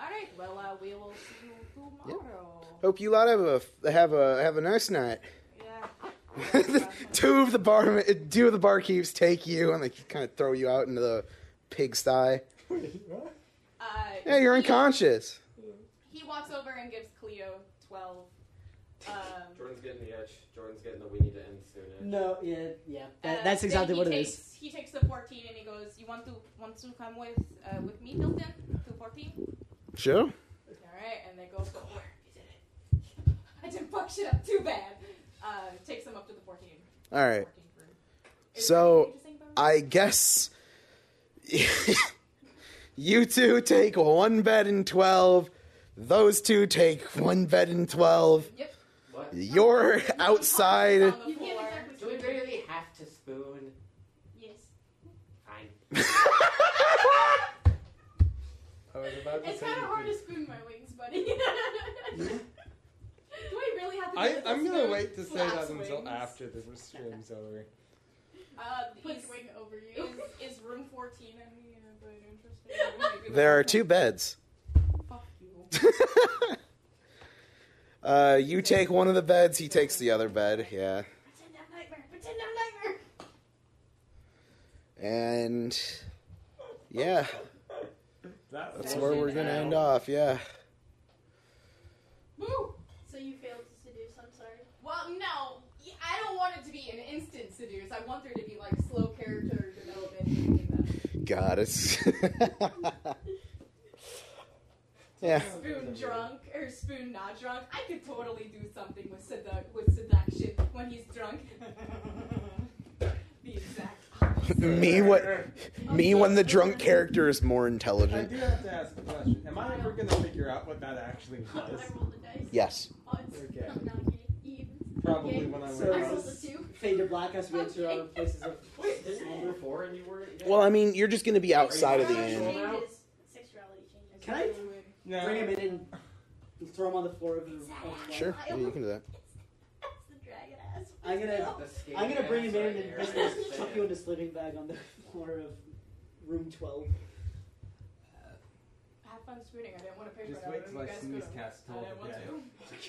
S3: All right. Well, uh, we will see you tomorrow.
S2: Hope you lot have a have a have a nice night. [LAUGHS]
S3: Yeah.
S2: two of the bar two of the barkeeps take you and they kind of throw you out into the pigsty.
S3: Uh,
S2: Yeah, you're
S3: he-
S2: unconscious.
S3: He walks over and gives Cleo twelve. Um,
S4: Jordan's getting the edge. Jordan's getting the we need to end soon edge.
S1: No, yeah, yeah. That,
S3: Uh,
S1: that's
S3: then
S1: exactly
S3: he
S1: what it
S3: takes,
S1: is.
S3: He takes the 14 and he goes, "You want to want to come with uh, with me, Hilton, to 14?"
S2: Sure.
S3: All right, and they go, "Go for it. You did it. [LAUGHS] I didn't fuck shit up too bad." Uh, takes him up to the 14.
S2: All right. So I guess [LAUGHS] you two take one bed in twelve. Those two take one bed in twelve.
S3: Yep.
S2: [LAUGHS] You're outside. [LAUGHS]
S4: You can't exactly- Do we really have to spoon?
S3: Yes.
S4: Fine.
S32: I was about to
S3: It's
S32: say.
S3: kind of hard to spoon my wings, buddy. [LAUGHS] Do I really have to?
S32: I,
S3: do this
S32: I'm gonna
S3: spoon
S32: wait to say
S3: slaps
S32: that until
S3: wings?
S32: after the stream's over.
S3: Uh, puts wing over [LAUGHS] you. Is, is room 14 any uh, bit interesting?
S2: There are two beds. [LAUGHS] uh, you take one of the beds. He takes the other bed. Yeah.
S3: Pretend I'm nightmare. Pretend I'm nightmare.
S2: And yeah, that's
S22: Session
S2: where we're gonna
S22: out.
S2: end off. Yeah.
S22: So you failed to seduce. I'm sorry.
S3: Well, no, I don't want it to be an instant seduce. I want there to be like slow character development.
S2: God, it's [LAUGHS] yeah.
S3: Spoon drunk or spoon not drunk. I could totally do something with seduc with seduction when he's drunk. [LAUGHS] the exact. [LAUGHS]
S2: me what? Me when the drunk character is more
S32: I
S2: intelligent.
S32: do have to ask a question. Am I ever gonna figure out what that actually was?
S2: Yes.
S32: Okay. Probably when I
S1: So
S32: went
S1: this is fade to black
S32: [LAUGHS]
S1: as we enter our places of
S32: Oh,
S4: Wait, didn't you roll four and you were?
S2: Well, I mean, you're just gonna be outside of the inn.
S22: Changes. Sexuality changes.
S1: Can I
S3: [LAUGHS]
S1: bring him in and throw him on the floor of the? Of the
S2: Sure. Yeah, you can do that.
S22: That's the dragon ass.
S1: I'm gonna, I'm gonna bring him in and basically chuck you in a sleeping bag on the floor of room twelve.
S3: Have fun spooning. I didn't want to pay
S32: Just
S3: for
S32: wait
S3: that.
S32: till I snooze cast till
S3: I didn't want
S32: the
S3: to.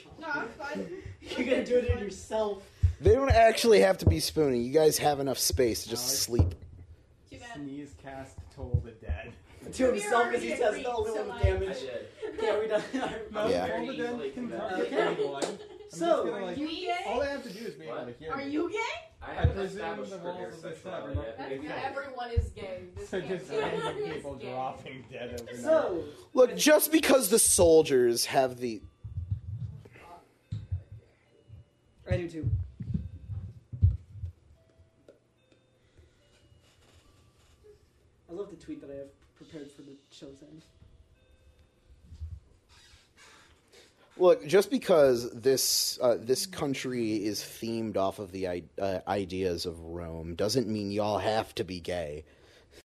S3: [LAUGHS] No, I'm fine.
S1: You're gonna do it in yourself.
S2: They don't actually have to be spooning. You guys have enough space to just sleep.
S32: Sneeze cast told the [LAUGHS] dead.
S1: To himself because he "Oh, does the only one with damage.
S3: [LAUGHS]
S1: Yeah, we done.
S32: No,
S1: Yeah.
S32: told the dead can talk to
S1: Okay.
S32: anyone. I'm just
S1: So,
S32: gonna, like,
S3: you gay?
S32: all I have to do is be able to hear.
S3: Are
S32: me.
S3: you gay?
S32: I
S4: haven't
S32: presume
S4: established
S32: the
S4: for your
S32: rules of this
S4: sexuality
S32: tavern
S4: yet.
S32: aren't gonna
S3: That's not
S32: be set.
S3: everyone is gay. [LAUGHS] This
S32: So
S3: can't
S32: just
S3: be-
S32: random
S3: [LAUGHS]
S32: people dropping dead overnight.
S1: So,
S2: Look, just because the soldiers have the
S1: I do too. I love the tweet that I have prepared for the show's end.
S2: Look, just because this uh, this country is themed off of the I- uh, ideas of Rome doesn't mean y'all have to be gay.